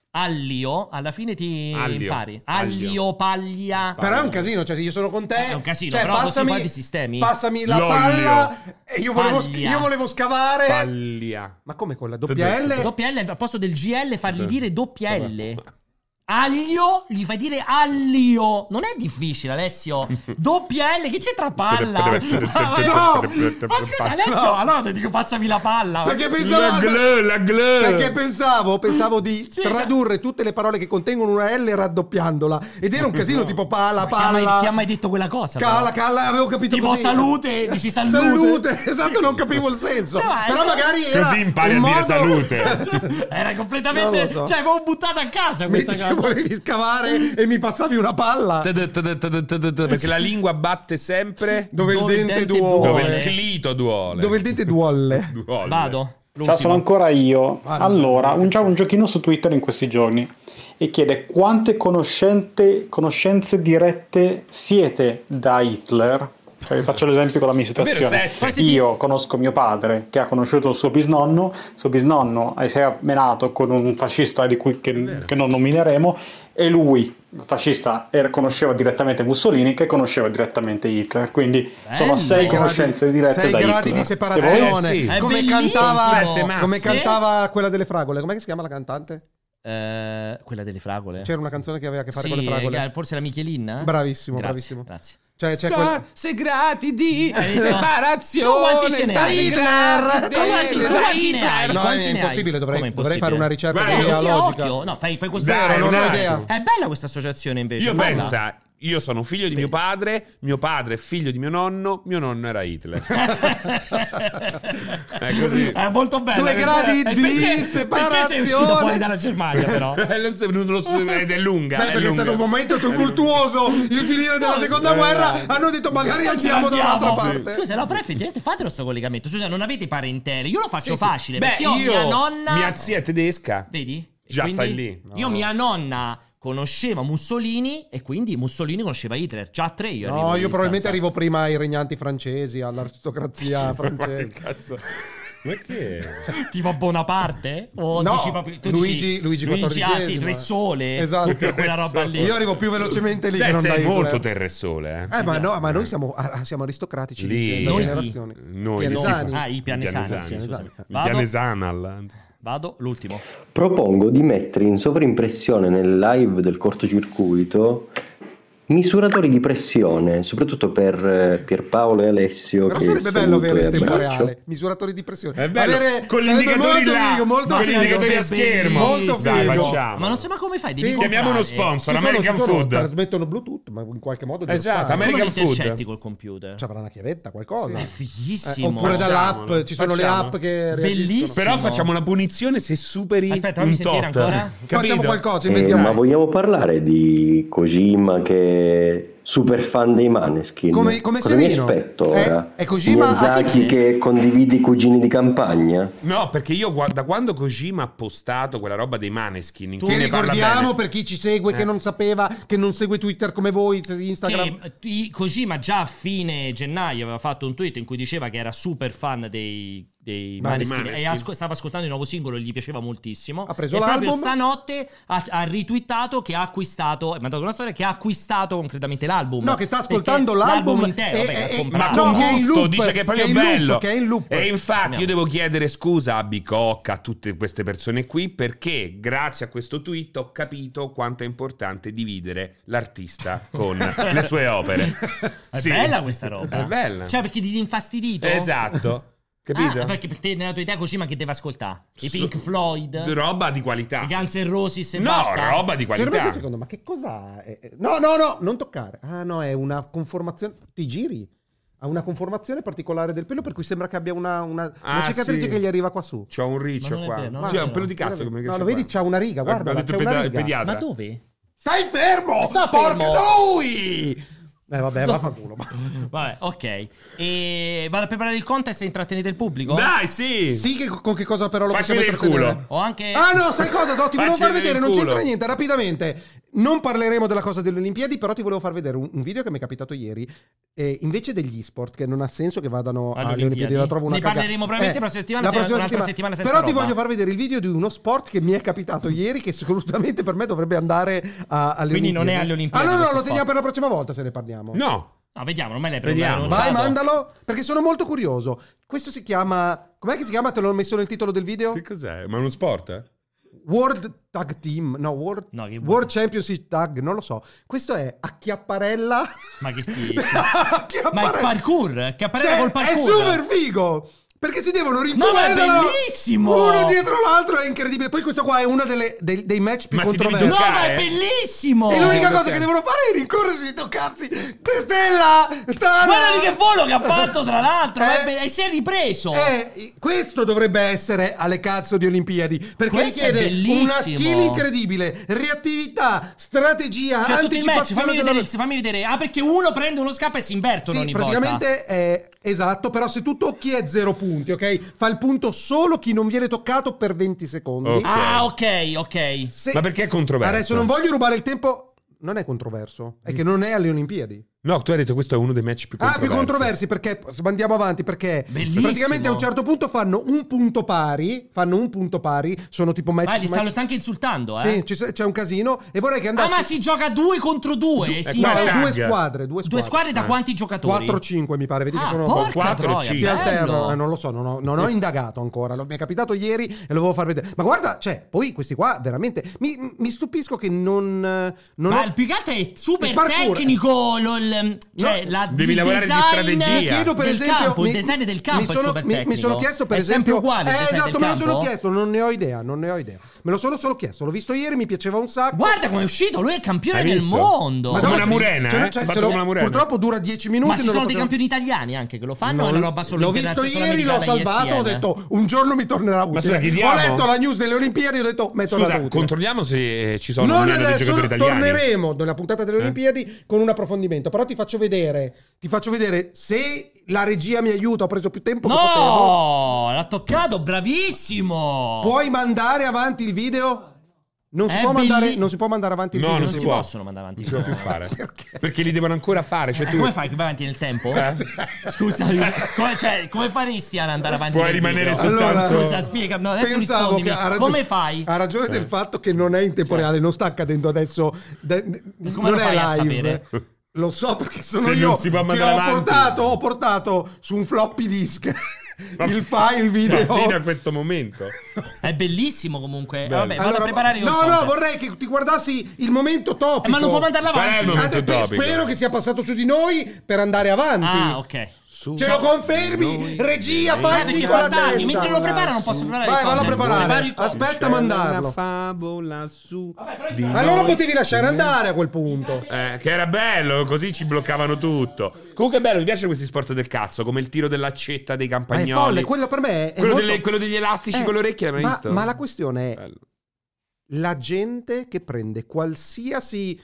Speaker 2: Allio, alla fine ti
Speaker 3: Allio.
Speaker 2: impari.
Speaker 3: Allio.
Speaker 2: Allio, paglia. Eh,
Speaker 4: Però è un casino, cioè se io sono con te.
Speaker 2: È un casino,
Speaker 4: cioè,
Speaker 2: però così
Speaker 4: passami,
Speaker 2: guardi i sistemi.
Speaker 4: Passami la
Speaker 3: Loglio.
Speaker 4: palla e io volevo,
Speaker 2: Paglia.
Speaker 4: io volevo scavare.
Speaker 3: Paglia.
Speaker 4: Ma come con la doppia L?
Speaker 2: Doppia L al posto del GL fargli dire doppia L. Aglio, gli fai dire allio. Non è difficile, Alessio. Doppia L, che c'entra palla?
Speaker 3: No!
Speaker 2: no! Ma scusa, Alessio, allora ti dico passami la palla.
Speaker 4: Perché
Speaker 3: La
Speaker 4: pensavo
Speaker 3: glu, la glu.
Speaker 4: Perché pensavo, pensavo di
Speaker 2: Sì,
Speaker 4: tradurre tutte le parole che contengono una L raddoppiandola. Ed era un casino tipo pala,
Speaker 2: Ma chi ha mai-
Speaker 4: palla.
Speaker 2: chi ha mai detto quella cosa, però?
Speaker 4: Cala, cala, avevo capito
Speaker 2: Tipo
Speaker 4: così.
Speaker 2: salute, dici salute.
Speaker 4: Salute, esatto, non capivo il senso.
Speaker 2: Sì, ma-
Speaker 4: Però magari era
Speaker 3: Così impari
Speaker 4: un
Speaker 3: a dire
Speaker 4: modo-
Speaker 3: salute.
Speaker 2: Era
Speaker 4: Non
Speaker 2: completamente.
Speaker 4: lo so.
Speaker 2: Cioè, avevo buttato a casa
Speaker 4: Mi
Speaker 2: questa
Speaker 4: dici,
Speaker 2: cosa.
Speaker 4: volevi scavare e mi passavi una palla
Speaker 3: Perché la lingua batte sempre
Speaker 4: dove,
Speaker 2: Dove
Speaker 4: il dente duole.
Speaker 3: dove
Speaker 4: Dove,
Speaker 3: il
Speaker 2: duole.
Speaker 3: clito duole.
Speaker 4: il dente duolle.
Speaker 3: duole.
Speaker 2: Vado.
Speaker 7: Ciao, sono ancora io. Allora, un, c'è un giochino su Twitter in questi giorni e chiede quante conoscente- conoscenze dirette siete da Hitler. Cioè, vi faccio l'esempio con la mia situazione.
Speaker 3: sette.
Speaker 7: Io conosco mio padre che ha conosciuto il suo bisnonno, il suo bisnonno eh, si è menato con un fascista di cui che, che non nomineremo e lui, il fascista, era- conosceva direttamente Mussolini che conosceva direttamente Hitler. Quindi sono
Speaker 2: Bello.
Speaker 7: sei
Speaker 2: Sei gradi-
Speaker 7: conoscenze dirette
Speaker 4: Sei
Speaker 7: da Hitler.
Speaker 4: gradi di
Speaker 7: E voi?
Speaker 4: separazione.
Speaker 3: Eh, sì.
Speaker 2: È
Speaker 4: Come,
Speaker 2: bellissimo. Sette
Speaker 4: cantava,
Speaker 2: maschi.
Speaker 4: come cantava quella delle fragole. Com'è che si chiama la cantante?
Speaker 2: Eh, quella delle fragole.
Speaker 4: C'era una canzone che aveva a che fare
Speaker 2: Sì,
Speaker 4: con le fragole.
Speaker 2: eh, forse la Michelin?
Speaker 4: Bravissimo,
Speaker 2: Grazie,
Speaker 4: bravissimo.
Speaker 2: Grazie.
Speaker 4: Cioè, c'è
Speaker 3: So-
Speaker 4: quel-
Speaker 3: se grati di
Speaker 2: Hai visto? Eh, Tu quanti ce ne hai?
Speaker 3: sei grati
Speaker 2: Tu quanti-
Speaker 3: di-
Speaker 2: tu quanti ne hai?
Speaker 4: No,
Speaker 2: Quanti
Speaker 4: è
Speaker 2: ne
Speaker 4: impossibile,
Speaker 2: hai?
Speaker 4: dovrei,
Speaker 2: Come
Speaker 4: dovrei
Speaker 2: impossibile?
Speaker 4: fare una ricerca
Speaker 3: Guarda,
Speaker 2: Guarda, così a
Speaker 4: genealogica.
Speaker 2: occhio. No, fai, fai questo.
Speaker 3: Zero,
Speaker 4: Zero, non ho
Speaker 3: esatto.
Speaker 4: idea.
Speaker 2: È bella questa associazione invece.
Speaker 3: Io
Speaker 2: bella.
Speaker 3: pensa, io sono figlio di mio padre, mio padre è figlio di mio nonno, mio nonno era Hitler. è così.
Speaker 2: È molto bella.
Speaker 4: Due
Speaker 2: questa-
Speaker 4: gradi
Speaker 2: Eh,
Speaker 4: di
Speaker 2: perché- Perché sei uscito
Speaker 4: separazione.
Speaker 2: fuori dalla Germania, però?
Speaker 3: non so- non Eh, lo so, ed è lunga.
Speaker 4: Beh,
Speaker 3: è
Speaker 4: perché è
Speaker 3: lunga.
Speaker 4: stato un momento tumultuoso il finire della
Speaker 2: No,
Speaker 4: seconda
Speaker 3: eh,
Speaker 4: guerra.
Speaker 3: eh.
Speaker 4: Hanno detto magari
Speaker 2: Ci
Speaker 4: andiamo dall'altra
Speaker 2: andiamo.
Speaker 4: parte.
Speaker 2: Scusa, no, però effettivamente fatelo sto collegamento. Scusa, non avete parentele. Io lo faccio facile.
Speaker 3: Beh,
Speaker 2: perché io, mia nonna.
Speaker 3: mia zia è tedesca.
Speaker 2: Vedi? E
Speaker 3: Già
Speaker 2: quindi
Speaker 3: stai lì.
Speaker 2: Io mia nonna conosceva Mussolini e quindi Mussolini conosceva Hitler. Già a tre io
Speaker 4: No,
Speaker 2: arrivo di
Speaker 4: io probabilmente
Speaker 2: distanza.
Speaker 4: arrivo prima ai regnanti francesi, all'aristocrazia francese.
Speaker 3: cazzo? Ma che?
Speaker 2: Tipo Bonaparte? O
Speaker 4: No,
Speaker 2: dici proprio, tu dici,
Speaker 4: Luigi, Luigi
Speaker 2: ah sì,
Speaker 4: XIV,
Speaker 2: Tre
Speaker 4: ma-
Speaker 2: Sole,
Speaker 4: Esatto.
Speaker 2: tutta quella roba lì.
Speaker 4: Io arrivo più velocemente lì
Speaker 3: Beh,
Speaker 4: che non
Speaker 3: sei
Speaker 4: dai
Speaker 3: molto terresole, eh.
Speaker 4: Eh, ma, no, ma noi siamo, ah, siamo aristocratici
Speaker 3: Lì.
Speaker 4: di da
Speaker 3: Noi chi?
Speaker 4: generazioni.
Speaker 3: Noi.
Speaker 4: Pianesani.
Speaker 2: Ah, i pianesani. sì, scusami. Vado,
Speaker 3: Pianesana.
Speaker 2: vado, l'ultimo.
Speaker 9: Propongo di mettere in sovrimpressione nel live del cortocircuito misuratori di pressione, soprattutto per eh, Pierpaolo e Alessio.
Speaker 4: Però
Speaker 9: che
Speaker 4: sarebbe bello
Speaker 9: saluto
Speaker 4: avere
Speaker 9: e
Speaker 4: in tempo
Speaker 9: abbraccio.
Speaker 4: reale misuratori di pressione.
Speaker 3: È bello,
Speaker 4: Avere-
Speaker 3: con gli
Speaker 4: sarebbe
Speaker 3: indicatori
Speaker 4: molto
Speaker 3: là,
Speaker 4: figo, molto
Speaker 3: con gli
Speaker 4: figo.
Speaker 3: indicatori a schermo.
Speaker 4: Molto
Speaker 3: Dai,
Speaker 4: figo.
Speaker 3: facciamo.
Speaker 2: Ma non so ma come fai, devi
Speaker 4: Sì.
Speaker 2: comprare.
Speaker 3: Chiamiamo uno sponsor,
Speaker 4: Ci sono-
Speaker 3: American
Speaker 4: ci sono-
Speaker 3: Food.
Speaker 4: Trasmettono Bluetooth, ma in qualche modo devo
Speaker 3: Esatto,
Speaker 4: fare.
Speaker 3: American
Speaker 2: Eh, Come li
Speaker 3: Food.
Speaker 2: intercetti col computer?
Speaker 4: Ci avrà una chiavetta, qualcosa.
Speaker 2: È
Speaker 4: Eh,
Speaker 2: fighissimo.
Speaker 4: oppure dall'app,
Speaker 3: Facciamolo.
Speaker 4: ci sono le
Speaker 3: Facciamo.
Speaker 4: app che
Speaker 2: Bellissimo.
Speaker 4: reagiscono.
Speaker 3: Però facciamo una punizione se superi
Speaker 2: Aspetta, fammi
Speaker 3: un tot.
Speaker 2: sentire ancora.
Speaker 3: Capito?
Speaker 4: Facciamo qualcosa,
Speaker 9: Eh, ma
Speaker 4: inventiamo.
Speaker 9: vogliamo parlare di Kojima che è super fan dei Maneskin?
Speaker 4: Come- come
Speaker 9: Cosa mi
Speaker 4: Serino?
Speaker 9: aspetto
Speaker 4: Eh,
Speaker 9: ora?
Speaker 4: è Kojima-
Speaker 9: Miyazaki
Speaker 2: Ah, sì.
Speaker 9: che condivide i cugini di campagna?
Speaker 3: No, perché io gua- da quando Kojima ha postato quella roba dei Maneskin, in
Speaker 4: Tu
Speaker 3: cui ne parla
Speaker 4: ricordiamo
Speaker 3: bene-
Speaker 4: per chi ci segue,
Speaker 3: Eh.
Speaker 4: che non sapeva, che non segue Twitter come voi, Instagram.
Speaker 2: Che eh, i- Kojima già a fine gennaio aveva fatto un tweet in cui diceva che era super fan dei, dei
Speaker 4: Ma-
Speaker 2: Maneskin, e
Speaker 3: Maneskin.
Speaker 2: asco- stava ascoltando il nuovo singolo e gli piaceva moltissimo.
Speaker 4: Ha preso
Speaker 2: e proprio
Speaker 4: l'album.
Speaker 2: stanotte ha, ha ritweetato che ha acquistato, ha mandato una storia che ha acquistato concretamente l'album.
Speaker 4: No, che sta
Speaker 2: Perché
Speaker 4: ascoltando l'album
Speaker 2: intero,
Speaker 4: e-
Speaker 2: beh, l'ha
Speaker 4: e- e-
Speaker 3: Ma
Speaker 2: comprato.
Speaker 4: No,
Speaker 3: con
Speaker 4: che è in
Speaker 3: gusto,
Speaker 4: loop,
Speaker 3: dice che è proprio
Speaker 4: che è in loop,
Speaker 3: bello.
Speaker 4: che è in loop.
Speaker 3: E infatti
Speaker 2: Andiamo.
Speaker 3: io devo chiedere scusa a Bicocca, a tutte queste persone qui, perché grazie a questo tweet ho capito quanto è importante dividere l'artista con le sue opere.
Speaker 2: È
Speaker 3: Sì.
Speaker 2: bella questa roba.
Speaker 3: È bella.
Speaker 2: Cioè, perché ti infastidito?
Speaker 3: Esatto. Capito?
Speaker 2: Ah, perché per te nella tua idea Kojima che deve ascoltare? I
Speaker 3: Su-
Speaker 2: Pink Floyd?
Speaker 3: Roba di qualità.
Speaker 2: I Guns N' Roses e
Speaker 3: no,
Speaker 2: basta?
Speaker 3: roba di
Speaker 4: Per me,
Speaker 3: qualità.
Speaker 4: che secondo, ma che cosa è? è- No, no, no, non toccare. Ah, no, è una conformazione. Ti giri. Ha una conformazione particolare del pelo, per cui sembra che abbia una, una, una
Speaker 3: Ah,
Speaker 4: cicatrice
Speaker 3: sì.
Speaker 4: che gli arriva qua su.
Speaker 3: C'ho un
Speaker 2: Ma
Speaker 3: riccio
Speaker 2: non è
Speaker 3: qua.
Speaker 2: vero, non
Speaker 3: Sì,
Speaker 2: è
Speaker 3: ha un
Speaker 2: vero.
Speaker 3: pelo di cazzo come
Speaker 4: No,
Speaker 3: questo
Speaker 4: lo
Speaker 3: qua.
Speaker 4: vedi, c'ha una riga, guarda,
Speaker 3: Ha
Speaker 4: c'è
Speaker 3: detto
Speaker 4: una
Speaker 3: peda-
Speaker 4: riga.
Speaker 3: pediatra.
Speaker 2: Ma dove?
Speaker 4: Stai fermo!
Speaker 2: Sta
Speaker 4: Oh, porca
Speaker 2: fermo.
Speaker 4: noi! Eh, vabbè,
Speaker 2: No.
Speaker 4: vaffanculo. basta.
Speaker 2: Vabbè, ok. E vado a preparare il contest e intrattenete il pubblico?
Speaker 3: Dai, sì.
Speaker 4: Sì, che, con che cosa però lo
Speaker 3: Facci
Speaker 4: possiamo
Speaker 3: vedere il
Speaker 4: intrattenere?
Speaker 3: culo.
Speaker 2: Ho anche...
Speaker 4: Ah no, sai cosa? No, ti volevo
Speaker 3: Facci
Speaker 4: far
Speaker 3: vedere
Speaker 4: vedere,
Speaker 3: il
Speaker 4: non
Speaker 3: culo.
Speaker 4: c'entra niente, rapidamente. Non parleremo della cosa delle Olimpiadi, però ti volevo far vedere un, un video che mi è capitato ieri. Eh, invece degli sport, che non ha senso che vadano
Speaker 2: Alle
Speaker 4: alle, Olimpiadi,
Speaker 2: Olimpiadi.
Speaker 4: la trovo una
Speaker 2: Ne
Speaker 4: caga-
Speaker 2: parleremo probabilmente prossima settimana,
Speaker 4: la
Speaker 2: se-
Speaker 4: prossima
Speaker 2: un'altra settimana senza
Speaker 4: Però ti
Speaker 2: roba.
Speaker 4: voglio far vedere il video di uno sport che mi è capitato ieri, che assolutamente per me dovrebbe andare a- alle Olimpiadi.
Speaker 2: Quindi non è alle Olimpiadi
Speaker 4: Ah no, no,
Speaker 2: questo
Speaker 4: lo
Speaker 2: sport.
Speaker 4: teniamo per la prossima volta se ne parliamo.
Speaker 3: No.
Speaker 2: No, certo. vediamo, non me l'hai
Speaker 3: Vediamo.
Speaker 2: preparato.
Speaker 4: Vai, mandalo, perché sono molto curioso. Questo si chiama... Com'è che si chiama? Te l'ho messo nel titolo del video?
Speaker 3: Che cos'è? Ma è uno sport? eh?
Speaker 4: World Tag Team, no, World,
Speaker 2: No, che-
Speaker 4: World Championship Tag, non lo so. Questo è Acchiapparella.
Speaker 2: Ma che sti...
Speaker 4: Acchiapparella.
Speaker 2: Ma il parkour? Che apparella
Speaker 4: Cioè,
Speaker 2: col parkour?
Speaker 4: È super figo! Perché si devono rincorrere
Speaker 2: No, ma è bellissimo!
Speaker 4: uno dietro l'altro, è incredibile. Poi questo qua è uno delle- dei, dei match più
Speaker 3: Ma ti devi
Speaker 4: controversi.
Speaker 2: No, ma
Speaker 3: Giocare.
Speaker 2: è bellissimo!
Speaker 4: E l'unica cosa
Speaker 2: cioè.
Speaker 3: ok.
Speaker 4: che devono fare è rincorrersi e toccarsi. Testella! Tana!
Speaker 2: Guarda lì che volo che ha fatto, tra l'altro!
Speaker 4: Eh.
Speaker 2: è be- E si è ripreso!
Speaker 4: Eh, questo dovrebbe essere alle cazzo di Olimpiadi perché
Speaker 2: Questo è
Speaker 4: richiede
Speaker 2: bellissimo.
Speaker 4: una skill incredibile, reattività, strategia,
Speaker 2: Cioè, tutto il match,
Speaker 4: anticipazione
Speaker 2: fammi
Speaker 4: della-
Speaker 2: vedere, il- fammi vedere. Ah, perché uno prende uno scappo e si invertono
Speaker 4: Sì,
Speaker 2: ogni volta.
Speaker 4: praticamente è esatto, però se tu tocchi è zero punti, ok? Fa il punto solo chi non viene toccato per 20 secondi.
Speaker 3: Ok.
Speaker 2: Ah, ok, ok.
Speaker 4: Se-
Speaker 3: Oh. Ma perché è controverso?
Speaker 4: Adesso non voglio rubare il tempo, non è controverso,
Speaker 2: Mm.
Speaker 4: è che non è alle Olimpiadi.
Speaker 3: No, tu hai detto questo è uno dei match più
Speaker 4: Ah,
Speaker 3: controversi.
Speaker 4: più controversi perché se andiamo avanti perché
Speaker 2: Bellissimo.
Speaker 4: praticamente a un certo punto fanno un punto pari, fanno un punto pari, sono tipo match
Speaker 2: Ma Ah, li
Speaker 4: match-
Speaker 2: stanno anche insultando, eh.
Speaker 4: Sì, ci s- c'è un casino e vorrei che
Speaker 2: Ah,
Speaker 4: andassi
Speaker 2: ma si gioca due contro due.
Speaker 3: Eh,
Speaker 2: si
Speaker 4: No,
Speaker 3: qua-
Speaker 2: invertono.
Speaker 3: tag.
Speaker 4: due squadre, due squadre.
Speaker 2: Due squadre da quanti giocatori?
Speaker 4: 4-5 mi pare, vedi che
Speaker 2: Ah,
Speaker 4: sono
Speaker 2: porca
Speaker 3: quattro,
Speaker 2: troia,
Speaker 3: sì.
Speaker 4: si
Speaker 2: bello.
Speaker 4: alternano, eh, non lo so, non ho, non ho indagato ancora, lo- mi è capitato ieri e lo volevo far vedere. Ma guarda, cioè, poi questi qua veramente mi, mi stupisco che non eh, non
Speaker 2: ma
Speaker 4: ho-
Speaker 2: il più che altro è super
Speaker 4: Il parkour.
Speaker 2: tecnico. lo- il- cioè,
Speaker 4: No,
Speaker 2: la,
Speaker 3: devi
Speaker 2: il
Speaker 3: lavorare di
Speaker 2: design
Speaker 3: strategia.
Speaker 2: del
Speaker 4: chiedo per esempio
Speaker 2: campo, il
Speaker 4: mi-
Speaker 2: design del campo
Speaker 4: mi
Speaker 2: è
Speaker 4: sono,
Speaker 2: super
Speaker 4: mi- mi
Speaker 2: tecnico.
Speaker 4: sono chiesto per
Speaker 2: è sempre
Speaker 4: esempio
Speaker 2: uguale. il
Speaker 4: eh,
Speaker 2: design
Speaker 4: esatto
Speaker 2: del
Speaker 4: me lo sono
Speaker 2: campo?
Speaker 4: chiesto non ne ho idea non ne ho idea me lo sono solo chiesto l'ho visto ieri mi piaceva un sacco
Speaker 2: Guarda come è uscito. Lui è il campione
Speaker 3: Hai
Speaker 2: del
Speaker 3: visto?
Speaker 2: mondo.
Speaker 3: Madonna,
Speaker 2: Ma
Speaker 3: una murena,
Speaker 4: ce l'ho-
Speaker 3: eh?
Speaker 4: ce l'ho-
Speaker 3: Fatto come una murena.
Speaker 4: cioè, purtroppo dura 10 minuti
Speaker 2: ci
Speaker 4: non lo
Speaker 2: sono dei
Speaker 4: possiamo-
Speaker 2: campioni italiani anche che lo fanno.
Speaker 4: No,
Speaker 2: è una roba solo
Speaker 4: l'ho visto
Speaker 2: internazionale,
Speaker 4: ieri, l'ho
Speaker 2: solo eh. americana,
Speaker 4: salvato, ho
Speaker 2: ESPN.
Speaker 4: detto un giorno mi tornerà utile.
Speaker 3: scusa, chi
Speaker 4: ho
Speaker 3: diamo?
Speaker 4: letto la news delle Olimpiadi e ho detto metto la
Speaker 3: Scusa,
Speaker 4: utile.
Speaker 3: controlliamo se eh, ci sono
Speaker 4: non
Speaker 3: un anno di
Speaker 4: adesso
Speaker 3: giocatori italiani. Eh.
Speaker 4: torneremo nella puntata delle Olimpiadi con un approfondimento, però ti faccio vedere, ti faccio vedere se la regia mi aiuta, ho preso più tempo che potevo.
Speaker 2: No, l'ha toccato, bravissimo.
Speaker 4: Puoi mandare avanti il video? Non si,
Speaker 2: È
Speaker 4: può mandare,
Speaker 2: belli-
Speaker 4: non si può mandare avanti il
Speaker 3: No,
Speaker 4: video.
Speaker 3: non,
Speaker 2: Non
Speaker 3: si,
Speaker 2: si
Speaker 3: può.
Speaker 2: possono mandare avanti.
Speaker 3: Non si può più fare. Perché li devono ancora fare. Cioè,
Speaker 2: Eh,
Speaker 3: tu
Speaker 2: come fai? Che vai avanti nel tempo?
Speaker 3: Eh.
Speaker 2: Scusa, come, cioè, come faresti ad andare avanti
Speaker 3: Puoi
Speaker 2: nel
Speaker 3: rimanere
Speaker 2: video?
Speaker 3: soltanto- Allora,
Speaker 2: Scusa, spiega. No, adesso
Speaker 4: Pensavo
Speaker 2: rispondimi.
Speaker 4: che ha ragione-
Speaker 2: Come fai? Cioè.
Speaker 4: Ha ragione
Speaker 3: Eh.
Speaker 4: del fatto che non è in tempo reale, non sta accadendo adesso. de-
Speaker 2: Come
Speaker 4: non
Speaker 2: lo fai a
Speaker 4: è live.
Speaker 2: sapere?
Speaker 4: Lo so perché sono
Speaker 3: Se
Speaker 4: io
Speaker 3: non si può
Speaker 4: che
Speaker 3: mandare
Speaker 4: ho
Speaker 3: avanti.
Speaker 4: portato, ho portato su un floppy disk
Speaker 3: Ma-
Speaker 4: il file video.
Speaker 3: cioè, fino a questo momento.
Speaker 2: È bellissimo comunque. Eh,
Speaker 3: Bello.
Speaker 2: Vabbè, vado
Speaker 4: Ah. Allora,
Speaker 2: a preparare io il
Speaker 4: no, no,
Speaker 2: contest.
Speaker 4: vorrei che ti guardassi il momento top.
Speaker 2: Eh, ma non può mandarla
Speaker 3: Qual è il
Speaker 2: avanti.
Speaker 3: momento
Speaker 4: Ah, beh,
Speaker 3: topico?
Speaker 4: spero che sia passato su di noi per andare avanti.
Speaker 2: Ah, ok.
Speaker 4: Ce lo confermi? Regia, falsi
Speaker 2: perché
Speaker 4: con la
Speaker 2: guardate,
Speaker 4: testa.
Speaker 2: mentre lo preparo non posso preparare
Speaker 4: Vai,
Speaker 2: il
Speaker 4: vallo a
Speaker 2: contest. Preparo
Speaker 4: preparare.
Speaker 2: il contest.
Speaker 4: Aspetta a mandarlo.
Speaker 11: favola su.
Speaker 4: Allora potevi lasciare andare a quel punto.
Speaker 3: Eh, che era bello, così ci bloccavano tutto. Comunque è bello, mi piacciono questi sport del cazzo, come il tiro dell'accetta dei
Speaker 4: Ma è
Speaker 3: campagnoli.
Speaker 4: folle, quello per me è. è
Speaker 3: Quello
Speaker 4: molto-
Speaker 3: delle- quello degli elastici
Speaker 4: Eh,
Speaker 3: con le orecchie, l'hai mai
Speaker 4: ma,
Speaker 3: visto?
Speaker 4: Ma la questione è:
Speaker 3: Bello.
Speaker 4: la gente che prende qualsiasi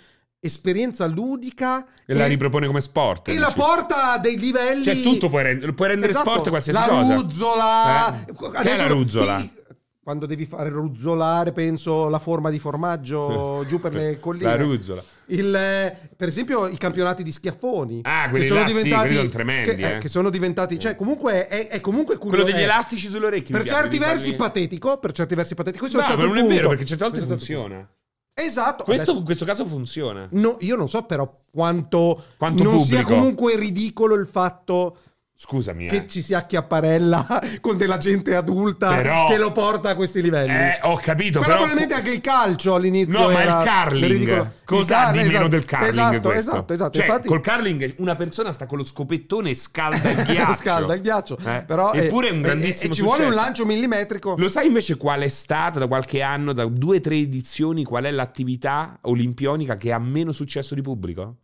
Speaker 4: esperienza ludica
Speaker 3: E la ripropone come sport.
Speaker 4: e la
Speaker 3: dici.
Speaker 4: porta a dei livelli.
Speaker 3: Cioè, tutto puoi rendere, puoi rendere
Speaker 4: Esatto,
Speaker 3: sport qualsiasi
Speaker 4: la
Speaker 3: cosa.
Speaker 4: Ruzzola.
Speaker 3: Eh?
Speaker 4: Adesso-
Speaker 3: Che è la ruzzola?
Speaker 4: Sì, Quando devi fare ruzzolare, penso la forma di formaggio giù per le colline.
Speaker 3: La ruzzola.
Speaker 4: Il, eh, per esempio i campionati di schiaffoni
Speaker 3: Ah, quelli là sì, quelli sono tremendi,
Speaker 4: che,
Speaker 3: eh.
Speaker 4: che sono diventati cioè comunque è, è comunque curioso
Speaker 3: Quello degli
Speaker 4: eh,
Speaker 3: elastici sulle orecchie.
Speaker 4: per
Speaker 3: mi piace,
Speaker 4: certi
Speaker 3: di
Speaker 4: versi
Speaker 3: farli-
Speaker 4: patetico per certi versi patetico questo
Speaker 3: No,
Speaker 4: è stato
Speaker 3: ma non
Speaker 4: il
Speaker 3: è vero,
Speaker 4: punto.
Speaker 3: perché certe volte
Speaker 4: Questo è stato il
Speaker 3: funziona.
Speaker 4: punto. esatto
Speaker 3: Questo,
Speaker 4: adesso-
Speaker 3: in questo caso funziona.
Speaker 4: no, io non so però quanto,
Speaker 3: Quanto
Speaker 4: non sia
Speaker 3: pubblico.
Speaker 4: comunque ridicolo il fatto
Speaker 3: Scusami, eh.
Speaker 4: che ci sia Chiapparella con della gente adulta
Speaker 3: Però-
Speaker 4: che lo porta a questi livelli
Speaker 3: Eh, ho capito,
Speaker 4: però,
Speaker 3: però...
Speaker 4: probabilmente anche il calcio all'inizio
Speaker 3: No, ma
Speaker 4: era
Speaker 3: il
Speaker 4: ridicolo.
Speaker 3: curling.
Speaker 4: Il
Speaker 3: Cosa ha
Speaker 4: car-
Speaker 3: di meno
Speaker 4: esatto,
Speaker 3: del curling
Speaker 4: esatto,
Speaker 3: questo?
Speaker 4: Esatto, esatto.
Speaker 3: Cioè,
Speaker 4: Infatti,
Speaker 3: col curling una persona sta con lo scopettone e scalda il ghiaccio.
Speaker 4: Scalda il ghiaccio.
Speaker 3: Eh,
Speaker 4: Però, eh,
Speaker 3: Eppure è un
Speaker 4: eh,
Speaker 3: grandissimo
Speaker 4: eh, ci vuole un
Speaker 3: successo.
Speaker 4: lancio millimetrico.
Speaker 3: Lo sai invece qual è stata da qualche anno, da due o tre edizioni, qual è l'attività olimpionica che ha meno successo di pubblico?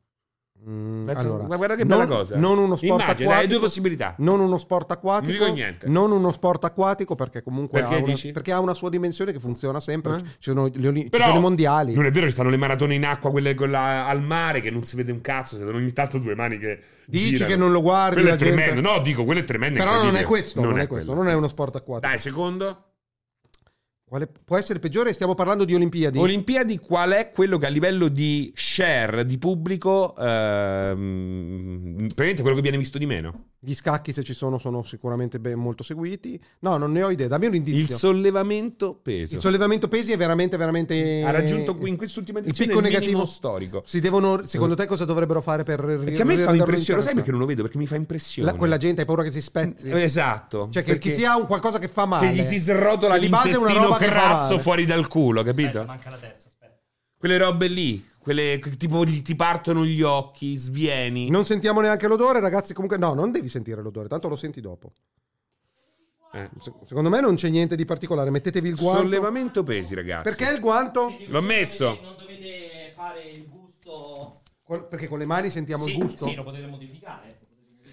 Speaker 4: Mm,
Speaker 3: Pensa-
Speaker 4: allora,
Speaker 3: ma guarda che
Speaker 4: non,
Speaker 3: bella cosa.
Speaker 4: Non uno sport
Speaker 3: Immagina,
Speaker 4: acquatico.
Speaker 3: hai due possibilità.
Speaker 4: Non uno sport acquatico.
Speaker 3: Non dico niente.
Speaker 4: Non uno sport acquatico perché comunque
Speaker 3: Perché
Speaker 4: ha, una,
Speaker 3: dici?
Speaker 4: perché ha una sua dimensione che funziona sempre.
Speaker 3: Eh?
Speaker 4: Ci sono, gli oli- ci
Speaker 3: Però-
Speaker 4: sono i mondiali.
Speaker 3: Non è vero, ci stanno le maratone in acqua, quelle con la- al mare, che non si vede un cazzo, si vedono ogni tanto due mani che.
Speaker 4: Dici
Speaker 3: girano.
Speaker 4: che non lo guardi,
Speaker 3: Quello è
Speaker 4: la gente-
Speaker 3: tremendo. No, dico, quello è tremendo.
Speaker 4: Però non è
Speaker 3: incredibile.
Speaker 4: questo. Non, è, questo.
Speaker 3: quello.
Speaker 4: Non è uno sport acquatico.
Speaker 3: Dai, secondo.
Speaker 4: Quale può essere peggiore? Stiamo parlando di Olimpiadi.
Speaker 3: Olimpiadi, qual è quello che a livello di share di pubblico, ehm, praticamente quello che viene visto di meno?
Speaker 4: Gli scacchi, se ci sono, sono sicuramente ben- molto seguiti. No, non ne ho idea. Dammi un indizio.
Speaker 3: Il sollevamento peso.
Speaker 4: Il sollevamento pesi è veramente, veramente.
Speaker 3: ha raggiunto qui- in quest'ultima
Speaker 4: il
Speaker 3: edizione il,
Speaker 4: picco
Speaker 3: minimo
Speaker 4: negativo.
Speaker 3: storico.
Speaker 4: Si devono, secondo te, cosa dovrebbero fare per.
Speaker 3: Perché a me fa impressione, sai perché non lo vedo? Perché mi fa impressione.
Speaker 4: La- quella gente hai paura che si spezzi.
Speaker 3: Esatto.
Speaker 4: Cioè, che,
Speaker 3: Perché-
Speaker 4: che sia un qualcosa che fa male.
Speaker 3: che gli si srotola
Speaker 4: Che di base è una
Speaker 3: l'intestino
Speaker 4: roba che fa
Speaker 3: grasso
Speaker 4: male.
Speaker 3: fuori dal culo, capito?
Speaker 2: Aspetta, manca la terza, aspetta.
Speaker 3: Quelle robe lì, quelle che tipo gli- ti partono gli occhi, svieni.
Speaker 4: Non sentiamo neanche l'odore, ragazzi. Comunque, no, non devi sentire l'odore, tanto lo senti dopo.
Speaker 3: Eh.
Speaker 4: Se- Secondo me non c'è niente di particolare. Mettetevi il guanto.
Speaker 3: Sollevamento pesi, ragazzi.
Speaker 4: Perché il guanto?
Speaker 3: L'ho messo.
Speaker 2: Non dovete fare il gusto.
Speaker 4: Col- Perché con le mani sentiamo
Speaker 2: Sì,
Speaker 4: il gusto.
Speaker 2: sì, lo potete modificare.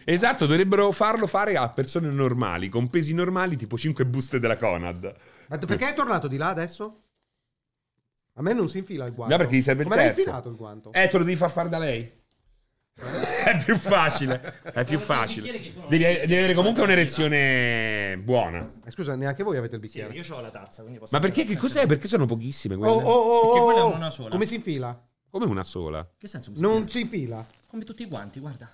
Speaker 3: Esatto, dovrebbero farlo fare a persone normali, con pesi normali, tipo 5 buste della Conad.
Speaker 4: Ma t- perché è tornato di là adesso? A me non si infila il guanto.
Speaker 3: No, perché gli serve il
Speaker 4: Come l'hai
Speaker 3: terzo.
Speaker 4: infilato il
Speaker 2: Esatto.
Speaker 4: guanto?
Speaker 3: Eh, te lo devi far fare da lei.
Speaker 2: Eh?
Speaker 3: è più facile. È più facile. Devi, devi avere comunque un'erezione buona.
Speaker 4: Eh, scusa, neanche voi avete il
Speaker 2: Sì,
Speaker 4: bicchiere.
Speaker 2: io ho la tazza, quindi posso
Speaker 3: Ma perché che cos'è? Perché sono pochissime
Speaker 4: Oh,
Speaker 3: quelle?
Speaker 4: oh, oh,
Speaker 2: Perché
Speaker 4: oh,
Speaker 2: quella è
Speaker 4: oh.
Speaker 2: una sola.
Speaker 4: Come si infila?
Speaker 3: Come una sola.
Speaker 2: Che senso? mi
Speaker 4: Non
Speaker 2: serve?
Speaker 4: si infila.
Speaker 2: Come tutti quanti, guarda.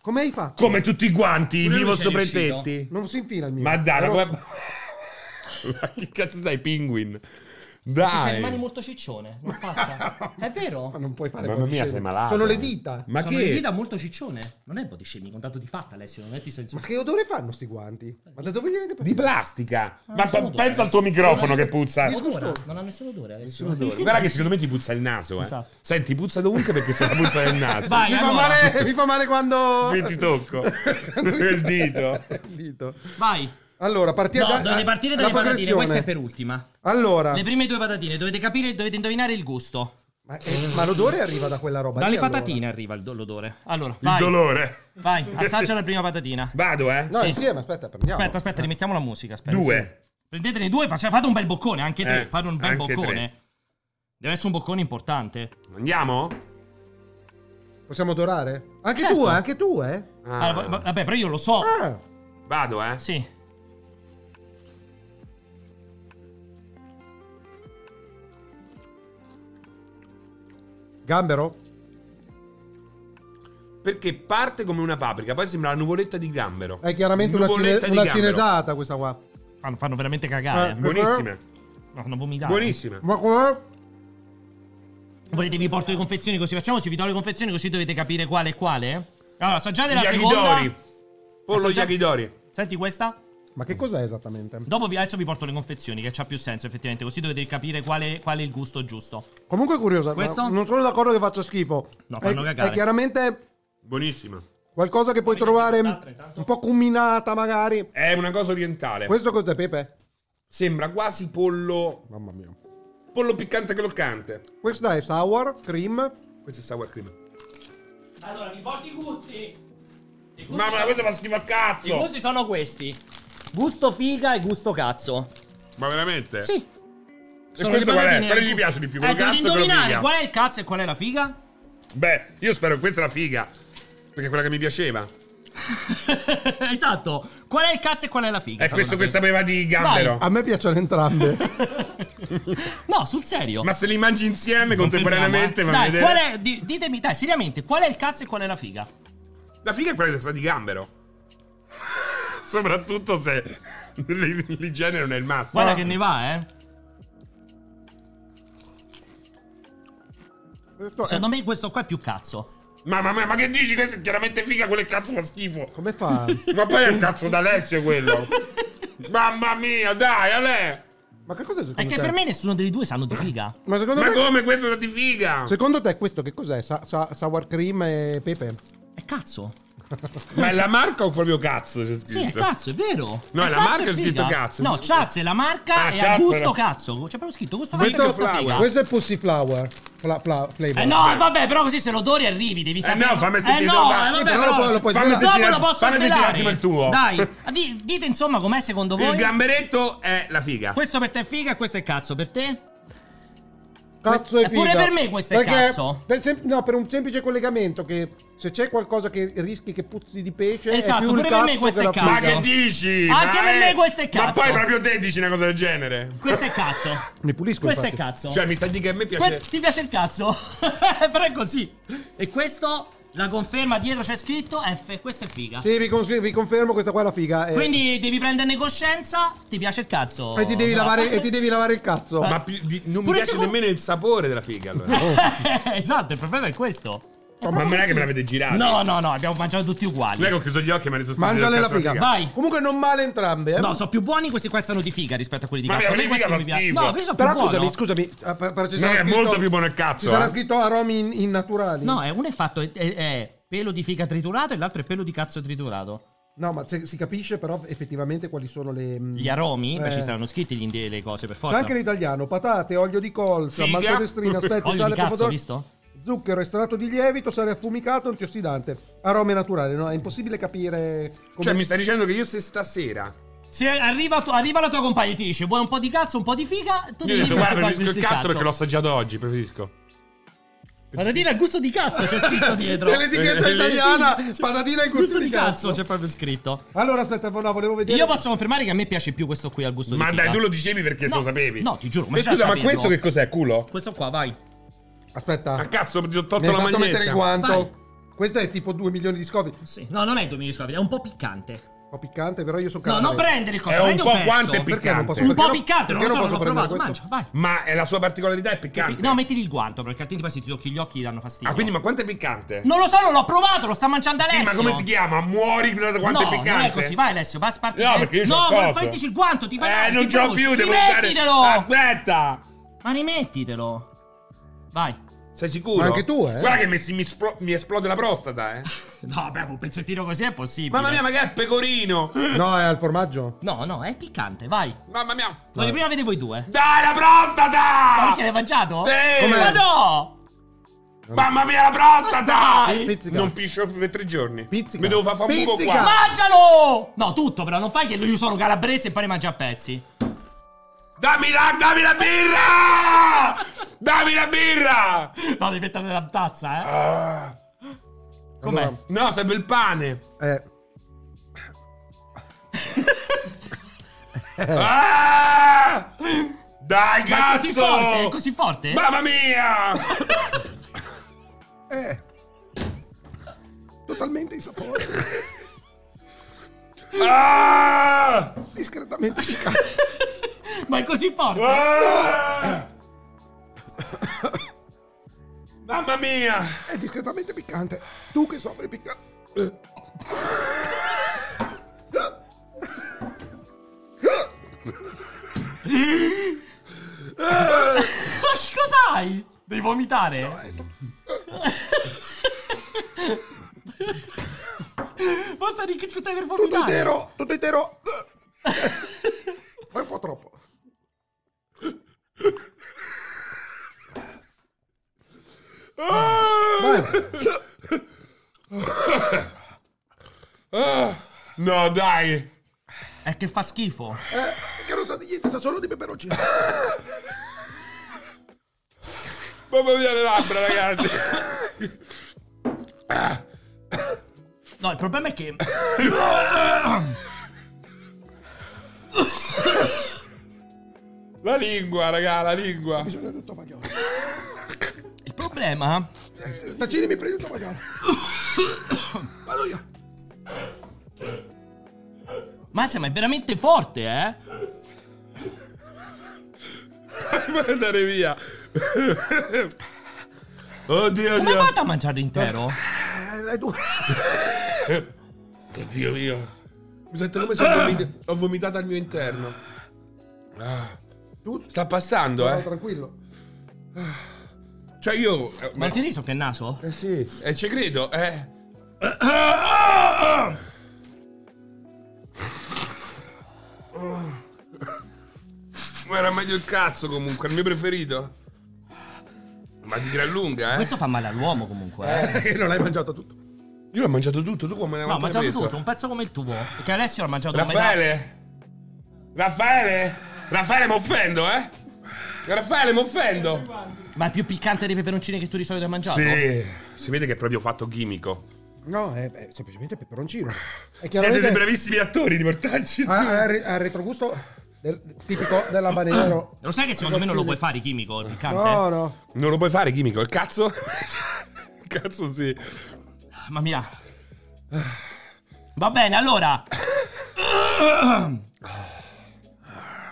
Speaker 4: Come hai fatto?
Speaker 3: Come tutti i guanti,
Speaker 2: Pure lui
Speaker 3: vivo
Speaker 2: c'è
Speaker 3: sopra i
Speaker 2: riuscito.
Speaker 3: tetti.
Speaker 4: Non si infila il mio.
Speaker 3: Ma dai, ma
Speaker 4: Però-
Speaker 3: come... ma che cazzo sei, Penguin?
Speaker 2: C'hai le
Speaker 3: Dai.
Speaker 2: mani molto ciccione, non passa. È
Speaker 4: Ma
Speaker 2: vero?
Speaker 4: non puoi fare
Speaker 3: Mamma
Speaker 4: body
Speaker 3: mia,
Speaker 4: shaming.
Speaker 3: sei malato. eh.
Speaker 4: Sono le dita.
Speaker 3: Ma
Speaker 2: Sono
Speaker 3: che?
Speaker 2: le dita molto ciccione. Non è body shaming, con tanto di fatta, Alessio. Non è ti sto
Speaker 4: Ma
Speaker 2: insultando.
Speaker 4: che odore fanno sti guanti? Ma da dove li avete
Speaker 3: Di plastica.
Speaker 2: Ma
Speaker 3: Ma
Speaker 2: non Ah, sono
Speaker 3: pe-
Speaker 2: due,
Speaker 3: pensa al tuo microfono che puzza.
Speaker 4: Di-
Speaker 2: Odora,
Speaker 4: disgustoso.
Speaker 2: non ha nessun odore, Alessio.
Speaker 3: Guarda che secondo me ti puzza il naso, eh.
Speaker 2: Esatto.
Speaker 3: Senti, puzza dovunque perché c'è la puzza del naso.
Speaker 2: Vai,
Speaker 4: Mi fa,
Speaker 2: allora.
Speaker 4: male, mi fa male quando...
Speaker 3: Qui ti tocco. il dito.
Speaker 4: Il dito.
Speaker 2: Vai.
Speaker 4: Allora, partiamo
Speaker 2: No,
Speaker 4: da-
Speaker 2: dovete partire
Speaker 4: la
Speaker 2: dalle patatine,
Speaker 4: progressione.
Speaker 2: questa è per ultima.
Speaker 4: Allora,
Speaker 2: Le prime due patatine, dovete capire, dovete indovinare il gusto.
Speaker 4: ma, eh, ma l'odore arriva da quella roba
Speaker 2: Dalle
Speaker 4: lì, allora.
Speaker 2: patatine arriva il do- l'odore. Allora,
Speaker 3: Il
Speaker 2: vai.
Speaker 3: dolore.
Speaker 2: Vai, assaggia la prima patatina.
Speaker 3: Vado, eh.
Speaker 4: No,
Speaker 2: Sì.
Speaker 4: insieme, aspetta, prendiamo.
Speaker 2: Aspetta, aspetta, rimettiamo la musica. Aspetta.
Speaker 3: Due.
Speaker 2: Prendetene due, faccia- fate un bel boccone, anche tre.
Speaker 3: Eh,
Speaker 2: fate un bel
Speaker 3: anche
Speaker 2: boccone.
Speaker 3: tre.
Speaker 2: Deve essere un boccone importante.
Speaker 3: Andiamo?
Speaker 4: Possiamo odorare? Anche
Speaker 2: Certo.
Speaker 4: tu, eh, anche tu, eh?
Speaker 3: Ah,
Speaker 2: Allora, va- vabbè, però io lo so.
Speaker 4: Ah,
Speaker 3: Vado, eh.
Speaker 2: Sì.
Speaker 4: Gambero?
Speaker 3: Perché parte come una paprika, poi sembra la nuvoletta di gambero.
Speaker 4: È chiaramente una,
Speaker 3: Nuvoletta
Speaker 4: cine-
Speaker 3: di
Speaker 4: una
Speaker 3: gambero.
Speaker 4: cinesata questa qua.
Speaker 2: Fanno, fanno veramente cagare.
Speaker 4: Eh,
Speaker 3: Ah. Buonissime.
Speaker 2: Fanno vomitare.
Speaker 3: Buonissime.
Speaker 4: Ma com'è?
Speaker 2: Volete vi porto le confezioni così facciamo? Ci vi do le confezioni così dovete capire quale è quale? eh. Allora, assaggiate la
Speaker 3: Yakidori.
Speaker 2: seconda.
Speaker 3: Pollo
Speaker 2: Assaggia-
Speaker 3: yakidori.
Speaker 2: Senti questa?
Speaker 4: Ma che cos'è esattamente?
Speaker 2: Dopo vi, adesso vi porto le confezioni che c'ha più senso effettivamente, così dovete capire quale, quale è il gusto giusto.
Speaker 4: Comunque è curiosa, ma
Speaker 2: Questo?
Speaker 4: non sono d'accordo che faccia schifo.
Speaker 2: No,
Speaker 4: è,
Speaker 2: fanno cagare.
Speaker 4: è chiaramente
Speaker 3: Buonissima.
Speaker 4: qualcosa che puoi trovare un po' combinata
Speaker 2: Eh.
Speaker 4: magari.
Speaker 3: È una cosa orientale.
Speaker 4: Questo cos'è Pepe?
Speaker 3: Sembra quasi pollo.
Speaker 4: Mamma mia.
Speaker 3: Pollo piccante e croccante.
Speaker 4: Questo è sour cream.
Speaker 3: Questo è sour cream.
Speaker 2: Allora, vi porto i gusti.
Speaker 3: Mamma, questo fa schifo a
Speaker 2: I
Speaker 3: cazzo.
Speaker 2: gusti sono questi. Gusto figa e gusto cazzo.
Speaker 3: Ma veramente?
Speaker 2: Sì.
Speaker 3: E questo qual è? Quale ci piace di più? Quello
Speaker 2: Eh, dovete
Speaker 3: cazzo o quello
Speaker 2: indovinare
Speaker 3: figa?
Speaker 2: qual è il cazzo e qual è la figa?
Speaker 3: Beh, io spero che questa è la figa. Perché è quella che mi
Speaker 2: Eh,
Speaker 3: piaceva. Eh,
Speaker 2: esatto. Qual è il cazzo e qual è la figa?
Speaker 3: E Eh, questo che
Speaker 2: secondo
Speaker 3: sapeva di
Speaker 2: Vai.
Speaker 3: gambero.
Speaker 4: A me piacciono entrambe.
Speaker 2: te? No, sul serio.
Speaker 3: Ma se li mangi insieme contemporaneamente,
Speaker 2: Confermiamo,
Speaker 3: fammi
Speaker 2: eh. Dai,
Speaker 3: vedere.
Speaker 2: qual è, di- ditemi, dai, seriamente, qual è il cazzo e qual è la figa?
Speaker 3: La figa è quella che sa di gambero. Soprattutto se l- l'igiene non è il massimo.
Speaker 2: Guarda che ne va, eh.
Speaker 4: Questo è-
Speaker 2: Secondo me questo qua è più cazzo.
Speaker 3: Ma, ma, ma- ma che dici? Questa è chiaramente figa, quello è cazzo fa schifo.
Speaker 4: Come fa?
Speaker 3: Ma poi è il cazzo d'Alessio quello. Mamma mia, dai, Ale.
Speaker 4: Ma che cos'è secondo
Speaker 2: È che
Speaker 4: te?
Speaker 2: per me nessuno dei due sanno di figa.
Speaker 4: Ma secondo
Speaker 3: Ma
Speaker 4: te...
Speaker 3: come questo è di figa?
Speaker 4: Ah. Secondo te questo che cos'è? Sa- sa- sour cream e pepe?
Speaker 2: È cazzo.
Speaker 3: Ma è la marca o proprio cazzo? C'è scritto?
Speaker 2: Sì, è cazzo, è vero.
Speaker 3: No, è la
Speaker 2: cazzo
Speaker 3: marca
Speaker 2: e
Speaker 3: è scritto
Speaker 2: figa.
Speaker 3: cazzo.
Speaker 2: No, Chaz è la marca
Speaker 3: Ah,
Speaker 2: e
Speaker 3: Chaz
Speaker 2: ha gusto
Speaker 3: era-
Speaker 2: cazzo. C'è proprio scritto gusto cazzo
Speaker 3: Questo
Speaker 2: e gusto
Speaker 3: flower.
Speaker 2: figa.
Speaker 4: Questo è pussy flower. Fla- fla- flavor.
Speaker 2: Ah. Eh no, vabbè, però così se l'odore arrivi, devi sapere.
Speaker 3: no, fammi sentire
Speaker 2: Eh no,
Speaker 3: dopo.
Speaker 2: eh,
Speaker 3: Sì,
Speaker 2: vabbè,
Speaker 4: però lo puoi- lo puoi
Speaker 2: fammi
Speaker 3: svelare.
Speaker 2: dopo lo posso
Speaker 3: Fammi sentire un
Speaker 2: svelare.
Speaker 3: attimo il tuo.
Speaker 2: Dai, di- dite insomma com'è secondo voi.
Speaker 3: Il gamberetto è la figa.
Speaker 2: Questo per te è figa e questo è cazzo per te?
Speaker 4: Cazzo e
Speaker 2: Eh, pure
Speaker 4: figa.
Speaker 2: per me questo è cazzo.
Speaker 4: per sem- no, per un semplice collegamento che se c'è qualcosa che rischi che puzzi di pesce
Speaker 2: Esatto,
Speaker 4: è più il
Speaker 2: pure per me
Speaker 4: cazzo
Speaker 2: questo
Speaker 4: che la
Speaker 2: è
Speaker 4: figa.
Speaker 3: Ma
Speaker 2: cazzo.
Speaker 3: che dici?
Speaker 2: Anche
Speaker 3: Ma
Speaker 2: per
Speaker 3: è-
Speaker 2: me questo è
Speaker 3: Ma
Speaker 2: cazzo.
Speaker 3: poi proprio te dici una cosa del genere.
Speaker 2: Questo è cazzo.
Speaker 4: Mi pulisco
Speaker 2: questo è
Speaker 4: infatti.
Speaker 2: cazzo.
Speaker 3: Cioè, mi sta di che a me piace.
Speaker 2: Questo- ti piace il cazzo? però è così. E questo, la conferma dietro c'è scritto F, questa è figa.
Speaker 4: Sì, vi, cons- vi confermo questa qua è la figa. eh.
Speaker 2: Quindi devi prenderne coscienza, ti piace il cazzo.
Speaker 4: E ti, devi
Speaker 2: No. Eh.
Speaker 4: lavare, e ti devi lavare il cazzo.
Speaker 3: Ma più di- non mi
Speaker 2: Pure
Speaker 3: piace
Speaker 2: secondo-
Speaker 3: nemmeno il sapore della figa. Allora.
Speaker 2: esatto, il problema è questo.
Speaker 3: Ma non è che me l'avete girata.
Speaker 2: No, no, no, abbiamo mangiato tutti uguali.
Speaker 3: Non è che ho chiuso gli occhi e mi ha reso stupido
Speaker 4: Mangiale
Speaker 3: del
Speaker 4: la
Speaker 3: cazzo
Speaker 4: figa.
Speaker 2: Vai.
Speaker 4: Comunque non male entrambe. Eh?
Speaker 2: No, sono più buoni questi qua sono di figa rispetto a quelli di
Speaker 3: Ma
Speaker 2: cazzo.
Speaker 3: mia,
Speaker 2: A me
Speaker 3: quelli di
Speaker 2: questi
Speaker 3: figa
Speaker 2: mi piac-
Speaker 3: fa
Speaker 2: No,
Speaker 3: schifo.
Speaker 2: questo è più
Speaker 4: Però
Speaker 2: buono.
Speaker 4: scusami, scritto- scusami. eh, per- per- ci
Speaker 3: No,
Speaker 4: sarà
Speaker 3: è
Speaker 4: scritto-
Speaker 3: molto più buono il cazzo,
Speaker 4: Ci sarà
Speaker 3: eh.
Speaker 4: scritto aromi in, in naturali.
Speaker 2: No, eh, uno è fatto è, è- è pelo di figa triturato e l'altro è pelo di cazzo triturato.
Speaker 4: No, ma se- si capisce però effettivamente quali sono le... mh,
Speaker 2: Gli aromi, beh,
Speaker 4: eh.
Speaker 2: ci saranno scritti gli indi- le cose per
Speaker 4: C'è
Speaker 2: forza.
Speaker 4: anche l'italiano, patate, olio di colza,
Speaker 3: Figa.
Speaker 4: maltodestrina, spezie,
Speaker 2: Olio
Speaker 4: sale,
Speaker 2: di cazzo,
Speaker 4: pomodoro,
Speaker 2: visto?
Speaker 4: zucchero, estratto di lievito, sale affumicato, antiossidante, arome naturali, no? È impossibile capire come...
Speaker 3: Cioè, mi stai dicendo che io se stasera.
Speaker 2: Se arriva, tu- arriva la tua compagna e ti dice vuoi un po' di cazzo, un po' di figa, tu
Speaker 3: Io ho
Speaker 2: devi dire
Speaker 3: detto, guarda, preferisco il cazzo perché l'ho assaggiato oggi. Preferisco.
Speaker 2: Patatina al gusto di cazzo c'è scritto dietro.
Speaker 4: C'è l'etichetta italiana, patatina e gusto di cazzo.
Speaker 2: c'è proprio scritto.
Speaker 4: Allora aspetta, no, volevo vedere...
Speaker 2: Io posso confermare che a me piace più questo qui al gusto
Speaker 3: Ma
Speaker 2: di figa.
Speaker 3: dai, tu lo dicevi perché
Speaker 2: No,
Speaker 3: se lo sapevi.
Speaker 2: no, ti giuro, ma
Speaker 3: Ma
Speaker 2: già
Speaker 3: scusa, ma
Speaker 2: sapevo.
Speaker 3: questo che cos'è? Culo?
Speaker 2: Questo qua, vai. Ah.
Speaker 4: Aspetta,
Speaker 3: Ma cazzo, ho tolto
Speaker 4: mi hai
Speaker 3: la
Speaker 4: fatto mettere
Speaker 3: maglietta.
Speaker 4: il guanto.
Speaker 2: Vai.
Speaker 4: Questo è tipo 2 milioni di scopi. Un
Speaker 2: Sì. No, non è 2000 scopi, è un po' piccante.
Speaker 4: po' piccante, però io so
Speaker 2: No,
Speaker 4: caro.
Speaker 2: non prendere il coso,
Speaker 3: È un
Speaker 2: prendi un
Speaker 3: po'
Speaker 2: pezzo.
Speaker 3: guanto e
Speaker 4: Perché non posso
Speaker 3: piccante.
Speaker 2: un po'
Speaker 4: Perché no-
Speaker 2: piccante, non
Speaker 4: perché
Speaker 2: lo so,
Speaker 4: non
Speaker 2: non l'ho
Speaker 4: posso
Speaker 2: provato. Mangia,
Speaker 4: prendere
Speaker 2: vai.
Speaker 3: Ma è la sua particolarità è piccante.
Speaker 2: No, mettili il guanto perché altrimenti poi se ti tocchi gli occhi ti danno fastidio.
Speaker 3: Ah, quindi, ma quanto è piccante?
Speaker 2: Non lo so, non l'ho provato, lo sta mangiando
Speaker 3: sì,
Speaker 2: Alessio.
Speaker 3: ma come si chiama? Muori da quanto
Speaker 2: no,
Speaker 3: è piccante?
Speaker 2: non è così, vai Alessio, vai a spartire.
Speaker 3: No, perché io c'ho
Speaker 2: No,
Speaker 3: il coso.
Speaker 2: ma fattici il guanto, ti fai male,
Speaker 3: Eh, non
Speaker 2: ti
Speaker 3: c'ho
Speaker 2: bruci.
Speaker 3: più, devo Ah, usare.
Speaker 2: Rimettitelo!
Speaker 3: Aspetta!
Speaker 2: Ma rimettitelo. Vai.
Speaker 3: Sei sicuro?
Speaker 4: Ma anche tu, eh?
Speaker 3: Guarda che mi, si- mi esplo- mi esplode la prostata, eh.
Speaker 2: No, beh, un pezzettino così è possibile.
Speaker 3: Mamma mia, ma che è pecorino!
Speaker 4: No, è al formaggio.
Speaker 2: No, no, è piccante, vai.
Speaker 3: Mamma mia!
Speaker 2: Voglio prima vedere voi due.
Speaker 3: Dai,
Speaker 2: Ma
Speaker 3: la prostata!
Speaker 2: perché l'hai mangiato?
Speaker 3: Ah. Sì!
Speaker 2: Ma no!
Speaker 3: Mamma mia, la prostata!
Speaker 2: Dai!
Speaker 4: Pizzica.
Speaker 3: Non piscio per tre giorni.
Speaker 4: Pizzica.
Speaker 3: Mi devo far fare un buco qua.
Speaker 4: Pizzica.
Speaker 2: Mangialo! No, tutto però, non fai che io sono calabrese e poi ne mangia a pezzi.
Speaker 3: Dammi la, dammi la birra! dammi la birra!
Speaker 2: No, devi mettere nella tazza, eh.
Speaker 3: Ah.
Speaker 2: Com'è?
Speaker 4: Allora-
Speaker 3: No, serve il pane.
Speaker 4: Eh, Eh.
Speaker 3: Ah! Dai,
Speaker 2: Ma è così forte? È
Speaker 3: cazzo!
Speaker 2: così forte?
Speaker 3: Mamma mia!
Speaker 12: Eh. Totalmente insapore.
Speaker 3: Ah!
Speaker 12: Discretamente piccante.
Speaker 2: Ma è così forte.
Speaker 3: Eh?
Speaker 12: Ah!
Speaker 3: Mamma mia!
Speaker 12: È discretamente piccante. Tu che soffri piccante.
Speaker 2: Ma che cos'hai? Devi vomitare? Ma stai, ric- stai per vomitare?
Speaker 12: Tutto intero, tutto intero. È un po' troppo.
Speaker 3: Ah! No, dai!
Speaker 2: È che fa schifo.
Speaker 12: Eh, che non sa di niente, sa solo di peperoncino.
Speaker 3: Mamma mia le labbra, ragazzi!
Speaker 2: No, il problema è che.
Speaker 3: La lingua, raga, la lingua!
Speaker 12: Bisogna tutto fagiolo.
Speaker 2: Il problema.
Speaker 12: Tacini mi prendi tutto fagiolo. Vado io.
Speaker 2: Massa, ma è veramente forte, eh?
Speaker 3: Vuoi andare via! Oddio,
Speaker 2: Come
Speaker 3: oddio!
Speaker 2: fate a mangiarlo intero?
Speaker 12: Eh, è duro.
Speaker 3: Oddio mio! Ah! Mi sento come se ho, vomi- ho vomitato al mio interno. Ah. Sta passando,
Speaker 12: No,
Speaker 3: eh?
Speaker 12: tranquillo.
Speaker 3: Cioè io... eh,
Speaker 2: Ma ti soffia il naso?
Speaker 12: Eh sì.
Speaker 3: Eh, ci credo, eh. Ma era meglio il cazzo comunque, il mio preferito. Ma di gran lunga, eh.
Speaker 2: Questo fa male all'uomo comunque. Eh.
Speaker 12: Eh, non l'hai mangiato tutto.
Speaker 3: Io l'ho mangiato tutto, tu come ne
Speaker 2: No, ho
Speaker 3: quanto ne
Speaker 2: mangiato
Speaker 3: hai preso?
Speaker 2: tutto, un pezzo come il tuo. Perché Alessio l'ha mangiato a
Speaker 3: Raffaele? Raffaele? Raffaele mi offendo, eh? Raffaele mi offendo.
Speaker 2: metà. Ma è più piccante dei peperoncini che tu di solito hai mangiato?
Speaker 3: Sì, si vede che è proprio fatto chimico.
Speaker 4: No, è, è semplicemente peperoncino. È
Speaker 3: Siete dei
Speaker 4: chiaramente Ah.
Speaker 3: bravissimi attori di portarci su.
Speaker 4: ha, ha il ha il retrogusto del- tipico dell'abanero.
Speaker 2: Lo sai che secondo me non lo puoi fare chimico, il piccante?
Speaker 4: No, no.
Speaker 3: Non lo puoi fare chimico, il cazzo? Il cazzo sì.
Speaker 2: Mamma mia. Va bene, allora.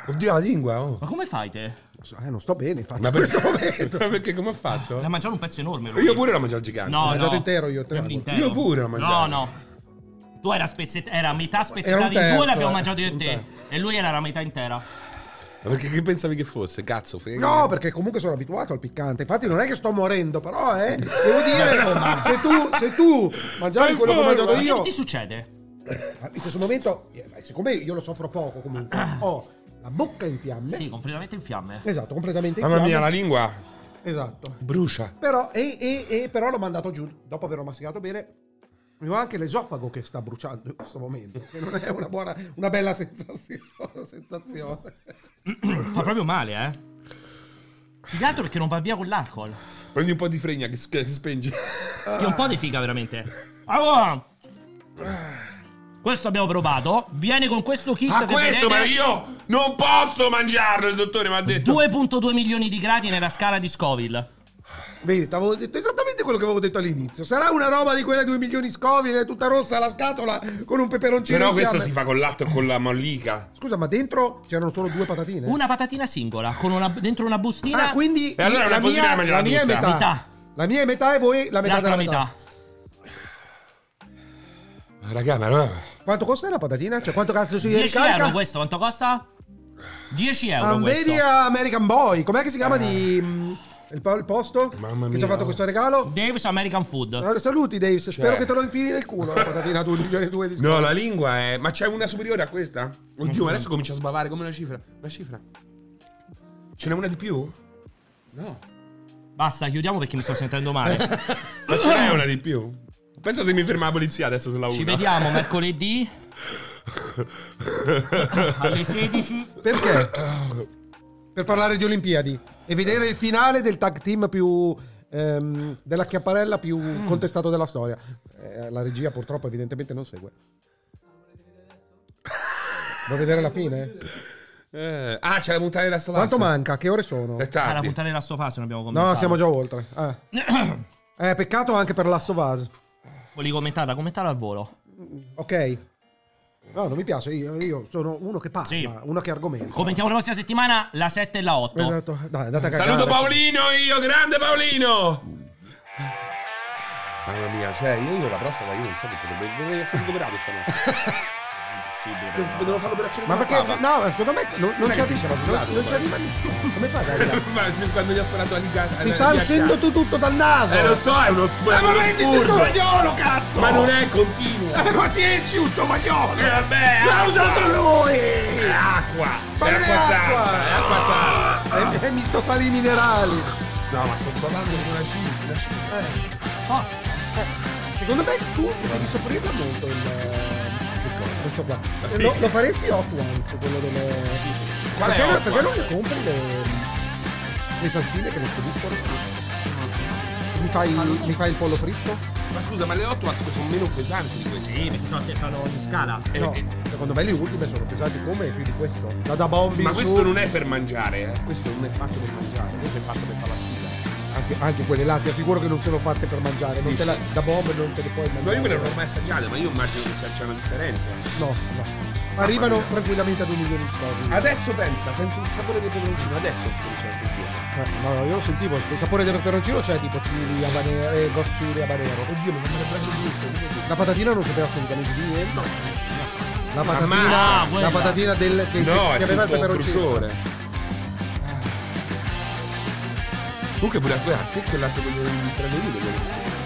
Speaker 12: Oddio, la lingua. Oh.
Speaker 2: Ma come fai te?
Speaker 4: Eh, non sto bene, infatti.
Speaker 3: Ma perché, ma perché come ha fatto?
Speaker 2: L'ha mangiato un pezzo enorme lui.
Speaker 3: Io pure l'ho mangiato gigante.
Speaker 2: No,
Speaker 4: mangiato
Speaker 2: no.
Speaker 4: intero io, tre
Speaker 2: Prendi
Speaker 4: volte.
Speaker 2: intero.
Speaker 3: Io pure l'ho mangiato.
Speaker 2: No, no. Tu era, spezzet- era metà
Speaker 4: Era
Speaker 2: spezzettata in
Speaker 4: un
Speaker 2: due,
Speaker 4: terzo,
Speaker 2: l'abbiamo
Speaker 4: eh,
Speaker 2: mangiato io e
Speaker 4: un
Speaker 2: te. E lui era la metà intera.
Speaker 3: Ma perché che pensavi che fosse? Cazzo, frega.
Speaker 4: No, perché comunque sono abituato al piccante. Infatti, non è che sto morendo, però, eh. Devo dire, se tu, se tu mangiavi
Speaker 3: in
Speaker 4: quello che ho
Speaker 3: forma.
Speaker 4: mangiato
Speaker 2: Ma
Speaker 4: io.
Speaker 2: che ti succede?
Speaker 4: In questo momento, eh, siccome io lo soffro poco, comunque, ho la bocca in fiamme.
Speaker 2: Sì, completamente in fiamme.
Speaker 4: Esatto, completamente in
Speaker 3: Mamma
Speaker 4: fiamme.
Speaker 3: mia, la lingua
Speaker 4: Esatto.
Speaker 3: brucia.
Speaker 4: Però, e, e- e però l'ho mandato giù dopo averlo masticato bene. Io ho anche l'esofago che sta bruciando in questo momento, che non è una, buona, una bella sensazio- sensazione.
Speaker 2: Fa proprio male, eh. Più che altro perché non va via con l'alcol.
Speaker 3: Prendi un po' di fregna che, che spengi.
Speaker 2: Io un po' di figa, veramente. Allora. Questo abbiamo provato. Viene con questo kit
Speaker 3: Ma
Speaker 2: che
Speaker 3: questo, ma
Speaker 2: vedete.
Speaker 3: io non posso mangiarlo, il dottore mi ha detto.
Speaker 2: 2.2 milioni di gradi nella scala di Scoville.
Speaker 4: Vedi, ti avevo detto esattamente quello che avevo detto all'inizio. Sarà una roba di quelle 2 milioni scovile, tutta rossa la scatola, con un peperoncino.
Speaker 3: Però
Speaker 4: in
Speaker 3: questo
Speaker 4: fiamme.
Speaker 3: si fa con latte o con la mollica.
Speaker 4: Scusa, ma dentro c'erano solo due patatine?
Speaker 2: Una patatina singola con una, dentro una bustina.
Speaker 4: Ah, quindi
Speaker 3: E allora
Speaker 4: la,
Speaker 3: non è possibile
Speaker 4: mia,
Speaker 3: mangiarla
Speaker 4: la mia è
Speaker 3: tutta.
Speaker 4: metà.
Speaker 2: Metà.
Speaker 4: La mia è metà e voi la metà
Speaker 2: l'altra
Speaker 4: della
Speaker 2: metà.
Speaker 4: metà.
Speaker 3: Raga, ma no.
Speaker 4: Quanto costa la patatina? Cioè, quanto cazzo si
Speaker 2: 10 euro
Speaker 4: ricarica?
Speaker 2: questo, quanto costa? 10 euro
Speaker 4: Ah,
Speaker 2: questo.
Speaker 4: vedi a American Boy, com'è che si chiama di mh, il, po- il posto
Speaker 3: Mamma
Speaker 4: che ci
Speaker 3: mia,
Speaker 4: ha fatto
Speaker 3: oh.
Speaker 4: questo regalo?
Speaker 2: Davis American Food.
Speaker 4: Allora, Saluti Davis, spero che te lo infili nel culo la patatina 2 milioni e 2 di
Speaker 3: No, la lingua è. Ma c'è una superiore a questa? Oddio, ma adesso comincia a sbavare come una cifra. Una cifra. Ce n'è una di più? No.
Speaker 2: Basta, chiudiamo perché mi sto sentendo male. Ah!
Speaker 3: Ma ce n'è una di più? Pensa se mi ferma la polizia adesso sulla 1.
Speaker 2: Ci vediamo mercoledì alle 16.
Speaker 4: Perché? per parlare di Olimpiadi e vedere il finale del tag team più ehm, della chiapparella più contestato della storia. Eh, la regia purtroppo evidentemente non segue. Vuoi vedere la fine?
Speaker 3: Eh, ah, c'è la puntata della stalazza.
Speaker 4: Quanto manca? Che ore sono?
Speaker 3: È
Speaker 2: Alla
Speaker 3: tardi.
Speaker 2: puntata della sua fase non abbiamo commentato.
Speaker 4: No, siamo già oltre. Ah. Eh, peccato anche per Last of Us.
Speaker 11: Volevi commentarla? Commentala al volo.
Speaker 4: Ok. No, non mi piace, io, io sono uno che parla,
Speaker 11: Sì.
Speaker 4: uno che argomenta.
Speaker 11: Commentiamo la prossima settimana la 7 e la 8.
Speaker 4: Esatto. Dai, andate a cagare.
Speaker 3: Saluto Paolino io, grande Paolino! Mamma mia, cioè io, io la prostata io non so che potrebbe dovrei essere recuperato stanotte. Impossibile. Devo, devo fare l'operazione
Speaker 4: Ma
Speaker 3: con la
Speaker 4: perché?
Speaker 3: papa.
Speaker 4: No, ma secondo me non, non
Speaker 3: Non è
Speaker 4: ci
Speaker 3: che ci sono
Speaker 4: arriva. Non,
Speaker 3: arrivato,
Speaker 4: non ci
Speaker 3: poi.
Speaker 4: arriva nessuno. Come fai ad
Speaker 3: Eh,
Speaker 4: arrivare?
Speaker 3: Ma quando gli ha sparato la ligata.
Speaker 4: Ti sta uscendo tu tutto dal naso.
Speaker 3: Eh lo so, è uno spurto.
Speaker 4: Eh, ma metti sul tovagliolo, cazzo!
Speaker 3: Ma non è continuo!
Speaker 4: Eh, ma tieni giù, tovagliolo!
Speaker 3: Eh, vabbè!
Speaker 4: L'ha
Speaker 3: acqua.
Speaker 4: usato lui!
Speaker 3: È acqua!
Speaker 4: Ma
Speaker 3: è
Speaker 4: non è
Speaker 3: acqua
Speaker 4: acqua. Eh,
Speaker 3: santa! È acqua santa!
Speaker 4: È, è misto sali minerali.
Speaker 3: No, ma sto sparando con una cifra, una cifra.
Speaker 4: Eh. Ah, Secondo me tu devi soffrirlo molto il... eh, che cosa? Questo qua. Eh, Lo, lo faresti Hot Ones, quello delle...
Speaker 3: Qual è
Speaker 4: perché,
Speaker 3: Hot
Speaker 4: perché
Speaker 3: Ones?
Speaker 4: non compri le, le salsine che non finiscono? Mi fai, mi fai il pollo fritto?
Speaker 3: Ma scusa, ma le 8 Watts sono meno pesanti di queste? Eh, Sì, perché sono, in scala.
Speaker 4: No, secondo me le ultime sono pesanti come più di questo. La da bombi
Speaker 3: ma
Speaker 4: su-
Speaker 3: questo non è per mangiare, eh. Questo non è fatto per mangiare, questo è fatto per fare la sfida.
Speaker 4: Anche, anche quelle là, ti assicuro che non sono fatte per mangiare. Non te la, da bomb non te le puoi mangiare.
Speaker 3: No, io me le non l'ho mai assaggiate, ma io immagino che sia- c'è una differenza.
Speaker 4: No,
Speaker 3: Ah,
Speaker 4: no. Arrivano tranquillamente ad un milione di dollari.
Speaker 3: Adesso pensa, senti il sapore del peperoncino, adesso si comincia a sentire.
Speaker 4: Eh, No, no, io lo sentivo, il sapore del peperoncino c'è tipo chili, habanero, eh, ghost chili, habanero. Oddio, mi sembra braccio giusto. La patatina non sapeva assolutamente di niente. La patatina,
Speaker 3: Ammazza,
Speaker 4: la
Speaker 3: quella.
Speaker 4: patatina del, Cioè, che,
Speaker 3: No,
Speaker 4: che
Speaker 3: è
Speaker 4: aveva il
Speaker 3: tutto
Speaker 4: peperoncino. Ah.
Speaker 3: bruciore. Comunque pure a te quell'altro coglione di strano nudo quello che-